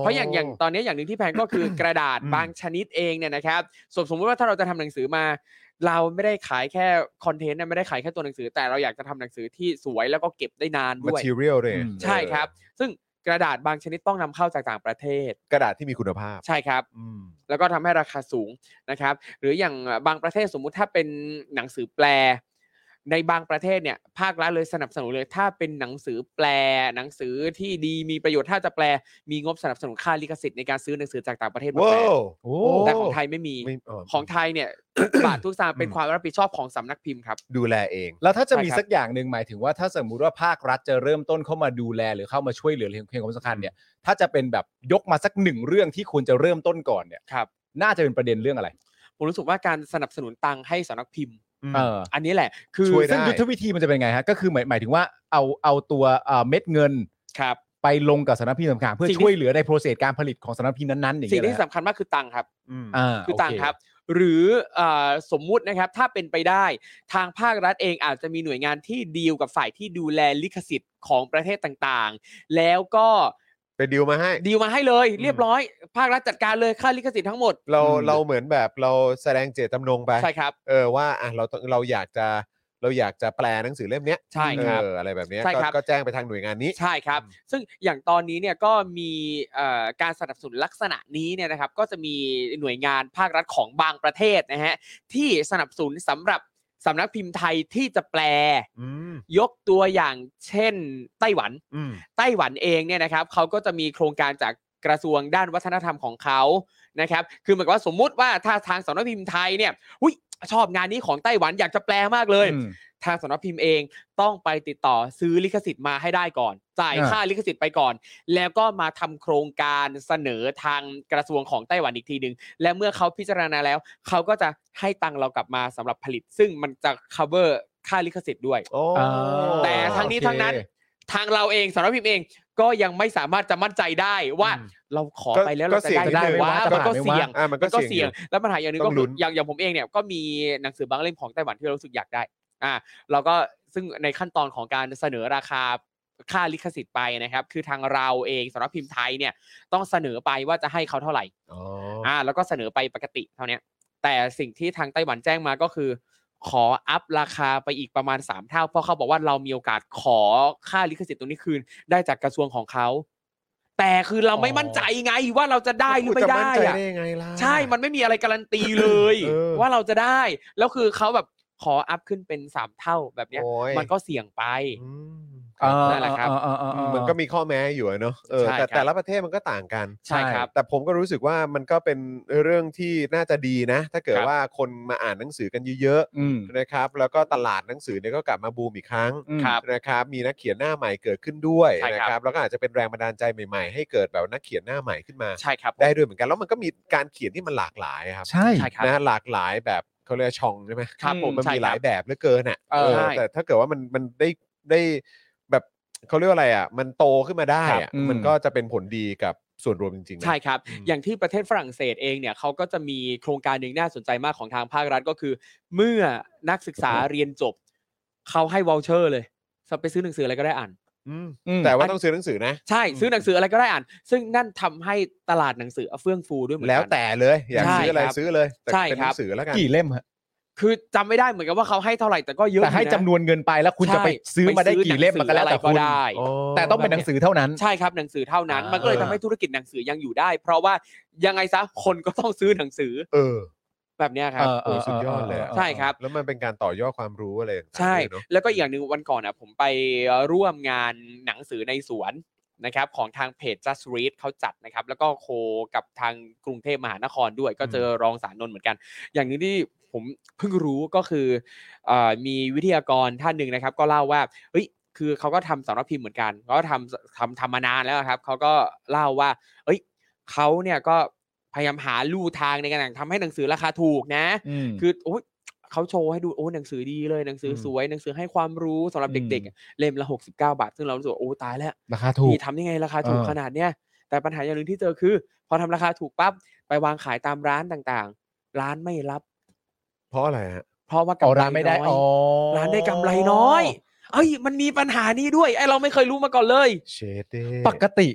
D: เพราะอย่างอย่างตอนนี้อย่างหนึ่งที่แพงก็คือ กระดาษ
B: อืม
D: บางชนิดเองเนี่ยนะครับสมสมมติว่าถ้าเราจะทำหนังสือมา เราไม่ได้ขายแค่คอนเทนต์นะไม่ได้ขายแค่ตัวหนังสือ แต่เราอยากจะทำหนังสือที่สวยแล้วก็เก็บได้นานด้วย
B: material เลย
C: อืม
D: ใช่ครับ ซึ่งกระดาษบางชนิดต้องนำเข้าจากต่างประเทศ
B: กระดาษที่มีคุณภาพ
D: ใช่ครับ
B: อืม
D: แล้วก็ทำให้ราคาสูงนะครับ หรืออย่างบางประเทศสมมุติถ้าเป็นหนังสือแปล ในบางประเทศเนี่ยภาครัฐเลยสนับสนุนเลย ถ้าเป็นหนังสือแปล หนังสือที่ดีมีประโยชน์ถ้าจะแปล มีงบสนับสนุนค่าลิขสิทธิ์ในการซื้อหนังสือจากต่างประเทศมาแปล
B: ว้าว
C: โอ้
D: แต่ของไทยไม่มี
B: ไม่เ
D: ของไทย เนี่ยทุกบาททุกสตางค์เป็นความรับผิดชอบของสำนักพิมพ์ครับ
B: ดูแลเอง
C: แล้วถ้าจะมี
D: ใช่ครับ
C: สักอย่างหนึ่งหมายถึงว่าถ้าสมมุติว่าภาครัฐจะเริ่มต้นเข้ามาดูแลหรือเข้ามาช่วยเหลือเรื่องความสำคัญเนี่ย ถ้าจะเป็นแบบยกมาสักหนึ่งเรื่องที่ควรจะเริ่มต้นก่อนเนี่ย
D: ครับ
C: น่าจะเป็นประเด็นเรื่องอะไร
D: ผมรู้สึกว่าการสนับสนุนตังค์ให้สำนักพิมพ์
C: เออ
D: อันนี้แหละคือ
B: ช่วยได้
C: ซึ่งยุทธวิธีมันจะเป็นไงฮะก็คือหมายหมายถึงว่าเอาเอาตัวเอ่อเม็ดเงิน
D: ครับ
C: ไปลงกับสำนักพิมพ์ต่างๆเพื่อ
D: สิ่งที่
C: ช่วยเหลือในโปรเซสการผลิตของสำนักพิมพ์นั้นๆอย่าง
D: สิ่ง
C: เงี้ย
D: ที่
C: เหรอฮะ
D: สำคัญมากคือตังค์ครับ
C: อ่า
D: คือ
C: โเ
D: ต่างครับ หรืออ่าสมมุตินะครับถ้าเป็นไปได้ทางภาครัฐเองอาจจะมีหน่วยงานที่ดีลกับฝ่ายที่ดูแลลิขสิทธิ์ของประเทศต่างๆ แล้วก็
B: ไปดีลมาให้
D: ดีลมาให้เลย
B: อืม
D: เรียบร้อย ภาครัฐจัดการเลยค่าลิขสิทธิ์ทั้งหมด
B: เรา
C: อืม
B: เราเหมือนแบบเราแสดงเจตจำนงไป
D: ใช่ครับ
B: เออว่าอ่ะเราต้องเราอยากจะเราอยากจะแปลหนังสือเล่มเนี้ย
D: ใช่ครับ
B: เอออะไรแบบเนี้ย
D: ใช่
B: ก็
D: ครับ
B: ก็แจ้งไปทางหน่วยงานนี้
D: ใช่ครับ ซึ่งอย่างตอนนี้เนี่ยก็มีเอ่อการสนับสนุนลักษณะนี้เนี่ยนะครับ ก็จะมีหน่วยงานภาครัฐของบางประเทศนะฮะที่สนับสนุนสำหรับสำนักพิมพ์ไทยที่จะแปล
B: อืม
D: ยกตัวอย่างเช่น ไต้หวัน
B: อืม
D: ไต้หวันเองเนี่ยนะครับเขาก็จะมีโครงการจากกระทรวงด้านวัฒนธรรมของเขานะครับ คือเหมือนกับว่าสมมุติว่าถ้าทางสำนักพิมพ์ไทยเนี่ยหุ้ย ชอบงานนี้ของไต้หวันอยากจะแปลมากเลย
C: อืม
D: ทางสำนักพิมพ์เองต้องไปติดต่อซื้อลิขสิทธิ์มาให้ได้ก่อน จ่าย
C: อ่า
D: ค่าลิขสิทธิ์ไปก่อน แล้วก็มาทำโครงการเสนอทางกระทรวงของไต้หวันอีกทีหนึ่งและเมื่อเขาพิจารณาแล้ว เขาก็จะให้ตังค์เรากลับมาสำหรับผลิต ซึ่งมันจะ cover ค่าลิขสิทธิ์ด้วย
B: โอ้
C: อ่า
D: แต่ทั้งนี้
C: โอเค
D: ทั้งนั้น ทางเราเองสำนักพิมพ์เอง ก็ยังไม่สามารถจะมั่นใจได้ว่า
C: อืม
D: เราขอไปแล้ว
B: ก็
D: เราจะ
B: เสี่ยง
D: ได้
B: นิด
D: ได้
B: นึง
D: ว่า
C: ว่าจะ
D: มันก็
C: ผ่านไหมวะ
D: เสี่ยง
B: อ่ะมันก็
D: ก็
B: เสี่
D: เสี่
B: ย
D: ย
B: ง
D: งแล้วปัญหาอย่างหนึง
B: ต้
D: ก็
B: อง
D: คื
B: ลุ้
D: อน อย่างอย่างผมเองเนี่ยก็มีหนังสือบางเล่มของไต้หวันที่เรารู้สึกอยากได้อ่าเราก็ซึ่งในขั้นตอนของการเสนอราคาค่าลิขสิทธิ์ไปนะครับ คือทางเราเองสำนักพิมพ์ไทยเนี่ยต้องเสนอไปว่าจะให้เขาเท่าไหร่อ่าแล้วก็เสนอไปปกติเท่าเนี้ยแต่สิ่งที่ทางไต้หวันแจ้งมาก็คือ ขออัพราคาไปอีกประมาณ 3 เท่า เพราะเขาบอกว่าเรามีโอกาสขอค่าลิขสิทธิ์ตรงนี้คืนได้จากกระทรวงของเขาแต่คือเราไม่มั่นใจไงว่าเราจะได้หรือไม่
B: จะ
D: ได้
B: นใจ
D: อะ
B: ด้ยังไงล่ะ
D: ใช่ มันไม่มีอะไรการันตีเลย
B: เออ
D: ว่าเราจะได้ แล้วคือเขาแบบขออัพขึ้นเป็นสามเท่าแบบเนี้ย
B: โอ้ย
D: มันก็เสี่ยงไป
B: อืม
C: อ่า
D: นั่นแหละครับ
C: อ่าอ่าอ่าอ่า
B: มันก็มีข้อแม้อยู่อะเนอะเออ
D: ใช่
B: แต่
D: ครับ
B: แต่ละประเทศมันก็ต่างกัน
D: ใช่ครับ
B: แต่ผมก็รู้สึกว่ามันก็เป็นเรื่องที่น่าจะดีนะ ถ้าเกิด
D: ครับ
B: ว่าคนมาอ่านหนังสือกันเยอะ
C: อืม
B: ๆนะครับ แล้วก็ตลาดหนังสือเนี่ยก็กลับมาบูมอีกครั้ง
C: อืม
D: ครับ
B: นะครับมีนักเขียนหน้าใหม่เกิดขึ้นด้วย
D: ใช่
B: นะครับ แล้วก็อาจจะเป็นแรงบันดาลใจใหม่ๆ ให้เกิดแบบนักเขียนหน้าใหม่ขึ้นมา
D: ใช่ครับผม
B: ได้ด้วยเหมือนกันแล้วมันก็มีการเขียนที่มันหลากหลายอะครับ
C: ใช่
D: ใช่ครับ
B: นะหลากหลายแบบเขาเรียกว่าช่องใช่ไหม
D: ครับผม
B: มัน
D: ใช่
B: มี
D: ครับ
B: หลายแบบเหลือเกินอ่ะ
C: เออ
B: เออแต่ถ้าเกิดว่ามันมันได้ได้แบบเขาเรียกว่าอะไรอ่ะมันโตขึ้นมาได้
D: ครั
B: อ่ะ
D: บ
B: มันก็จะเป็นผลดีกับส่วนรวมจริงๆนะ
D: ใช่ครับ
B: อืม
D: อย่างที่ประเทศฝรั่งเศสเองเนี่ยเขาก็จะมีโครงการหนึ่งน่าสนใจมากของทางภาครัฐก็คือ เมื่อนักศึกษาเรียนจบ เขาให้วอลเชอร์เลยไปซื้อหนังสืออะไรก็ได้อ่าน
B: อืม
C: อืม
B: แต่ว่าต้องซื้อหนังสือนะ
D: ใช่
C: อืม
D: ซื้อหนังสืออะไรก็ได้อ่าน ซึ่งนั่นทำให้ตลาดหนังสือเฟื่องฟูด้วยเหมือนกั
B: แล้วแต่เลยอยาก
D: ใช่
B: ซื้ออะไร
D: ครับ
B: ซื้อเลยแต่
D: ใช่
B: เป็น
D: ค
B: ห
D: รั
B: นั
D: บ
B: งสือแล้วกัน
C: กี่เล่มฮะ
D: คือจำไม่ได้เหมือนกันว่าเขาให้เท่าไหร่แต่ก็เยอะ
C: แต่ให้
D: อยู่ะ
C: จำนวนเงินไปแล้วคุณจะไป
D: ใช่
C: ซื้อมาได้กี่เล่มมันก็แล้วแต่คุณ
D: ไปซื้อหนังสืออะไรก็ได้
C: แต่ต้องเป็นหนังสือเท่านั้น
D: ใช่ครับหนังสือเท่านั้น
C: อ่ามั
D: มันก็เลยทำให้ธุรกิจหนังสือยังอยู่ได้ เพราะว่ายังไงซะคนก็ต้องซื้อหนังสือ
B: เออ
D: แบบเนี้ยครับ
C: เออเออ
B: โอ้ยสุดยอดเลยอะ
C: เออเออเออ
D: ใช่ครับ
B: แล้วมันเป็นการต่อยอดความรู้อะไรต่างๆ
D: ใช่
B: ด้วยเนอะ
D: แล้วก็อีกอย่างหนึ่งวันก่อนอ่ะผมไปร่วมงานหนังสือในสวนนะครับของทางเพจ Just Read เขาจัดนะครับ แล้วก็โคกับทางกรุงเทพมหานครด้วย ก็เจอรองสารนนท์เหมือนกัน อย่างหนึงที่ผมเพิ่งรู้ก็คือเออมีวิทยากรท่านหนึ่งนะครับ ก็เล่าว่าเฮ้ยคือเขาก็ทำสำนักพิมพ์เหมือนกันเขาก็ทำทำทำมานานแล้วครับเขาก็เล่าว่า เอ้ยเขาเนี่ยก็พยายามหาลู่ทางในการทำให้หนังสือราคาถูกนะ
C: ม
D: คือโอ้ยเขาโชว์ให้ดูโอ้ยหนังสือดีเลยหนังสืออ
C: ม
D: สวยหนังสือให้ความรู้สำหรับ
C: อืม
D: เด็กๆอะเล่มละ 69 บาท ซึ่งเรารู้สึกว่าโอ้ตายแล้ว
C: ราคาถูก
D: นี่ทำยังไงราคาถูก
C: เออ
D: ขนาดเนี้ยแต่ปัญหาอย่างหนึ่งที่เจอคือ พอทำราคาถูกปั๊บไปวางขายตามร้านต่างๆ ร้านไม่รับ
B: เพราะอะไรฮะ
D: เพราะว่า
C: อ๋อก
D: ำไร
C: ร้านไม่ได้
D: น้อย
C: อ๋อ
D: ร้านได้กำไรน้อยเอ้ยมันมีปัญหานี้ด้วยไอเราไม่เคยรู้มาก่อนเลย
B: เชดเด้
C: ปกติ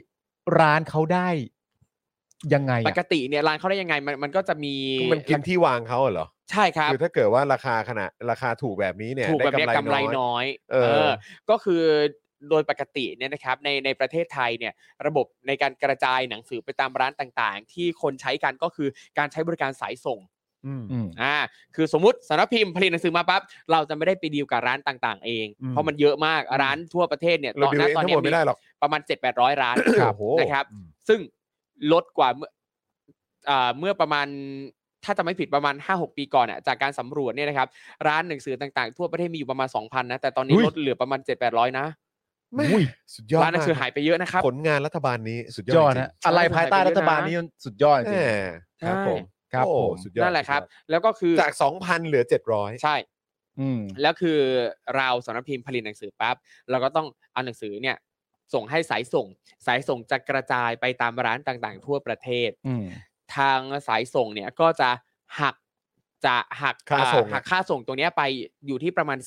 C: ร้านเขาได้ ยังไง
D: ป
C: อะ
D: กติเนี่ยร้านเขาได้ยังไงมันมันก็จะมี
B: มันกินที่วางเขาเหรอ
D: ใช่ครับ
B: คือถ้าเกิดว่าราคาขนาดราคาถูกแบบนี้เนี่ย
D: ถูกแบบเนี้ย
B: ด้
D: กำไรน้อย
B: เออ
D: ก็คือโดยปกติเนี่ยนะครับในในประเทศไทยเนี่ยระบบในการกระจายหนังสือไปตามร้านต่างๆ ที่คนใช้กันก็คือการใช้บริการสายส่ง
B: อืม
C: อืม
D: อ่าคือสมมติสำนักพิมพ์ผลิตหนังสือมาปั๊บเราจะไม่ได้ไปดีลกับร้านต่างๆ เอง
B: อืม
D: เพราะมันเยอะมากร้านทั่วประเทศเนี่ย
B: เราดู
D: ณ
B: เองทั้งหมด
D: มี
B: ไม่ได้หรอก
D: ประมาณ 7 8 0 0 ร้าน
B: ครับโอ้โห
D: นะครับ ซึ่งลดกว่าเมื่ออ่าเมื่อประมาณถ้าจะไม่ผิดประมาณ 5-6 ปีก่อนอ่ะจากการสำรวจเนี่ยนะครับ ร้านหนังสือต่างๆ ทั่วประเทศมีอยู่ประมาณ 2,000 นะ แต่ตอนนี้
C: อุ๊ย
D: ลดเหลือประมาณ 7-800 นะ
B: แม่
C: อุ้ย
B: สุดยอด
D: ร้านหนังสือหายไปเยอะนะครับ
B: ผลงานรัฐบาลนี้สุดย
C: ย
B: อด
C: อด
B: จริง
C: นะอะไรภายใต้รัฐบาลนี้มันสุดยอดจ
B: แหมค
C: ริง
B: รับผม
C: ครับ
B: โอ้
C: ผม
B: สุดยอด
D: นั่นแหละครับ
B: สุดย
D: แล้วก็คือ
B: อดจาก 2,000 เหลือ 700
D: ใช่
C: ๆอืม
D: แล้วคือเราสำนักพิมพ์ผลิตหนังสือปั๊บเราก็ต้องเอาหนังสือเนี่ยส่งให้สายส่ง สายส่งจะกระจายไปตามร้านต่างๆ ทั่วประเทศ
C: อืม
D: ทางสายส่งเนี่ยก็จะหักจะหัก
B: ค่า
D: อ่
B: ส่งอะ
D: หักค่าส่งตรงเนี้ยไปอยู่ที่ประมาณ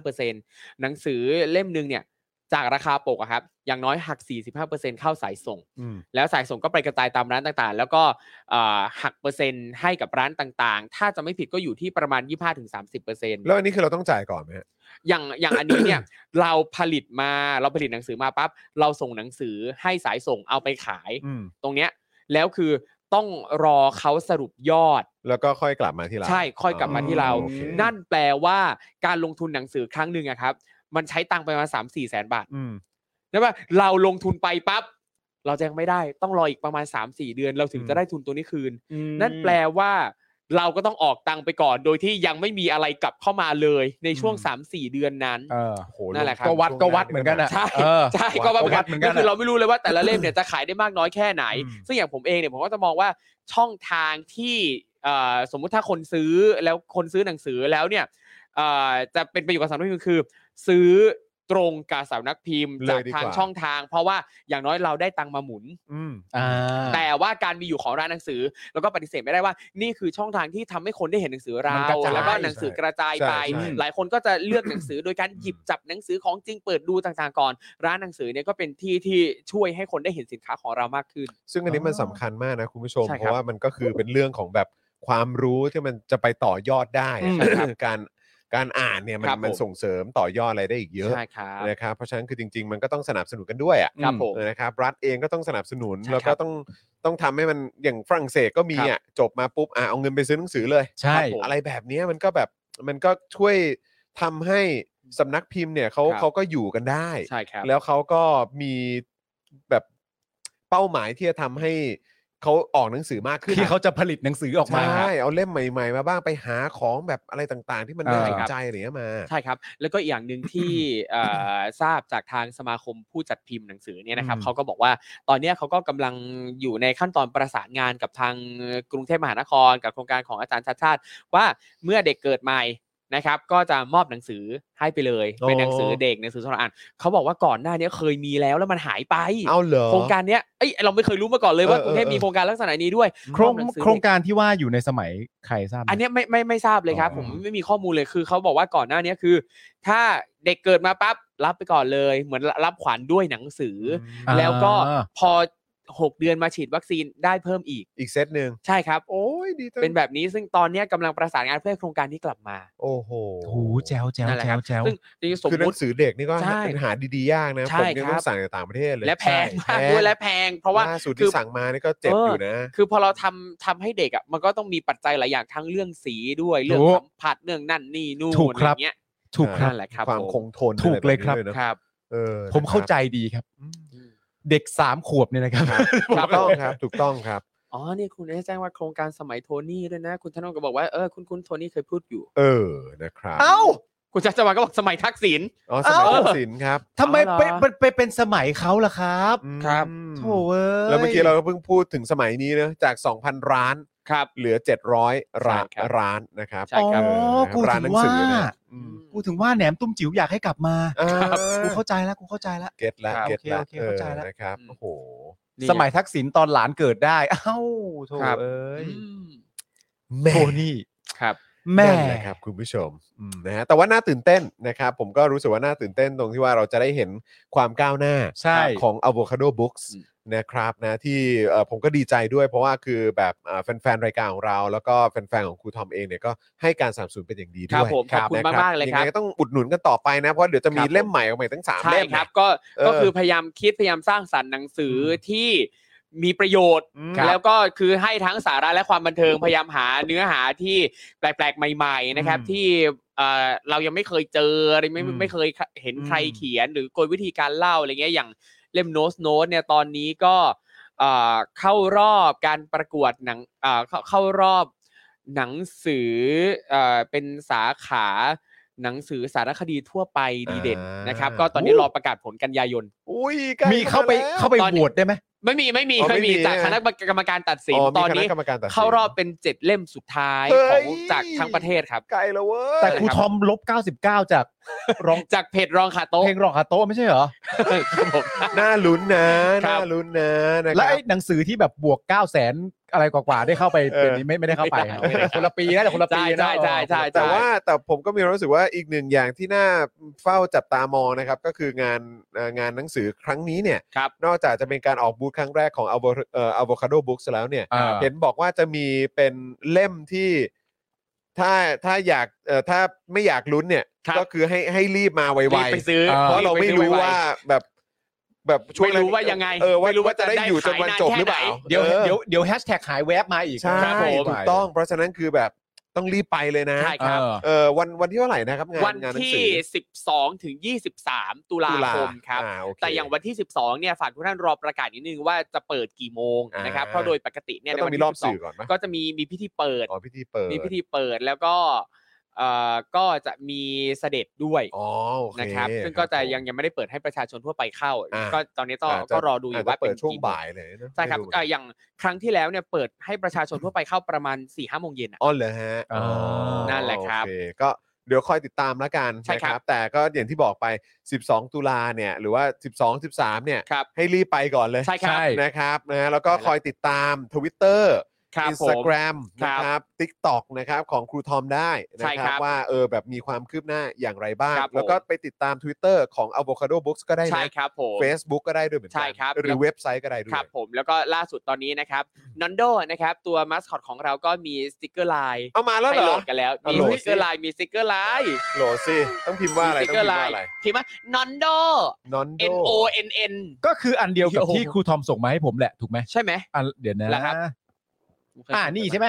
D: 45%หนังสือเล่มหนึงเนี่ยจากราคาปกอะครับอย่างน้อยหัก 45%เข้าสายส่ง
B: อืม
D: แล้วสายส่งก็ไปกระจายตามร้านต่างๆ แล้วก็อ่าหักเปอร์เซ็นต์ให้กับร้านต่างๆ ถ้าจะไม่ผิดก็อยู่ที่ประมาณ 25-30%
B: แล้วอันนี้คือเราต้องจ่ายก่อนไหมฮะ
D: อย่างอย่างอันนี้เนี่ย เราผลิตมาเราผลิตหนังสือมาปั๊บเราส่งหนังสือให้สายส่งเอาไปขาย
B: อืม
D: ตรงเนี้ยแล้วคือต้องรอเขาสรุปยอด
B: แล้วก็ค่อยกลับมาที่เรา
D: ใช่ค่อยกลับมาที่เรา
B: โอค
D: นั่นแปลว่าการลงทุนหนังสือครั้งหนึ่งอะครับ มันใช้ตังค์ไปประมาณสามสี่แสนบาท
B: อืม
D: ใช่ป่ะเราลงทุนไปปั๊บเราจะยังไม่ได้ต้องรออีกประมาณ3 4 เดือน เราถึง
B: อืม
D: จะได้ทุนตัวนี้คืน นั่นแปลว่า เราก็ต้องออกตังค์ไปก่อน โดยที่ยังไม่มีอะไรกลับเข้ามาเลยในช่วง 3-4 เดือนนั้น
C: เออโห
D: นั่นแหละครับ
C: ก็วัดก็วัดเหมือนกันอ่ะ
D: ใช่
C: เออ
D: ใช่ก็ว่าเหมือนกัน
C: เหมือนกั
D: ก็
C: น
D: คือ
C: อะ
D: เราไม่รู้เลยว่าแต่ละเล่มเนี่ยจะขายได้มากน้อยแค่ไหน
C: อืม
D: ซึ่งอย่างผมเองเนี่ยผมก็จะมองว่าช่องทางที่เอ่อสมมุติถ้าคนซื้อแล้วคนซื้อหนังสือแล้วเนี่ยเอ่อจะเป็นประโยชน์กับสำนักพิมพ์คือ ซื้อตรงกับสำนักพิมพ์จากทางช่องทาง เพราะว่าอย่างน้อยเราได้ตังค์มาหมุน
C: อืมอ่า
D: แต่ว่าการมีอยู่ของร้านหนังสือ แล้วก็ปฏิเสธไม่ได้ว่านี่คือช่องทางที่ทำให้คนได้เห็นหนังสือเราม
C: นกระจาย
D: แล้วก็หนังสือกระจายไป
B: ใช่ใช่
D: หลายคนก็จะเลือกหนังสือโดยการหยิบจับหนังสือของจริงเปิดดูต่างๆก่อน ร้านหนังสือเนี่ยก็เป็นที่ที่ช่วยให้คนได้เห็นสินค้าของเรามากขึ้น
B: ซึ่งอันนี้มันสำคัญมากนะคุณผู้ชม
D: ใช่ครับ
B: เพราะว่ามันก็คือเป็นเรื่องของแบบความรู้ที่มันจะไปต่อยอดได้
D: อืม
B: นะครับการการอ่านเนี่ยมัน
D: ครับผม
B: มันส่งเสริมต่อยอดอะไรได้อีกเยอะ
D: ใช่ครับ
B: นะครับเพราะฉะนั้นคือจริง ๆ มันก็ต้องสนับสนุนกันด้วยอ่ะ
D: ครับผม
B: เออนะครับรัฐเองก็ต้องสนับสนุน
D: ใช่ครับ
B: แล้วก็ต้องต้องทำให้มันอย่างฝรั่งเศสก็มีอ่ะจบมาปุ๊บอ่ะเอาเงินไปซื้อหนังสือเลยค
C: ใช่
B: รับผมอะไรแบบเนี้ยมันก็แบบมันก็ช่วยทำให้สำนักพิมพ์เนี่ยเขา
D: ครับ
B: เขาก็อยู่กันได้
D: ใช่ครับ
B: แล้วเขาก็มีแบบเป้าหมายที่จะทำให้เขาออกหนังสือมากขึ้น
C: ที่เขาจะผลิตหนังสือออกมา
B: ใช่เอาเล่มใหม่ๆ มาบ้างไปหาของแบบอะไรต่างๆ ที่มันน่า
C: เออ
B: สนใจอะไรเงี้ยมา
D: ใช่ครับ แล้วก็อีกอย่างหนึ่งที่ เอ่อทราบจากทางสมาคมผู้จัดพิมพ์หนังสือเนี่ยนะครับ
C: อืม
D: เขาก็บอกว่าตอนเนี้ยเขาก็กำลังอยู่ในขั้นตอนประสานงานกับทางกรุงเทพมหานคร กับโครงการของอาจารย์ชาติชาติ ว่าเมื่อเด็กเกิดใหม่นะครับ ก็จะมอบหนังสือให้ไปเลย
B: โอ้
D: เป็นหนังสือเด็กหนังสือสำหรับอ่านเขาบอกว่าก่อนหน้าเนี้ยเคยมีแล้วแล้วมันหายไป
B: เอาเหรอ
D: โครงการเนี้ยเอ้ยเราไม่เคยรู้มาก่อนเลยว่า
B: เออก
D: รุงเทพ
B: เออ
D: มีโครงการลักษณะนี้ด้วย
C: โครง
D: มอบหนังสือ
C: โครง
D: เด็ก
C: การที่ว่าอยู่ในสมัยใครทราบไหม
D: อันเนี้ยไม่ไม่ไม่ทราบเลยครับ
C: อ๋อ
D: ผมไม่มีข้อมูลเลยคือเขาบอกว่าก่อนหน้าเนี้ยคือ ถ้าเด็กเกิดมาปั๊บรับไปก่อนเลย เหมือนรับขวัญด้วยหนังสืออ
C: ม
D: แล้วก็
C: อ่า
D: พอ 6 เดือนมาฉีดวัคซีนได้เพิ่มอีก
B: อีกเซตหนึ่ง
D: ใช่ครับ
B: โอ้ยดีจัง
D: เป็นแบบนี้ซึ่งตอนเนี้ยกำลังประสานงานเพื่อให้โครงการนี้กลับมา
B: โอ้โห
C: หูแจ๋วแจ๋ว
D: นั่นแหละ
C: แจ๋
D: ครั
C: ว
D: บ
C: แจ๋ว
D: ซึ่งจริงๆสม
B: คือห
D: ม
B: นั
D: ติ
B: งสือเด็กนี่ก็
D: ใช่
B: หาหาดีๆยากนะ
D: ใช่
B: ผมยัง
D: ครั
B: ต้อ
D: บ
B: งสั่งจากต่างประเทศเลย
D: และแพงมาก
B: แพ
D: ด้วยและแพง เพราะว่า
B: ล่สุด
D: คื
B: ที่
D: อ
B: สั่งมานี่ก็เจ็บ
D: เออ
B: อ
D: อ
B: ยู่นะ
D: คือพอเราทำทำให้เด็กอ่ะมันก็ต้องมีปัจจัยหลายอย่างทั้งเรื่องสีด้วยเรื่อง
C: ถูก
D: สัมผัสเรื่องนั่นนี่นู่น
C: ถูกค
D: อะไร
C: รับ
D: เงี้ย
C: ถูกค
B: อ่า
C: รับ
D: นั่นแหละครับ
B: ความ
D: ผม
B: คงทน
C: ถูกเลยครับ
B: อะไแนี้ด้วนะครับ เออ
C: ผมเข้า
B: นะครับ
C: ใจดีครับ เด็กสามขวบเนี่ยนะครับ
B: ถู
D: ครับ
B: กต้องครับ ถูกต้องครับ
D: อ๋อนี่คุณได้แจ้งว่าโครงการสมัยโทนี่ด้วยนะ คุณธนงก็บอกว่าเออคุณคุณโทนี่เคยพูดอยู่
B: เออนะครับ
C: เอ้า
D: คุณชัชวานก็บอกสมัยทักษิณ
B: อ๋อสมัย
D: เอ้า
B: ทักษิณครับ
C: ทำไม
D: เอาเหรอ
C: ไปไปไปเป็นสมัยเขาล่ะครับ
B: อืม
C: โถ่เอ้ย
B: แล้วเมื่อกี้เราก็เพิ่งพูดถึงสมัยนี้นะจาก 2,000 ร้าน
D: ครับ
B: เหลือ 700 ร้าน
D: ใช่ครับ
B: ร้านนะครับ
D: ใช่ครับ
C: อ๋อกู
B: ร้านห
C: ถึ
B: นั
C: ง
B: งสื
C: ว่า
B: อนะอืม
C: กูถึงว่าแหนมตุ้มจิ๋วอยากให้กลับมา
B: อ่า
C: กูเข้าใจแล้วกูเข้าใจแล้ว
B: เก็ตละ
D: ครับ
B: เก็ตละ
C: โอเคโอเคเข้าใจ
B: อ
C: ละ
B: อนะครับ
D: อืม
B: โอ้โห
D: นี่
C: สมัยทักษิณตอนหลานเกิดได้เอ้าโถ
D: ครับ
C: เอ้ย
D: อืม
B: แม่
C: โทนี่
D: ครับ
C: แม่
B: นั่นหละครับคุณผู้ชมอืมนะฮะแต่ว่าน่าตื่นเต้นนะครับ ผมก็รู้สึกว่าน่าตื่นเต้นตรงที่ว่าเราจะได้เห็นความก้าวหน้า
C: ใช่
B: ของ Avocado Books
D: อืม
B: นะครับนะที่เอ่อผมก็ดีใจด้วยเพราะว่าคือแบบเอ่อแฟนๆ รายการของเรา แล้วก็แฟนๆ ของครูทอมเองเนี่ยก็ให้การสนับสนุนเป็นอย่างดีด้วย
D: ครับผมขอบคุณ
B: นะ
D: มากๆเลยครั
B: ง
D: บ
B: ไงก็ต้องอุดหนุนกันต่อไปนะ เพราะเดี๋ยวจะมี
D: ครับ
B: เล่มใหม่ออกมาอีกตั้ง 3
D: ใช่
B: เล่ม
D: ครับ
B: นะ
D: ก็
B: เออ
D: ก็คือพยายามคิดพยายามสร้างสรรค์หนังสืออที่มีประโยชน์
B: อืมครับ
D: แล้วก็คือให้ทั้งสาระและความบันเทิงพยายามหาเนื้อหาที่แปลกๆ ใหม่ ๆ นะครับ
C: อืม
D: ที่เอ่อเรายังไม่เคยเจอหรือไม่
C: อืม
D: ไม่เคยเห็นใคร
C: อืม
D: เขียน หรือกลวิธีการเล่าอะไรเงี้ยอย่างเล่มโน้ตโน้ตเนี่ยตอนนี้ก็เอ่อเข้ารอบการประกวดหนังเอ่อเข้าเข้ารอบหนังสือเอ่อเป็นสาขา หนังสือสารคดีทั่วไปดีเด่น
B: อ่าน
D: นะครับ ก็ตอนนี้รอประกาศผลกันยายน
B: อุ้ยใกล้
C: มีเข้าไป
B: มแล้ว
C: เข้าไป
D: ตอนนี้
C: โหวตได้ไหม
D: ไม่มีไม่มี
B: อ๋อ
D: เคยมี
B: ไม่มี
D: จากคณะกรรมการตัดสิน
B: อ๋อมี
D: ตอน
B: ค
D: นี้
B: ณะกรรมการตัดสิน
D: เข้ารอบเป็นเจ็ดเล่มสุดท้าย
B: เฮ้
D: ของ
B: ย
D: จากทั้งประเทศครับ
B: ไกลแล้วเว้ย
C: แต่ครูทอมลบ 99 จากร้อง
D: จากเพจรองคาโต๊ะ
C: เพลงรองคาโต้ไม่ใช่เหรอ
D: ครับผม
B: น่าลุ้นนะครับ น่าลุ้นนะนะค
C: และ
B: รับ
C: ไอ้หนังสือที่แบบบวก 9 0 0แสนอะไรกว่าๆได้เข้าไป
B: เออ
C: เป็นนี้ไม่ไม่ได้เข้าไป
D: ไม่ได้
C: คนละปีนะแต่คนละปีนะ
D: ใช่ใช่ใช่ใช่
B: แต่ว่าแต่ผมก็มีความรู้สึกว่าอีกหนึ่งอย่างที่น่าเฝ้าจับตามองนะครับ ก็คืองานเอ่องานหนังสือครั้งนี้เนี่ย
D: ครับ
B: นอกจากจะเป็นการออกบูธครั้งแรกของ Avo- เอะโวคาโดบุ๊กแล้วเนี่ย
C: อ่า
B: เห็นบอกว่าจะมีเป็นเล่มที่ถ้าถ้าอยากเอ่อถ้าไม่อยากลุ้นเนี่ย
D: ครับ
B: ก็คือให้ให้รีบมาไว
D: รีบไปซื้อ
B: ๆ เพราะเราไม่รู้
D: บปซื้อ
B: ว่า
D: ไ
B: แบบ แบบช่วง
D: ไม่รู้ว่ายังไง
B: เออว่า
D: ไม่รู้
B: ว่า
D: ว่า
B: จะ
D: จะ
B: ได้อยู่จ
D: ได้
B: น
D: ขาย
B: วันจบ
D: นาน
B: หรือเปล่า
D: แค่ไหน
C: เดี๋ยว
B: ออ
C: เดี๋ยวเดี๋ยวแฮชแท็กหายแวบมาอีก
B: ใช่
C: ครับผม
B: ถูกต้องเพราะฉะนั้นคือแบบ ต้องรีบไปเลยนะ
D: ใช่ครับ
C: เออ
B: เออวันวันที่เท่าไหร่นะครับงาน
D: วัน
B: งานหนัง
D: ที่
B: สือ
D: 12 ถึง 23 ตุลาคมครับ
B: อ่าโเค
D: แต่อย่างวันที่ 12 เนี่ยฝากทุกท่านรอประกาศนิดนึงว่าจะเปิดกี่โมงนะครับ
B: อ่า
D: เพราะโดยปกติเนี่ย
B: ก็
D: ใน
B: ต้องมีร
D: วันที่
B: อบสื่อก่อนไหม
D: 12ก็จะมีมีพิธีเปิด
B: อ๋อพิธีเปิด
D: มีพิธีเปิดแล้วก็เอ่อก็จะมีเสด็จด้วย
B: อ๋อโอเค
D: นะครับ ซึ่ง
B: ค
D: ก็
B: รับ
D: จะ
B: ผม
D: ยังยังไม่ได้เปิดให้ประชาชนทั่วไปเข้า
B: อ่า
D: ก็ตอนนี้ต้อง
B: จจะ
D: ก็รอดูอยู่
B: จ
D: ว่า
B: จะเปิด
D: น
B: ช่วง
D: กี่โม
B: บ่ายเลยนะ
D: ใช่ครับ
B: ไม่
D: เอ่ออย่างครั้งที่แล้วเนี่ยเปิดให้ประชาชนทั่วไปเข้าประมาณ4ี่ห้าโมงเย็นอะ
B: อ๋อเหรอฮะ
C: อ่า
D: นั่นแหละครับ
B: โอเก็เดี๋ยวคอยติดตามแล้วกัน
D: ใช่ครับ
B: นะแต่ก็อย่างที่บอกไป 12 ตุลาเนี่ยหรือว่า 12 13 เนี่ย
D: ครับ
B: ให้รีบไปก่อนเลย
D: ใช่ครับ
B: นะครับนะฮะแล้วก็คอยติดตาม Twitter
D: ครับ
B: อิน
D: ผ
B: สตาม แกรม
D: ครั
B: นะ
D: บ
B: ครับ t ิ k t o k นะครับของครูทอมได้นะ
D: ใช่
B: ค
D: ครั
B: รับบ ว่าเออแบบมีความคืบหน้าอย่างไรบ้าง
D: ครับผม
B: แล้วก็ไปติดตาม Twitter ของ Avocado Books ก็ได้
D: ใช่
B: นะ
D: ครับผม
B: Facebook ก็ได้ด้วยเหมือน
D: ใช่
B: กั
D: ครับ
B: หรือเว็บไซต์ก็ได้ด้ว
D: ครับ
B: ย
D: ผมแล้วก็ล่าสุดตอนนี้นะครับนอนโดนะครับตัวมัสคอตของเราก็มีสติกเกอร์ลาย
B: เอามาแล้ว
D: ให้
B: เหร
D: โหล
B: อ
D: ดกันแล้ว
B: เอา
D: มี
B: โหล
D: ส
B: ด
D: ติกเกอ
B: สิ
D: ร์ลายมีสติกเกอร์ลาย
B: โหลดสิ ต้องพิมพ์ว่าอะไร
D: สติก
B: ต้อง
D: เกอ
B: พิมพ์
D: ร์ลา
B: ว่าย อะไร
D: พิมพ์ว่านอนโด
B: นอน
D: N O N N
C: ก็คืออันเดียวกับ
D: โอ้โห
C: ที่ครูทอมส่งมาให้ผมแหละถูกไหม
D: ใช่ไหม
C: อันเดี๋ยวนะ
D: เหรอครับ
C: อ่านี่ใช่ไหม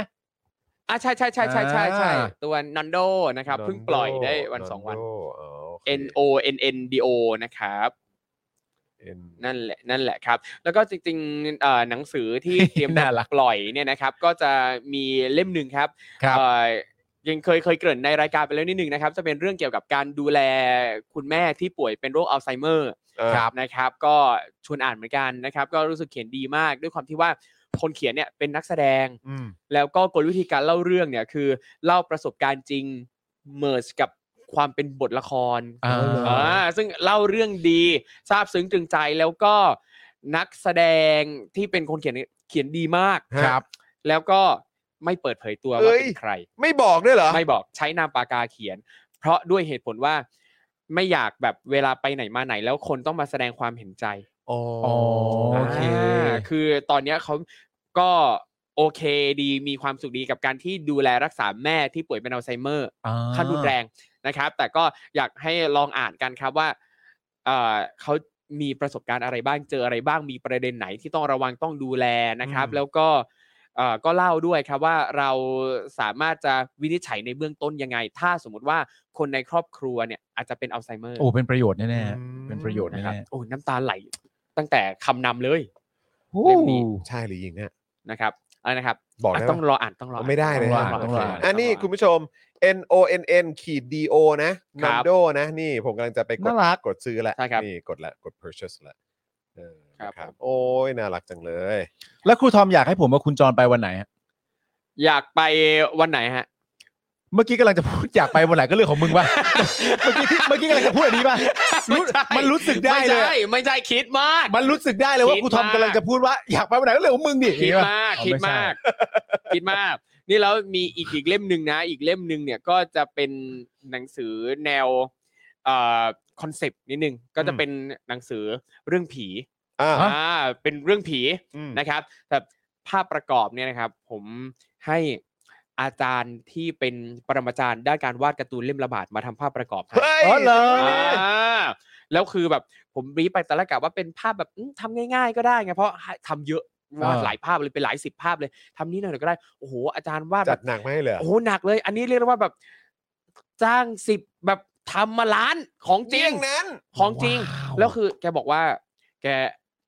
D: อ่าใช่ใช่ใช่ใช่ใช่ใช่
C: อ่า
D: ตัวนอนโดนะครับเพิ่งปล่อยได้วันสองวัน N O N N D O นะครับ นั่นแหละนั่นแหละครับ แล้วก็จริงๆเอ่อหนังสือที่ เตรียมจะ
C: น่ารัก
D: ปล่อยเนี่ยนะครับ ก็จะมีเล่มหนึ่งครับ
C: ครับ
D: เอ่อยังเคยเคยเกริ่นในรายการไปแล้วนิดนึงนะครับ จะเป็นเรื่องเกี่ยวกับการดูแลคุณแม่ที่ป่วยเป็นโรคอัลไซเมอร์
C: ครับ
D: นะครับ ก็ชวนอ่านเหมือนกันนะครับ ก็รู้สึกเขียนดีมากด้วยความที่ว่าคนเขียนเนี่ยเป็นนักแสดง แล้วก็กลวิธีการเล่าเรื่องเนี่ยคือเล่าประสบการณ์จริงเมิร์จกับความเป็นบทละคร
C: อ่า
D: อ่าซึ่งเล่าเรื่องดีซาบซึ้งตรึงใจแล้วก็นักแสดงที่เป็นคนเขียนเขียนดีมาก
B: ครับ
D: แล้วก็ไม่เปิดเผยตัวว่าเป็นใคร
B: ไม่บอกด้วยเหรอ
D: ไม่บอกใช้นามปากกาเขียน เพราะด้วยเหตุผลว่าไม่อยากแบบเวลาไปไหนมาไหนแล้วคนต้องมาแสดงความเห็นใจ
B: อ๋อ
C: โอเค
D: าคือตอนเนี้ยเขาก็โอเคดีมีความสุขดีกับการที่ดูแลรักษาแม่ที่ป่วยเป็นอัลไซเมอร์
C: อ่า
D: ขั้นรุนแรงนะครับ แต่ก็อยากให้ลองอ่านกันครับว่าเอ่อเขามีประสบการณ์อะไรบ้างเจออะไรบ้างมีประเด็นไหนที่ต้องระวังต้องดูแลนะครับ แล้วก็เอ่อก็เล่าด้วยครับว่าเราสามารถจะวินิจฉัยในเบื้องต้นยังไง ถ้าสมมติว่าคนในครอบครัวเนี่ยอาจจะเป็นอัลไซเมอร์
C: โอ้เป็นประโยชน์แน่ๆเป็นประโยชน์
D: นะ
C: แน่
D: ครับโอ้น้ำตาไหลตั้งแต่คำนำเลย
C: ๆโอ้
D: เล่มนี้
B: ใช่หรือยิงเนี่ย
D: นะครับอะไรนะครับ
B: บอก
D: อ่ะ
B: ได้
D: ต้องรออ่านต้องรออ่าน
B: ไม่ได้เลยอันนี้คุณผู้ชม n o n n ขีด d o นะนันโดนะ นี่ผมกำลังจะไปกดกดซื้อแล้วนี่กดละกด purchase ละโอ้ยน่ารักจังเลย
C: แล้วครูทอมอยากให้ผมกับคุณจรไปวันไหนฮะ
D: อยากไปวันไหนฮะ
C: เมื่อกี้กำลังจะพูดอยากไปวันไหนก็เรื่องของมึงป่ะ เมื่อกี้ที่เมื่อกี้กำลังจะพูดอันนี้ป่ะรู้
D: ไม่ใช่
C: มันรู้สึกได้
D: ไม่
C: เลย
D: ใช่ไม่ใช่คิดมาก
C: มันรู้สึกได้เลยว่า
D: คิด
C: ครูทอม
D: มาก
C: กำลังจะพูดว่าอยากไปวันไหนก็เรื่องของมึงดิอย่ง
D: คิด
C: นี้ป่ะ
D: มาก
C: อ๋อ
D: คิด
C: ไม่ใช่
D: มาก คิดมาก นี่แล้วมีอีกอีกเล่มหนึ่งนะ อีกเล่มหนึ่งเนี่ยก็จะเป็นหนังสือแนวเอ่อคอนเซปต์นิดนึงก็จะ
B: อืม
D: เป็นหนังสือเรื่องผี
B: อ่า
D: อ่าเป็นเรื่องผีนะครับแต่ภาพประกอบเนี่ยนะครับ ผมให้อาจารย์ที่เป็นปรมาจารย์ด้านการวาดการ์ตูนเล่มระบาดมาทำภาพประกอบให้
B: เฮ้ย
C: อ๋อเหรอ
D: อ่าแล้วคือแบบผมบรีฟไปตอนแรกกะว่าเป็นภาพแบบอื้อทำง่าย ๆ ก็ได้ไงเพราะทำเยอะวาดหลายภาพเลยเป็นหลายสิบภาพเลยทำนี้หน่อยๆก็ได้โอ้โหอาจารย์วาด
B: จั
D: แบ
B: ด
D: บ
B: หนักไหมเหรอ
D: โอ้โหหนักเลย อันนี้เรียกได้ว่าแบบจ้างสิบแบบทำมาล้านของจริง
B: นั้น
D: ของจริง
C: ว้าว
D: แล้วคือแกบอกว่า แก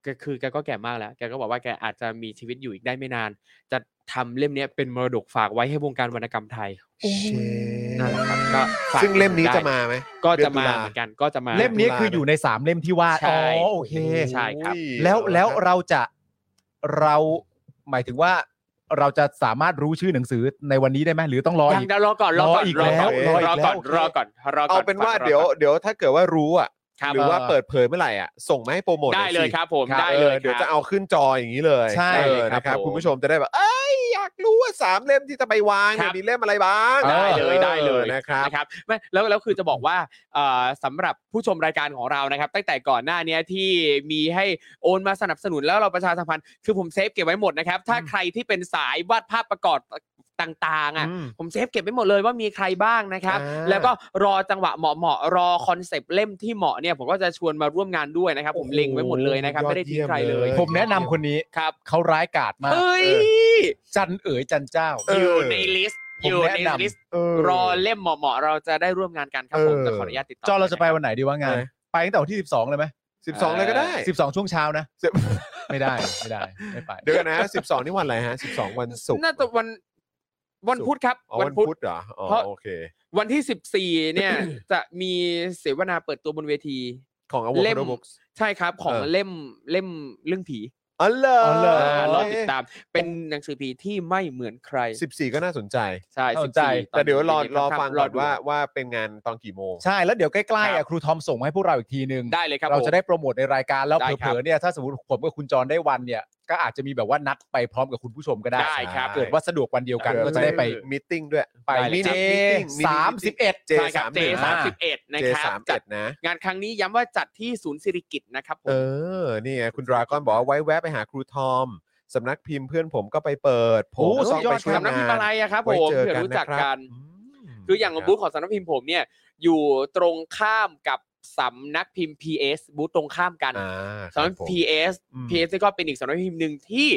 D: แกคือแกก็แก่มากแล้ว แกก็บอกว่าแกอาจจะมีชีวิตอยู่อีกได้ไม่นาน จะทำเล่มเนี้ยเป็นมรดกฝากไว้ให้วงการวรรณกรรมไทยนั่นแหละครับก็ฝาก
B: ซึ่งเล่มนี้จะมาไหม
D: ก็จะมาเหมือนกันก็จะมา
C: เล่มนี้คืออยู่ในสามเล่มที่วาดอ
D: ใช่
C: ๋อโอเค
D: ใช่ครับ
C: แล้วแล้วเราจะเราหมายถึงว่าเราจะสามารถรู้ชื่อหนังสือในวันนี้ได้ไหมหรือต้องรอ
D: ยัง
C: อีก
D: เดี๋ยวรอก่อนรอก่
C: รอ
D: อน
C: อีก
D: รอก่อน
C: แล้วรออีก
D: รอก่อน
C: แล้ว
D: รอก่อนรอก่อน
B: เอาเป็นว่า
D: ฟัง
B: เดี๋ยว
D: ก่อน
B: เดี๋ยวถ้าเกิดว่ารู้อ่ะ
D: ครับ
B: หรือว่าเปิดเผยเมื่อไหร่อ่ะ ส่งมาให้โปรโมทหน่
D: ได้
B: อสิ
D: เลยครับผม
B: ครับ
D: ได้เลย
B: ออเดี๋ยว
D: ครับ
B: จะเอาขึ้นจออย่างนี้เลย
C: ใช่
B: เออ
D: เลยครับ
B: นะครับ
D: ผม
B: คุณผู้ชมจะได้แบบ เอ้ยอยากรู้ว่าสามเล่มที่จะไปวางเนี่ย
D: ครับ
B: มีเล่มอะไรบ้าง
D: ได้เลย
B: ออ
D: ได้เลย
B: นะครับ
D: นะครับไม่แล้วแล้วคือจะบอกว่าเอ่อสำหรับผู้ชมรายการของเรานะครับ ตั้งแต่ก่อนหน้าเนี้ยที่มีให้โอนมาสนับสนุนแล้วเราประชาสัมพันธ์คือผมเซฟเก็บไว้หมดนะครับ ถ้าใครที่เป็นสายวาดภาพประกอบต่างๆอ่ะ ผมเซฟเก็บไว้หมดเลยว่ามีใครบ้างนะครับ
B: อ่า
D: แล้วก็รอจังหวะเหมาะๆรอคอนเซปต์เล่มที่เหมาะเนี่ยผมก็จะชวนมาร่วมงานด้วยนะครับ ผม
B: โอ้โห
D: เล็งไว้หมดเลยนะครับ ไม่ได้ทิ้งใครเลย
B: ยอดเยี่ย
C: ผมแนะนำคนนี้
D: ครับ
C: เขาร้ายกาจมาก
D: เฮ้ย
C: จันเอ๋ยจันเจ้า
B: เอออ
D: อยู่ในลิสต์ อยู่
C: ผมแนะ
D: ใน
C: นำ
D: ลิสต์
C: เออ
D: รอเล่มเหมาะๆเราจะได้ร่วมงานกันครับผมแต่ขออนุญาตติดต่อ
C: จอเราจะไปวัน
D: น
C: ไหนดีว่างาน
B: ไหน
C: ไปตั้งแต่วันที่ 12 เลยไหม
B: 12 เลยก็ได้
C: 12 ช่วงเช้านะ
B: สิบ
C: ไม่ได้ไม่ได้ไม่ไป
B: เดี๋ยวกันนะ 12 นี่วันอะไรฮะ 12 วันศุกร์
D: น่าจะวันวันพุธครับ
B: อ๋อวันพุธเหรออ๋อโอเค
D: วันที่สิบสี่เนี่ย จะมีเสวนาเปิดตัวบนเวที
B: ของอว
D: เล่
B: อ
D: ม
B: ร์บุ๊ก
D: ใช่ครับของ
B: เออ
D: เล่มเล่มเรื่องผี
B: อ๋อเหรอ
C: อ๋อเหร
D: อ่ารอติดตาม เป็นหนังสือผีที่ไม่เหมือนใคร
B: 14 ก็น่าสนใจ
D: ใช่
C: น่าส
D: สิ
C: น
D: บ
C: ใจ
D: สี่
B: แต่เดี๋ยวรอรอฟัง
D: ร
B: ก่
D: อ
B: อน
D: ดู
B: ว่าว่าเป็นงานตอนกี่โมง
C: ใช่แล้วเดี๋ยวใกล้ๆ
D: ครั
C: อ่ะ
D: บ
C: ครูทอมส่งมาให้พวกเราอีกทีนึง
D: ได้เลยครับ
C: เรา
D: ผม
C: จะได้โปรโมทในรายการแล้ว
D: ได้ครับ
C: เผลอๆเนี่ยถ้าสมมติผมกับคุณจรได้วันเนี่ย ก็อาจจะมีแบบว่านัดไปพร้อมกับคุณผู้ชมก็ได้
D: ได้ครับ
C: เกิดว่าสะดวกวันเดียวกัน
B: เออ
C: ก็จะได้ไป
B: มีตติ้งด้วย
C: ไป
D: ได้เลย
C: มิ
B: meeting
C: นิ
D: ครับ
C: สามสิบเอ็ด
B: J
D: ใช่ครับเจ
B: 31
D: สามสิบเอ็ดนะ
B: เจ
D: ครับ
B: สาม
D: จั
B: เอ็
D: ด
B: ดนะ
D: งานครั้งนี้ย้ำว่าจัดที่ศูนย์สิริกิตนะครับผ
B: เอ
D: ม
B: อ นี่ไงคุณดราก้อนบอกว่าไว้แวะไปหาครูทอม สำนักพิมพ์เพื่อนผมก็ไปเปิด ผม
C: โอ้
B: ก็
C: สุ
B: ต้อง
C: ดยอ
B: ไป
C: ด
B: ช่วย
D: สำนักพิมพ์อะไรอะครับ
B: ไว้
D: ผม
B: เจอกัน
D: เผื่อรู้
B: นะ
D: จัก
B: ครับ
D: กัน
B: ม
D: คืออย่าง
B: นะรับ
D: บูธของสำนักพิมพ์ผมเนี่ยอยู่ตรงข้ามกับสำนักพิมพ์ PS บูธตรงข้ามกัน
B: อ่าค
D: สำ
B: รั
D: นั
B: บ
D: ก
B: ผม
D: PS
B: อืม
D: PS นี่ก็เป็นอีกสำนักพิมพ์หนึ่งที่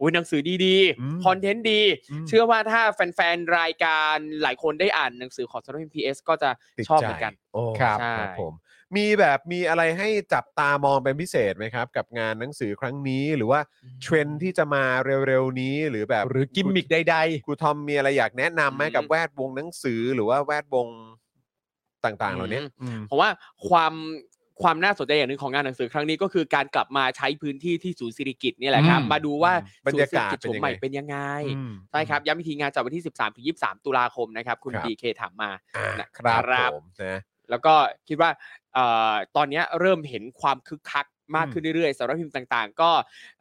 D: อุ้ยหนังสือดี
B: อืม
D: ๆ คอนเทนต์ดี
B: อืม
D: เชื่อว่าถ้าแฟนๆ รายการหลายคนได้อ่านหนังสือของสำนักพิมพ์ PS ก็จะ
B: ติด
D: ชอบ
B: ใจ
D: เหมือนกัน
B: โอ้
C: ครับ
D: ใช่
B: ครับผม มีแบบมีอะไรให้จับตามองเป็นพิเศษไหมครับ กับงานหนังสือครั้งนี้หรือว่าเทรนด์ที่จะมาเร็วๆนี้หรือแบบ
C: หรือกิมมิกใด
B: ครูทอมมีอะไรอยากแนะนำไหม
D: อืม
B: กับแวดวงหนังสือหรือว่าแวดวงต่างๆ เหล่านี้อืม
D: ผมว่าความความน่าสนใจอย่างหนึ่งของงานหนังสือครั้งนี้ก็คือการกลับมาใช้พื้นที่ที่ศูนย์สิริกิตนี่แหละครับ
C: อืม
D: มาดูว่า
B: บรรยากาศ
D: ศูนย์สิริกิจโฉมใหม่เป็นยังไง
B: อืม
D: ใช่ครับ ย้ำอีกทีงานจัดวันที่ 13ถึง23 ตุลาคมนะครับ คุณ
B: ครับ
D: ดีเคถามมา
B: อ่า
D: นะ
B: ค
D: ครั
B: รับบ ผมนะ
D: แล้วก็คิดว่าเอ่อตอนเนี้ยเริ่มเห็นความคึกคักมาก
B: อืม
D: ขึ้นเรื่อยๆสำหรับพิมพ์ต่างๆ ก็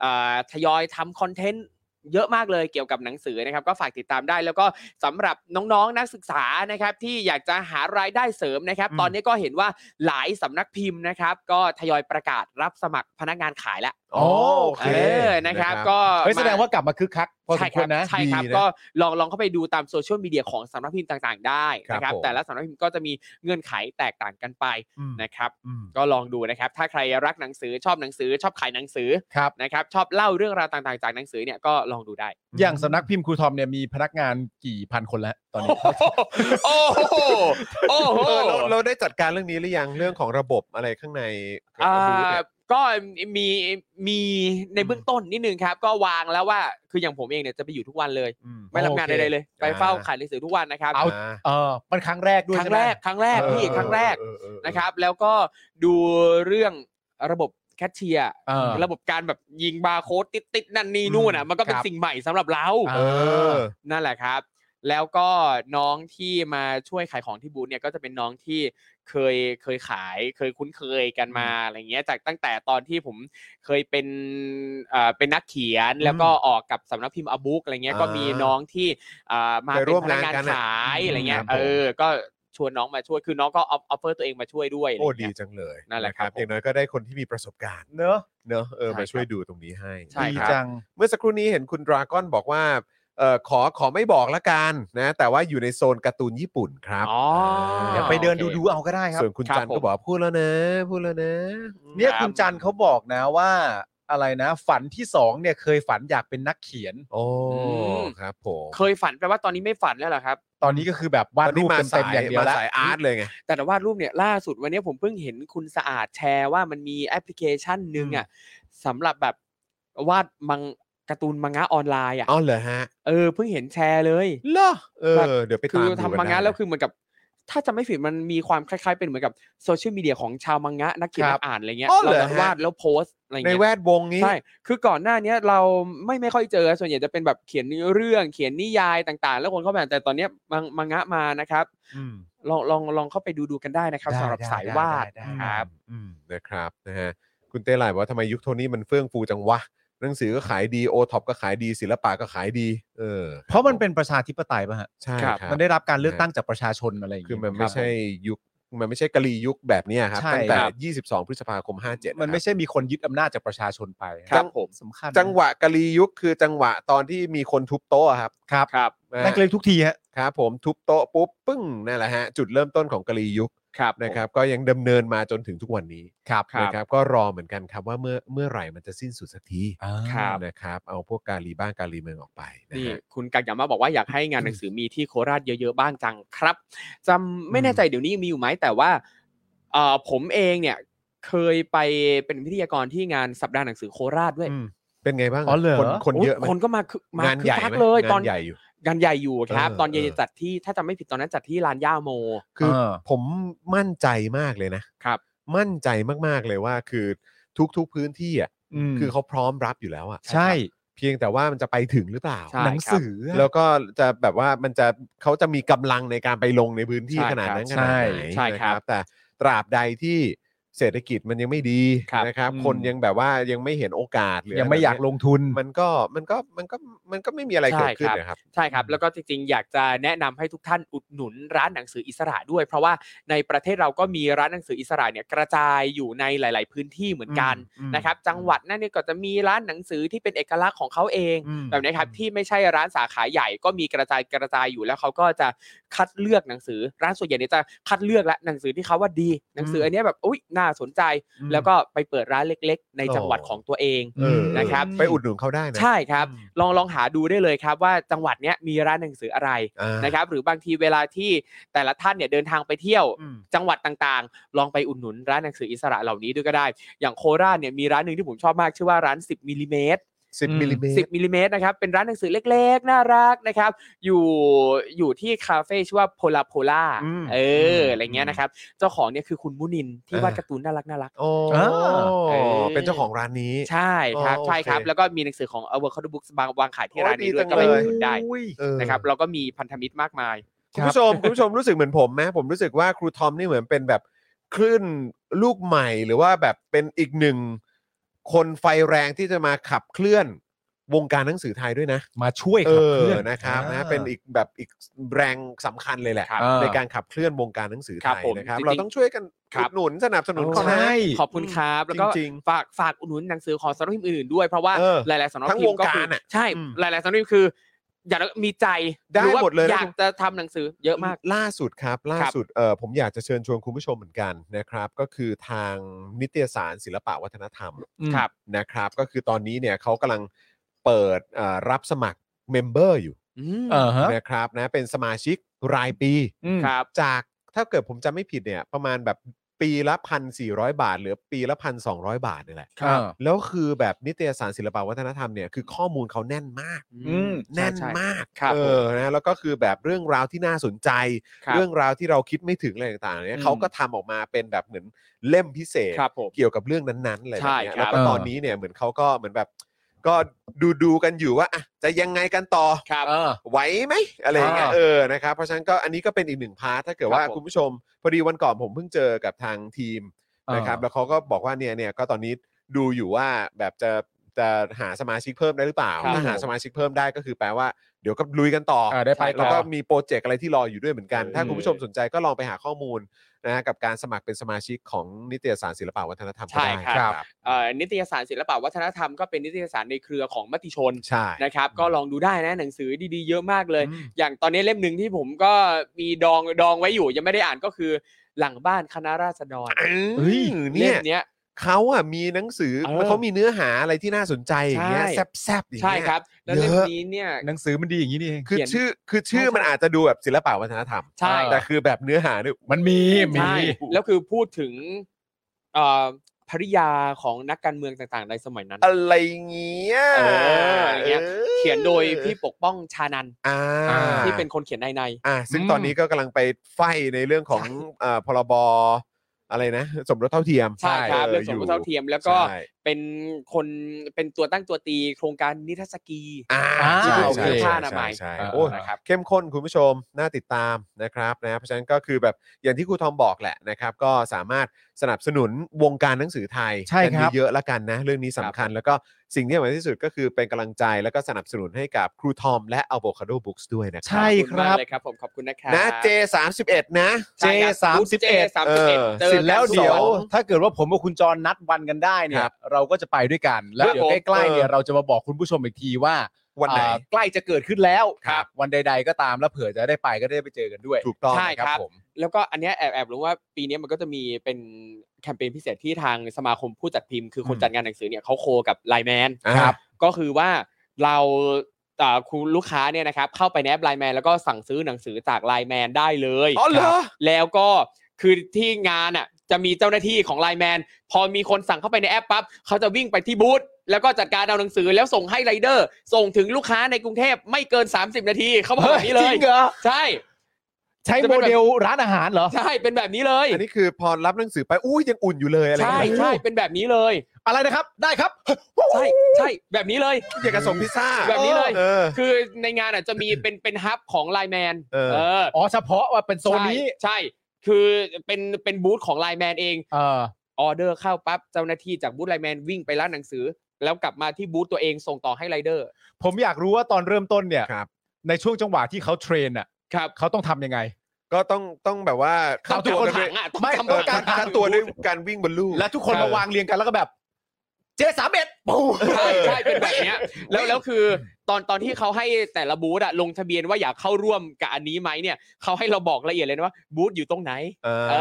D: เอ่อทยอยทำคอนเทนต์เยอะมากเลยเกี่ยวกับหนังสือนะครับ ก็ฝากติดตามได้ แล้วก็สำหรับน้องๆนักศึกษานะครับ ที่อยากจะหารายได้เสริมนะครับ ตอนนี้ก็เห็นว่าหลายสำนักพิมพ์นะครับ ก็ทยอยประกาศรับสมัครพนักงานขายแล้ว
C: โอ้ โอเค
D: เออนะครับ ก็
C: ๆเฮ้ยแสดงว่ากลับมาคึกคักพอสมควรนะ
D: ใช่ค
C: ดีนะ
D: รับใช่ครับก็ลองลองเข้าไปดูตามโซเชียลมีเดียของสำนักพิมพ์ต่างๆ ได้นะค
B: ครับ
D: รั
B: บ ผม
D: แต่ละสำนักพิมพ์ก็จะมีเงื่อนไขแตกต่างกันไป
B: อืม
D: นะครับ
B: อืม
D: ก็ลองดูนะครับ ถ้าใครรักหนังสือชอบหนังสือ ชอบขายหนังสือ
C: ครับ
D: นะครับ ชอบเล่าเรื่องราวต่างๆ จากหนังสือเนี่ยก็ลองดูได้
C: อย่างสำนักพิมพ์ครูทอมเนี่ยมีพนักงานกี่พันคนแล้วตอนนี้
D: โอ้โห โอ้โห
B: เออเราเราได้จัดการเรื่องนี้หรือยังเรื่องของระบบอะไรข้างใน
D: อ่า
B: บูธเนี่ย
D: ก็มีมีในเบื้องต้นนิดนึงครับ ก็วางแล้วว่าคืออย่างผมเองเนี่ยจะไปอยู่ทุกวันเลย ไม่รับงาน
C: โอเค
D: ใดๆเลย ไปเฝ้าขายหนังสือทุกวันนะครับ
C: เอา เออมันครั้งแรกด้วย
D: ครั้ง
C: ใช่ไหม
D: แรก ครั้งแรก
C: เออ
D: พี่ครั้งแรก
B: เออเออเออ
D: นะครับ แล้วก็ดูเรื่องระบบแคชเชียร์
C: เออ
D: ระบบการแบบยิงบาร์โค้ดติดติดๆนั่นนี่นู่นอ่ะมันก็เป็
C: คน รับ
D: สิ่งใหม่สำหรับเรา
C: อ่า
B: เออ
D: นั่นแหละครับ แล้วก็น้องที่มาช่วยขายของที่บูธเนี่ยก็จะเป็นน้องที่เคยเคยขายเคยคุ้นเคยกันมาอะไรเงี้ยจากตั้งแต่ตอนที่ผมเคยเป็นเอ่อเป็นนักเขียนแล้วก็ออกกับสำนักพิมพ์อบุ๊กอะไรเงี้ย
B: อ่า
D: ก็มีน้องที่เอ่อมา
B: ไป
D: เป็
B: ร่
D: น
B: วม
D: พนักงาน
B: งานกันอะ
D: ขาย
B: อืม
D: อะไรเงี้
B: ครั
D: ย
B: บผม
D: เออก็ชวนน้องมาช่วยคือน้องก็ออฟออฟเฟอร์ตัวเองมาช่วยด้วยะไร
B: โอ้ดี
D: เงี้ย
B: จังเลย
D: นั่นแหละครับ
B: อย่างน้อยก็ได้คนที่มีประสบการณ์
C: เนอะ
B: เนอะเออ
D: ใช่
B: มาช่วย
D: ครับ
B: ดูตรงนี้ให้
D: ใช่
C: ดี
D: ครับ
C: จัง
B: เมื่อสักครู่นี้เห็นคุณดราก้อนบอกว่าเออขอขอไม่บอกละกันนะ แต่ว่าอยู่ในโซนการ์ตูนญี่ปุ่นครับ
D: อ๋อ
B: า
C: เดี๋ยวไปเดินดูดูๆเอาก็ได้ครับ
B: ส่วนคุณ
D: ครับ
B: จันทร์ก็
D: ผม
B: บอกว่าพูดแล้วนะ พูดแล้วนะ
C: เนี่ยคุณจันทร์เขาบอกนะว่าอะไรนะ ฝันที่สองเนี่ยเคยฝันอยากเป็นนักเขียน
B: โอ้
D: ม
B: ครับผม
D: เคยฝันแปลว่าตอนนี้ไม่ฝันแล้วเหรอครับ
C: ตอนนี้ก็คือแบบวาดรูป
B: ตอนนี้
C: เต็มๆอย่างเดียว
B: มา
C: แล้ว
B: สายอาร์ตเลยไง
D: แต่วาดรูปเนี่ยล่าสุดวันนี้ผมเพิ่งเห็นคุณสะอาดแชร์ว่ามันมีแอปพลิเคชันหนึ่งอ่ะสำหรับแบบวาดมังการ์ตูนมังงะออนไลน์อ่ะ
B: เอาเหรอฮะ
D: เออเพิ่งเห็นแชร์เลย
B: เหรอเออ เดี๋ยวไปตาม
D: คือ
B: ดูกัน
D: ทำมังงะ
B: ได้
D: แล้วคือเหมือนกับ ถ้าจะไม่ผิดมันมีความคล้ายๆ เป็นเหมือนกับโซเชียลมีเดียของชาวมังงะนักเขียน
C: ครับ
D: นักอ่านอะไรเงี้ย
B: อ๋อเหรอ
D: เรา
B: ฮะ
D: วาดแล้วโพสต์อะไร
B: ใน
D: เงี้ย
B: แวดวงนี้
D: ใช่คือก่อนหน้าเนี้ยเราไม่ไม่ค่อยเจอส่วนใหญ่จะเป็นแบบเขียนเรื่องเขียนนิยายต่างๆ แล้วคนเข้ามาอ่านแต่ตอนเนี้ยมังมังงะมานะครับลองลองลองเข้าไปดูดูกันได้นะครับสำหรับสายวาด
C: ได้ได้ได้
D: นะค
C: ได้
D: รับ
B: อืมนะครับนะฮะคุณเต้ไลน์บอกว่าทำไมยุคโทนี่มันเฟื่องฟูจังวะ หนังสือก็ขายดีโอท็อปก็ขายดี ศิลปะก็ขายดี เออ
C: เพราะมันเป็นประชาธิปไตยป่ะฮะ
B: ใช่
D: ครับ
B: ครับ
C: มันได้รับการเลือก
B: นะ
C: ตั้งจากประชาชนอะไรอย่าง
B: คือ
C: เงี้ย
B: มันไม่
C: รับ
B: ใช่ยุคมันไม่ใช่กะลียุคแบบเนี้ยครับ
C: ใช่
B: ตั้งแต่
C: ครับ
B: 22 พฤษภาคม 57
C: มันไม่
B: ครับ
C: ใช่มีคนยึดอำนาจจากประชาชนไป
B: ครับ
C: ผมสำคัญนะ
B: จังหวะกะลียุคคือจังหวะตอนที่มีคนทุบโต๊ะอะครับ
C: ครับ
D: ครับ
B: นะ
C: นั่นเลยทุกทีฮะ
B: ครับผมทุบโต๊ะปุ๊บปึ้งนั่นแหละฮะจุดเริ่มต้นของกะลียุค
D: ครับ
B: นะครับก็ยังดำเนินมาจนถึงทุกวันนี้
C: ครับ
B: นะครับก็รอเหมือนกันครับว่าเมื่อเมื่อไหร่มันจะสิ้นสุดสักที
D: ครับ
B: นะครับเอาพวกกาลีบ้านกาลีเมืองออกไปนะ
D: นี่
B: ฮะ
D: คุณกักยามาบอกว่าอยากให้งานหนังสือมีที่โคราชเยอะๆบ้างจังครับจำไม่แน่ใจเดี๋ยวนี้ยังมีอยู่ไหมแต่ว่าเอ่อผมเองเนี่ยเคยไปเป็นพิธีกรที่งานสัปดาห์หนังสือโคราชด้วย
B: อืม เป็นไงบ้างะ
C: อ๋อเหรอ
B: คนคน
D: โอ้ย
B: เยอะไหม
D: คนก็มาคึกมาง
B: านใหญ่
D: คึกคัก
B: ไหม
D: เลยต
B: งา
D: อน
B: นใหญ่อยู่
D: งานใหญ่อยู่ครับ
B: เออ
D: ตอนเย็น
B: เออ
D: จัดที่ถ้าจำไม่ผิดตอนนั้นจัดที่ลานย่าโม
B: คือ
C: เออ
B: ผมมั่นใจมากเลยนะครับ มั่นใจมากๆเลยว่าคือทุกๆพื้นที่อ่ะคือเขาพร้อมรับอยู่แล้วอ่ะ
C: ใช่
B: เพียงแต่ว่ามันจะไปถึงหรือเปล่า
D: ใช่
C: หนังสือ
B: แล้วก็จะแบบว่ามันจะเขาจะมีกำลังในการไปลงในพื้นที่
D: ใช่
B: ขนาดนั้นข
C: ครั
B: นา
C: บ
B: ดไหน
D: ใช่ใช่
B: นะครับ แต่ตราบใดที่เศรษฐกิจมันยังไม่ดี
D: ครับ
B: นะครับ
C: อืม
B: คนยังแบบว่ายังไม่เห็นโอกาสหรือ
C: ยั
B: อะ
C: ง
B: ร
C: ไม่อยาก
B: แบบ
C: ล
B: นี้
C: งทุน
B: มันก็มันก็มันก็มันก็ไม่มีอะไรเกิดขึ้นนะครับ
D: ใช่ครับ แล้วก็จริงๆ อยากจะแนะนำให้ทุกท่านอุดหนุนร้านหนังสืออิสระด้วย เพราะว่าในประเทศเราก็มีร้านหนังสืออิสระเนี่ยกระจายอยู่ในหลาย ๆ พื้นที่เหมือนกัน
C: อืม
D: นะครับ จังหวัดนั่นเนี่ยก็จะมีร้านหนังสือที่เป็นเอกลักษณ์ของเขาเอง
C: อืม
D: แบบนี้ครับที่ไม่ใช่ร้านสาขาใหญ่ก็มีกระจายกระจายอยู่แล้วเขาก็จะคัดเลือกหนังสือ ร้านส่วนใหญ่เนี่ยจะคัดเลือกและหนังสือที่เขาว่าดี หนังสืออันเนี้ยแบบอุ๊ยน่าสนใจ แล้วก็ไปเปิดร้านเล็ก ๆ ในจังหวัดของตัวเอง
B: เออ
D: นะครับ
B: ไปอุดหนุนเขาได้นะ
D: ใช่ครับ ลองลองหาดูได้เลยครับว่าจังหวัดเนี้ยมีร้านหนังสืออะไร
B: อ่า
D: นะครับ หรือบางทีเวลาที่แต่ละท่านเนี่ยเดินทางไปเที่ยว
C: อืม
D: จังหวัดต่างๆ ลองไปอุดหนุนร้านหนังสืออิสระเหล่านี้ด้วยก็ได้ อย่างโคราชเนี่ยมีร้านหนึ่งที่ผมชอบมากชื่อว่าร้าน 10มิลลิเมตร
B: สิบ
C: อืม
B: มิลลิเมตร
D: 10มิลลิเมตรนะครับเป็นร้านหนังสือเล็กๆ น่ารักนะครับ อยู่อยู่ที่คาเฟ่ชื่อว่าโพลาโพลา
B: อืม
D: เอออะไรเงี้ยนะครับเจ้าของเนี่ยคือคุณมุนินที่วาด
B: อ่า
D: การ์ตูนน่ารักน่ารัก
B: โอ้
C: อ่า
D: เออ
B: เป็นเจ้าของร้านนี้
D: ใช่ครับ
B: อ๋อ
D: ใช่ครับ
B: โอเค
D: แล้วก็มีหนังสือของ Avocado Books บางวางขายที่
B: โอ้ย
D: ร้านนี้ด้วย
B: ดีจั
D: ก็
B: ง
D: ไป
B: เลย
D: อุดหนุนได้
B: เออ
D: นะครับเราก็มีพันธมิตรมากมาย
B: คุณผู้ชมคุณผู้ชมรู้สึกเหมือนผมไหมผมรู้สึกว่าครูทอมนี่เหมือนเป็นแบบคลื่นลูกใหม่หรือว่าแบบเป็นอีกหนึ่ง คนไฟแรงที่จะมาขับเคลื่อนวงการหนังสือไทยด้วยนะ
C: มาช่วย
B: เอ
C: ขับ
B: อ
C: เคลื่อน
B: นะครับนะเป็นอีกแบบอีกแรงสำคัญเลยแหละ
C: ครับ
B: ในการขับเคลื่อนวงการหนังสือ
D: ครั
B: ไท
D: บ
B: ย
D: ผม
B: นะครับ
D: จริงๆ
B: เราต้องช่วยกัน
D: ครั
B: อุ
D: บ
B: ดหนุนสนับสนุนเขานะ
C: ใช่
D: ขอบคุณครับ แล้วก็
B: จริง
D: ฝากฝากอุดหนุนหนังสือของสำนักพิมพ์อื่นๆด้วย เพราะว่า
B: เออ
D: หลายๆสำนัก
B: ทั้ง
D: พิมพ์ก็
B: วง
D: คื
B: กา
D: อ
B: รน่ะ
D: ใช่
B: อืม
D: หลายๆสำนักพิมพ์คือ อยากมีใจ
B: ได้
D: หรือว่า
B: หมดเลยนะ
D: อยากจะทำหนังสือเยอะมาก
B: ล่าสุดครับล่าสุดเออผมอยากจะเชิญชวนคุณผู้ชมเหมือนกันนะครับ ก็คือทางนิตยสารศิลปะวัฒนธรรม
C: อืม
D: ครับ
B: นะครับ ก็คือตอนนี้เนี่ยเขากำลังเปิดเอ่อรับสมัครเมมเบอร์อยู่
D: อืม
C: เออฮะ
B: นะครับนะเป็นสมาชิกรายปี
C: อืม
D: ครับ
B: จากถ้าเกิดผมจำไม่ผิดเนี่ย ประมาณแบบปีละพันสี่ร้อยบาท หรือปีละพันสองร้อยบาทนี่แหละ
C: ครับ
B: แล้วคือแบบนิตยสารศิลปะวัฒนธรรมเนี่ยคือข้อมูลเขาแน่นมาก
C: อืม
B: แน่นมาก
D: ครับ
B: เออ นะ แล้วก็คือแบบเรื่องราวที่น่าสนใจ
D: ครับ
B: เรื่องราวที่เราคิดไม่ถึงอะไรต่างๆ เนี่
C: อื
B: ย
C: ม
B: เขาก็ทำออกมาเป็นแบบเหมือนเล่มพิเศษ
D: ครับผม
B: เกี่ยวกับเรื่องนั้นๆอะไรแบบเนี้ย
D: ใช่ครับ
B: แล้วก็ตอนนี้เนี่ยเหมือนเขาก็เหมือนแบบ ก็ดูดูๆกันอยู่ว่าอ่ะจะยังไงกันต่อ
D: ครับ
C: เออ
B: ไหวไหมอะไรอย่างเงี้ย
C: อ่า
B: เออนะครับเพราะฉะนั้นก็อันนี้ก็เป็นอีกหนึ่งพาร์ทถ้าเกิดว่า
D: ครับผม
B: คุณผู้ชมพอดีวันก่อนผมเพิ่งเจอกับทางทีม
C: อ่าน
B: นะครับแล้วเขาก็บอกว่าเนี่ยเนี่ยก็ตอนนี้ดูอยู่ว่าแบบจะจะหาสมาชิกเพิ่มได้หรือเปล่า
D: ครับ
B: ถ้าหา
D: ผม
B: สมาชิกเพิ่มได้ก็คือแปลว่าเดี๋ยวก็ลุยกันต่อ
C: อ่าได้ไป
B: แล้ว
C: ต่
B: ก็
C: อ
B: มีโปรเจกต์อะไรที่รออยู่ด้วยเหมือนกัน
D: เออ
B: ถ้าคุณผู้ชมสนใจก็ลองไปหาข้อมูลนะกับการสมัครเป็นสมาชิกของนิตยสารศิลปะวัฒนธรรมก็ได้
D: ใช่ครับ
B: ครับ
D: เอ่อนิตยสารศิลปะวัฒนธรรมก็เป็นนิตยสารในเครือของมติชน
B: ใช่
D: นะครับ ก็ลองดูได้นะหนังสือดีๆเยอะมากเลย
B: อืม
D: อย่างตอนนี้เล่มหนึ่งที่ผมก็มีดองดองไว้อยู่ยังไม่ได้อ่านก็คือหลังบ้านคณะราษฎร
B: เ
C: เฮ้
B: อ้ย
C: ย
B: เนี่
D: เล่
B: ย
D: มเนี้ย
B: เขาอะมีหนังสือ
D: เออ
B: เขามีเนื้อหาอะไรที่น่าสนใจอย่างเงี้ย
D: ใช่
B: แซ่บๆอย่าง
D: ใช่
B: เงี้ย
D: ครับ แล้ว
B: เยอะ
D: เล่มนี้เนี่ย
C: หนังสือมันดีอย่างนี้นี่เอง
B: คือ
D: เขียน
B: ชื่อคือชื่อ
D: ใช่
B: มันอาจจะดูแบบศิลปะวัฒนธรรม
D: ใช่
B: แต่คือแบบเนื้อหาเนี่ย
C: มันมีมี
D: ใช่แล้วคือพูดถึงเอ่อภริยาของนักการเมืองต่างๆ ในสมัยนั้น
B: อะไรเงี้ย
D: เอออะไรเงี้ย
B: ออ
D: เขียนโดยพี่ปกป้องชานันท์
B: อ่า
C: อ่า
D: ที่เป็นคนเขียนในใน
B: อ่า ซึ่งตอนนี้ก็กำลังไปไฟในเรื่องของเอ่อพรบอะไรนะ สมรสเท่าเทียม
D: ใช่ครับเรื่องสมรสเท่าเทียมแล้วก็
B: ใช่
D: เป็นคนเป็นตัวตั้งตัวตีโครงการนิทรรศกี
B: อ่า
C: อ่า
B: ใช่
C: โอเค
B: ใช่
D: ผ้าอนามัย
B: ใช่
C: เ
B: ใช่โอ้
D: นะครับ
B: เข้มข้นคุณผู้ชมน่าติดตามนะครับนะเพราะฉะนั้นก็คือแบบอย่างที่ครูทอมบอกแหละนะครับก็สามารถสนับสนุนวงการหนังสือไทย
C: ใช่ครับ
B: กันเยอะๆละกันนะ เรื่องนี้สำคัญ แล้วก็สิ่งที่สำคัญที่สุดก็คือเป็นกำลังใจแล้วก็สนับสนุนให้กับครูทอมและ Avocado Books ด้วยนะครั
C: ใช่
D: ขอบ
C: ค
D: ณมาก
C: รับ
D: เลยครับผมขอบคุณนะครับ
B: นะเจ31 นะ
C: เจสามสิบเอ็ด
D: สาม
B: เอ
D: สิบเอ็ด
B: อ
D: เจอ
C: เสร็จแล้ว
D: กัน
C: เดี๋ยว
D: สอง
C: ถ้าเกิดว่าผมกับคุณจรนัดวันกันได้เนี่
B: ค
C: ย
B: รับ
C: เราก็จะไปด้วยกัน แล้วเดี๋ยว
D: ครับผม
C: ใกล้ๆเนี่ย
B: เออ
C: เราจะมาบอกคุณผู้ชมอีกทีว่า
B: วันไหน
C: อ่าใกล้จะเกิดขึ้นแล้ว
B: ครับ
C: วันใด ๆ ก็ตามแล้วเผื่อจะได้ไปก็ได้ไปเจอกันด้วย
B: ถูกต้อง
D: ใช่
C: นะครับ ผม
D: แล้วก็อันเนี้ยแอบแอบรู้ว่าปีเนี้ยมันก็จะมีเป็นแคมเปญพิเศษที่ทางสมาคมผู้จัดพิมพ์ คือคน
C: อืม
D: จัดงานหนังสือเนี่ยเขาโคกับไลแมน
B: ครับ
D: ก็คือว่าเราอ่าคุณลูกค้าเนี่ยนะครับเข้าไปในแอปไลแมนแล้วก็สั่งซื้อหนังสือจากไลแมนได้เลย
B: อ๋อเหรอ
D: ครับแล้วก็คือที่งานอ่ะจะมีเจ้าหน้าที่ของไลแมนพอมีคนสั่งเข้าไปในแอปปั๊บเขาจะวิ่งไปที่บูธแล้วก็จัดการเอาหนังสือแล้วส่งให้ไรเดอร์ ส่งถึงลูกค้าในกรุงเทพไม่เกิน 30 นาทีเขาบอกแบบนี้เล
C: ฮ้
D: ย
C: จริงเหรอ
D: ใช่
C: ใช้
D: จะเป็
C: โม
D: นแบบ
C: เดลร้านอาหารเหรอ
D: ใช่เป็นแบบนี้เลย
B: อันนี้คือพอรับหนังสือไปอุ้ยยังอุ่นอยู่เลยอะไร
D: ใช่
B: อย่างเงี้ย
D: ใช่เป็นแบบนี้เลย
C: อะไรนะครับ ได้ครับ
D: ใช่ใช่แบบนี้เลย
B: อยากจะส่งพิซซ่า
D: แบบนี้เลย
B: ออ
D: คือในงานอ่ะจะมีเป็นเป็นฮับของไลแมน
B: เออ
D: อ
C: อ๋อเฉพาะว่าเป็นโซนนี้
D: ใช่ใช่ คือเป็นเป็นบูธของไลแมนเอง
C: เออ
D: ออเดอร์เข้าปั๊บเจ้าหน้าที่จากบูธไลแมนวิ่งไปร้านหนังสือ แล้วกลับมาที่บูธตัวเองส่งต่อให้ไรเดอร์
C: ผมอยากรู้ว่าตอนเริ่มต้นเนี่ย
B: ครับ
C: ในช่วงจังหวะที่เขาเทรนอ่ะ
D: ครับ
C: เขาต้องทำยังไง
B: ก็ต้องต้องแบบว่า
C: เอา
B: ตัว
D: คน
B: ด้วย
D: ถังอ่ะต้อง
C: ไม่
D: ทำ
B: เออ
D: การ
B: คัดตัวด้วยการวิ่งบนลู่
C: และทุกคน
D: เออ
C: มาวางเรียงกันแล้วก็แบบ เจสามเอ็ดปู
D: ใช่ใช่เป็นแบบเนี้ยแล้วแล้วคือตอนตอนที่เขาให้แต่ละบูธอะลงทะเบียนว่าอยากเข้าร่วมกับอันนี้ไหมเนี่ยเขาให้เราบอกละเอียดเลยนะว่าบูธอยู่ตรงไหน เออ
C: เ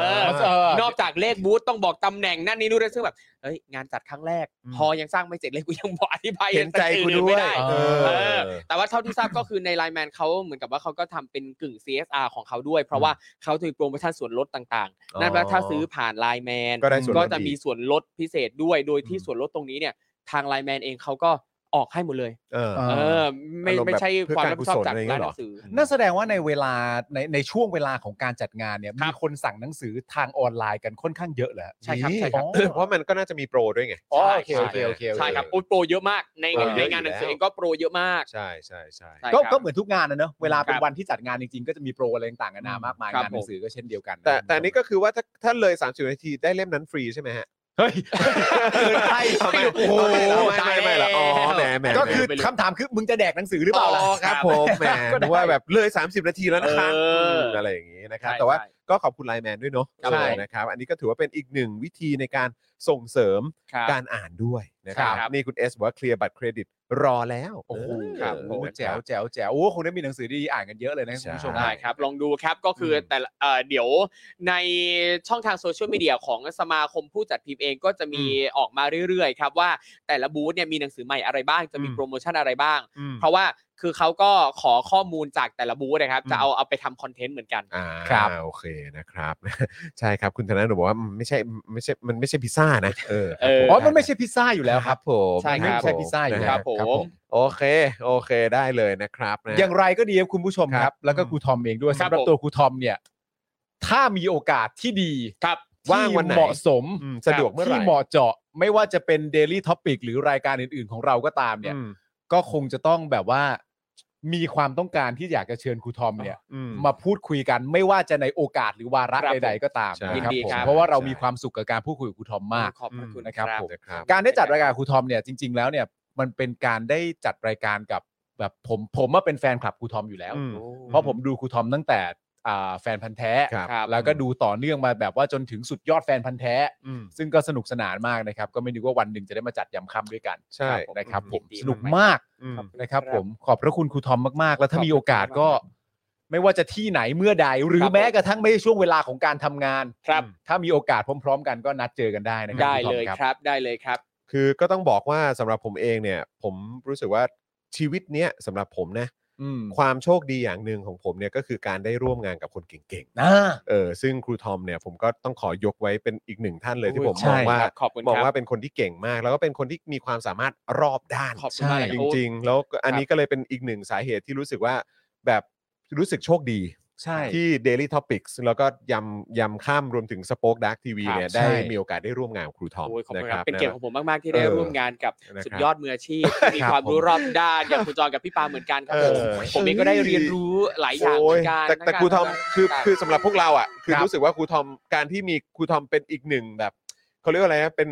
C: ออ
D: นอกจากเลขบูธต้องบอกตำแหน่งนั่นนี่นู่นด้วยซึ่งแบบเฮ้ยงานจัดครั้งแรก
C: อืม
D: พอยังสร้างไม่เสร็จเลยกูยังบอกอธิบาย
B: เห็นใจกู
D: อื่
B: ด้วย
D: ๆไม่ได้
B: เออ
D: เออ แต่ว่าเท่าที่ทราบก็คือในไลน์แมนเขาเหมือนกับว่าเขาก็ทำเป็นกึ่ง CSR ของเขาด้วย เพราะว่าเขาจะมีโปรโมชั่นส่วนลดต่างๆ นั่นแปลว่าถ้าซื้อผ่านไลน์แมน
B: ก็ได้ส่วนลด
D: ก็จะมี
B: อีก
D: ส่วนลดพิเศษด้วยโดยที่
B: อืม
D: ส่วนลดตรงนี้เนี่ยทางไลน์แมนเองเขาก็ออกให้หมดเลย
B: เออ
C: เอ
D: เออ ไม่
B: อารมณ์แบบ
D: ไม่ใช่
B: เพื่อ
D: ความ
B: การ
D: รับผิดชอบ
B: กุศล
D: จาก
B: อะไรอย่างเงี้
D: ร้าน
B: ย
D: ห
B: เหรอ
D: นังสือ
C: นั่นแสดงว่าในเวลาในในช่วงเวลาของการจัดงานเนี่ย
D: ครั
C: มี
D: บ
C: คนสั่งหนังสือทางออนไลน์กันค่อนข้างเยอะเหรอฮะ
D: ใช่ครับ
B: นี่
D: ใช่ครับ
C: อ๋อ
B: เพราะมันก็น่าจะมีโปรด้วยไง
C: อ๋อ
D: ใช่
C: โอเคโอเคโอเคโอเ
D: ใช่ครับโอ้ยโปรเยอะมากใน
B: โปรเยอะ
D: ในงานหนังสือ
B: อยู่แล้ว
D: เองก็โปรเยอะมาก
B: ใช่ใช่ใช่
D: ใช่
C: ก็
D: ครับ
C: ก็เหมือนทุกงานนะเนอะเวลาเป็
D: คนรับ
C: วันที่จัดงานจริงๆ ก็จะมีโปรอะไรต่างๆนานามากมาย
D: ครับ
C: งานหนังสือก็เช่นเดี ยวกัน
B: แต่แต่อันนี้ก็คือว่าถ้าถ้าเลย 30 นาทีได้เล่มนั้นฟรีใช่ไหมฮะ
C: เฮ้ยใคร
B: ไม่
C: โอ้โห
B: ไม่ไม่ไม่ละอ๋อแหมแหม
C: ก็คือคำถามคือมึงจะแดกหนังสือหรือเปล่าล่ะ
B: อ๋อครับผมแหม
C: ก็
B: นึ
C: ได้
B: กว่าแบบเลย 30 นาทีแล้วนะครับ
D: เออ
B: มอะไรอย่างงี้นะครับ แต่ว่า
D: ใช่
B: ก็ขอบคุณไลน์แมนด้วยเนาะ
D: ครับ
B: เออ
D: ผม
B: นะครับ อันนี้ก็ถือว่าเป็นอีกหนึ่งวิธีในการส่งเสริม
D: ครับ
B: การอ่านด้วยนะครับ
D: ครับ
B: นี่คุณเอสบอกว่าเคลียร์บัตรเครดิตรอแล้ว
C: โอ้โห
B: เออครับ
C: โอ้โห
B: นะค
C: แจ๋
B: รั
C: ว
B: บ
C: แจ๋วแจ๋วโอ้คงได้มีหนังสือดีๆอ่านกันเยอะเลยนะคุณผู้ชม
B: ใช่
D: ได้ครับ ลองดูครับก็คืออ
C: ม
D: แต่ละเอ่อเดี๋ยวในช่องทางโซเชียลมีเดียของสมาคมผู้จัดพิมพ์เองก็จะมีออกมาเรื่อยๆครับว่าแต่ละบูธเนี่ยมีหนังสือใหม่อะไรบ้าง จะมี
B: อืม
D: โปรโมชั่นอะไรบ้าง
B: อืม
D: เพราะว่าคือเขาก็ขอข้อมูลจากแต่ละบูธนะครับ จะเอาเอาไปทำคอนเทนต์เหมือนกัน
B: อ่า
C: ครับ
B: โอเคนะครับ ใช่ครับคุณธนาหนูบอกว่ามันไม่ใช่ไม่ใช่มันไม่ใช่พิซซ่านะเออ
D: เออ
C: อ๋อมันไม่ใช่พิซซ่าอยู่แล้ว
B: ค
C: ครั
B: รับ บผม
D: ใช่ครับ
B: ไม่ใช่พิซซ่าอยู่
C: นะ
B: แล้ว
C: ฮะ
D: ครับผม
B: โอเค โอเคได้เลยนะครับนะ
C: อย่างไรก็ดีครับคุณผู้ชมค
B: ครั
C: รับ
B: บ
C: แล้วก็ครูทอมเองด้วย
D: ครับ
C: สำหรับ
D: ผม
C: ตัวครูทอมเนี่ย ถ้ามีโอกาสที่ดี
D: ครับ
B: ว่างวันไหน
C: ที่เหมาะสม
B: อืมสะดวกเมื่อไหร่
C: ที่เหมาะเจาะไม่ว่าจะเป็น Daily Topic หรือรายการอื่นๆ ของเราก็ตามเนี่ย
B: อืม
C: ก็คงจะต้องแบบว่ามีความต้องการที่อยากจะเชิญครูทอมเนี่ย
B: อืม
C: มาพูดคุยกันไม่ว่าจะในโอกาสหรือวาระ
D: ครับผม
C: ใดๆก็ตาม
B: ใช่
C: นะ
D: ยินดี
C: ผม
D: ครับ
C: เพราะว่าเรา
B: ใช่
C: มีความสุขกับการพูดคุยกับครูทอมมาก
D: ขอบพระคุณ
C: นะครับผม
B: นะครับ
C: การได้จัดรายการครูทอมเนี่ยจริง ๆ แล้วเนี่ยมันเป็นการได้จัดรายการกับแบบผมผมมาเป็นแฟนคลับครูทอมอยู่แล้ว
B: อืม
D: โอ้
C: เพราะผมดูครูทอมตั้งแต่อ่าแฟนพันธ์แท้
B: ครับ
D: ครับ
C: แล้วก็ดูต่อเนื่องมาแบบว่าจนถึงสุดยอดแฟนพันธ์แท้
B: อืม
C: ซึ่งก็สนุกสนานมากนะครับ ก็ไม่นึกว่าวันหนึ่งจะได้มาจัดยำค่ำด้วยกัน
B: ใช่
C: นะครับผม
D: ยิน
C: ส
D: ดีมาก
C: นุกมาก
B: อืม
C: นะครับผมขอบพระคุณครูทอมมาก ๆ แล้วถ้า
D: ขอบ
C: มี
D: คุณ
C: โอกาสก็
D: มาก
C: ไม่ว่าจะที่ไหนเมื่อใด หรือ
D: ครับ
C: แม้กระทั่งไม่ใช่ช่วงเวลาของการทำงาน
D: ครับ
C: ถ้ามีโอกาสพร้อม ๆ กันก็นัดเจอกันได้นะครั
D: ได้
C: ครูทอม
D: เลย
C: ครับ
D: ครับได้เลยครับ
B: คือก็ต้องบอกว่าสำหรับผมเองเนี่ย ผมรู้สึกว่าชีวิตเนี้ยสำหรับผมนะ
C: อืม
B: ความโชคดีอย่างหนึ่งของผมเนี่ยก็คือการได้ร่วมงานกับคนเก่ง
C: อ่า
B: ๆเออซึ่งครูทอมเนี่ยผมก็ต้องขอยกไว้เป็นอีกหนึ่งท่านเลยที่
D: โอ้ย
B: ผม
C: ใช่
B: มองว่า
D: ครับขอบคุณ
B: มอง
D: ครับ
B: ว่าเป็นคนที่เก่งมาก แล้วก็เป็นคนที่มีความสามารถรอบด้าน
D: ขอบคุณมากเลย
B: จ
D: โอ้
B: ริงๆ แล้วก็อันนี้ก็เลยเป็นอีกหนึ่งสาเหตุที่รู้สึกว่าแบบรู้สึกโชคดี
C: ใช่
B: ที่ Daily Topics แล้วก็ยำยำข้ามรวมถึง Spoke Dark TV
D: ครับ
B: เนี่ยได้
C: ใช่
B: มีโอกาสได้ร่วมงานกับครูทอม
D: โอ้ยขอบ
B: นะ
D: คุณ
B: ค
D: ค
B: รั
D: รับ บ เป็นเกียรติของผมมาก ๆ ที่ได้
B: เออ
D: ร่วมงานกับ
B: นะครับ
D: สุดยอดมืออาชีพที่มีความรู้รอบด้านอย่างคุณจอนกับพี่ปาเหมือนกันครับผม
B: เออ
D: ผมเองก็ได้เรียนรู้หลายอย่างเห
B: โอ้
D: มื
B: ย
D: อนกัน
B: แต่แต่
D: นะบ
B: ครูทอมคือ
D: รับ
B: คือสำหรับพวกเราอ่ะคือ
C: ครับ
B: รู้สึกว่าครูทอมการที่มีครูทอมเป็นอีกหนึ่งแบบเขาเรียกว่าอะไรนะเป็น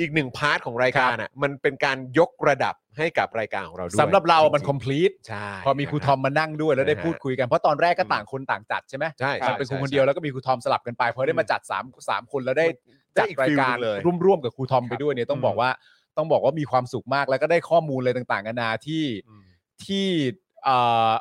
B: อีกหนึ่งพาร์ทของรายการอ่ะมันเป็นการยกระดับให้กับรายการของเราด้วย
C: สำหรับเรามัน
B: จงๆ
C: complete
B: ใช่
C: พอมีครูทอม
B: นะ
C: มานั่งด้วยแล้วได้
B: นะฮะ
C: พูดคุยกันเพราะตอนแรกก็ต่างคนต่างจัดใช่ไหม
B: ใช่ใช่
C: จัดเป็นครู
B: ใช่
C: คนเดียวแล้วก็มีครูทอมสลับกันไปพอได้มาจัดสามสามคนแล้วได้
B: ได้
C: จัด
B: อีก
C: รายการ
B: ฟิลหนึ่งเลย
C: ร่วมๆกับครูทอ
B: ค
C: ม
B: รับ
C: ไปด้วยเนี่ยต้อง
B: อืม
C: บอกว่าต้องบอกว่ามีความสุขมากแล้วก็ได้ข้อมูลอะไรต่างๆนานาที่
B: อืม
C: ที่เอ่อ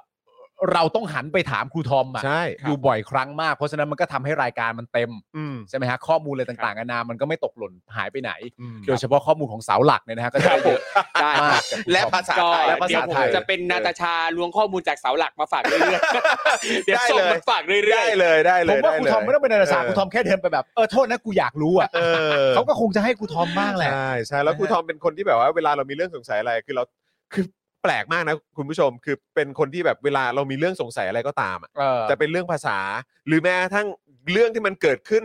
C: เราต้องหันไปถามครูทอมอะ
B: ใช่ค
C: อ
B: รับ
C: ยู่บ่อยครั้งมาก เพราะฉะนั้นมันก็ทำให้รายการมันเต็ม
B: อืม
C: ใช่ไหมฮะข้อมูลอะไรต่างๆนานามันก็ไม่ตกหล่นหายไปไหน
B: อืม
C: โดยเฉพาะข้อมูลของเสาหลักเนี่ยนะฮะก็จะได้เยอะ
D: ได้
C: มาก
B: และภาษา
D: ก็
B: ไทย
C: และภา
D: เดี๋ย
C: ษาว
D: ผ
C: ไท
D: ม
C: ย
D: จะเป็นนาตาชาล้วงข้อมูลจากเสาหลักมาฝากเรื่อยๆเดี๋ยวส่งมาฝากเรื่อ
B: ได้
D: ย
B: เลยได้
C: ผ
B: เล
C: ม
B: ย
C: ว่า
B: ได้
C: ครู
B: เลย
C: ทอมไม่ต้องเป็นนาศาสตร์
B: เออ
C: ครูทอมแค่เดินไปแบบเออโทษนะกูอยากรู้อ่ะ
B: เออ
C: เขาก็คงจะให้ครูทอมบ้างแหละ
B: ใช่ใช่แล้วครูทอมเป็นคนที่แบบว่าเวลาเรามีเรื่องสงสัยอะไรคือเราคือแปลกมากนะคุณผู้ชมคือเป็นคนที่แบบเวลาเรามีเรื่องสงสัยอะไรก็ตามอะ
C: เออ
B: จะเป็นเรื่องภาษา หรือแม้กระทั่งเรื่องที่มันเกิดขึ้น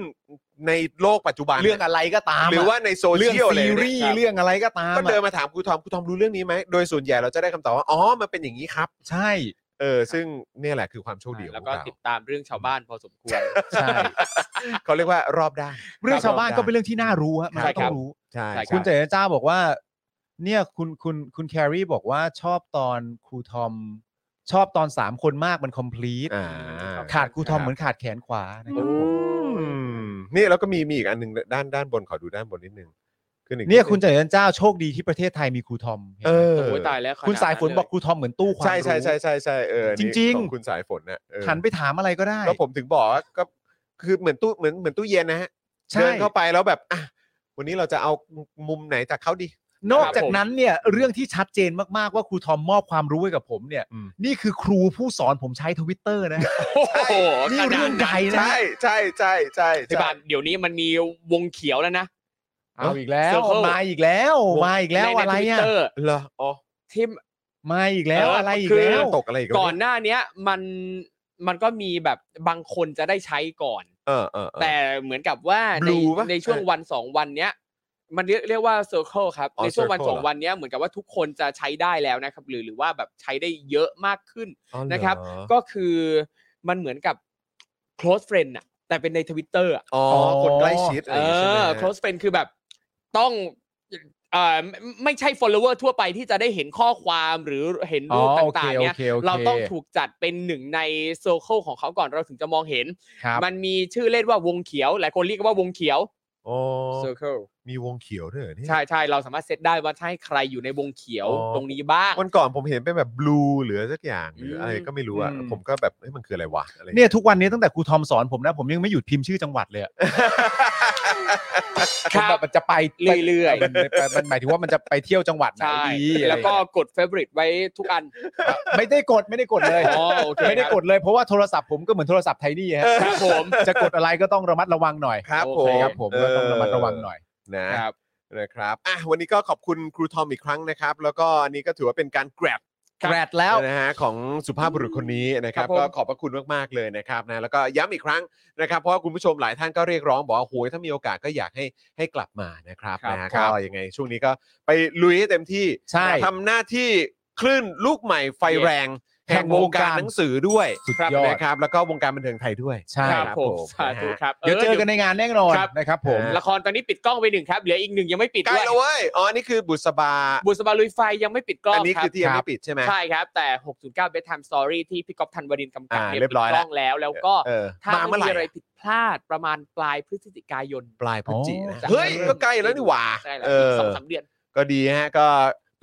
B: ในโลกปัจจุบัน
C: เรื่องอะไรก็ตามะ
B: หรือว่าในโซ
C: เรื่อง
B: เชียลอะไร
C: ซี
B: เนี่ย
C: รีส์
B: ครับ
C: เรื่องอะไรก็ตาม
B: ก็เดิน
C: อะ
B: มาถามครูทอมครูทอมรู้เรื่องนี้ไหมโดยส่วนใหญ่เราจะได้คำตอบว่าอ๋อมันเป็นอย่างนี้ครับ
C: ใช่
B: เออซึ่งเนี่ยแหละคือความโชคดีข
D: ๆ
B: อง
D: แล้ว
B: พว
D: ก็
B: กเรา
D: ติดตามเรื่องชาวบ้านพอสมควร
C: ใช่
B: เขาเรียกว่ารอบด้าน
C: เรื่องชาวบ้านก็เป็นเรื่องที่น่ารู้ฮะมัน
D: ใช่
C: ก็ต้
D: ค
C: อ
D: รั
C: ง
D: บ
C: รู้
B: ใช่
D: ใช่ครับ
C: คุณเจ๋เจ้าบอกว่า เนี่ยคุณคุณคุณแครีบอกว่าชอบตอนครูทอม ชอบตอนสามคนมากมัน complete
B: อ่า
C: ขาดครูทอมเหมือนขาดแขนขวานะครับผม
B: อืมนี่แล้วก็มีมีอีกอันหนึ่งด้านด้านบนขอดูด้านบนนิดนึงขึ้นอีก
C: เนี่ยคุณ
B: ดง
C: เจ๋เจ้าโชคดีที่ประเทศไทยมีครูทอม
B: เออ
D: โอ้ยตายแล้วขด
C: คุณสายฝนบอกครูทอมเหมือนตู้ความ
B: ใช่ใช่ใช่
C: รู้
B: ใช่ใช่เออนี่
C: จริงๆ
B: ของคุณสายฝนนะเออ
C: หันไปถามอะไรก็ได้
B: แล้วผมถึงบอกว่าก็คือเหมือนตู้เหมือนเหมือนตู้เย็นนะฮะ
C: ใช่
B: เดินเข้าไปแล้วแบบอ่ะวันนี้เราจะเอามุมไหนจากเขาดี
C: นอกจากนั้นเนี่ยเรื่องที่ชัดเจนมากๆว่าครูทอมมอบความรู้ให้กับผมเนี่ย
B: อืม
C: นี่คือครูผู้สอนผมใช้ทวิตเตอร์นะ
D: โอ้โห
C: นี่
D: ข
C: เรื่อ
D: นาด
C: งให
D: นั้น
C: ญ่นะ
B: ใช่ใช่ใช่ใช่
D: พี่
B: ใช่
D: บานเดี๋ยวนี้มันมีวงเขียวแล้วนะ
C: เอาอีกแล้ว
D: Circle
C: มาอีกแล้วมาอีกแล้ว
D: ใน
C: อะไร
D: ทวิต
C: อ่ะ
D: เตอร์
B: เหรออ๋อ
D: ที่
C: มาอีกแล้ว
D: เอออ
C: อะไรอีก
D: คือ
C: แล้ว
B: ตกอะไรอีกแล้ว
D: ก่อนหน้าเนี้ยมันมันก็มีแบบบางคนจะได้ใช้ก่อน
B: เออเออเออ
D: แต่เหมือนกับว่าใน
B: Blue ปะ
D: ในช่วงวันสองวันเนี้ย มันเรียกเรียกว่าเซอร์เคิลครับ
B: อ๋อ
D: ในช่วงวัน
B: circle
D: สอง
B: เหรอ
D: วันเนี้ยเหมือนกับว่าทุกคนจะใช้ได้แล้วนะครับ หรือหรือว่าแบบใช้ได้เยอะมากขึ้น
B: อ๋อเหอ
D: นะครับ ก็คือมันเหมือนกับ close friend อะแต่เป็นในทวิตเตอร์อะ
B: อ๋อคนใกล้ชิดอะไร
D: เอ
B: อย่างงี้ใช่ไหม
D: อ
B: ฮะ
D: close friend คือแบบต้องเอ่อไม่ไม่ใช่ follower ทั่วไปที่จะได้เห็นข้อความหรือเห็นรูป
C: อ๋อโอเค
D: ต่างๆเนี่ย
C: โอเคโอเค
D: เราต้องถูกจัดเป็นหนึ่งในโซเคิลของเขาก่อนเราถึงจะมองเห็น
C: ครับ
D: มันมีชื่อเล่นว่าวงเขียวหลายคนเรียกว่าวงเขียว
B: อ๋อ
D: circle
B: มีวงเขียวด้วยเหรอเนี่ย
D: ใช่ใช่เราสามารถเซตได้ว่าใช่ใครอยู่ในวงเขียว
B: อ๋อ
D: ตรงนี้บ้าง
B: วันก่อนผมเห็นเป็นแบบบลูหรือสักอย่างหรือ
D: ม
B: อะไรก็ไม่รู้อ่ะ
C: อืม
B: ผมก็แบบเอ้ยมันคืออะไรวะอะไรอย่าง
C: เนี่
B: เงี้ย
C: ยทุกวันนี้ตั้งแต่ครูทอมสอนผมนะผมยังไม่หยุดพิมพ์ชื่อจังหวัดเลยอะ
D: ครั
C: แบบ
D: บ
C: มันจะไป
D: เรื่อยๆ
C: มันไปมันหมายถึงว่ามันจะไปเที่ยวจังหวัดไหน
D: ใช่
C: ดี
D: แล้วก็
C: อะไร
D: กด favorite ไว้ทุกอัน
C: อย่างเงี้ยไม่ได้กดไม่ได้กดเลย
D: อ๋อโอเค
C: ไม่ได้กดเลยเพราะว่าโทรศัพท์ผมก็เหมือนโทรศัพท์ไทยนี่ฮะ
D: ครับผม
C: จะกดอะไรก็ต้องระมัดระวังหน่อย
B: ครับผ
D: โอ
B: ม
D: เค
C: ครับผมก็ต้องระมัดระวังหน่อย
B: นะครับ นะครับอ่ะวันนี้ก็ขอบคุณครูทอมอีกครั้งนะครับ แล้วก็อันนี้ก็ถือว่าเป็นการแกรบ
C: แกรดแล้ว
B: นะฮะของสุภาพบุรุษคนนี้นะครับ
D: ครับผม
B: ก็ขอบพระคุณมากๆเลยนะครับนะแล้วก็ย้ำอีกครั้งนะครับ เพราะว่าคุณผู้ชมหลายท่านก็เรียกร้องบอกว่าโหยถ้ามีโอกาสก็อยากให้ให้กลับมานะครับ
C: ครับ
B: นะฮะ
C: ครั
B: ก็
C: บ
B: ยังไงช่วงนี้ก็ไปลุยให้เต็มที่
C: ใช่
B: ทำหน้าที่คลื่นลูกใหม่ไฟแรง แห่งวงการ
C: แห่งวงการ
B: หนังสือด้วย
C: สุด
D: ครับ
C: ยอด
B: นะครับแล้วก็วงการบันเทิงไทยด้วย
C: ใช่
D: ครับผม สาธุ
B: นะฮะ
D: ครับ
C: เดี๋ยวเจอกันในงานแน่นอน
D: ครับ
C: นะครับผม
D: ละครตอนนี้ปิดกล้องไปหนึ่งครับ เหลืออีกหนึ่งยังไม่ปิด
B: ใกล้
D: ด้วย
B: แล้วเว้ยอ๋อนี่คือบุษบา
D: บุษบาลุยไฟยังไม่ปิดกล้อ
B: อัน
D: ง
B: นี้
D: ครั
B: คื
D: บ
B: อที่ยังไม่ปิดใช่ไหม
D: ใช่ครับ แต่ 609 bedtime story ที่พี่ก๊อฟธันวรินทร์กำกับ
B: อ่า
D: เนี่ย
B: เรีย
D: ปิ
B: บ
D: ด
B: ร้อย
D: ก
B: แล้ว
D: ล้องแล้ว แล้วก็
B: เออ
D: ถ้า
B: มาเมื่อไหร่
D: ไม่มีอะไร
B: อะ
D: ผิดพลาดประมาณปลายพฤศจิกายน
B: ปลายพฤศจิกนะ
D: อ๋อ
B: เฮ้ยก็ใกล้แล้วนี่หว่า
D: ใช่แล้ว
B: เอ
D: อีก
B: อ
D: สองสามเดือน
B: ก็ดีฮะก็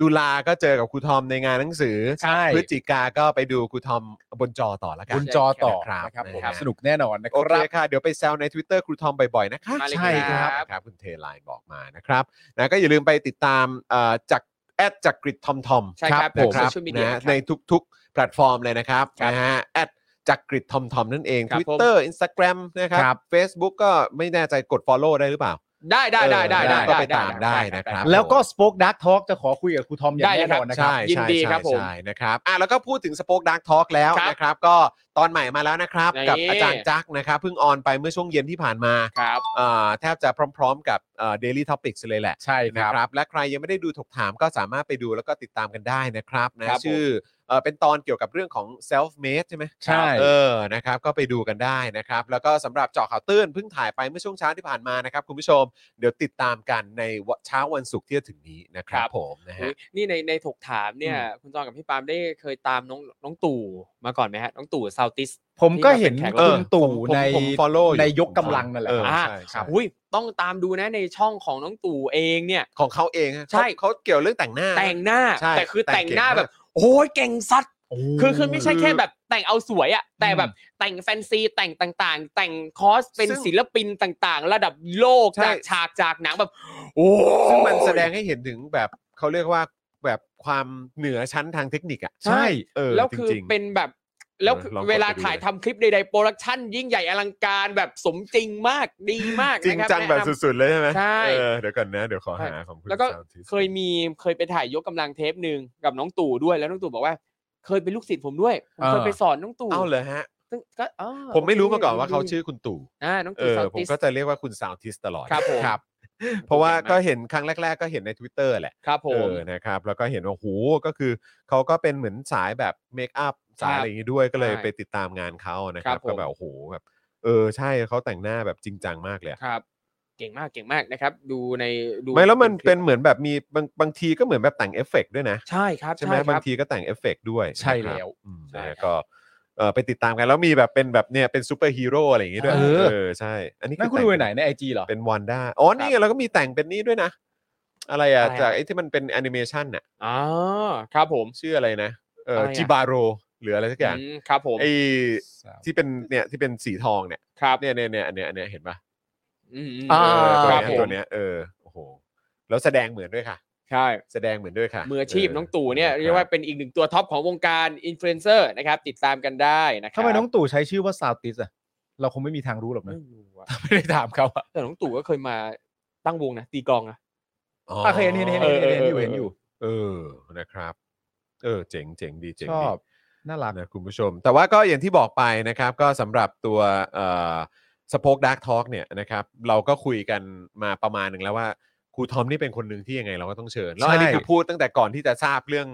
B: ตุลาก็เจอกับครูทอมในงานหนังสือ
C: ใช่
B: พฤศจิกาก็ไปดูครูทอมบนจอต่อละกับน
C: นจอต่อ
B: ครับ
C: นะครับผม
B: ครับ
C: สนุกแน่นอนนะค
B: โอเครับ ค่ะ เดี๋ยวไปแซวใน Twitter ครูทอมบ่อยๆนะคะ
D: มาเลย
C: ใช่ครับ
B: นะครับคุณเทไลน์บอกมานะครับนะก็อย่าลืมไปติดตามเอ่อจากแอดจากกริดทอมทอม
D: ใช่ครับ
B: นะ
D: ผม Social Media
B: นะฮะ
D: ครับ
B: ในทุกๆแพลตฟอร์มเลยนะครับ
D: ครับ
B: นะฮะแอดจากกริดทอมทอมนั่นเอง
D: ครับผม
B: Twitter Instagram นะครั
C: ครับ บ
B: Facebook ก็ไม่แน่ใจกด Follow ได้หรือเปล่า
D: ได้ได้ได้ได้ได้
B: เออก็ไปตามได้
D: ด้
B: นะครับ
C: แล้วก็ Spoke Dark Talk จะขอคุยกับครูทอมอย่าง
D: ได้
C: แน่
D: เลยค
C: อน
D: นรับ
C: นะครั
B: ใช่
C: บ
D: ยิน
B: ใช่
D: ดีครั
B: ใช่
D: บผม
B: ใช่นะครับอ่ะแล้วก็พูดถึงสป o อ e ดักทอล์กแล้ว
D: ครับ
B: นะครับก็ตอนใหม่มาแล้วนะครับ
D: นี่
B: กับอาจารย์จักรนะครับเพิ่งออนไปเมื่อช่วงเย็นที่ผ่านมา
D: ครับ
B: อ่าแทบจะพร้อมๆกับเดลี่ท็อปิกเลยแหละ
C: ใช่ค
B: นะ
C: รับ
B: ครับ และใครยังไม่ได้ดูถกถามก็สามารถไปดูแล้วก็ติดตามกันได้นะครับนะครับ
D: ผม
B: ชื่อเอ่อเป็นตอนเกี่ยวกับเรื่องของ self made ใช่ไหม
C: ใช่
B: เออนะครับก็ไปดูกันได้นะครับ แล้วก็สำหรับเจาะข่าวตื้นเพิ่งถ่ายไปเมื่อช่วงเช้าที่ผ่านมานะครับ คุณผู้ชมเดี๋ยวติดตามกันในวันเช้าวันศุกร์ที่จะถึงนี้นะครับผมนะ
D: อุ๊
B: ฮะ
D: ยนี่ในในถกถามเนี่ย คุณจองกับพี่ปาล์มได้เคยตามน้องน้องตู่มาก่อนไหมฮะ น้องตู่ซาวติส
C: ผมก็เห็น
D: ที่มาเป็นแขก
C: คุณตู่
B: ผม
C: ใน
B: ผม follow อ
C: ในยกกำลังนั่นแหละ
B: เออ
D: อ่า
B: ใช่ใช่
D: อุ้ยต้องตามดูนะในช่องของน้องตู่เองเนี่ย
B: ของเขาเองฮะ
D: ใช่
B: เขาเขาเกี่ยวเรื่องแต่งหน้า
D: แต่งหน้า
B: ใช่
D: แต่คือแต่งหน้า
B: แต่งเก่ง
D: แบบโ โอ้ยเก่งสัตว์คือคือไม่ใช่แค่
B: คือ
D: แบบแต่งเอาสวยอะแต่แบบแต่งแฟนซีแต่งต่างๆ แต่งคอสเป็น
B: ซึ่ง
D: ศิลปินต่างๆ ระดับโลก
B: ใช่
D: จากฉากจากหนังแบบ โอ้
B: ซึ่งมันแสดงให้เห็นถึงแบบเขาเรียกว่าแบบความเหนือชั้นทางเทคนิคอ่ะ
C: ใช่
B: เออ
D: แล้วคือ
B: จริงๆ
D: เป็นแบบแล้วคือ
B: เออลองกดไปดู
D: เวลาถ่ายทำคลิปใดๆโปรดักชั่นยิ่งใหญ่อลังการแบบสมจริงมากดีมาก
B: จริง
D: นะค
B: จังแบบ
D: นะนำ
B: สุดๆเลยใช่ไหม
D: ใช่
B: เออเดี๋ยวก่อนนะ เดี๋ยวขอ
D: ใช่
B: หาของคุณ
D: แล้วก็
B: สาวที่
D: เคยมีเคยไปถ่ายยกกำลังเทปหนึ่งกับน้องตู่ด้วยแล้วน้องตู่บอกว่า เคยเป็นลูกศิษย์ผมด้วยผมเคย
C: อ่า
D: ไปสอนน้องตู่
B: เอ้าเลยฮะ
D: ซึ่งก็อ๋อ
B: ผมไม่รู้
D: โค
B: มาก่อนว่า
D: ดี
B: เขาชื่อคุณตู่
D: อ่าน้อง
B: เอ
D: ตู่
B: อ
D: ซาว
B: ผม
D: ติส
B: ก็จะเรียกว่าคุณสาวทิสตลอด
D: ครับผม
C: ครับ
B: เพราะว่าก็เห็นครั้งแรก ๆ ก็เห็นใน Twitter แหละ
D: ครับผ
B: เอ
D: ม
B: อนะครับแล้วก็เห็นว่าโหก็คือเขาก็เป็นเหมือนสายแบบเมคอัพสาย
D: ครับ
B: อะไรอย่างนี้ด้วยก็เลย
D: ใช่
B: ไปติดตามงานเขานะครับ
D: ครับผม
B: ก็แบบโอ้โหแบบเออใช่เขาแต่งหน้าแบบจริงจังมากเลยอะ
D: ครับ เก่งมากเก่งมากนะครับ ดูในดู
B: ไม่แล้วมัน
D: ค
B: เป็นเหมือนแบบมีบางบางทีก็เหมือนแบบแต่งเอฟเฟกต์ด้วยนะ
D: ใช่ครับ
B: ใช่ไห
D: ครับ
B: มางทีก็แต่งเอฟเฟกต์ด้วย
C: ใช่
B: นะครับ
C: แล้ว
B: อืม
C: ใช่
B: นะฮะก็เออไปติดตามกันแล้วมีแบบเป็นแบบเนี่ยเป็นซูเปอร์ฮีโร่อะไรอย่างงี้ด้วย
C: เออ
B: เออใช่ อันนี้
C: นั่น
B: อ
C: คุณ
B: แต่
C: ดู
B: ง
C: ไปไหนในไอจีเหรอ
B: เป็นวันด้าอ๋อนี่ไงเราก็มีแต่งเป็นนี่ด้วยนะ อะไรอ่ะ
D: ะไรอะ
B: จากไอ้ที่มันเป็นแอนิเมชันน่ะ
D: อ๋อครับผม
B: ชื่ออะไรนะเออะไร อ
D: อะ
B: จิบาโรหรืออะไรสักอย่าง
D: อืมครับผม
B: ไอ้ที่เป็นเนี่ยที่เป็นสีทองเนี่ย
D: ครับ
B: เนี่ยเนี่ยเนี่ยอันเนี้ยอันเนี้ยเห็นปะ
D: อืมอืม
C: อ่า
B: เออตัว
D: ครับ
B: เนี้ย
D: ผม
B: ตัวเนี้ยเออโอ้โหแล้วแสดงเหมือนด้วยค่ะ
D: ใช่
B: แสดงเหมือนด้วยค่ะ
D: มืออาชีพน้องตู่เนี่ย
B: ออ
D: เรียกว่าเป็นอีกหนึ่งตัวท็อปของวงการอินฟลูเอนเซอร์นะครับ ติดตามกันได้นะครั
C: ทำไมน้องตู่ใช้ชื่อว่าซาวติสอะเราคงไม่มีทางรู้หรอกนะ
D: ไม่รู้อะ
C: ไม่ได้ถามเขาอะ
D: แต่น้องตู่ก็เคยมาตั้งวงนะตีกลองนะ
B: อ๋อ
C: อ่ะเคยเห็นเห็นเห็นเห็นเห็นอยู่เห็นอยู่
B: เออนะครับ เออเจ๋งเจ๋งดีเจ๋ง
C: ช
B: ดี
C: อบน่ารัก
B: นะคุณผู้ชม แต่ว่าก็อย่างที่บอกไปนะครับ ก็สำหรับตัวเอ่อสปอคดักทอล์กเนี่ยนะครับ เราก็คุยกันมาประมาณหนึ่งแล้วว่าครูทอมนี่เป็นคนหนึ่งที่ยังไงเราก็ต้องเชิญ แล้วอันนี้
C: ใช่
B: คือพูดตั้งแต่ก่อนที่จะทราบเรื่อง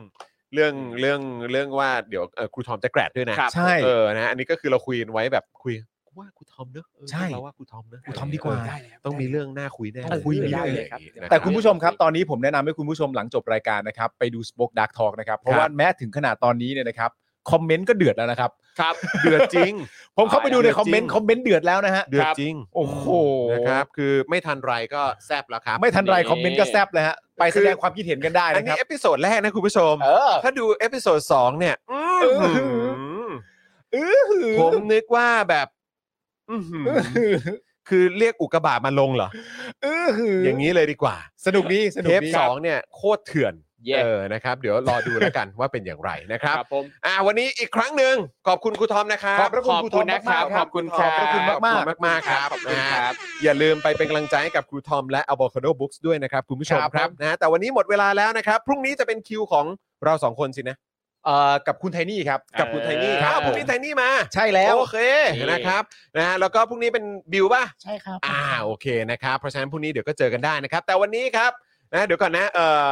B: เรื่องเรื่องเรื่องว่าเดี๋ยวเอ่อครูทอมจะแกรดด้วยนะ
D: ครับ
C: ใช่
B: เออนะอันนี้ก็คือเราคุยกันไว้แบบคุยกูว่ากูทอมเนอะเออ
C: ใช่
B: เราว่ากูทอมเนอะ
C: กูทอมดีกว่า
B: เออ
D: ได้เลยครับ
B: ต้องมีเรื่องน่าคุยแน่
C: ต้องคุย
B: เล
C: ได้เลย
B: อางงี้นะ
C: แต่คุณผู้ชมครับ ตอนนี้ผมแนะนำให้คุณผู้ชมหลังจบรายการนะครับ ไปดู Spoke Dark Talk นะครับ เพราะว่าแม้ถึงขนาดตอนนี้เนี่ยนะครับ คอมเมนต์ก็เดือดแล้วนะครับ
D: ครับ
B: เดือดจริง
C: ผมเข้าไปดูในคอมเมนต์
B: เดือดจริง
C: คอมเมนต์เดือดแล้วนะฮะ
B: เดือดจริง
C: โอ้โห
B: นะครับคือไม่ทันไรก็แซบแล้วครับ
C: ไม่ทันไร
D: นี่
C: คอมเมนต์ก็แซบเลยฮะไปแสดงความคิดเห็นกันได้
B: อัน
C: นะค
B: นี้
C: รับ
B: เอพิโซดแรกนะคุณผู้ชม
C: เออ
B: ถ้าดูเอพิโซดสองเนี่ยอื้อหือ
C: อื้อหือ
B: ผมนึกว่าแบบอื้อหือคือเรียกอุกกาบาตมาลงเหรอ
C: อื้อหือ
B: อ
C: อย่าง
B: นี้เลยดีกว่า
C: สนุกดีสนุ
B: เท
C: ก
B: ป
C: ดี
B: สองเนี่ยโคตรเถื่อน
D: เย่
B: เออนะครับเดี๋ยวรอดูแล้วกันว่าเป็นอย่างไรนะครับ
D: ครับผม
B: อ่าวันนี้อีกครั้งหนึ่งขอบคุณครูทอมนะครับ
D: ขอบพระคุณครูทอมมากๆ
B: ข
D: ข
B: อ
D: อ
B: บบ
D: คุ
B: คุณ
D: ณ
B: ค
D: ครั
B: รับบ ขอบคุณมากมากขอบคุณมากๆครับ
D: ขอบคุณครับ
B: นะอย่าลืมไปเป็นกำลังใจให้กับครูทอมและอบคาโดบุ๊กด้วยนะครับ คุณผู้ชมครับนะแต่วันนี้หมดเวลาแล้วนะครับ พรุ่งนี้จะเป็นคิวของเราสองคนสินะ
C: เอ่อกับคุณไทนี่ครับ
B: กับคุณไทนี่
D: เออ
B: ครับพรุ่งนี้ไทนี่มา
C: ใช่แล้ว
B: โอเคนะครับนะแล้วก็พรุ่งนี้เป็นบิวป่ะ
E: ใช่ครับ
B: อ่าโอเคนะครับเพราะฉะนั้นพรุ่งนี้เดี๋ยวก็เจอกันได้นะครับ แต่วันนี้ครับนะเดี๋ยวก่อนนะเอ่อ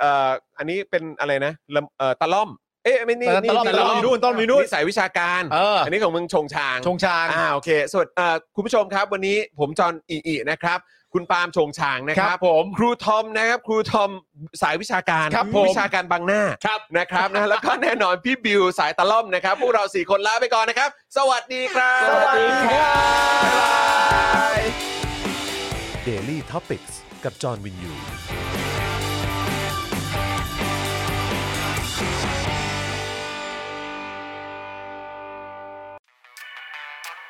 B: เอ่ออันนี้เป็นอะไรนะลำเอ่อตะล่อม เอ๊ะไม่นี่
C: ตะล่อม
B: นี่
C: ตะล่อมมีนู่นตะล่อมมีนู่น
B: สายวิชาการ
C: เออ
B: อันนี้ของมึงชงชาง
C: ชงชาง
B: อ่าโอเคสวัสดีเอ่อคุณผู้ชมครับ วันนี้ผมจอห์นอีอีนะครับ คุณปาล์มชงชางนะค
C: ค
B: รั
C: รั
B: บบ
C: ผม
B: ครูทอมนะครับ ครูทอมสายวิชาการ
C: ครับผม
B: วิชาการบางหน้า
D: ครับ
B: นะครับนะแล้วก็ แน่นอนพี่บิวสายตะล่อมนะครับพวกเราสี่คนลาไปก่อนนะครับ สวัสดีครับ
D: สวัสดีครับ
B: บ๊ายบาย
A: Daily Topics กับจอห์นวินยู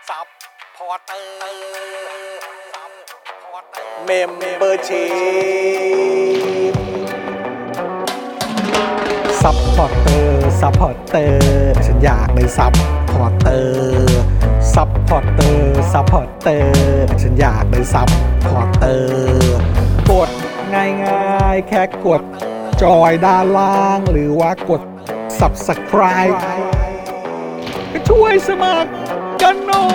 F: ซับพอร์เตอร์ซับพอร์เตอร์
G: เมมเบอร์ชีซัพพอร์เตอร์ซัพพอร์เตอร์ฉันอยากเป็นซัพพอร์เตอร์ซัพพอร์เตอร์ซัพพอร์เตอร์ฉันอยากเป็นซัพพอร์เตอร์กดง่ายๆ แค่กดจอยด้านล่าง หรือว่ากด subscribe ก็ช่วยสมัครกันหน่อ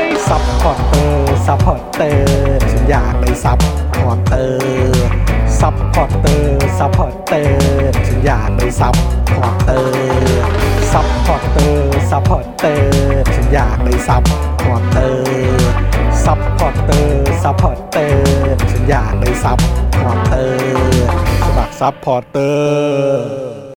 G: ยซัพพอร์เตอร์ซัพพอร์เตอร์ฉันอยากเป็นซัพพอร์เตอร์ซัพพอร์เตอร์ซัพพอร์เตอร์ฉันอยากเป็นซัพพอร์เตอร์ซัพพอร์เตอร์ซัพพอร์เตอร์ฉันอยากเป็นซัพพอร์เตอร์ซัพพอร์เตอร์ซัพพอร์เตอร์ฉันอยากเป็นซัพพอร์เตอร์สมัครซัพพอร์เตอร์